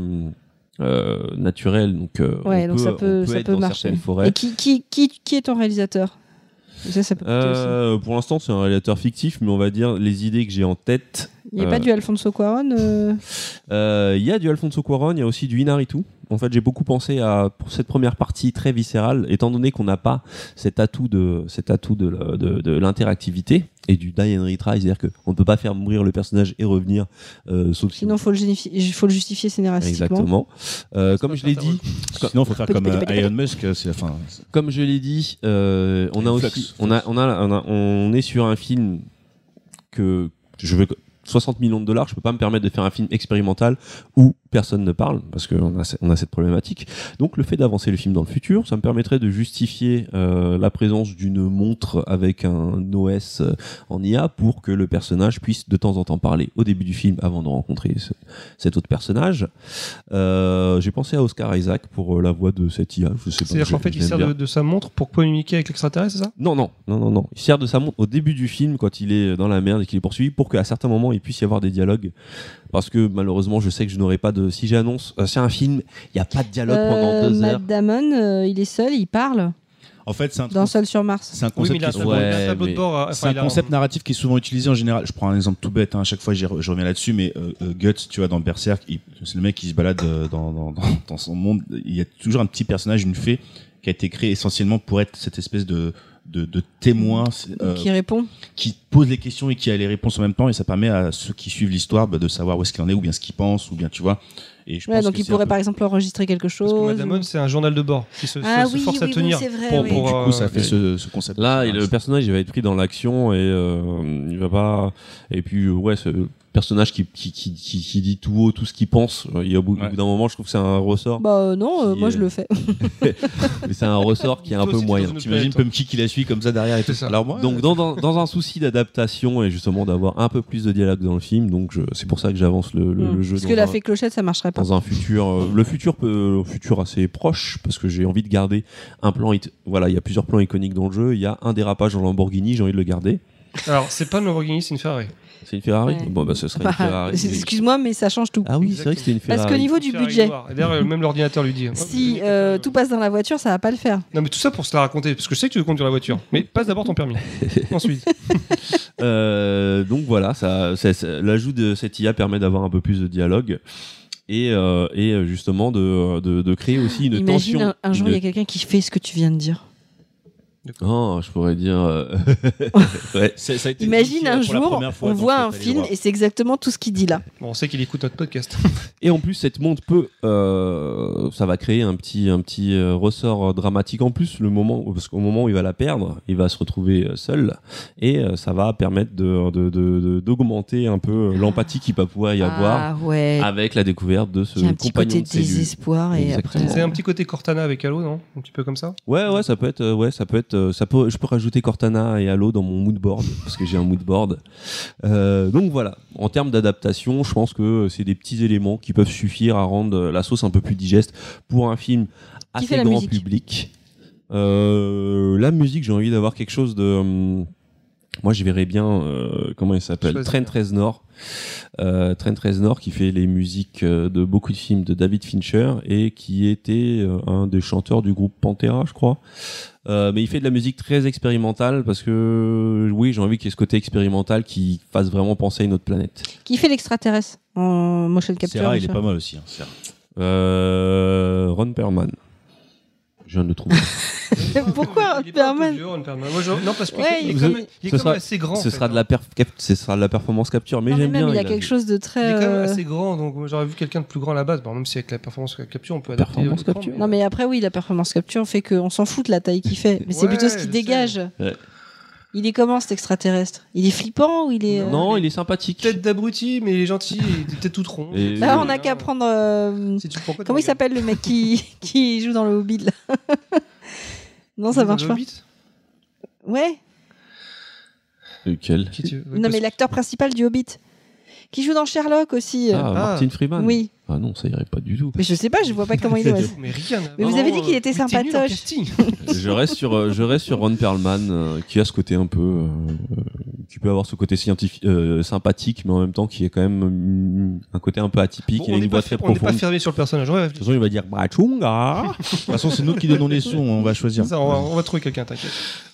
A: euh, naturelle, donc, euh,
D: Ouais,
A: on
D: donc ça peut-
A: on
D: ça
A: être
D: peut
A: dans
D: marcher.
A: certaines forêts.
D: Et qui, qui, qui, qui est ton réalisateur Ça, ça peut coûter aussi.
A: Euh, pour l'instant, c'est un réalisateur fictif, mais on va dire les idées que j'ai en tête.
D: Il n'y a
A: euh,
D: pas du Alfonso Cuaron euh,
A: Euh, Il y a du Alfonso Cuaron, il y a aussi du Inaritu. En fait, j'ai beaucoup pensé à pour cette première partie très viscérale, étant donné qu'on n'a pas cet atout de cet atout de, la- de- de l'interactivité et du die and retry, c'est-à-dire qu'on ne peut pas faire mourir le personnage et revenir, euh, sauf si
D: Sinon, il faut, le génifi- faut le justifier scénaristiquement.
A: exactement. Euh, comme je l'ai dit,
F: Sinon, faut faire
D: Petit,
F: comme
D: petit,
F: euh,
D: petit,
F: Elon Musk, euh, c'est la fin.
A: comme je l'ai dit, euh, on a
F: Flux,
A: aussi, on a, on a, on a- on est sur un film que je veux. 60 millions de dollars, je peux pas me permettre de faire un film expérimental où personne ne parle parce qu'on a, ce- on a cette problématique. Donc le fait d'avancer le film dans le futur, ça me permettrait de justifier euh, la présence d'une montre avec un OS euh, en IA pour que le personnage puisse de temps en temps parler au début du film avant de rencontrer ce- cet autre personnage. Euh, J'ai pensé à Oscar Isaac pour euh, la voix de cette IA. Je sais pas,
B: C'est-à-dire
A: je-
B: qu'en fait,
A: je
B: il
A: l'aime
B: sert
A: bien.
B: de, de sa montre pour communiquer avec l'extraterrestre, c'est ça
A: Non, non, non, non, non. Il sert de sa montre au début du film quand il est dans la merde et qu'il est poursuivi pour qu'à certains moments il puisse y avoir des dialogues. Parce que malheureusement, je sais que je n'aurai pas de. Si j'annonce, euh, c'est un film, il n'y a pas de dialogue
D: Euh,
A: pendant deux
D: Matt
A: heures.
D: Damon, euh, il est seul, il parle
F: En fait, c'est un,
D: dans Seul sur Mars.
F: c'est un concept
B: Oui, mais il a un
F: qui est
B: tableau, il a un
A: Ouais,
B: tableau
A: mais
B: de bord. à-
F: C'est
B: enfin,
F: un
B: il a
F: concept narratif qui est souvent utilisé en général. Je prends un exemple tout bête, hein, à chaque fois j'y re- je reviens là-dessus, mais euh, euh, Guts, tu vois, dans Berserk, il- c'est le mec qui se balade euh, dans, dans, dans, dans son monde. Il y a toujours un petit personnage, une fée, qui a été créée essentiellement pour être cette espèce de, de, de témoin c'est, euh,
D: Qui répond
F: qui pose les questions et qui a les réponses en même temps, et ça permet à ceux qui suivent l'histoire bah, de savoir où est-ce qu'il en est, ou bien ce qu'il pense, ou bien tu vois. Et je
D: Ouais,
F: pense
D: Donc
F: que
D: il
F: c'est un
D: pourrait
F: peu-
D: par exemple enregistrer quelque
B: Parce que
D: chose.
B: Madame Hon,
D: ou-
B: c'est un journal de bord qui se, se-
D: Ah
B: se
D: oui,
B: force
D: oui,
B: à
D: oui,
B: tenir.
D: c'est vrai,
B: pour-
D: oui.
F: Donc,
B: pour,
F: du
B: euh,
F: coup, ça fait ce, ce concept.
A: Là, et le personnage, il va être pris dans l'action et euh, il va pas. Et puis, euh, ouais, ce personnage qui, qui, qui, qui- qui dit tout haut tout ce qu'il pense, euh, il y a au bout, au
F: Ouais.
A: bout d'un moment, je trouve que c'est un ressort.
D: Bah euh, non, euh,
A: Qui
D: moi
A: est-
D: je le fais.
A: mais c'est un ressort qui est un
B: Toi
A: peu
B: aussi, t'es dans
A: moyen.
B: une
F: T'imagines
B: planète,
F: Pumpkin qui la suit comme ça derrière et tout
B: C'est ça.
F: Alors moi, euh,
A: Donc dans, dans, dans un souci d'adaptation et justement d'avoir un peu plus de dialogue dans le film, donc je- c'est pour ça que j'avance le, le- le jeu.
D: Mm. Parce
A: dans
D: que la
A: un-
D: fée clochette, ça marcherait pas.
A: dans un futur euh, le futur peut, un futur assez proche parce que j'ai envie de garder un plan it- voilà il y a plusieurs plans iconiques dans le jeu il y a un dérapage en Lamborghini j'ai envie de le garder
B: Alors, c'est pas une Lamborghini, c'est une Ferrari.
A: c'est une Ferrari
D: Ouais.
A: bon bah ce serait
D: Bah,
A: une Ferrari
D: c'est- Excuse-moi, mais ça change tout.
A: ah oui c'est vrai que c'était une Ferrari
D: Parce qu'au niveau du
B: Ferrari
D: budget,
B: noire. Et D'ailleurs, même l'ordinateur lui dit. hein.
D: si euh, tout passe dans la voiture, ça va pas le faire.
B: Non, mais tout ça pour se la raconter, parce que je sais que tu veux conduire la voiture. Mais passe d'abord ton permis. Ensuite.
A: Euh, donc voilà ça, ça- ça- l'ajout de cette IA permet d'avoir un peu plus de dialogue et, euh, et justement de, de, de créer aussi une
D: Imagine
A: tension
D: un, un jour, il
A: une
D: y a quelqu'un qui fait ce que tu viens de dire.
A: Oh, je pourrais dire. euh, ouais.
F: c'est- ça a été dit,
D: Imagine
F: euh,
D: un
F: pour la
D: jour,
F: première fois,
D: on
F: donc,
D: voit
F: euh,
D: un
F: fallait
D: film
F: voir.
D: et c'est exactement tout ce qu'il dit là.
B: Bon, on sait qu'il écoute notre podcast.
A: Et en plus, cette montre peut, euh, ça va créer un petit, un petit euh, ressort euh, dramatique en plus. Le moment, où- parce qu'au moment où il va la perdre, il va se retrouver euh, seul, et euh, ça va permettre de, de- de- de- d'augmenter un peu euh, l'empathie qu'il va pouvoir y avoir
D: Ah ouais.
A: avec la découverte de ce
D: Il y a un petit
A: compagnon
D: côté
A: de cellule.
D: désespoir et
A: Exactement.
B: C'est
D: après.
B: un petit côté Cortana avec Halo, non Un petit peu comme ça
A: Ouais, ouais, ça peut être, euh, ouais, ça peut être, euh, ça peut, je peux rajouter Cortana et Halo dans mon mood board parce que j'ai un mood board. Euh, donc voilà, en termes d'adaptation, je pense que c'est des petits éléments qui peuvent suffire à rendre euh, la sauce un peu plus digeste pour un film
D: Qui
A: assez
D: fait la
A: grand
D: musique
A: public. Euh, la musique, j'ai envie d'avoir quelque chose de. hum, moi, je verrais bien euh, comment il s'appelle,
B: Choisir.
A: Train 13 Nord. Euh, Trent Reznor qui fait les musiques euh, de beaucoup de films de David Fincher et qui était euh, un des chanteurs du groupe Pantera, je crois. Euh, mais il fait de la musique très expérimentale parce que euh, oui, j'ai envie qu'il y ait ce côté expérimental qui fasse vraiment penser à une autre planète.
D: euh, Qui fait l'extraterrestre en motion capture
F: Serra, il
D: bien
F: est
D: sûr.
F: pas mal aussi. hein, Serra.
A: Euh, Ron Perlman. Je viens de le trouver.
D: Pourquoi un
B: Il est pas
D: Perman
B: peu dur, un Perman Moi, je- Non, parce qu'il
D: Ouais,
B: est,
A: il-
B: quand même- il
A: ce
B: est quand
A: sera-
B: même assez grand. en
A: ce,
B: fait,
A: sera de
B: hein.
A: la perf cap- ce sera de la performance capture, mais
D: Non, mais
A: j'aime
D: même,
A: bien.
D: il y a
A: a-
D: quelque chose de
B: Il
D: très.
B: est quand même
D: euh,
B: assez grand, donc moi, j'aurais vu quelqu'un de plus grand à la base. Bon, même si avec la performance capture, on peut adapter.
A: Performance
B: l'écran,
A: capture.
B: mais-
D: euh, Non, mais après, oui, la performance capture fait qu'on s'en fout de la taille qu'il fait. Mais c'est
B: Ouais,
D: plutôt ce
B: je
D: qu'il
B: sais.
D: dégage.
A: Ouais.
D: Il est comment cet extraterrestre Il est flippant ou il est. euh,
A: Non, il est sympathique.
B: Tête d'abruti, mais il est gentil, il est peut-être tout rond.
A: Et-
D: Bah, on n'a qu'à prendre. euh,
B: Si tu- pourquoi tu
D: Comment il
B: regardes
D: s'appelle le mec qui, qui joue dans le Hobbit là Non, ça
B: Dans
D: marche
B: le
D: pas.
B: Hobbit
D: Ouais.
A: Lequel
B: Qui tu- ouais,
D: Non,
B: parce-
D: mais l'acteur principal du Hobbit. Qui joue dans Sherlock aussi.
A: ah,
D: euh.
A: Martin Freeman.
D: oui.
A: Ah non, ça irait pas du tout.
D: Mais je sais pas, je vois pas comment il
B: Mais
D: est.
B: rien. à
D: Mais
B: voir.
D: vous avez dit qu'il était
B: Mais t'es nul en
D: sympatoche.
B: casting.
A: je reste sur euh, je reste sur Ron Perlman euh, qui a ce côté un peu euh, euh, qui peut avoir ce côté scientifique euh, sympathique mais en même temps qui est quand même hum, un côté un peu atypique
B: Bon,
A: et
B: on
A: une
B: n'est
A: voix
B: pas,
A: très
B: fer- on n'est pas
A: profonde. De
B: fermé sur le personnage. On va
A: toute
B: réfléchir.
A: façon, il va dire Brachunga.
F: De toute façon, c'est nous qui donnons les sons, hein, on va choisir.
B: Ça, on, va, on va trouver quelqu'un, t'inquiète.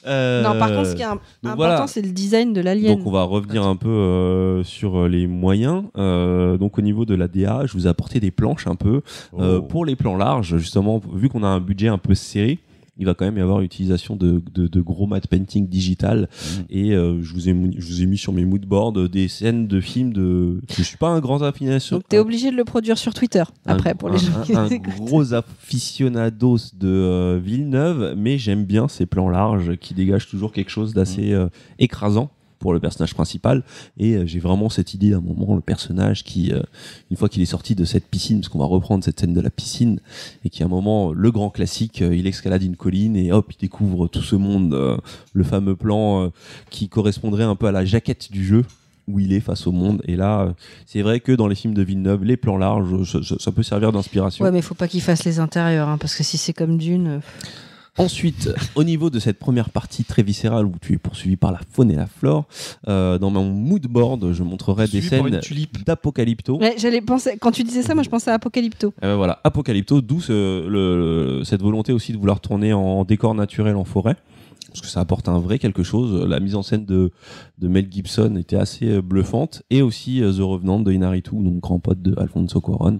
D: Non, par contre, ce qui est im- important,
A: voilà.
D: c'est le design de l'alien.
A: Euh, Donc on va revenir un peu euh, sur euh, les moyens. Euh, donc au niveau de la DA, je vous ai apporté des planches un peu
C: Oh.
A: Euh, pour les plans larges. Justement, vu qu'on a un budget un peu serré, il va quand même y avoir utilisation de, de, de gros matte painting digital. Et euh, je vous ai mou- je vous ai mis sur mes moodboards euh, des scènes de films de. Je suis pas un grand afficionado.
D: Donc t'es obligé de le produire sur Twitter
A: un-
D: après pour les
A: un-
D: gens qui
A: un,
D: nous
A: un
D: écoutent.
A: gros aficionados de euh, Villeneuve, mais j'aime bien ces plans larges qui dégagent toujours quelque chose d'assez euh, écrasant pour le personnage principal. Et euh, j'ai vraiment cette idée d'un moment, le personnage qui, euh, une fois qu'il est sorti de cette piscine, parce qu'on va reprendre cette scène de la piscine, et qui à un moment, le grand classique, euh, il escalade une colline et hop, il découvre tout ce monde, euh, le fameux plan euh, qui correspondrait un peu à la jaquette du jeu où il est face au monde. Et là, euh, c'est vrai que dans les films de Villeneuve, les plans larges, ça, ça- ça peut servir d'inspiration.
D: Ouais, mais faut pas qu'il fasse les intérieurs, hein, parce que si c'est comme Dune. euh,
A: Ensuite, au niveau de cette première partie très viscérale où tu es poursuivi par la faune et la flore, euh, dans mon mood board, je montrerai des
B: Suivi par
A: scènes
B: une tulipe.
A: d'Apocalypto.
D: Ouais, j'allais penser. Quand tu disais ça, moi je pensais à Apocalypto.
A: Eh ben voilà, Apocalypto, d'où ce- le- le- cette volonté aussi de vouloir tourner en décor naturel en forêt. Parce que ça apporte un vrai quelque chose. La mise en scène de, de Mel Gibson était assez euh, bluffante. Et aussi euh, The Revenant de Inaritu, donc grand pote de Alfonso Cuaron.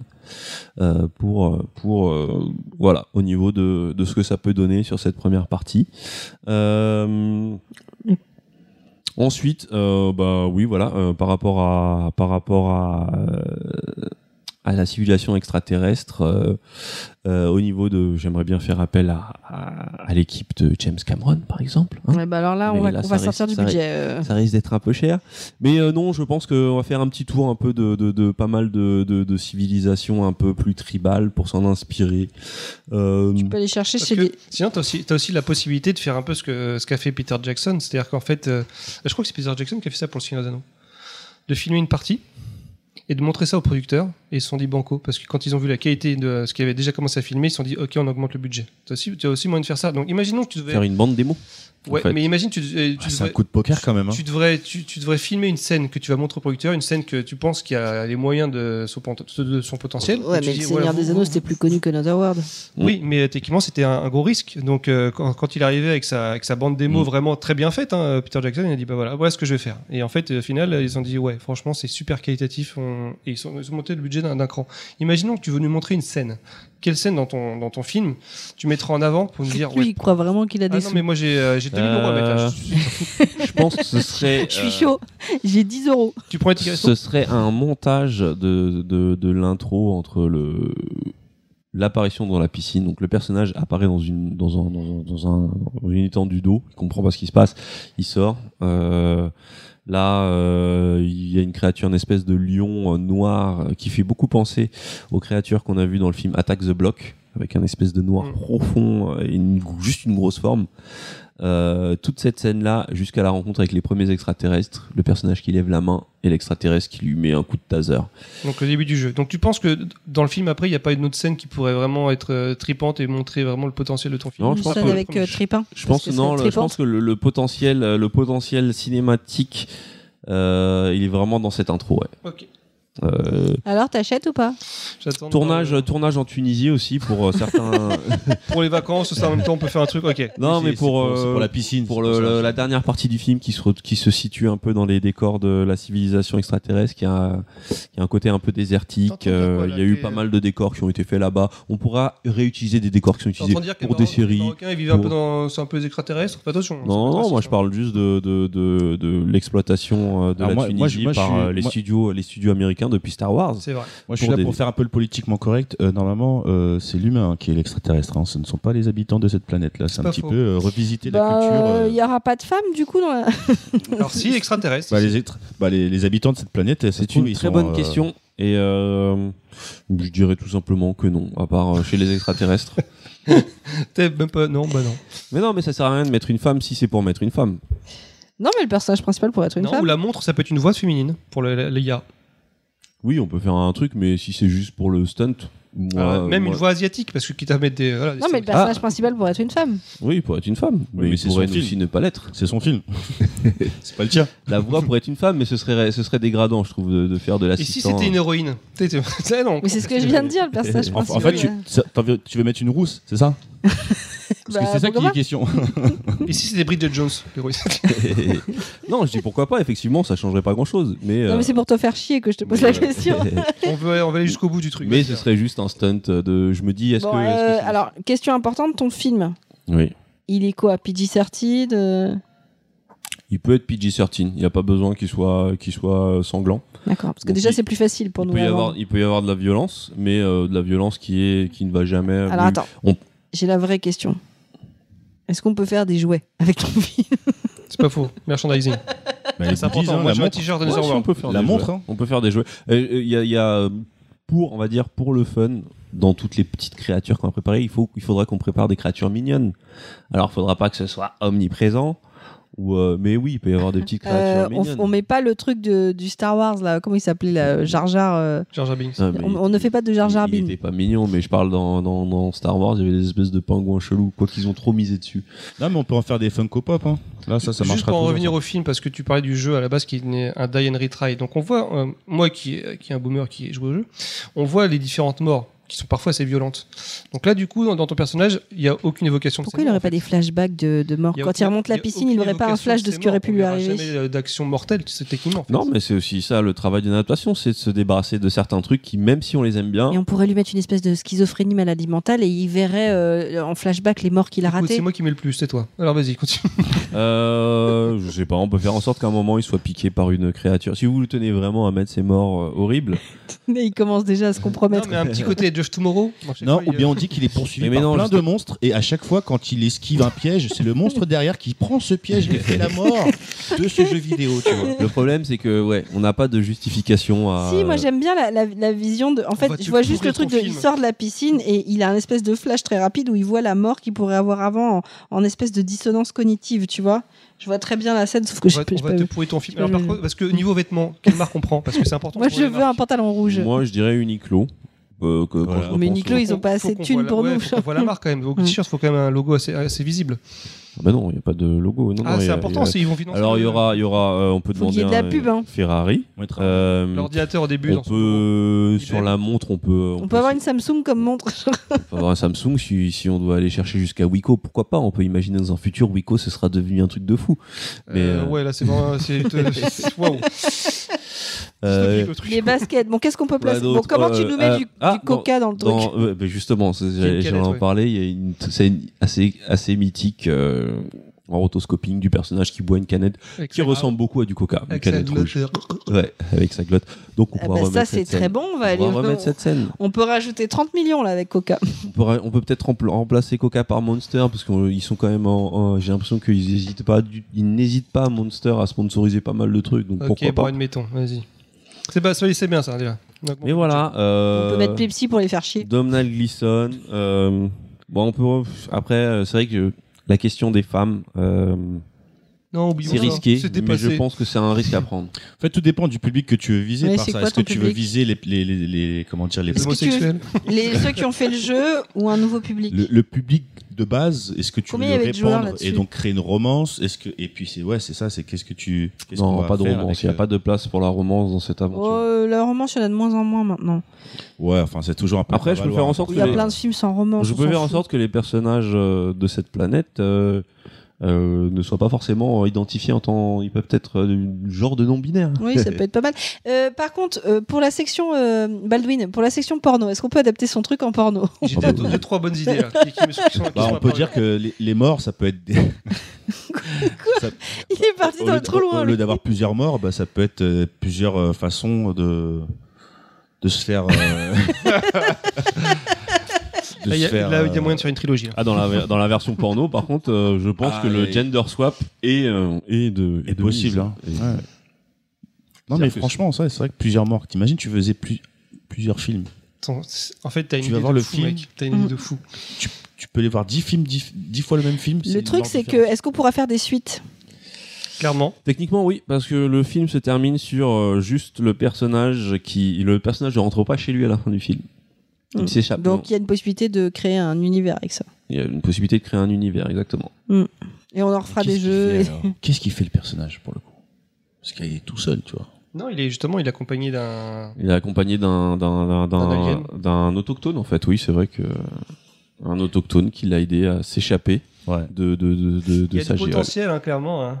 A: euh, pour euh, pour euh, voilà au niveau de, de ce que ça peut donner sur cette première partie Euh, ensuite euh, bah oui voilà euh, par rapport à par rapport à euh, à la civilisation extraterrestre euh, euh, au niveau de j'aimerais bien faire appel à, à, à l'équipe de James Cameron par exemple hein.
D: Ouais, bah alors là, on
A: Mais
D: va,
A: là,
D: on va
A: ça
D: sortir
A: risque- ça
D: du budget. euh.
A: ça risque d'être un peu cher mais euh, non je pense qu'on va faire un petit tour un peu de, de, de pas mal de, de, de civilisations un peu plus tribales pour s'en inspirer Euh,
D: On peut aller chercher
B: Parce
D: chez
B: que
D: les.
B: Sinon, t'as aussi, t'as aussi la possibilité de faire un peu ce que ce qu'a fait Peter Jackson. C'est-à-dire qu'en fait, euh, je crois que c'est Peter Jackson qui a fait ça pour le Seigneur des Anneaux. De filmer une partie et de montrer ça aux producteurs. Et ils se sont dit banco. Parce que quand ils ont vu la qualité de euh, ce qu'ils avaient déjà commencé à filmer, ils se sont dit ok, on augmente le budget. T'as aussi, tu as aussi moyen de faire ça. Donc imaginons que tu devais.
A: faire une bande démo
B: Ouais,
A: en fait.
B: mais imagine, tu, euh, tu
F: Ah, c'est un
B: devrais,
F: coup de poker quand même. hein.
B: tu, devrais, tu, tu devrais filmer une scène que tu vas montrer au producteur, une scène que tu penses qu'il a les moyens de son, pont- de son potentiel.
D: Ouais,
B: Et tu
D: mais
B: dis,
D: le
B: voilà,
D: Seigneur
B: vous-
D: des
B: vous-
D: Anneaux, c'était plus connu que Another World.
A: Mm.
B: oui, mais techniquement, c'était un, un gros risque. Donc, euh, quand, quand il est arrivé avec sa, avec sa bande démo
A: Mm.
B: vraiment très bien faite, hein, Peter Jackson, il a dit bah voilà, voilà ce que je vais faire. Et en fait, euh, au final, ils ont dit ouais, franchement, c'est super qualitatif. on- Et ils, sont, ils ont monté le budget d'un d'un cran. Imaginons que tu veux nous montrer une scène. Quelle scène dans ton, dans ton film tu mettras en avant pour nous dire
D: Lui,
B: ouais.
D: il croit vraiment qu'il a
B: Ah
D: des
B: non,
D: sous.
B: mais moi j'ai euh, j'ai 2000 euros à mettre là.
A: je pense que ce serait
D: Je suis
A: euh,
D: chaud, j'ai 10 euros.
B: Tu prends les tickets resto
A: ce serait un montage de, de, de l'intro entre le l'apparition dans la piscine donc le personnage apparaît dans une dans un dans, un- dans un- dans une étendue d'eau il comprend pas ce qui se passe il sort euh, là euh, il y a une créature une espèce de lion euh, noir euh, qui fait beaucoup penser aux créatures qu'on a vues dans le film Attack the Block avec un espèce de noir
B: Mm.
A: profond euh, et une- juste une grosse forme euh, toute cette scène-là, jusqu'à la rencontre avec les premiers extraterrestres, le personnage qui lève la main et l'extraterrestre qui lui met un coup de taser.
B: Donc le début du jeu. Donc tu penses que d- dans le film après, il n'y a pas une autre scène qui pourrait vraiment être euh, tripante et montrer vraiment le potentiel de ton film
A: Non, je
D: Une
A: pense
D: scène
A: que-
D: avec euh, Tripin.
A: Je pense,
D: que ce
A: non,
D: serait
A: le- je
D: trippant.
A: pense que le, le potentiel, euh, le potentiel cinématique, euh, il est vraiment dans cette intro. ouais.
B: Ok.
A: Euh,
D: Alors, t'achètes ou pas
B: J'attends de
A: tournage,
B: voir, euh,
A: tournage en Tunisie aussi pour euh, certains.
B: pour les vacances, ça en même temps, on peut faire un truc. Ok.
A: non,
F: C'est-
A: mais
F: c'est
A: pour,
F: c'est
A: euh,
F: pour la piscine.
A: pour
F: c'est
A: le-
F: ça.
A: le- la dernière partie du film qui se, re- qui se situe un peu dans les décors de la civilisation extraterrestre, qui a, qui a un côté un peu désertique.
H: T'entends bien,
A: euh,
H: quoi,
A: Il
H: là,
A: y a eu
H: t'es-
A: pas mal de décors qui ont été faits là-bas. On pourra réutiliser des décors qui sont
B: T'es en
A: utilisés
B: train de dire que
A: pour
B: les
A: des
B: Marocains- les
A: séries.
B: Marocains, ils vivent un
A: pour-
B: peu dans. C'est un peu les extraterrestres. Fais attention. c'est
A: Non,
B: pas
A: non,
B: raciste,
A: moi je
B: hein.
A: parle juste de, de, de, de l'exploitation euh, de
F: Alors
A: la
F: moi-
A: Tunisie
F: moi, je- moi, je
A: par
F: suis-
A: euh, les,
F: moi-
A: studios, les studios américains depuis Star Wars.
B: C'est vrai.
F: Moi, je suis
A: pour
F: là
A: des-
F: pour faire un peu le politiquement correct. Euh, normalement, euh, c'est l'humain hein, qui est l'extraterrestre. hein. Ce ne sont pas les habitants de cette planète-là. C'est un
B: pas
F: petit
B: faux.
F: peu euh, revisiter la
D: Bah,
F: culture. euh,
D: il y aura pas de femmes du coup dans la-
B: Alors, si, extraterrestres.
F: bah, les, extra- bah, les- les habitants de cette planète, ça se
A: C'est
F: trouve,
A: une
F: ils
A: très
F: sont,
A: bonne
F: euh,
A: question. Et euh, je dirais tout simplement que non, à part euh, chez les extraterrestres.
B: T'es même pas. Non, bah non.
A: mais non, mais ça sert à rien de mettre une femme si c'est pour mettre une femme.
D: Non, mais le personnage principal pourrait être une
B: non,
D: femme.
B: ou la montre, ça peut être une voix féminine pour le- le- les gars.
A: Oui, on peut faire un truc, mais si c'est juste pour le stunt, moi,
B: Ah,
A: euh,
B: même
A: moi-
B: une voix asiatique, parce que quitte à mettre des. voilà, des
D: Non, mais bah- le personnage principal pourrait être une femme.
A: Oui, il pourrait être une femme, mais,
F: mais
A: il
F: c'est
A: pourrait
F: son film.
A: aussi ne pas l'être.
F: C'est son film. c'est pas le tien.
A: La voix pourrait être une femme, mais ce serait, ce serait dégradant, je trouve, de, de faire de
B: Et si
A: l'assistant.
B: c'était une héroïne T'es- t'es- t'es- non,
D: Mais c'est ce que je viens de dire, le personnage
F: En, en
D: principal.
F: fait, tu, ça- t'en veux- tu veux mettre une rousse, c'est ça Parce
D: Bah,
F: que c'est ça qui
D: pourquoi
F: est question.
B: Et si c'était Bridget Jones, l'héroïne
A: non, je dis pourquoi pas. Effectivement, ça changerait pas grand-chose, mais.
D: Non,
A: euh,
D: mais c'est pour te faire chier que je te pose
A: mais,
D: la
A: euh,
D: question.
B: on, veut, on va aller jusqu'au bout du truc.
A: mais ce serait juste un stunt de. Je me dis, est-ce
D: Bon,
A: que. est-ce que
D: euh,
A: c'est-
D: alors, question importante ton film.
A: Oui.
D: Il est quoi PG-13 euh,
A: Il peut être PG-13. Il n'y a pas besoin qu'il soit, qu'il soit euh, sanglant.
D: D'accord, parce que
A: Donc,
D: déjà
A: il-
D: c'est plus facile pour
A: il
D: nous.
A: peut y
D: à vendre.
A: avoir, il peut y avoir de la violence, mais euh, de la violence qui est, qui ne va jamais.
D: Alors
A: oui.
D: attends,
A: on-
D: j'ai la vraie question. Est-ce qu'on peut faire des jouets avec ton film
B: C'est pas faux. Merchandising.
F: Bah, les
B: C'est important.
F: goodies, hein,
B: Moi,
F: la
B: j'ai un
F: montre.
B: t-shirt de
A: Ouais, si,
B: Nether
A: on
B: World.
A: peut faire
F: La
A: des
F: montre,
A: jeux.
F: hein.
A: On peut faire des jeux. Euh, euh, Il y a, il y a, euh, pour, on va dire, pour le fun, dans toutes les petites créatures qu'on va préparer, il faut, il faudra qu'on prépare des créatures mignonnes. Alors, faudra pas que ce soit omniprésent. Ou, euh, mais oui, il peut y avoir des petites
D: Euh,
A: créatures
D: on,
A: mignonnes.
D: on met pas le truc de- du Star Wars là, comment il s'appelait là, Jar Jar. euh,
B: Jar Bings.
A: Ah, mais
D: on, on ne fait pas de Jar Jar
A: Il- Il
D: Binks.
A: était pas mignon, mais je parle dans, dans, dans Star Wars, il y avait des espèces de pingouins chelous, quoi qu'ils ont trop misé dessus.
F: Non, mais on peut en faire des Funko Pop. hein. Là, ça, ça
B: Juste
F: marchera
B: pour en
F: toujours,
B: revenir
F: ça.
B: au film, parce que tu parlais du jeu à la base qui est un die and retry. Donc on voit, euh, moi qui, qui est un boomer qui joue au jeu, on voit les différentes morts qui sont parfois assez violentes. Donc là, du coup, dans, dans ton personnage, il n'y a aucune évocation de
D: Pourquoi
B: ces
D: il
B: morts,
D: aurait
B: en
D: pas
B: fait.
D: des flashbacks de, de mort
B: Il y a
D: Quand il
B: aucune-
D: remonte la
B: il y a
D: piscine, il
B: aucune
D: aurait pas un
B: évocation
D: flash de
B: ces
D: ce qui aurait
B: morts.
D: pu
B: On
D: lui
B: verra
D: arriver.
B: jamais, euh, d'action mortelle, c'est techniquement. en fait.
A: Non, mais c'est aussi ça le travail d'une adaptation, c'est de se débarrasser de certains trucs qui, même si on les aime bien,
D: Et on pourrait lui mettre une espèce de schizophrénie maladie mentale et il verrait euh, en flashback les morts qu'il a
B: Écoute,
D: ratées.
B: C'est moi qui mets le plus, c'est toi. Alors vas-y, continue.
A: euh, je sais pas, on peut faire en sorte qu'à un moment il soit piqué par une créature. Si vous le tenez vraiment à mettre ces morts euh, horribles,
D: Mais il commence déjà à se
B: Non,
D: compromettre.
B: mais un petit côté Jeff Tomorrow. Moi, je sais
F: Non,
B: pas,
F: ou
B: il-
F: bien on dit qu'il est poursuivi
A: Mais
F: par
A: non,
F: plein
A: juste-
F: de monstres et à chaque fois quand il esquive un piège, c'est le monstre derrière qui prend ce piège et fait la mort de ce jeu vidéo, tu vois.
A: le problème c'est que, ouais, on n'a pas de justification à.
D: Si, moi j'aime bien la, la- la vision de. En fait,
B: va te
D: je vois juste
B: pourrir
D: le truc
B: ton
D: de. Il
B: film.
D: sort de la piscine et il a un espèce de flash très rapide où il voit la mort qu'il pourrait avoir avant en, en espèce de dissonance cognitive, tu vois. Je vois très bien la scène, sauf que
B: On
D: je
B: va,
D: peux-
B: on
D: je
B: va
D: peux-
B: te pourrir ton film.
D: je peux-
B: Alors, par contre, parce que niveau vêtements, quelle marque on prend Parce que c'est important.
D: Moi
B: pour
D: je
B: les
D: veux un
B: marques.
D: pantalon rouge.
A: Moi je dirais Uniqlo. euh, que- quand
F: Voilà.
A: je repense
D: Mais Uniqlo,
A: au-
D: ils ont pas
B: Faut
D: assez de
B: qu'on
D: thunes
B: voit la-
D: pour
B: ouais,
D: nous. hein. Mm.
B: faut qu'on voit la marque quand même. Au t-shirt, faut quand même un logo assez, assez visible.
A: Ah Bah non, il n'y a pas de logo. Non,
B: ah,
A: non, il y
B: c'est
A: a-
B: important,
A: il y a-
B: c'est- ils vont financer.
A: Alors il y
B: le-
A: aura, il y aura euh, on peut
D: Faut qu'il
A: demander
D: y ait de la
A: un,
D: pub, hein.
A: Ferrari.
F: On mettra-
A: euh,
B: l'ordinateur au début.
A: on
B: dans son
A: peut
B: bureau.
A: sur la montre, on peut.
D: On peut avoir une Samsung comme montre.
A: On peut avoir un Samsung si, si on doit aller chercher jusqu'à Wico, pourquoi pas On peut imaginer dans un futur Wico, ce sera devenu un truc de fou. Mais
B: Euh,
A: euh,
B: ouais, là c'est vraiment. c'est- Waouh.
A: euh,
B: Dystopique, le truc.
D: Les baskets. Bon, qu'est-ce qu'on peut placer
A: Quoi
D: Bon,
A: d'autre
D: comment tu
A: Euh,
D: nous mets
A: euh,
D: du, du
A: ah, dans-
D: coca dans, le truc
A: dans- ouais, mais justement, c'est- j'allais
B: canette,
A: j'allais en
B: ouais.
A: parler. Il y a une t- scène assez assez mythique euh, en rotoscoping du personnage qui boit une canette
B: Avec
A: qui
B: sa-
A: ressemble beaucoup à du Coca, une
B: Ah. avec sa
A: canette rouge.
B: glotte.
A: Ouais, avec sa glotte. Donc on
D: Ah
A: pourra
D: bah, Ça
A: remettre
D: c'est
A: cette
D: très
A: scène.
D: bon, on va
A: On
D: aller.
A: pourra remettre cette scène.
D: On peut rajouter 30 millions là avec coca.
A: On peut, on peut peut-être rempla- remplacer Coca par Monster parce qu'ils sont quand même. En, en- j'ai l'impression qu'ils hésitent pas. du- ils n'hésitent pas Monster à sponsoriser pas mal de trucs. Donc
B: Ok,
A: pourquoi pas.
B: bon, admettons, vas-y. C'est pas, c'est c'est bien ça, déjà. Donc, bon,
A: Mais voilà.
D: On
A: Euh,
D: peut mettre Pepsi pour les faire chier.
A: Domhnall Gleeson. euh, bon, on peut. Après, euh, c'est vrai que la question des femmes. euh,
B: Non, oublions
A: C'est
B: ça.
A: risqué,
B: C'est
A: mais je
B: dépassé.
A: pense que c'est un risque à prendre.
C: En fait, tout dépend du public que tu veux viser
D: Mais
C: par
D: c'est
C: ça.
D: quoi
C: Est-ce que
D: ton
C: tu veux
D: public
C: viser les, les, les, les- comment dire, les,
B: Les
D: Parce que tu-
B: homosexuels.
D: Les, ceux qui ont fait le jeu ou un nouveau public
C: le, le public de base, est-ce que tu
D: Combien
C: veux
D: il y
C: le
D: avait de joueurs
C: répandre
D: là-dessus
C: et donc créer une romance Est-ce que et puis c'est ouais, c'est ça, c'est qu'est-ce que tu qu'est-ce qu'on
A: Non,
C: va
A: pas de
C: faire
A: romance.
C: avec,
A: Il n'y a
C: euh,
A: pas de place pour la romance dans cette aventure.
D: Oh, la romance, il y en a de moins en moins maintenant.
C: Ouais, enfin c'est toujours un peu
A: Après, je peux
C: valoir.
A: faire en sorte
D: Il
A: que
D: y a
A: les-
D: plein de films sans romance.
A: Je
D: on
A: peux
D: s'en
A: faire en
D: fout.
A: sorte que les personnages euh, de cette planète euh, euh, ne soient pas forcément euh, identifiés en tant. Ils peuvent être euh, du genre de non-binaire.
D: Oui, ça peut être pas mal. Euh, par contre, euh, pour la section euh, Baldwin, pour la section porno, est-ce qu'on peut adapter son truc en porno
B: J'ai
A: bah,
B: deux, deux, trois bonnes idées là. qui- qui me sont- qui sont- qui
C: Bah,
B: sont
C: on peut
B: apparues.
C: dire que les, les morts, ça peut être des...
D: Il est parti
C: au
D: dans
C: lieu
D: le trop
C: d- au-
D: loin.
C: Au
D: lui.
C: lieu d'avoir plusieurs morts, bah, ça peut être euh, plusieurs euh, façons de de se faire. euh, de
B: Là, il y
C: se
B: a-
C: faire,
B: là, il y a
C: euh,
B: moyen de faire une trilogie. là.
A: Ah, dans la, ver- dans la version porno, par contre, euh, je pense
C: Ah,
A: que le
C: et-
A: gender swap est, euh, est de.
C: est
A: de
C: possible.
A: mise.
C: hein.
A: Et-
C: Ouais. Non, mais franchement, ça, c'est vrai que plusieurs morts. T'imagines, tu faisais plus, plusieurs films.
B: Attends, c'est- En fait, t'as une
C: Tu
B: idée
C: vas voir
B: de
C: le
B: fou,
C: film.
B: mec. T'as une idée
D: Mm.
B: de fou.
C: Tu, tu peux les voir 10 films, 10, fois le même film.
D: Le
C: une
D: truc,
C: mort
D: c'est que
C: différente.
D: est-ce qu'on pourra faire des suites
B: Clairement.
A: Techniquement, oui, parce que le film se termine sur euh, juste le personnage qui. Le personnage ne rentre pas chez lui à la fin du film. Il
D: Mm.
A: s'échappe.
D: Donc il y a une possibilité de créer un univers avec ça.
A: Il y a une possibilité de créer un univers, exactement.
D: Et on en refera
C: Qu'est-ce
D: des
C: qu'il
D: jeux.
C: fait,
D: et-
C: alors Qu'est-ce qui fait le personnage, pour le coup Parce qu'il est tout seul, tu vois.
B: Non, il est justement, il est accompagné d'un.
A: Il est accompagné d'un d'un- d'un-
B: D'un alien.
A: d'un- d'un autochtone en fait. Oui, c'est vrai que euh, un autochtone qui l'a aidé à s'échapper
C: Ouais.
A: de de de de,
B: Il y
A: de
B: a du
A: sa gérale.
B: potentiel, hein, clairement. hein.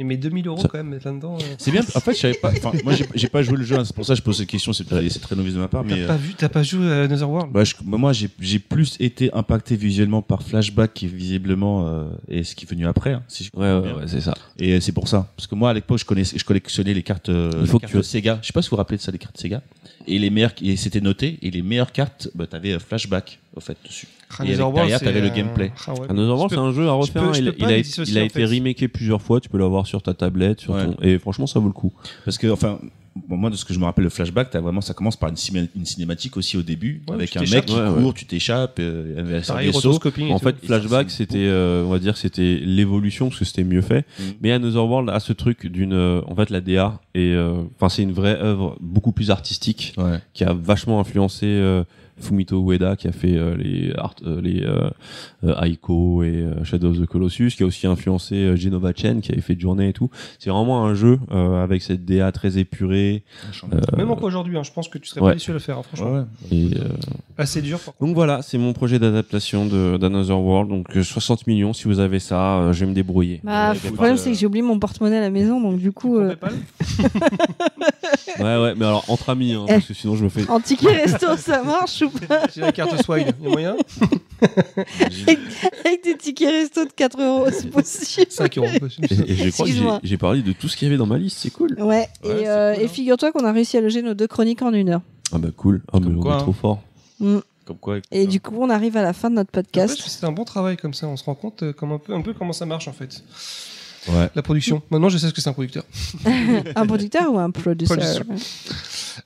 B: Et mais 2000 euros
A: Ça-
B: quand même là-dedans. euh.
C: C'est bien. En fait, je savais pas. Enfin, moi, j'ai- j'ai pas joué le jeu. hein, C'est pour ça que je pose cette question. C'est c'est très novice de ma part, mais.
B: T'as
C: euh,
B: pas vu, t'as pas joué à Another World
C: bah, je- bah, moi, j'ai j'ai plus été impacté visuellement par Flashback qui visiblement euh, est ce qui est venu après. hein, si je
A: Ouais,
C: comprends
A: ouais,
C: bien.
A: ouais, c'est ça.
C: Et euh, c'est pour ça. Parce que moi, à l'époque, je, connaissais- je collectionnais les cartes, euh,
A: Il faut
C: les
A: que
C: cartes
A: tu-
C: Sega. Je sais pas si vous vous rappelez de ça, les cartes Sega. Et les meilleures, et c'était noté. Et les meilleures cartes, bah, t'avais euh, flashback, au fait, dessus. avec derrière,
B: c'est,
C: t'avais le
B: euh,
C: gameplay.
B: ah ouais.
A: Another World,
B: Je
A: c'est un jeu à
B: je peux-
A: refaire. hein.
B: je
A: il,
B: peux pas
A: il a,
B: les
A: été-
B: dissocier,
A: il a
B: en
A: été
B: fait.
A: remaké plusieurs fois. Tu peux l'avoir sur ta tablette, sur
C: Ouais.
A: ton... et franchement, ça vaut le coup.
C: Parce que, enfin, bon, moi, de ce que je me rappelle, le flashback, t'as vraiment, ça commence par une, ciné- une cinématique aussi au début,
B: Ouais,
C: avec
B: tu
C: un mec
B: t'échappes.
C: qui
A: Ouais, ouais.
C: court, tu t'échappes, euh, avec un
B: Pareil,
C: vaisseau.
B: rotoscoping et
A: En
B: tout.
A: fait,
C: Et ça,
A: Flashback,
C: c'est beau.
A: c'était, euh, on va dire, c'était l'évolution parce que c'était mieux fait.
C: Mhm.
A: Mais Another World a ce truc d'une, euh, en fait, la DA et, euh, enfin, c'est une vraie œuvre beaucoup plus artistique
C: Ouais.
A: qui a vachement influencé euh, Fumito Ueda qui a fait euh, les art, euh, les euh, euh, Aiko et euh, Shadow of the Colossus qui a aussi influencé euh, Genova Chen qui avait fait Journée et tout c'est vraiment un jeu euh, avec cette DA très épurée
C: euh,
B: Même encore aujourd'hui, hein, je pense que tu serais
A: ouais.
B: pas déçu de le faire, hein, franchement.
C: Ouais.
A: et, euh,
B: Assez dur. par contre.
A: donc voilà c'est mon projet d'adaptation de d'Another World donc euh, 60 millions si vous avez ça euh, je vais me débrouiller
D: Bah,
C: Ouais,
D: le problème, c'est que j'ai oublié mon porte-monnaie à la maison, donc du coup,
B: Ton
D: euh,
B: PayPal
A: ouais ouais mais alors entre amis hein, parce que sinon je me fais
D: en ticket resto, ça marche ou pas
B: J'ai la carte Swine, il y a moyen
D: Avec des tickets resto de 4 euros, c'est possible.
B: 5 euros.
A: et, et je crois que j'ai-
D: Excuse-moi.
A: j'ai parlé de tout ce qu'il y avait dans ma liste c'est cool
D: Ouais,
B: Ouais,
D: et,
B: c'est
D: euh,
B: cool,
D: et
B: hein.
D: figure-toi qu'on a réussi à loger nos deux chroniques en une heure.
A: ah bah cool ah mais
C: Comme
A: on
C: quoi,
A: est
C: hein.
A: trop fort
C: Comme quoi.
D: Et du coup, on arrive à la fin de notre podcast.
B: C'est un bon travail comme ça, on se rend compte euh, comme un, peu, un peu comment ça marche en fait.
C: Ouais.
B: La production. Maintenant, je sais ce que c'est un producteur.
D: un producteur Ah, ou un producer
B: Producer.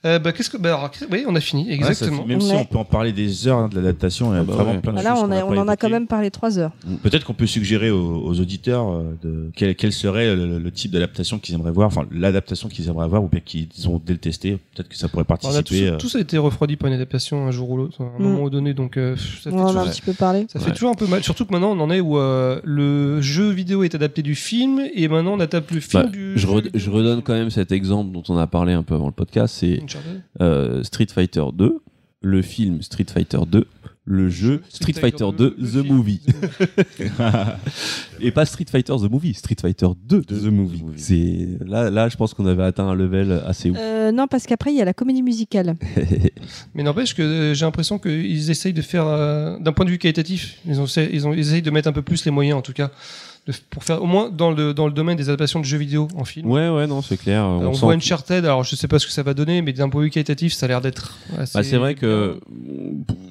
B: Euh, bah, qu'est-ce que. Bah, alors, qu'est- oui, on a fini,
C: Ouais, ça fait-
B: exactement.
C: même si
D: Ouais.
C: on peut en parler des heures hein, de l'adaptation, il y a
A: Ah bah
C: vraiment
A: ouais.
C: plein de
D: Voilà,
C: choses
D: on, a-
C: qu'on
D: on
C: n'a pas
D: en a quand
C: évoquées.
D: même parlé 3 heures.
C: Peut-être qu'on peut suggérer aux, aux auditeurs euh, de quel, quel serait le, le type d'adaptation qu'ils aimeraient voir, enfin l'adaptation qu'ils aimeraient voir ou bien qu'ils ont dès le testé. Peut-être que ça pourrait
B: on a tous,
C: participer. euh,
B: tous a été refroidi par une adaptation un jour ou l'autre, à un
D: Mm.
B: moment donné, donc euh, pff, ça fait
D: On en a un
B: toujours-
D: petit peu parlé.
B: Ça fait toujours un peu mal, surtout que maintenant on en est où euh, le jeu vidéo est adapté du film et maintenant on adapte le film
A: Bah,
B: du.
A: je, re- je redonne quand même cet exemple dont on a parlé un peu avant le podcast, c'est
B: même.
A: euh, Street Fighter 2, le film Street Fighter 2, le jeu Street Fighter 2 The Movie. Et pas Street Fighter The Movie, Street Fighter 2 The Movie. C'est là là je pense qu'on avait atteint un level assez ouf.
D: Euh, non, parce qu'après, il y a la comédie musicale.
B: Mais n'empêche que euh, j'ai l'impression qu'ils essayent de faire, euh, d'un point de vue qualitatif, ils, ont, ils, ont, ils essayent de mettre un peu plus les moyens en tout cas, de f- pour faire au moins dans le, dans le domaine des adaptations de jeux vidéo en film.
A: ouais ouais non, c'est clair,
B: Alors,
A: on,
B: on
A: sent
B: voit
A: que-
B: Uncharted, alors je sais pas ce que ça va donner, mais d'un point de vue qualitatif, ça a l'air d'être. assez-
A: Bah, c'est vrai Bah, que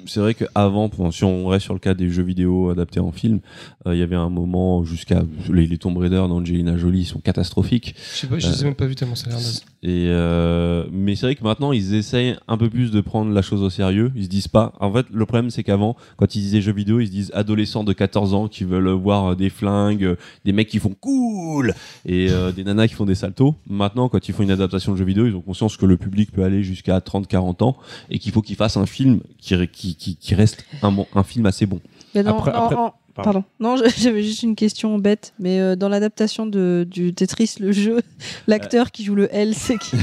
A: c'est vrai qu'avant, pour- si on reste sur le cas des jeux vidéo adaptés en film, euh, il y avait un moment jusqu'à les, les Tomb Raider d'Angelina Jolie sont catastrophiques.
B: Je sais pas, je les ai même pas vus tellement ça a l'air naze.
A: Et euh, mais c'est vrai que maintenant ils essayent un peu plus de prendre la chose au sérieux. Ils se disent pas. En fait, le problème c'est qu'avant, quand ils disaient jeux vidéo, ils se disent adolescents de 14 ans qui veulent voir euh, des flingues, des mecs qui font cool et euh, des nanas qui font des saltos. Maintenant, quand ils font une adaptation de jeux vidéo, ils ont conscience que le public peut aller jusqu'à 30-40 ans et qu'il faut qu'ils fassent un film qui, qui, qui, qui reste un, bon- un film assez bon.
D: Mais non,
C: Après-
D: non,
C: après-
D: en-
C: pardon.
D: pardon. Non, je- j'avais juste une question bête, mais euh, dans l'adaptation de- du Tetris, le jeu, l'acteur qui joue le L, c'est qui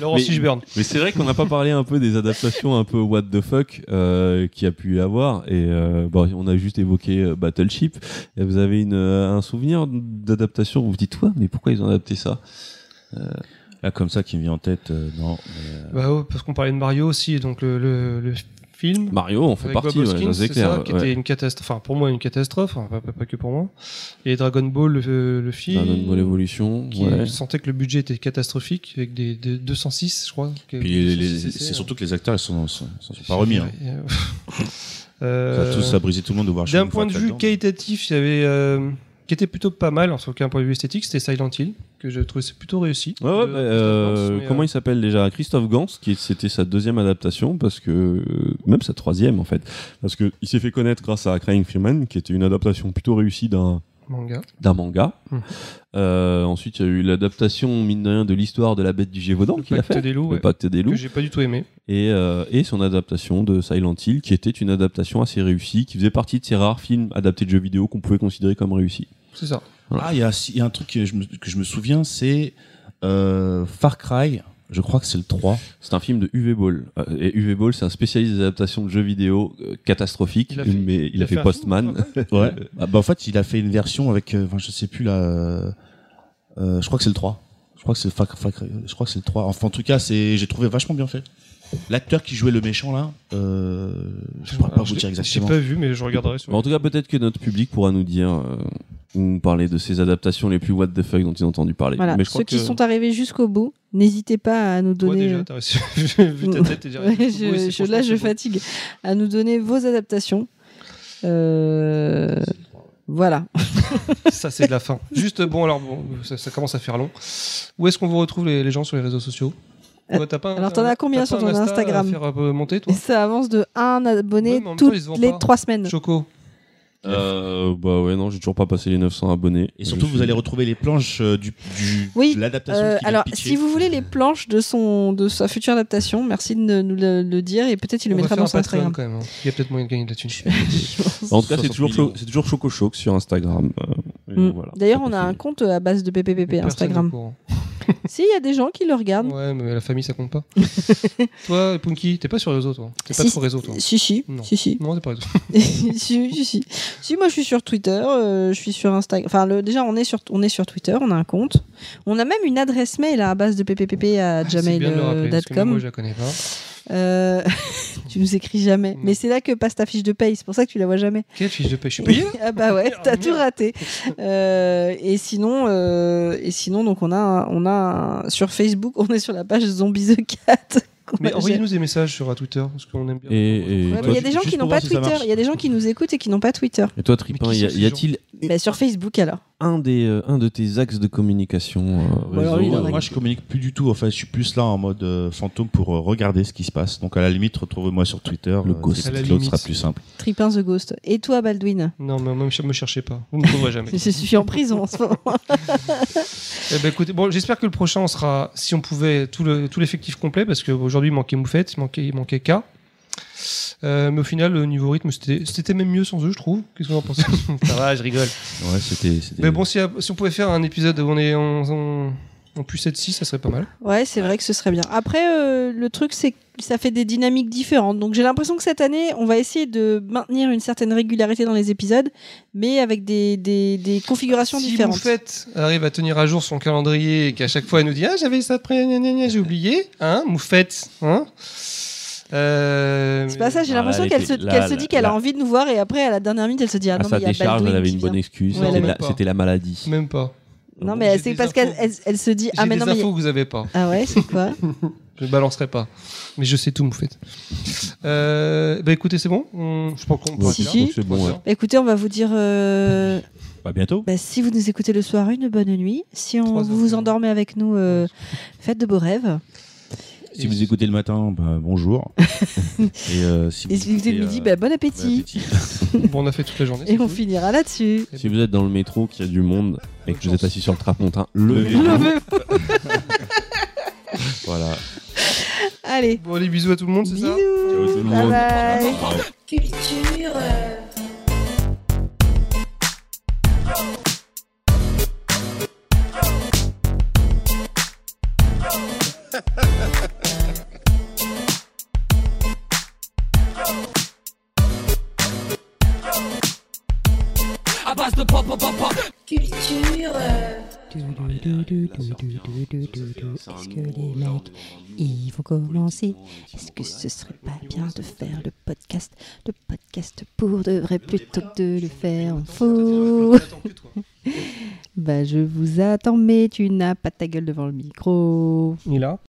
B: Laurent
A: Mais-
B: Fishburne.
A: Mais c'est vrai qu'on n'a pas parlé un peu des adaptations un peu what the fuck euh, qui a pu y avoir et euh, bon, on a juste évoqué euh, Battleship. Et vous avez une, euh, un souvenir d'adaptation où vous vous dites ouais mais pourquoi ils ont adapté ça
F: euh, Là, comme ça, qui me vient en tête, euh, non. mais, euh,
B: Bah, ouais, parce qu'on parlait de Mario aussi, donc le, le- le film.
A: Mario Bah, on fait
B: avec
A: partie,
B: Bob
A: ouais, ça,
B: Hoskins,
A: c'est
B: c'est ça,
A: clair.
B: qui
A: ouais.
B: était une catastrophe. Enfin, pour moi, une catastrophe, enfin, pas, pas- pas que pour moi. Et Dragon Ball, le, le film.
A: Dragon Ball Evolution,
B: qui
A: ouais.
B: sentait que le budget était catastrophique, avec des, des 206, je crois. que-
F: Puis les- les-
B: 206,
F: c'est surtout que les acteurs, ils sont, sont, sont pas remis. hein.
B: Ouais, euh,
F: Ça, a
B: euh,
F: tout, ça a brisé tout le monde de voir.
B: D'un
F: Shining
B: point de
F: Force
B: vue
F: là-dedans.
B: qualitatif, il y avait. euh, qui était plutôt pas mal, en tout cas, d'un point de vue esthétique, c'était Silent Hill, que je trouvais c'est plutôt réussi.
A: Ouais, ouais,
B: Euh,
A: bah, euh,
B: mais, euh,
A: comment il s'appelle déjà Christophe Gans, qui c'était sa deuxième adaptation, parce que euh, même sa troisième en fait, parce que il s'est fait connaître grâce à Crying Freeman, qui était une adaptation plutôt réussie d'un
B: Manga.
A: d'un manga.
B: Hmm.
A: Euh, ensuite, il y a eu l'adaptation, mine de rien, de l'histoire de la bête du Gévaudan
B: Le
A: Oh, qu'il a
B: Pacte
A: fait.
B: des loups,
A: le
B: ouais.
A: pacte des
B: que
A: loups.
B: j'ai pas du tout aimé.
A: Et, euh, et son adaptation de Silent Hill, qui était une adaptation assez réussie, qui faisait partie de ces rares films adaptés de jeux vidéo qu'on pouvait considérer comme réussis.
B: C'est ça.
F: Ah, il y, a si- il y a un truc que je me, que je me souviens, c'est euh, Far Cry. Je crois que c'est le 3.
A: C'est un film de Uwe Boll. Euh, Et Uwe Boll, c'est un spécialiste des adaptations de jeux vidéo euh, catastrophiques,
B: Il a fait-
A: mais il a fait,
B: un film,
A: Postman.
B: je crois.
F: Ouais. Ah, bah, en fait, il a fait une version avec, euh, enfin, je sais plus là. euh, euh, je crois que c'est le 3. Je crois que c'est Far- Far Cry- Je crois que c'est le 3. Enfin, en tout cas, c'est, j'ai trouvé vachement bien fait. L'acteur qui jouait le méchant là, euh, je pourrais pas
B: Alors,
F: vous dire
B: l'ai-
F: exactement.
B: J'ai pas vu, mais je regarderai sur.
A: Mais en tout cas, peut-être que notre public pourra nous dire, euh, nous parler de ces adaptations les plus what the fuck dont ils ont entendu parler.
D: Voilà,
A: Mais je crois
D: ceux qui
A: que-
D: sont arrivés jusqu'au bout, n'hésitez pas à nous
B: Toi
D: donner. euh,
B: déjà, t'as reçu- j'ai vu ta tête et j'ai
D: Ouais,
B: arrêté.
D: je-
B: Oui, c'est
D: je- là,
B: franchement,
D: je
B: c'est beau.
D: fatigue à nous donner vos adaptations. Euh, Voilà.
B: Ça, c'est de la fin. Juste, bon, alors, bon, ça, ça commence à faire long. Où est-ce qu'on vous retrouve les, les gens sur les réseaux sociaux Toi, t'as pas un-
D: Euh, alors, t'en as combien
B: t'as
D: sur
B: pas un
D: ton
B: Insta
D: Instagram
B: à faire euh, monter,
D: Et
B: toi
D: ça avance de 1 abonné
B: Ouais, mais en même temps,
D: toutes
B: ils se vendent
D: les
B: pas.
D: 3 semaines.
B: Choco.
A: Euh, bah ouais, non, j'ai toujours pas passé les 900 abonnés.
F: Et surtout,
A: Je
F: vous
A: suis-
F: allez retrouver les planches euh, du, du
D: Oui,
F: de l'adaptation.
D: Euh,
F: qu'il a
D: alors,
F: pitchée.
D: si vous voulez les planches de, son, de sa future adaptation, merci de ne- nous le, le dire et peut-être il le
B: On va
D: mettra
B: faire
D: dans
B: un
D: son
B: Patreon,
D: Instagram.
B: quand même. hein. Il y a peut-être moyen de gagner de la thune.
A: En tout cas, c'est
F: 60
A: toujours,
F: millions.
A: Cho- c'est toujours Choco Choc sur Instagram. euh, et
D: Mm.
A: voilà.
D: D'ailleurs, on a un compte à base de PPPP
B: Personne au
D: Instagram.
B: courant.
D: Si, il y a des gens qui le regardent.
B: Ouais, mais la famille, ça compte pas. toi, Punky, t'es pas sur les réseaux, toi. T'es pas
D: Si,
B: sur les réseaux, toi.
D: Si, si,
B: Non.
D: si, si.
B: Non, t'es pas réseau.
D: si, si, si. Si, moi je suis sur Twitter, euh, je suis sur Instagram. Enfin, le, déjà, on est, sur, on est sur Twitter, on a un compte. On a même une adresse mail à base de euh, PPPP à
B: Ah, C'est bien de le rappeler, parce que même Moi, je
D: gmail.com.
B: la connais pas.
D: Euh, tu nous écris jamais.
B: Non.
D: Mais c'est là que passe ta fiche de paye, c'est pour ça que tu la vois jamais.
B: Quelle fiche de pêche Je suis payé
D: ah bah ouais,
B: Merde,
D: t'as tout
B: merde.
D: raté. Euh, et sinon, euh, et sinon, donc on a, un- on a un- sur Facebook, on est sur la page Zombie the Cat. qu'on
B: Mais
D: a
B: envoyez-nous des messages sur euh, Twitter, parce qu'on aime bien.
A: Et, et
D: Ouais, mais
A: toi,
D: il y a des gens
F: juste
D: qui
F: pour
D: n'ont
F: voir
D: pas
F: si ça
D: Twitter,
F: marche.
D: il y a des gens qui nous écoutent et qui n'ont pas Twitter.
A: et toi, Tripin,
B: Mais qui
A: y a-
B: sont ces
A: y a-t-il
D: Bah, sur Facebook alors.
A: un, des, euh, un de tes axes de communication euh,
D: Ou alors,
A: réseau,
D: Bah il en
A: euh,
D: a-
F: Moi, je communique plus du tout. Enfin, je suis plus là en mode euh, fantôme pour euh, regarder ce qui se passe. Donc, à la limite, retrouvez-moi sur Twitter.
A: Le
F: Le
A: ghost.
F: ghost.
B: À la
F: L'autre sera
B: limite.
F: plus simple.
D: Tripin the Ghost. Et toi, Baldwin
B: Non, mais même, me cherchez pas. Vous ne me trouverez jamais.
D: Je suis en prison en ce moment.
B: Eh ben, écoutez, bon, j'espère que le prochain, on sera, si on pouvait, tout le- tout l'effectif complet, parce qu'aujourd'hui, il manquait Moufette, il manquait, il manquait K. Euh, mais au final, au niveau rythme, c'était c'était même mieux sans eux, je trouve. Qu'est-ce que vous en pensez Ça va, je rigole.
F: Ouais, c'était. c'était-
B: Mais bon, si, euh, si on pouvait faire un épisode où on est on, on, on puisse être 6, ça serait pas mal.
D: Ouais, c'est vrai que ce serait bien. Après, euh, le truc, c'est que ça fait des dynamiques différentes. Donc, j'ai l'impression que cette année, on va essayer de maintenir une certaine régularité dans les épisodes, mais avec des, des, des configurations
B: si
D: différentes.
B: Moufette arrive à tenir à jour son calendrier et qu'à chaque fois elle nous dit Ah, j'avais ça de près, gna, gna, gna, j'ai oublié. Hein, Moufette hein Euh,
D: C'est pas ça, j'ai
A: Ah, là,
D: l'impression
A: elle
D: qu'elle se,
A: était- là,
D: qu'elle se
A: là,
D: dit qu'elle a
A: là.
D: envie de nous voir et après, à la dernière minute, elle se dit Ah
A: à
D: non, mais
A: sa
D: il y a
A: décharge,
D: Baldwin
A: elle avait
D: qui
A: une bonne
D: vient.
A: excuse.
D: Ouais,
A: c'était
B: même
A: la-
B: pas.
A: C'était la maladie.
B: Même pas.
D: Non,
B: J'ai
D: mais
B: des
D: c'est parce qu'elle
B: infos.
D: elle, elle se dit
B: J'ai
D: Ah, mais
B: des
D: non, mais. il y
B: infos
D: a-
B: que vous avez pas.
D: Ah ouais, c'est quoi
B: Je balancerai pas. Mais je sais tout, en fait. Euh, bah écoutez, c'est bon On- Je pense qu'on
A: Ouais,
D: Si,
A: je
D: si.
A: trouve que C'est bon, ouais.
D: Bah, Écoutez, on va vous dire euh,
A: Bah, bientôt.
D: bah, si vous nous écoutez le soir, une bonne nuit. Si on,
B: Trois
D: vous
B: heures.
D: vous endormez avec nous, euh, faites de beaux rêves.
C: Si vous écoutez le matin, bah, bonjour. et euh, si
D: Et si vous écoutez le
C: euh,
D: midi, bah, bon
C: bon
D: appétit.
C: appétit.
B: Bon, on a fait toute la journée.
D: Et
B: c'est
D: on
B: cool.
D: finira là-dessus.
A: Si vous êtes dans le métro, qu'il y a du monde et que vous êtes assis sur le trapontin, levez Voilà.
D: Allez,
B: Bon, allez, bisous à tout le monde, c'est ça
A: Ciao tout
D: bisous.
A: le
D: Bye
A: monde.
D: bye.
H: Culture. euh, Culture. euh,
A: Est-ce que les mecs,
I: ils vont commencer Est-ce que ce serait pas bien de faire le podcast Le podcast pour de vrai plutôt que de le faire en faux Bah je vous attends mais tu n'as pas ta gueule devant le micro
B: Il a